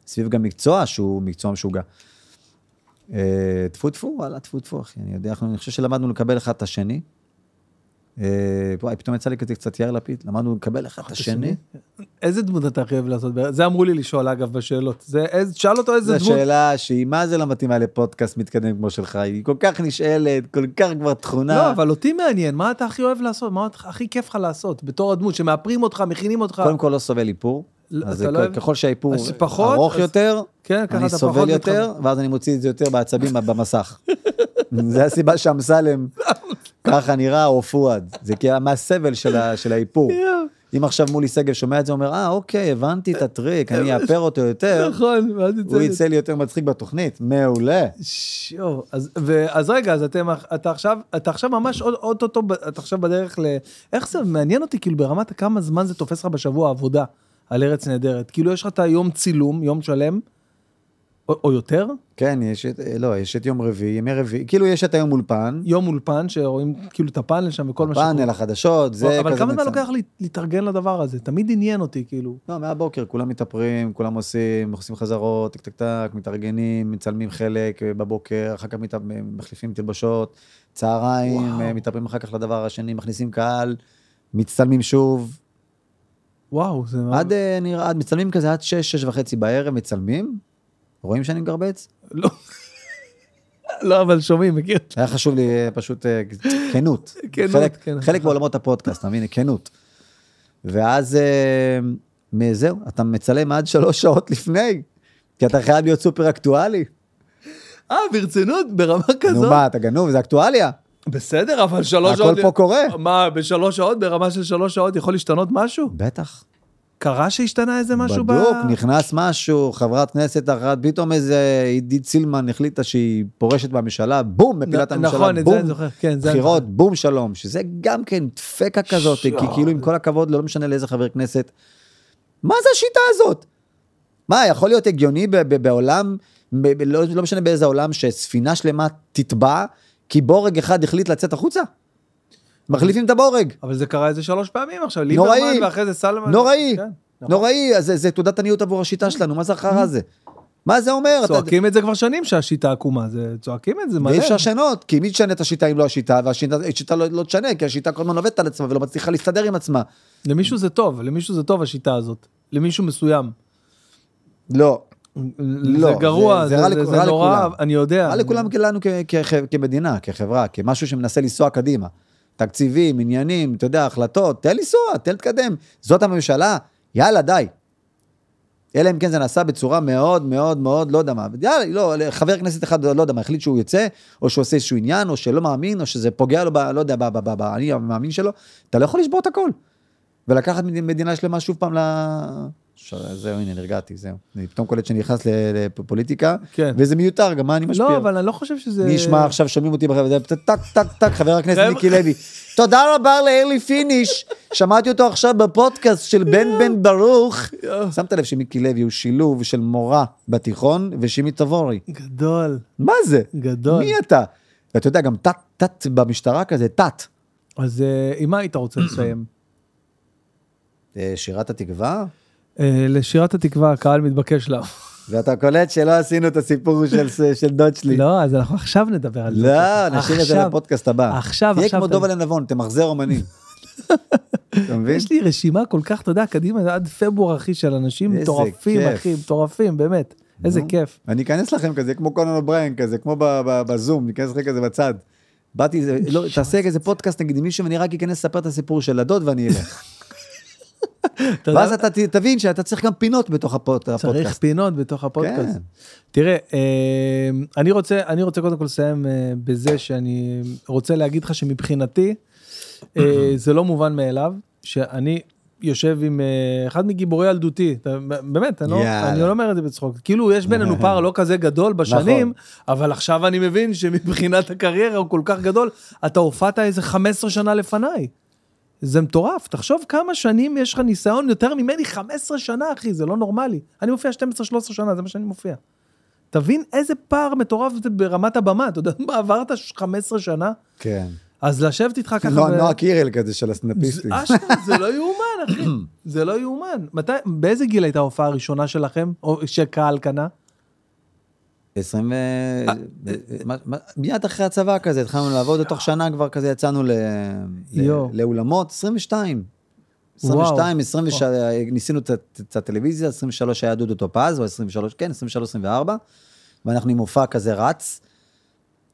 [SPEAKER 1] סביב גם מקצוע שהוא מקצוע משוגע. אה, טפו טפו, וואלה, טפו טפו, אחי, אני יודע, אנחנו, אני חושב שלמדנו לקבל אחד את השני. אה, וואי, פתאום יצא לי כזה קצת יאיר לפיד, למדנו לקבל אחד את השני.
[SPEAKER 2] איזה דמות אתה חייב לעשות? זה אמרו לי לשאול, אגב, בשאלות. זה, איזה- תשאל אותו איזה
[SPEAKER 1] זו
[SPEAKER 2] דמות.
[SPEAKER 1] שאלה שהיא מה זה לא מתאימה לפודקאסט מתקדם כמו שלך, היא כל כך נשאלת, כל כך כבר תכונה.
[SPEAKER 2] לא, אבל אותי מעניין, מה אתה הכי אוהב לעשות? מה אתה- הכי כיף לך לעשות? בתור הדמות, שמאפרים אותך, מכינים אותך.
[SPEAKER 1] קודם כל לא סובל איפור,
[SPEAKER 2] לא,
[SPEAKER 1] אז
[SPEAKER 2] אתה לא
[SPEAKER 1] כ-
[SPEAKER 2] אוהב-
[SPEAKER 1] ככל שהאיפור
[SPEAKER 2] אז פחות,
[SPEAKER 1] ארוך
[SPEAKER 2] אז-
[SPEAKER 1] יותר,
[SPEAKER 2] כן, ככה
[SPEAKER 1] אני
[SPEAKER 2] אתה פחות
[SPEAKER 1] סובל יותר, ואז אני מוציא את זה יותר בעצבים במסך. זה הסיבה שאמסלם ככה נראה, או פואד, זה כי מהסבל של ה- של האיפור.
[SPEAKER 2] יואו,
[SPEAKER 1] אם עכשיו מולי שגב שומע את זה, הוא אומר, אה, אוקיי, הבנתי את הטריק, אני אאפר אותו יותר,
[SPEAKER 2] נכון, ואז
[SPEAKER 1] הוא
[SPEAKER 2] יצא...
[SPEAKER 1] יצא לי יותר מצחיק בתוכנית, מעולה.
[SPEAKER 2] שיו, אז, ו- אז רגע, אז אתם, אתה עכשיו, אתה עכשיו ממש עוד- אוטוטו, ב- אתה עכשיו בדרך ל... איך זה מעניין אותי, כאילו ברמת כמה זמן זה תופס לך בשבוע עבודה על ארץ נהדרת. כאילו יש לך את היום צילום, יום שלם, או, או יותר,
[SPEAKER 1] כן, יש את, לא, יש את יום רביעי, ימי רביעי, כאילו יש את היום אולפן,
[SPEAKER 2] יום אולפן, שרואים כאילו את הפאנל שם וכל מה
[SPEAKER 1] פאנל החדשות, זה כזה
[SPEAKER 2] אבל כמה זמן
[SPEAKER 1] מצלם.
[SPEAKER 2] לוקח לי- להתארגן לדבר הזה? תמיד עניין אותי, כאילו.
[SPEAKER 1] לא, מהבוקר, כולם מתאפרים, כולם עושים, עושים חזרות, טק טק טק, מתארגנים, מצלמים חלק אה, בבוקר, אחר כך מת... מחליפים תלבשות, צהריים,
[SPEAKER 2] וואו.
[SPEAKER 1] אה, מתאפרים אחר כך לדבר השני, מכניסים קהל, מצטלמים שוב,
[SPEAKER 2] וואו, זה...
[SPEAKER 1] עד, אה, נראה, עד מצלמים כזה עד שש, שש וחצי בערב, מצלמים, רואים שאני מגרבץ?
[SPEAKER 2] לא, לא, אבל שומעים, מכיר?
[SPEAKER 1] היה חשוב לי אה, פשוט אה, כנות.
[SPEAKER 2] כנות,
[SPEAKER 1] חלק,
[SPEAKER 2] כן.
[SPEAKER 1] חלק בעולמות הפודקאסט, אתה מבין? כנות. ואז אה, מ- זהו, אתה מצלם עד שלוש שעות לפני, כי אתה חייב להיות סופר אקטואלי.
[SPEAKER 2] אה, ברצינות, ברמה
[SPEAKER 1] נו
[SPEAKER 2] כזאת?
[SPEAKER 1] מה, אתה גנוב, זה אקטואליה.
[SPEAKER 2] בסדר, אבל שלוש
[SPEAKER 1] הכל
[SPEAKER 2] שעות...
[SPEAKER 1] פה קורה.
[SPEAKER 2] מה, בשלוש שעות, ברמה של שלוש שעות, יכול להשתנות משהו?
[SPEAKER 1] בטח.
[SPEAKER 2] קרה שהשתנה איזה משהו ב...
[SPEAKER 1] בדוק, נכנס משהו, חברת כנסת אחת, פתאום איזה עידית סילמן החליטה שהיא פורשת מהממשלה, בום, מפילת
[SPEAKER 2] נ-
[SPEAKER 1] הממשלה,
[SPEAKER 2] נכון, את זה
[SPEAKER 1] בום,
[SPEAKER 2] אני זוכר, כן, זה אני
[SPEAKER 1] בחירות, בום, שלום, שזה גם כן דפקה כזאת, כי
[SPEAKER 2] שואו.
[SPEAKER 1] כאילו עם כל הכבוד, לא משנה לאיזה חבר כנסת, מה זה השיטה הזאת? מה, יכול להיות הגיוני ב- ב- בעולם, ב- ב- לא לא משנה באיזה עולם, שספינה שלמה תטבע, כי בורג אחד החליט לצאת החוצה? מחליפים את הבורג.
[SPEAKER 2] אבל זה קרה איזה שלוש פעמים עכשיו,
[SPEAKER 1] נוראי.
[SPEAKER 2] ליברמן ואחרי זה סלמן.
[SPEAKER 1] נוראי,
[SPEAKER 2] כן, נכון. כן.
[SPEAKER 1] נוראי, אז זה- זה תעודת עניות עבור השיטה שלנו, מה זה החרא הזה? מה זה אומר? אתה-
[SPEAKER 2] צועקים את זה כבר שנים שהשיטה עקומה, זה- צועקים את זה מלא.
[SPEAKER 1] ואי אפשר לשנות, כי מי תשנה את השיטה אם לא השיטה, והשיטה לא לא תשנה, כי השיטה כל הזמן עובדת על עצמה ולא מצליחה להסתדר עם עצמה.
[SPEAKER 2] למישהו זה טוב, למישהו זה טוב השיטה הזאת, למישהו מסוים.
[SPEAKER 1] לא, לא,
[SPEAKER 2] זה גרוע,
[SPEAKER 1] זה-
[SPEAKER 2] זה
[SPEAKER 1] זה רע
[SPEAKER 2] זה-
[SPEAKER 1] לכ-
[SPEAKER 2] זה
[SPEAKER 1] רע
[SPEAKER 2] נורא,
[SPEAKER 1] לכולם.
[SPEAKER 2] אני יודע.
[SPEAKER 1] מה לכולם לנו כ- כ- כמדינה, כחברה, כמשהו שמנסה לנסוע קדימה. תקציבים, עניינים, אתה יודע, החלטות, תן לנסוע, תן להתקדם. זאת הממשלה, יאללה, די. אלא אם כן זה נעשה בצורה מאוד מאוד מאוד, לא יודע מה, יאללה, לא, חבר כנסת אחד, לא יודע מה, החליט שהוא יוצא, או שעושה איזשהו עניין, או שלא מאמין, או שזה פוגע לו, ב, לא יודע, באני המאמין שלו, אתה לא יכול לשבור את הכל. ולקחת מד- מדינה שלמה שוב פעם ל... ש- זהו, הנה, נרגעתי, זהו. אני פתאום קולט שנכנס ל- לפוליטיקה,
[SPEAKER 2] כן.
[SPEAKER 1] וזה מיותר, גם מה אני משפיע.
[SPEAKER 2] לא, אבל אני לא חושב שזה...
[SPEAKER 1] מי ישמע עכשיו, שומעים אותי בחברה, טק, טק, טק, טק, חבר הכנסת
[SPEAKER 2] חבר'ה.
[SPEAKER 1] מיקי לוי. תודה רבה לאלי פיניש, שמעתי אותו עכשיו בפודקאסט של בן בן ברוך.
[SPEAKER 2] יואו.
[SPEAKER 1] שמת לב שמיקי לוי הוא שילוב של מורה בתיכון ושימי תבורי.
[SPEAKER 2] גדול,
[SPEAKER 1] מה זה?
[SPEAKER 2] גדול.
[SPEAKER 1] מי אתה? ואתה יודע, גם תת, תת במשטרה כזה, תת.
[SPEAKER 2] אז אה, עם מה היית רוצה לסיים?
[SPEAKER 1] אה, שירת התקווה?
[SPEAKER 2] אה, לשירת התקווה הקהל מתבקש לה.
[SPEAKER 1] ואתה קולט שלא עשינו את הסיפור של, של דוד שלי.
[SPEAKER 2] לא, אז אנחנו עכשיו נדבר על זה.
[SPEAKER 1] לא, נשאיר את זה
[SPEAKER 2] עכשיו- לבודקאסט
[SPEAKER 1] לפודקאסט הבא.
[SPEAKER 2] עכשיו,
[SPEAKER 1] תהיה
[SPEAKER 2] עכשיו
[SPEAKER 1] כמו
[SPEAKER 2] אתה-
[SPEAKER 1] דוב אלן נבון, תמחזר אומנים. אתה מבין?
[SPEAKER 2] יש לי רשימה כל כך, אתה יודע, קדימה, עד פברואר, אחי, של אנשים
[SPEAKER 1] איזה
[SPEAKER 2] מטורפים,
[SPEAKER 1] כיף.
[SPEAKER 2] אחי, מטורפים, באמת. איזה
[SPEAKER 1] נו.
[SPEAKER 2] כיף.
[SPEAKER 1] אני אכנס לכם כזה, כמו קונן אובריין כזה, כמו ב- ב- בזום, ניכנס לך כזה בצד. באתי, זה- לא,
[SPEAKER 2] אוקיי.
[SPEAKER 1] תעשה איזה פודקאסט נגד מישהו, ואני רק אכנס לספר את הסיפור של הדוד ואני אלך.
[SPEAKER 2] אתה יודע-
[SPEAKER 1] ואז אתה ת- תבין שאתה צריך גם פינות בתוך הפוד-
[SPEAKER 2] צריך
[SPEAKER 1] הפודקאסט.
[SPEAKER 2] פינות בתוך הפודקאסט.
[SPEAKER 1] כן.
[SPEAKER 2] תראה, אה, אני רוצה, אני רוצה קודם כל לסיים אה, בזה שאני רוצה להגיד לך שמבחינתי, אה, זה לא מובן מאליו, שאני יושב עם אה, אחד מגיבורי ילדותי, אתה- באמת, אני לא,
[SPEAKER 1] יאללה.
[SPEAKER 2] אני לא אומר את זה בצחוק, כאילו יש בינינו פער לא כזה גדול בשנים, אבל עכשיו אני מבין שמבחינת הקריירה הוא כל כך גדול, אתה הופעת איזה 15 שנה לפניי. זה מטורף, תחשוב כמה שנים יש לך ניסיון יותר ממני 15 שנה, אחי, זה לא נורמלי. אני מופיע 12-13 שנה, זה מה שאני מופיע. תבין איזה פער מטורף זה ברמת הבמה, אתה יודע מה עברת 15 שנה?
[SPEAKER 1] כן.
[SPEAKER 2] אז לשבת איתך ככה...
[SPEAKER 1] נועה
[SPEAKER 2] ו-
[SPEAKER 1] נועה קירל כזה של
[SPEAKER 2] זה-
[SPEAKER 1] הסנאפיסטים.
[SPEAKER 2] אשכרה, זה לא יאומן, אחי. זה לא יאומן. מתי, באיזה גיל הייתה ההופעה הראשונה שלכם, או שקהל קנה?
[SPEAKER 1] 20 ו... מה- מה- מיד אחרי הצבא כזה, התחלנו לעבוד, ותוך שנה כבר כזה יצאנו ל- ל-
[SPEAKER 2] יואו.
[SPEAKER 1] לאולמות, 22.
[SPEAKER 2] וואו.
[SPEAKER 1] 22, 23, ניסינו את ה- את הטלוויזיה, 23 היה דודו טופז, או 23, כן, 23, 24, ואנחנו עם מופע כזה רץ,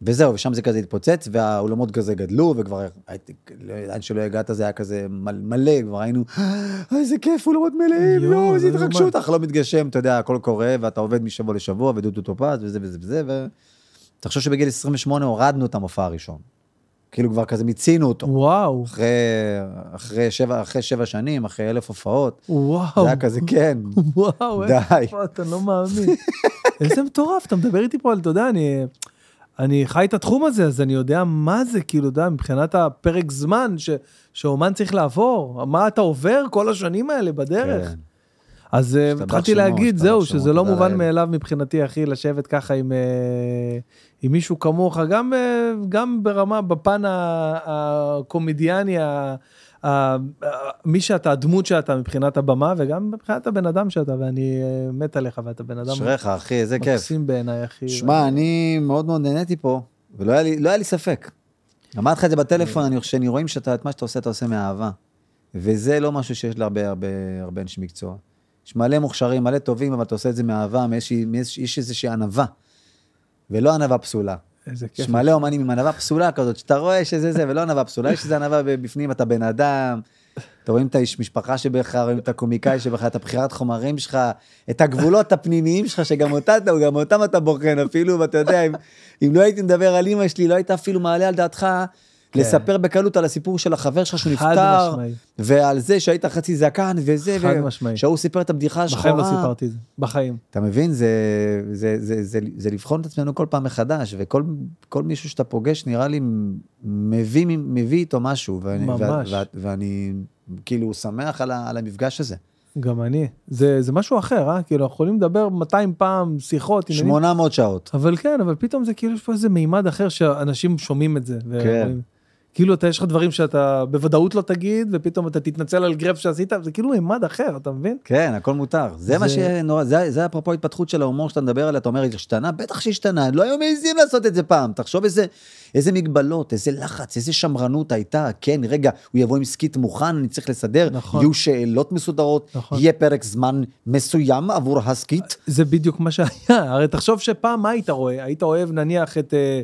[SPEAKER 1] וזהו, ושם זה כזה התפוצץ, והאולמות כזה גדלו, וכבר, הייתי- לא- עד שלא הגעת זה היה כזה מל- מלא, כבר היינו, "אה, איזה כיף, אולמות מלאים,
[SPEAKER 2] יואו,
[SPEAKER 1] יואו, איזה
[SPEAKER 2] לא יאומן.
[SPEAKER 1] התרגשות, אך לא מתגשם, אתה יודע, הכל קורה, ואתה עובד משבוע לשבוע, ודודו טופז, וזה וזה וזה, ו... תחשוב שבגיל 28 הורדנו את המופע הראשון. כאילו כבר כזה מיצינו אותו.
[SPEAKER 2] וואו,
[SPEAKER 1] אחרי, אחרי, שבע, אחרי שבע שנים, אחרי אלף הופעות, זה
[SPEAKER 2] וואו,
[SPEAKER 1] היה כזה, כן,
[SPEAKER 2] וואו,
[SPEAKER 1] די.
[SPEAKER 2] איפה אתה לא מאמין. איזה מטורף, אתה מדבר איתי פה על, אתה יודע, אני... אני חי את התחום הזה, אז אני יודע מה זה, כאילו, אתה יודע, מבחינת הפרק זמן ש, שאומן צריך לעבור, מה אתה עובר כל השנים האלה בדרך.
[SPEAKER 1] כן.
[SPEAKER 2] אז אה,
[SPEAKER 1] השתבח
[SPEAKER 2] התחלתי
[SPEAKER 1] שמו,
[SPEAKER 2] להגיד,
[SPEAKER 1] השתבח
[SPEAKER 2] זהו,
[SPEAKER 1] שמו,
[SPEAKER 2] שזה לא
[SPEAKER 1] תודה
[SPEAKER 2] מובן
[SPEAKER 1] לאל.
[SPEAKER 2] מאליו מבחינתי, אחי, לשבת ככה עם, אה, עם מישהו כמוך, גם, אה, גם ברמה, בפן ה- הקומדיאני, ה- ה- ה- מי שאתה, הדמות שאתה מבחינת הבמה, וגם מבחינת הבן אדם שאתה, ואני אה, מת עליך, ואתה בן אדם
[SPEAKER 1] אשריך, אחי, איזה כיף.
[SPEAKER 2] מקסים בעיניי, אחי.
[SPEAKER 1] שמע, אני מאוד מאוד נהניתי פה, ולא היה לי, לא היה לי ספק. אמרתי לך את זה בטלפון, אני חושב, שאני רואים שאתה, את מה שאתה עושה, אתה עושה מאהבה. וזה לא משהו שיש להרבה הרבה, הרבה אנשי מקצוע. יש מלא מוכשרים, מלא טובים, אבל אתה עושה את זה מאהבה, מאיזושהי- מאיזושהי- יש איזושהי ענווה. ולא ענווה פסולה.
[SPEAKER 2] איזה כיף.
[SPEAKER 1] יש מלא אומנים עם ענווה פסולה כזאת, שאתה רואה שזה זה, ולא ענווה פסולה, יש איזה ענווה בפנים, אתה בן אדם, אתה רואים את האיש משפחה שבך, רואים את הקומיקאי שבך, את הבחירת חומרים שלך, את הגבולות הפנימיים שלך, שגם אותה, אתה- גם אותם אתה בוחן אפילו, ואתה יודע, אם, אם לא הייתי מדבר על אימא שלי, לא היית אפילו מעלה על דעתך לספר בקלות על הסיפור של החבר שלך שהוא
[SPEAKER 2] כן. חד
[SPEAKER 1] נפטר,
[SPEAKER 2] משמעי.
[SPEAKER 1] ועל זה שהיית חצי זקן, וזה,
[SPEAKER 2] חד משמעי.
[SPEAKER 1] שההוא סיפר את הבדיחה השחורה.
[SPEAKER 2] בחיים לא סיפרתי את זה, בחיים.
[SPEAKER 1] אתה מבין? זה, זה, זה, זה, זה לבחון את עצמנו כל פעם מחדש, וכל כל מישהו שאתה פוגש נראה לי מביא, מביא איתו משהו. ואני,
[SPEAKER 2] ממש.
[SPEAKER 1] ו, ו, ואני כאילו שמח על, ה, על המפגש הזה.
[SPEAKER 2] גם אני. זה, זה משהו אחר, אה? כאילו, אנחנו יכולים לדבר 200 פעם שיחות. עניינים.
[SPEAKER 1] 800 שעות.
[SPEAKER 2] אבל כן, אבל פתאום זה כאילו, יש פה איזה מימד אחר שאנשים שומעים את זה. ו-
[SPEAKER 1] כן.
[SPEAKER 2] כאילו, אתה, יש לך דברים שאתה בוודאות לא תגיד, ופתאום אתה תתנצל על גרף שעשית, זה כאילו מימד אחר, אתה מבין?
[SPEAKER 1] כן, הכל מותר. זה מה
[SPEAKER 2] זה-
[SPEAKER 1] שנורא, זה זה אפרופו התפתחות של ההומור שאתה מדבר עליה, אתה אומר, השתנה? בטח שהשתנה, לא היו מעיזים לעשות את זה פעם. תחשוב איזה- איזה מגבלות, איזה לחץ, איזה שמרנות הייתה. כן, רגע, הוא יבוא עם סקיט מוכן, אני צריך לסדר.
[SPEAKER 2] נכון.
[SPEAKER 1] יהיו שאלות מסודרות,
[SPEAKER 2] נכון.
[SPEAKER 1] יהיה פרק זמן מסוים עבור הסקיט.
[SPEAKER 2] זה בדיוק מה שהיה, הרי תחשוב שפעם מה היית רואה? היית אוהב נניח את, אה,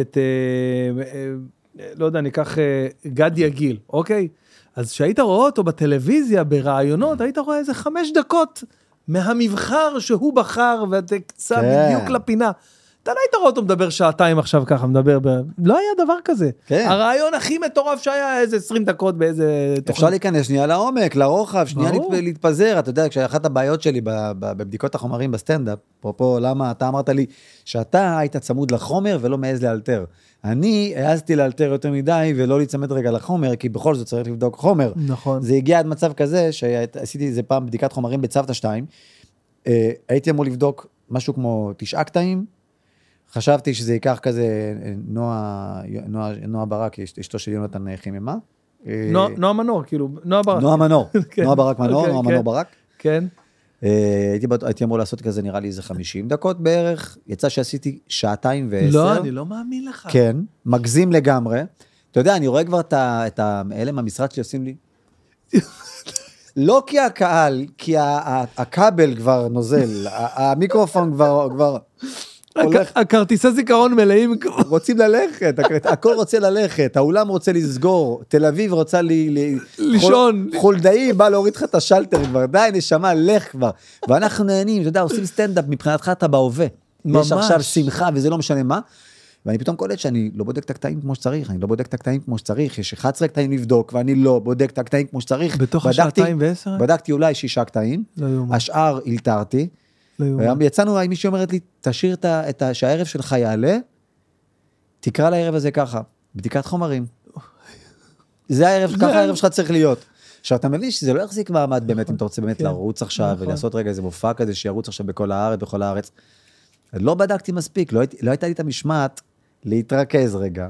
[SPEAKER 2] את אה, אה, לא יודע, ניקח אה, גדי עגיל, אוקיי? אז כשהיית רואה אותו בטלוויזיה, בראיונות, היית רואה איזה חמש דקות מהמבחר שהוא בחר, ואתה קצת
[SPEAKER 1] כן.
[SPEAKER 2] בדיוק לפינה. אתה לא היית רואה אותו מדבר שעתיים עכשיו ככה, מדבר, ב... לא היה דבר כזה.
[SPEAKER 1] כן.
[SPEAKER 2] הרעיון הכי מטורף שהיה איזה 20 דקות באיזה...
[SPEAKER 1] אפשר להיכנס שנייה לעומק, לרוחב, שנייה
[SPEAKER 2] אה, ברור.
[SPEAKER 1] להת- להתפזר. אתה יודע, כשאחת הבעיות שלי ב- ב- בבדיקות החומרים בסטנדאפ, אפרופו למה אתה אמרת לי שאתה היית צמוד לחומר ולא מעז לאלתר. אני העזתי לאלתר יותר מדי ולא להיצמד רגע לחומר, כי בכל זאת צריך לבדוק חומר.
[SPEAKER 2] נכון.
[SPEAKER 1] זה הגיע עד מצב כזה שעשיתי איזה פעם בדיקת חומרים בצוותא 2. אה, הייתי אמור לבדוק משהו כמו תשעה קטעים. חשבתי שזה ייקח כזה, אה, נועה, נועה, נועה ברק, אשת- אשתו של יונתן אה, חיממה. אה,
[SPEAKER 2] נוע- נועה מנור, כאילו, נועה ברק.
[SPEAKER 1] נועה מנור,
[SPEAKER 2] כן.
[SPEAKER 1] נועה ברק מנור,
[SPEAKER 2] אוקיי,
[SPEAKER 1] נועה
[SPEAKER 2] כן.
[SPEAKER 1] מנור ברק.
[SPEAKER 2] כן.
[SPEAKER 1] אה, הייתי בט- הייתי אמור לעשות כזה נראה לי איזה 50 דקות בערך, יצא שעשיתי שעתיים ועשר.
[SPEAKER 2] לא, אני לא מאמין לך.
[SPEAKER 1] אה, כן, מגזים לגמרי. אתה יודע, אני רואה כבר את ה- את ה- אלה מהמשרד שעושים לי. לא כי הקהל, כי ה- ה- הכבל כבר נוזל, ה- המיקרופון כבר, כבר הולך,
[SPEAKER 2] הכ- הכרטיסי זיכרון מלאים כבר.
[SPEAKER 1] רוצים ללכת, הכ- הכל רוצה ללכת, האולם רוצה לסגור, תל אביב רוצה ל... ל-
[SPEAKER 2] לישון.
[SPEAKER 1] חול- חולדאי בא להוריד לך את השלטר כבר, די נשמה, לך כבר. ואנחנו נהנים, אתה יודע, עושים סטנדאפ, מבחינתך אתה בהווה.
[SPEAKER 2] ממש.
[SPEAKER 1] יש עכשיו שמחה וזה לא משנה מה. ואני פתאום קולט שאני לא בודק את הקטעים כמו שצריך, אני לא בודק את הקטעים כמו שצריך, יש 11 קטעים לבדוק, ואני לא בודק את הקטעים כמו שצריך.
[SPEAKER 2] בתוך
[SPEAKER 1] בדקתי-
[SPEAKER 2] השעתיים ועשר?
[SPEAKER 1] בדקתי אולי שישה קטעים,
[SPEAKER 2] לא יאומן,
[SPEAKER 1] השאר הילתרתי.
[SPEAKER 2] לא יאומן.
[SPEAKER 1] יצאנו, מישהי אומרת לי, תשאיר את ה... את ה- שהערב שלך יעלה, תקרא לערב הזה ככה, בדיקת חומרים. זה הערב,
[SPEAKER 2] זה-
[SPEAKER 1] ככה הערב שלך צריך להיות. עכשיו, אתה מבין שזה לא יחזיק מעמד באמת, אם אתה רוצה באמת
[SPEAKER 2] כן,
[SPEAKER 1] לרוץ עכשיו,
[SPEAKER 2] נכון.
[SPEAKER 1] ולעשות רגע איזה מופע כזה שירוץ עכשיו בכל הארץ, בכל הארץ. לא בדקתי מספיק, לא הייתי- לא הייתה לי את המשמעת להתרכז רגע,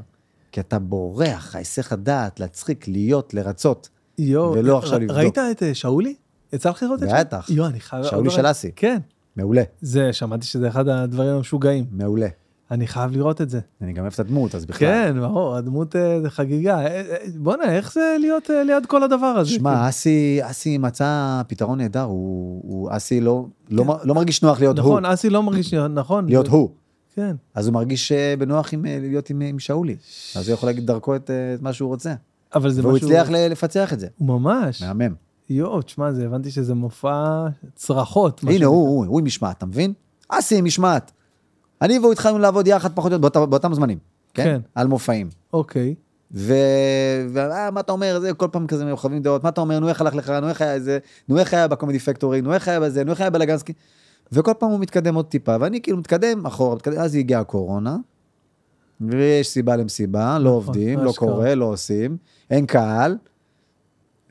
[SPEAKER 1] כי אתה בורח, ההיסח הדעת, להצחיק, להיות, לרצות.
[SPEAKER 2] יואו,
[SPEAKER 1] ולא עכשיו
[SPEAKER 2] ר-
[SPEAKER 1] לבדוק.
[SPEAKER 2] ראית את אה, שאולי? יצא לך לראות את שאולי?
[SPEAKER 1] בטח.
[SPEAKER 2] יואו, אני חייב...
[SPEAKER 1] שאולי
[SPEAKER 2] עוד לא
[SPEAKER 1] שלאסי.
[SPEAKER 2] ראיתי. כן.
[SPEAKER 1] מעולה,
[SPEAKER 2] זה, שמעתי שזה אחד הדברים המשוגעים.
[SPEAKER 1] מעולה.
[SPEAKER 2] אני חייב לראות את זה.
[SPEAKER 1] אני גם אוהב את הדמות, אז בכלל.
[SPEAKER 2] כן, ברור, הדמות אה, זה חגיגה. אה, אה, בואנה, איך זה להיות אה, ליד כל הדבר הזה? כאילו-
[SPEAKER 1] שמע, אסי, אסי מצא פתרון נהדר, הוא, הוא אסי לא, לא, מ- לא מרגיש נוח להיות
[SPEAKER 2] כן. נכון,
[SPEAKER 1] הוא,
[SPEAKER 2] אסי לא מרגיש, נכון.
[SPEAKER 1] להיות הוא.
[SPEAKER 2] כן.
[SPEAKER 1] אז הוא מרגיש אה, בנוח עם, אה, להיות עם, עם שאולי, אז הוא יכול להגיד דרכו את, אה, את מה שהוא רוצה.
[SPEAKER 2] אבל זה משהו...
[SPEAKER 1] והוא הצליח ל- לפצח את זה,
[SPEAKER 2] ממש.
[SPEAKER 1] מהמם.
[SPEAKER 2] יואו, תשמע, זה הבנתי שזה מופע צרחות. מה
[SPEAKER 1] הנה,
[SPEAKER 2] שנקרא.
[SPEAKER 1] הוא, הוא, הוא עם משמעת, אתה מבין? אסי עם משמעת. אני והוא התחלנו לעבוד יחד פחות או יותר באותה- באותם זמנים, כן?
[SPEAKER 2] כן.
[SPEAKER 1] על מופעים.
[SPEAKER 2] אוקיי.
[SPEAKER 1] ו... ו... אה, מה אתה אומר, זה כל פעם כזה מרחבים דעות, מה אתה אומר, נו איך הלך לך, נו איך היה זה, נו איך היה בקומדי פקטורי, נו איך היה בזה, נו איך היה בלגנסקי. וכל פעם הוא מתקדם עוד טיפה, ואני כאילו מתקדם אחורה, מתקדם, אז הגיעה הקורונה, ויש סיבה למסיבה, לא עובדים,
[SPEAKER 2] נכון, מה
[SPEAKER 1] לא
[SPEAKER 2] שקרה.
[SPEAKER 1] קורה, לא עושים, אין קהל,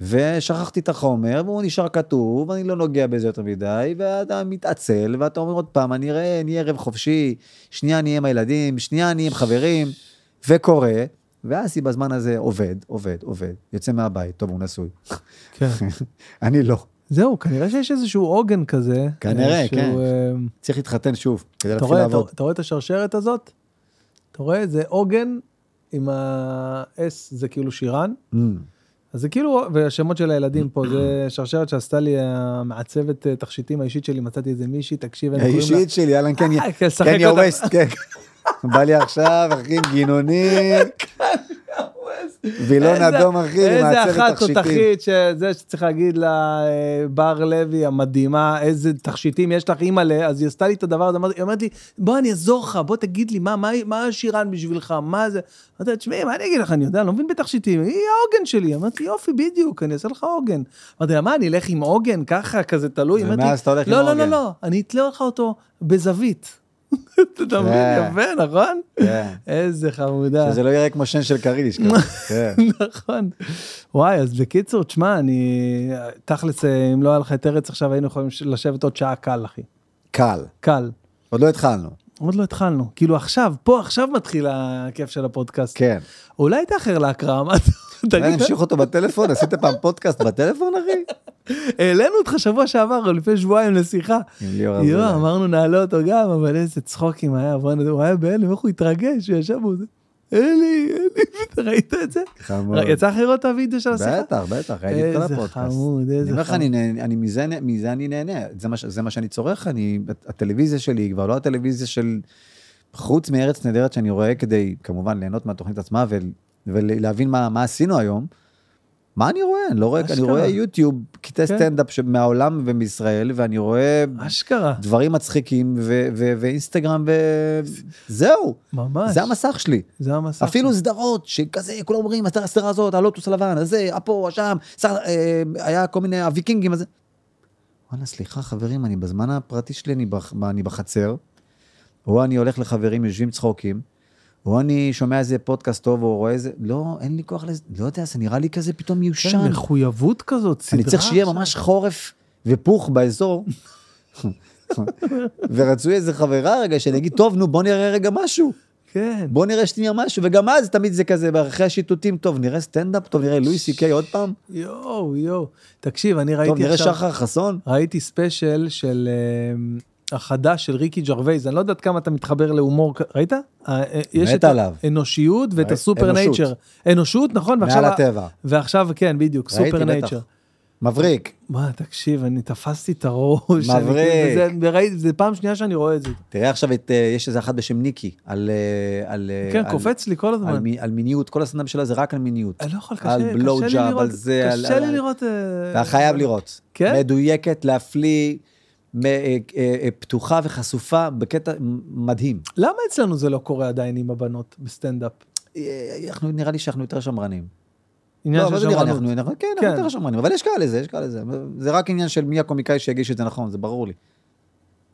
[SPEAKER 1] ושכחתי את החומר, והוא נשאר כתוב, אני לא נוגע בזה יותר מדי, ואתה מתעצל, ואתה אומר עוד פעם, אני אראה, אני ערב חופשי, שנייה אני אהיה עם הילדים, שנייה אני אהיה עם חברים, וקורה, ואז היא בזמן הזה עובד, עובד, עובד, יוצא מהבית, טוב, הוא נשוי.
[SPEAKER 2] כן.
[SPEAKER 1] אני לא.
[SPEAKER 2] זהו, כנראה שיש איזשהו עוגן כזה.
[SPEAKER 1] כנראה,
[SPEAKER 2] אה, שהוא,
[SPEAKER 1] כן.
[SPEAKER 2] אה,
[SPEAKER 1] צריך להתחתן שוב, כדי
[SPEAKER 2] אתה
[SPEAKER 1] להתחיל
[SPEAKER 2] רואה, אתה,
[SPEAKER 1] לעבוד.
[SPEAKER 2] אתה רואה את השרשרת הזאת? אתה רואה? זה עוגן עם ה-S, זה כאילו שירן.
[SPEAKER 1] אמ,
[SPEAKER 2] אז זה כאילו, והשמות של הילדים פה, זה שרשרת שעשתה לי המעצבת אה, תכשיטים האישית שלי, מצאתי איזה מישהי, תקשיב, הם קוראים לה...
[SPEAKER 1] האישית שלי, אהלן קניה,
[SPEAKER 2] אה, כן, שחק
[SPEAKER 1] קניה
[SPEAKER 2] אותה.
[SPEAKER 1] ווסט, כן. בא לי עכשיו, אחי, עם גינונים, וילון
[SPEAKER 2] איזה-
[SPEAKER 1] אדום, אחי, עם
[SPEAKER 2] איזה
[SPEAKER 1] מעצבת
[SPEAKER 2] אחת
[SPEAKER 1] תכשיטים.
[SPEAKER 2] תותחית שזה שצריך להגיד לה, אה, בר לוי המדהימה, איזה תכשיטים יש לך, אימא'לה, אז היא עשתה לי את הדבר הזה, אמרתי- היא אומרת לי, בוא אני אעזור לך, בוא תגיד לי, מה- מה- מה השירן בשבילך, מה זה? אמרתי לה, תשמעי, מה אני אגיד לך, אני יודע, אני לא מבין בתכשיטים, היא העוגן שלי. אמרתי, יופי, בדיוק, אני אעשה לך עוגן. אמרתי לה, מה, אני אלך עם עוגן, ככה, כזה תלוי? אמרתי,
[SPEAKER 1] ומאז אתה הולך עם
[SPEAKER 2] לא, לא,
[SPEAKER 1] עוגן."
[SPEAKER 2] לא, לא, אני אתלה לך אותו בזווית. אתה תמיד
[SPEAKER 1] כן.
[SPEAKER 2] יפה, נכון?
[SPEAKER 1] כן.
[SPEAKER 2] איזה חמודה.
[SPEAKER 1] שזה לא יראה כמו שן של כריש. כזה. כן.
[SPEAKER 2] נכון. וואי, אז בקיצור, תשמע, אני... תכלס, אה, אם לא היה לך את ארץ עכשיו, היינו יכולים ש- לשבת עוד שעה קל, אחי.
[SPEAKER 1] קל.
[SPEAKER 2] קל.
[SPEAKER 1] עוד לא התחלנו.
[SPEAKER 2] עוד לא התחלנו. כאילו עכשיו, פה עכשיו מתחיל הכיף של הפודקאסט.
[SPEAKER 1] כן.
[SPEAKER 2] אולי תאחר להקראה, מה אתה...
[SPEAKER 1] אולי
[SPEAKER 2] תגיד,
[SPEAKER 1] נמשיך אותו בטלפון? עשית פעם פודקאסט בטלפון, אחי?
[SPEAKER 2] העלינו אותך שבוע שעבר, או לפני שבועיים לשיחה.
[SPEAKER 1] עם ליאור
[SPEAKER 2] יואו,
[SPEAKER 1] אזולאי.
[SPEAKER 2] אמרנו נעלה אותו גם, אבל איזה צחוקים היה, בוא'נה, הוא היה בהלם, איך הוא התרגש, הוא ישב, הוא זה, אלי, אלי, ראית את זה?
[SPEAKER 1] חמוד.
[SPEAKER 2] יצא לך לראות את הוידאו של השיחה?
[SPEAKER 1] בטח, בטח, ראיתי את כל
[SPEAKER 2] איזה
[SPEAKER 1] הפודקאסט.
[SPEAKER 2] חמוד, איזה
[SPEAKER 1] אני אומר לך,
[SPEAKER 2] חמוד.
[SPEAKER 1] אני נהנה- אני מזה נה- מזה אני נהנה, זה מה ש- זה מה שאני צורך, אני, הטלוויזיה שלי היא כבר לא הטלוויזיה של, חוץ מארץ נהדרת שאני רואה כדי כמובן ליהנות מהתוכנית עצמה ול- ולהבין מה מה עשינו היום, מה אני רואה? אני לא רואה, אני
[SPEAKER 2] אשכרה.
[SPEAKER 1] רואה יוטיוב, קטעי
[SPEAKER 2] כן.
[SPEAKER 1] סטנדאפ ש- מהעולם ומישראל, ואני רואה
[SPEAKER 2] אשכרה,
[SPEAKER 1] דברים מצחיקים ו- ו- ואינסטגרם וזהו,
[SPEAKER 2] ממש.
[SPEAKER 1] זה המסך שלי.
[SPEAKER 2] זה המסך.
[SPEAKER 1] אפילו
[SPEAKER 2] שלו.
[SPEAKER 1] סדרות שכזה, כולם אומרים, הסדרה הסדרה הזאת, הלוטוס הלבן, הזה, הפה, השם, שר- אה, היה כל מיני הוויקינגים, אז... וואלה, סליחה, חברים, אני בזמן הפרטי שלי, אני, בח, מה, אני בחצר, או אני הולך לחברים, יושבים צחוקים, או אני שומע איזה פודקאסט טוב, או רואה איזה... לא, אין לי כוח לזה, לא יודע, זה נראה לי כזה פתאום
[SPEAKER 2] כן,
[SPEAKER 1] מיושן.
[SPEAKER 2] מחויבות כזאת, סדרה.
[SPEAKER 1] אני צריך שיהיה
[SPEAKER 2] עכשיו.
[SPEAKER 1] ממש חורף ופוך באזור. ורצוי איזה חברה רגע, שאני אגיד, טוב, נו, בוא נראה רגע משהו.
[SPEAKER 2] כן.
[SPEAKER 1] בוא נראה שנייה משהו, וגם אז תמיד זה כזה, אחרי השיטוטים, טוב, נראה סטנדאפ, טוב, נראה לואי סי קיי עוד פעם,
[SPEAKER 2] יואו, יואו. תקשיב, אני
[SPEAKER 1] טוב,
[SPEAKER 2] ראיתי
[SPEAKER 1] נראה
[SPEAKER 2] עכשיו...
[SPEAKER 1] שחר חסון.
[SPEAKER 2] ראיתי ספיישל של אמ, החדש של ריקי ג'רווייז, אני לא יודעת כמה אתה מתחבר להומור, כ- ראית? אה, אה, יש
[SPEAKER 1] מת
[SPEAKER 2] את
[SPEAKER 1] עליו.
[SPEAKER 2] האנושיות ואת
[SPEAKER 1] ראי-
[SPEAKER 2] הסופר
[SPEAKER 1] אנושות.
[SPEAKER 2] נייצ'ר. אנושות, נכון? ועכשיו ה-
[SPEAKER 1] הטבע.
[SPEAKER 2] ועכשיו, כן, בדיוק,
[SPEAKER 1] ראיתי,
[SPEAKER 2] סופר
[SPEAKER 1] בטח.
[SPEAKER 2] נייצ'ר.
[SPEAKER 1] מבריק,
[SPEAKER 2] מה, תקשיב, אני תפסתי את הראש. אני
[SPEAKER 1] מבריק.
[SPEAKER 2] כאילו, וזה- וראיתי, זה פעם שנייה שאני רואה את זה.
[SPEAKER 1] תראה עכשיו את, אה, יש איזה אחת בשם ניקי, על... אה, על אה,
[SPEAKER 2] כן,
[SPEAKER 1] על-
[SPEAKER 2] קופץ לי כל
[SPEAKER 1] על
[SPEAKER 2] הזמן.
[SPEAKER 1] מי- על מיניות, כל הסטנדאפ שלה זה רק על מיניות.
[SPEAKER 2] אני לא יכול, קשה
[SPEAKER 1] על
[SPEAKER 2] לי-
[SPEAKER 1] blow
[SPEAKER 2] קשה
[SPEAKER 1] job,
[SPEAKER 2] לי
[SPEAKER 1] על
[SPEAKER 2] לראות,
[SPEAKER 1] זה, על-
[SPEAKER 2] קשה
[SPEAKER 1] על-
[SPEAKER 2] לי
[SPEAKER 1] על-
[SPEAKER 2] לראות. אה,
[SPEAKER 1] אתה חייב לראות.
[SPEAKER 2] כן?
[SPEAKER 1] מדויקת, להפליא, מ- אה, אה, אה, פתוחה וחשופה בקטע מדהים.
[SPEAKER 2] למה אצלנו זה לא קורה עדיין עם הבנות בסטנדאפ?
[SPEAKER 1] אה, אנחנו, נראה לי שאנחנו יותר שמרנים.
[SPEAKER 2] עניין
[SPEAKER 1] לא,
[SPEAKER 2] של
[SPEAKER 1] אבל זה נראה לי,
[SPEAKER 2] שמרנות.
[SPEAKER 1] אנחנו, אנחנו- כן,
[SPEAKER 2] כן.
[SPEAKER 1] אנחנו יותר שמרנים, אבל יש קהל לזה, יש קהל לזה. זה רק עניין של מי הקומיקאי שיגיש את זה נכון, זה ברור לי.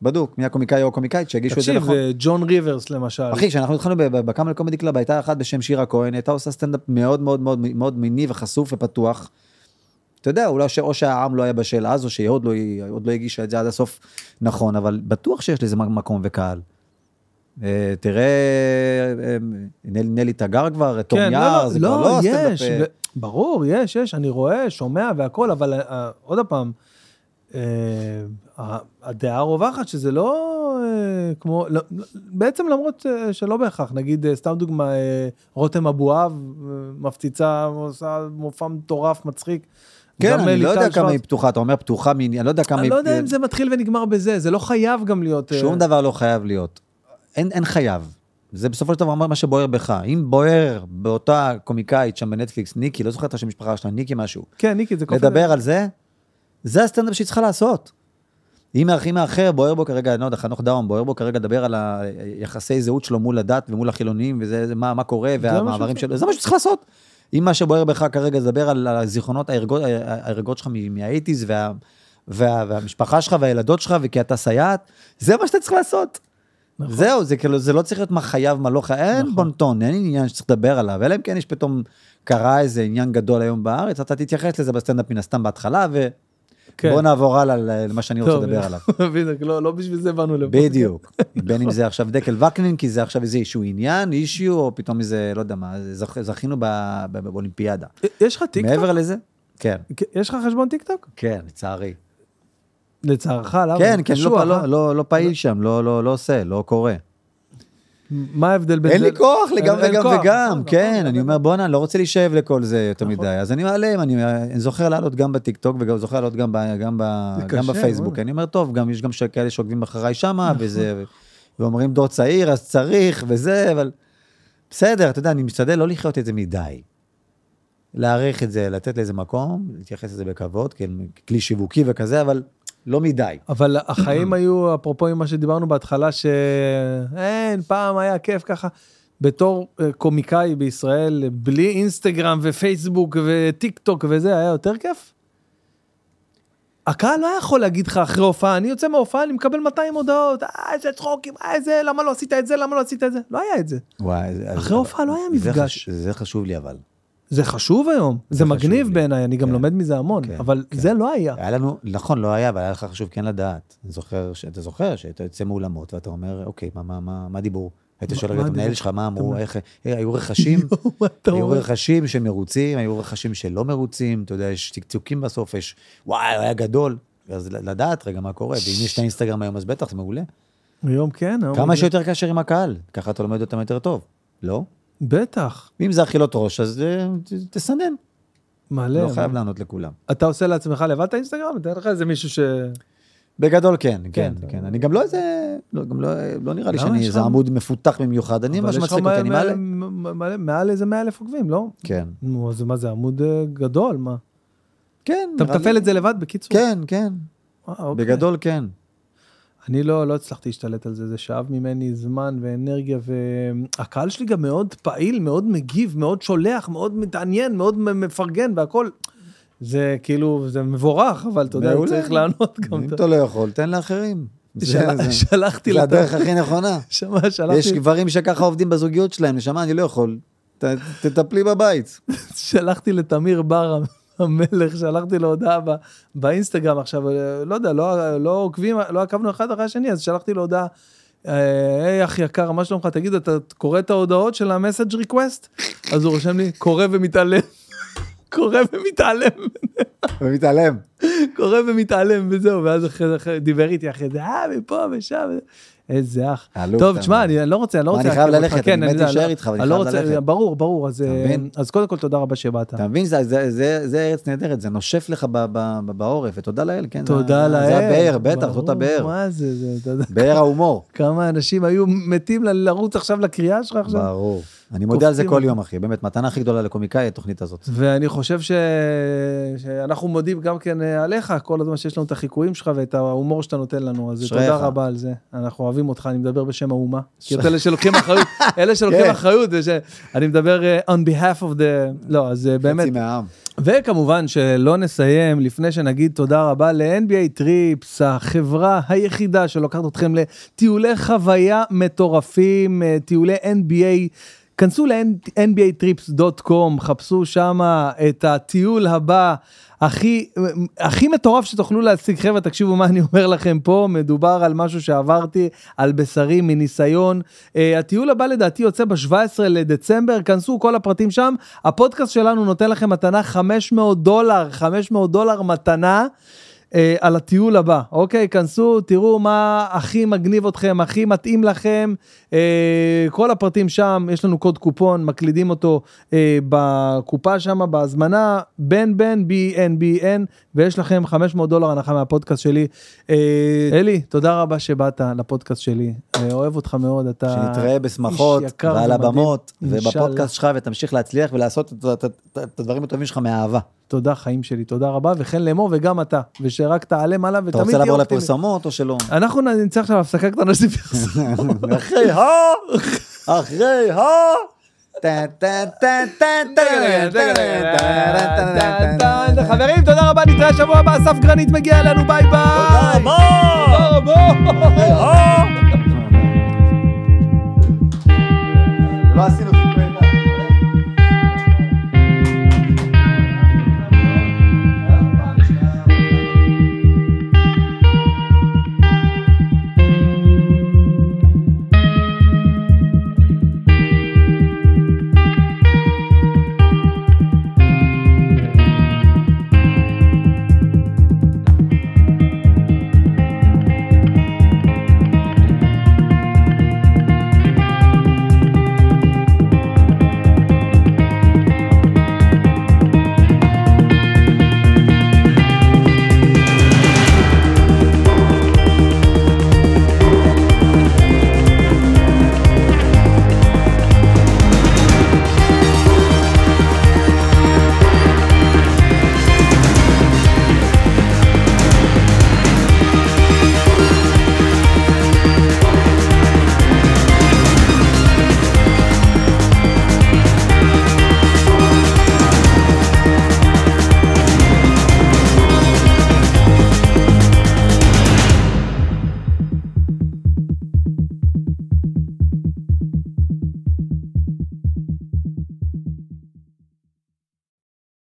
[SPEAKER 1] בדוק, מי הקומיקאי או הקומיקאית שיגישו את זה
[SPEAKER 2] תקשיב,
[SPEAKER 1] נכון.
[SPEAKER 2] אה, ג'ון ריברס למשל.
[SPEAKER 1] אחי, כשאנחנו התחלנו ב- ב- בקאמל קומדי קלאב, הייתה אחת בשם שירה כהן, הייתה עושה סטנדאפ מאוד מאוד מאוד מאוד מיני וחשוף ופתוח. אתה יודע, אולי ש- או שהעם לא היה בשל אז, או שהיא עוד לא, היא עוד לא הגישה את זה עד הסוף נכון, אבל בטוח שיש לזה מקום וקהל. אה, תראה, אה, נל- נלי תגר כבר, אה, תום
[SPEAKER 2] כן, לא,
[SPEAKER 1] יער, זה כבר לא הסטנדאפ...
[SPEAKER 2] יש,
[SPEAKER 1] אה,
[SPEAKER 2] ו- ברור, יש, יש, אני רואה, שומע והכל, אבל אה, אה, עוד פעם, אה, ה- הדעה הרווחת שזה לא אה, כמו, לא- לא- בעצם למרות אה, שלא בהכרח, נגיד, אה, סתם דוגמה, אה, רותם אבואב אה, מפציצה, עושה מופע מטורף, מצחיק.
[SPEAKER 1] כן,
[SPEAKER 2] גם, אה,
[SPEAKER 1] אני לא יודע
[SPEAKER 2] ליטל
[SPEAKER 1] כמה
[SPEAKER 2] שוורץ.
[SPEAKER 1] היא פתוחה, אתה אומר פתוחה, מ... אני לא יודע כמה
[SPEAKER 2] אני
[SPEAKER 1] היא...
[SPEAKER 2] לא יודע אם זה מתחיל ונגמר בזה, זה לא חייב גם להיות... אה,
[SPEAKER 1] שום דבר לא חייב להיות. אין, אין חייב. זה בסופו של דבר מה שבוער בך. אם בוער באותה קומיקאית שם בנטפליקס, ניקי, לא זוכר את השם המשפחה שלה, ניקי משהו,
[SPEAKER 2] כן, ניקי, זה קופץ.
[SPEAKER 1] לדבר על זה, זה הסטנדאפ שהיא צריכה לעשות. אם האחים האחר בוער בו כרגע, אני לא יודע, חנוך דאום בוער בו כרגע לדבר על היחסי זהות שלו מול הדת ומול החילונים, וזה זה- מה, מה קורה,
[SPEAKER 2] לא מה שהוא
[SPEAKER 1] והמעברים
[SPEAKER 2] צריך.
[SPEAKER 1] שלו, זה מה שצריך לעשות. אם מה שבוער בך כרגע זה לדבר על הזיכרונות, ההרגות, ההרגות שלך מהאייטיז, וה, וה, והמשפחה שלך והילדות שלך, וכי אתה סייעת, זה מה שאתה צריך לעשות.
[SPEAKER 2] נכון.
[SPEAKER 1] זהו, זה כאילו, זה לא צריך להיות מה חייב, מה לא חייב, אין
[SPEAKER 2] נכון.
[SPEAKER 1] בונטון, אין עניין שצריך לדבר עליו, אלא אם כן יש פתאום, קרה איזה עניין גדול היום בארץ, אתה תתייחס לזה בסטנדאפ מן הסתם בהתחלה, ובוא
[SPEAKER 2] כן.
[SPEAKER 1] נעבור הלאה ל- למה שאני רוצה
[SPEAKER 2] טוב,
[SPEAKER 1] לדבר עליו.
[SPEAKER 2] בדיוק, לא לא נכון. בשביל זה באנו לפה.
[SPEAKER 1] בדיוק, בין אם זה עכשיו דקל וקנין, כי זה עכשיו איזה אישהו עניין, אישיו, או פתאום איזה, לא יודע מה, זכ- זכינו ב- ב- באולימפיאדה.
[SPEAKER 2] אה, יש לך טיקטוק?
[SPEAKER 1] מעבר לזה? כן,
[SPEAKER 2] יש לך חשבון טיקטוק?
[SPEAKER 1] כן, לצערי.
[SPEAKER 2] לצערך, למה?
[SPEAKER 1] כן, כן,
[SPEAKER 2] קשוח,
[SPEAKER 1] לא-
[SPEAKER 2] אה?
[SPEAKER 1] לא- לא- לא פעיל שם, לא- לא לא עושה, לא קורה.
[SPEAKER 2] מה ההבדל בין
[SPEAKER 1] אין
[SPEAKER 2] זה?
[SPEAKER 1] לי כוח לגם
[SPEAKER 2] אין- אין
[SPEAKER 1] וגם
[SPEAKER 2] כוח,
[SPEAKER 1] וגם,
[SPEAKER 2] נכון,
[SPEAKER 1] כן,
[SPEAKER 2] נכון,
[SPEAKER 1] אני
[SPEAKER 2] נכון.
[SPEAKER 1] אומר בואנה, אני לא רוצה להישאב לכל זה יותר
[SPEAKER 2] נכון.
[SPEAKER 1] מדי, אז אני מעלה, אני אני זוכר לעלות גם בטיקטוק וגם זוכר לעלות גם ב- גם ב-
[SPEAKER 2] זה
[SPEAKER 1] גם
[SPEAKER 2] קשה,
[SPEAKER 1] בפייסבוק,
[SPEAKER 2] וואלה. נכון.
[SPEAKER 1] אני אומר טוב, גם יש גם ש- כאלה שעוקבים אחריי שמה, וזה, ואומרים דור צעיר, אז צריך, וזה, אבל בסדר, אתה יודע, אני משתדל לא לחיות את זה מדי. להעריך את זה, לתת לאיזה מקום, להתייחס לזה בכבוד, כן, כלי שיווקי וכזה, אבל לא מדי.
[SPEAKER 2] אבל החיים היו, אפרופו עם מה שדיברנו בהתחלה, שאין, פעם היה כיף ככה. בתור אה, קומיקאי בישראל, בלי אינסטגרם ופייסבוק וטיק טוק וזה, היה יותר כיף? הקהל לא היה יכול להגיד לך אחרי הופעה, אני יוצא מההופעה, אני מקבל 200 הודעות, אה, איזה צחוקים, אה, איזה, למה לא עשית את זה, למה לא עשית את זה, לא היה את זה.
[SPEAKER 1] וואי, זה-
[SPEAKER 2] אחרי הופעה לא היה
[SPEAKER 1] זה
[SPEAKER 2] מפגש.
[SPEAKER 1] חש- זה חשוב לי אבל.
[SPEAKER 2] זה חשוב היום, זה,
[SPEAKER 1] זה חשוב
[SPEAKER 2] מגניב
[SPEAKER 1] לי.
[SPEAKER 2] בעיניי, אני גם
[SPEAKER 1] כן.
[SPEAKER 2] לומד מזה המון,
[SPEAKER 1] כן,
[SPEAKER 2] אבל
[SPEAKER 1] כן.
[SPEAKER 2] זה לא היה.
[SPEAKER 1] היה לנו, נכון, לא היה, אבל היה לך חשוב כן לדעת. אני זוכר, ש- אתה זוכר שאתה יוצא מאולמות ואתה אומר, אוקיי, מה, מה, מה, מה הדיבור? היית
[SPEAKER 2] מה-
[SPEAKER 1] שואל
[SPEAKER 2] מה
[SPEAKER 1] רגע את
[SPEAKER 2] הדיבור?
[SPEAKER 1] המנהל שלך, מה אמרו,
[SPEAKER 2] אומר-
[SPEAKER 1] איך, אה, היו רכשים?
[SPEAKER 2] מה אתה
[SPEAKER 1] היו
[SPEAKER 2] אומר?
[SPEAKER 1] רכשים שמרוצים, היו רכשים שלא מרוצים, אתה יודע, יש צקצוקים בסוף, יש, וואי, הוא היה גדול. אז לדעת רגע מה קורה, ואם יש את האינסטגרם היום, אז בטח, זה מעולה.
[SPEAKER 2] לא היום כן, היום...
[SPEAKER 1] כמה
[SPEAKER 2] זה-
[SPEAKER 1] שיותר קשר עם הקהל, ככה אתה לומד אותם יותר טוב, לא?
[SPEAKER 2] בטח,
[SPEAKER 1] אם זה אכילות ראש, אז אה, ת- תסנן,
[SPEAKER 2] מלא.
[SPEAKER 1] לא חייב לענות לכולם.
[SPEAKER 2] אתה עושה לעצמך לבד את האינסטגרם? תאר לך איזה מישהו ש...
[SPEAKER 1] בגדול כן, כן,
[SPEAKER 2] אתה-
[SPEAKER 1] כן. אני גם לא איזה, לא, גם לא, לא נראה לי
[SPEAKER 2] למה
[SPEAKER 1] שאני
[SPEAKER 2] יש
[SPEAKER 1] איזה
[SPEAKER 2] לך-
[SPEAKER 1] עמוד מפותח במיוחד, אני
[SPEAKER 2] אבל
[SPEAKER 1] ממש
[SPEAKER 2] יש אה, לך
[SPEAKER 1] מצחיק אותי, אני
[SPEAKER 2] מעל-
[SPEAKER 1] מעלה.
[SPEAKER 2] מעל- מעל- מעל איזה 100 אלף עוקבים, לא?
[SPEAKER 1] כן.
[SPEAKER 2] נו, אז מה זה עמוד אה, גדול, מה?
[SPEAKER 1] כן,
[SPEAKER 2] אתה
[SPEAKER 1] נראה לי-
[SPEAKER 2] מתפעל את זה לבד בקיצור?
[SPEAKER 1] כן, כן,
[SPEAKER 2] אה, אוקיי.
[SPEAKER 1] בגדול כן.
[SPEAKER 2] אני לא, לא הצלחתי להשתלט על זה, זה שאב ממני זמן ואנרגיה, והקהל שלי גם מאוד פעיל, מאוד מגיב, מאוד שולח, מאוד מתעניין, מאוד מ- מפרגן והכל. זה כאילו, זה מבורך, אבל אתה יודע,
[SPEAKER 1] מעולה.
[SPEAKER 2] צריך לענות גם.
[SPEAKER 1] אם אתה לא יכול, תן לאחרים. זה-
[SPEAKER 2] של-
[SPEAKER 1] זה-
[SPEAKER 2] שלחתי
[SPEAKER 1] זה
[SPEAKER 2] לה,
[SPEAKER 1] הדרך הכי נכונה.
[SPEAKER 2] שמע,
[SPEAKER 1] יש
[SPEAKER 2] שלחתי,
[SPEAKER 1] גברים שככה עובדים בזוגיות שלהם, נשמה, אני לא יכול. ת- תטפלי בבית.
[SPEAKER 2] שלחתי לתמיר בר המלך, שלחתי לו הודעה ב- באינסטגרם עכשיו, אה, לא יודע, לא, לא עוקבים, לא עקבנו אחד אחרי השני, אז שלחתי לו הודעה, אה, היי אח יקר, מה שלומך? תגיד, אתה קורא את ההודעות של המסאג' ריקווסט? אז הוא רושם לי, קורא ומתעלם. קורא ומתעלם,
[SPEAKER 1] ומתעלם.
[SPEAKER 2] קורא ומתעלם וזהו, ואז אחרי זה אחרי- דיבר איתי אחרי זה, אה, מפה ושם, איזה אח.
[SPEAKER 1] אלוף,
[SPEAKER 2] טוב,
[SPEAKER 1] אתה
[SPEAKER 2] תשמע,
[SPEAKER 1] אומר.
[SPEAKER 2] אני לא רוצה, אני לא
[SPEAKER 1] מה,
[SPEAKER 2] רוצה...
[SPEAKER 1] אני חייב
[SPEAKER 2] לעכב אותך.
[SPEAKER 1] ללכת,
[SPEAKER 2] כן,
[SPEAKER 1] אני מת
[SPEAKER 2] יודע,
[SPEAKER 1] להישאר
[SPEAKER 2] לא-
[SPEAKER 1] איתך, אבל אני
[SPEAKER 2] אני לא
[SPEAKER 1] חייב
[SPEAKER 2] רוצה-
[SPEAKER 1] ללכת.
[SPEAKER 2] ברור, ברור, אז,
[SPEAKER 1] אתה
[SPEAKER 2] אה,
[SPEAKER 1] מבין?
[SPEAKER 2] אז קודם כל תודה רבה שבאת.
[SPEAKER 1] אתה מבין? זה- זה- זה זה ארץ נהדרת, זה נושף לך ב- ב- ב- בעורף, ותודה לאל, כן? זה-
[SPEAKER 2] תודה לאל.
[SPEAKER 1] זה הבאר, בטח, זאת
[SPEAKER 2] ברור,
[SPEAKER 1] הבאר.
[SPEAKER 2] מה זה, זה, אתה יודע,
[SPEAKER 1] באר ההומור.
[SPEAKER 2] כמה אנשים היו מתים ל- לרוץ עכשיו לקריאה שלך עכשיו.
[SPEAKER 1] ברור. אני מודה על זה
[SPEAKER 2] קופצים
[SPEAKER 1] כל
[SPEAKER 2] על-
[SPEAKER 1] יום, אחי. באמת, מתנה הכי גדולה לקומיקאי, התוכנית הזאת.
[SPEAKER 2] ואני חושב ש... שאנחנו מודים גם כן אה, עליך, כל הזמן שיש לנו את החיקויים שלך ואת ההומור שאתה נותן לנו, אז
[SPEAKER 1] אשריך.
[SPEAKER 2] תודה רבה על זה. אנחנו אוהבים אותך, אני מדבר בשם האומה. כי את אלה שלוקחים אחריות, אלה שלוקחים
[SPEAKER 1] כן.
[SPEAKER 2] אחריות, זה ש- אני מדבר אה, on behalf of the... לא, אז אה, באמת,
[SPEAKER 1] חצי מהעם.
[SPEAKER 2] וכמובן שלא נסיים לפני שנגיד תודה רבה ל-NBA טריפס, החברה היחידה שלוקחת אתכם לטיולי חוויה מטורפים, אה, טיולי NBA. כנסו ל-nbatrips.com, חפשו שם את הטיול הבא הכי, הכי מטורף שתוכלו להשיג. חבר'ה, תקשיבו מה אני אומר לכם פה, מדובר על משהו שעברתי על בשרי מניסיון. אה, הטיול הבא לדעתי יוצא ב-17 לדצמבר, כנסו כל הפרטים שם. הפודקאסט שלנו נותן לכם מתנה 500 דולר, 500 דולר מתנה. אה, על הטיול הבא, אוקיי? כנסו, תראו מה הכי מגניב אתכם, הכי מתאים לכם. אה, כל הפרטים שם, יש לנו קוד קופון, מקלידים אותו אה, בקופה שם, בהזמנה, בן בן, B-N-B-N, ויש לכם 500 דולר הנחה מהפודקאסט שלי. אה, אלי, תודה רבה שבאת לפודקאסט שלי. אה, אוהב אותך מאוד, אתה...
[SPEAKER 1] שנתראה בשמחות,
[SPEAKER 2] איש יקר
[SPEAKER 1] ועל
[SPEAKER 2] ומדהים.
[SPEAKER 1] הבמות,
[SPEAKER 2] אינשאללה.
[SPEAKER 1] ובפודקאסט שלך, ותמשיך להצליח ולעשות את- את- את- את הדברים הטובים שלך מאהבה.
[SPEAKER 2] תודה, חיים שלי, תודה רבה, וכן לאמור וגם אתה, ושרק תעלה מעלה ותמיד
[SPEAKER 1] אתה
[SPEAKER 2] תהיה
[SPEAKER 1] רוצה לעבור
[SPEAKER 2] אופטימי.
[SPEAKER 1] לפרסומות או שלא?
[SPEAKER 2] אנחנו נצטרך עכשיו הפסקה קטנה של פרסום.
[SPEAKER 1] אחרי ה... אחרי ה... טה, טה, טה, טה, טה, טה, טה, טה, טה, טה.
[SPEAKER 2] חברים, תודה רבה, נתראה שבוע הבא, אסף גרנית מגיע אלינו, ביי ביי.
[SPEAKER 1] תודה רבה.
[SPEAKER 2] תודה רבה.
[SPEAKER 1] לא עשינו...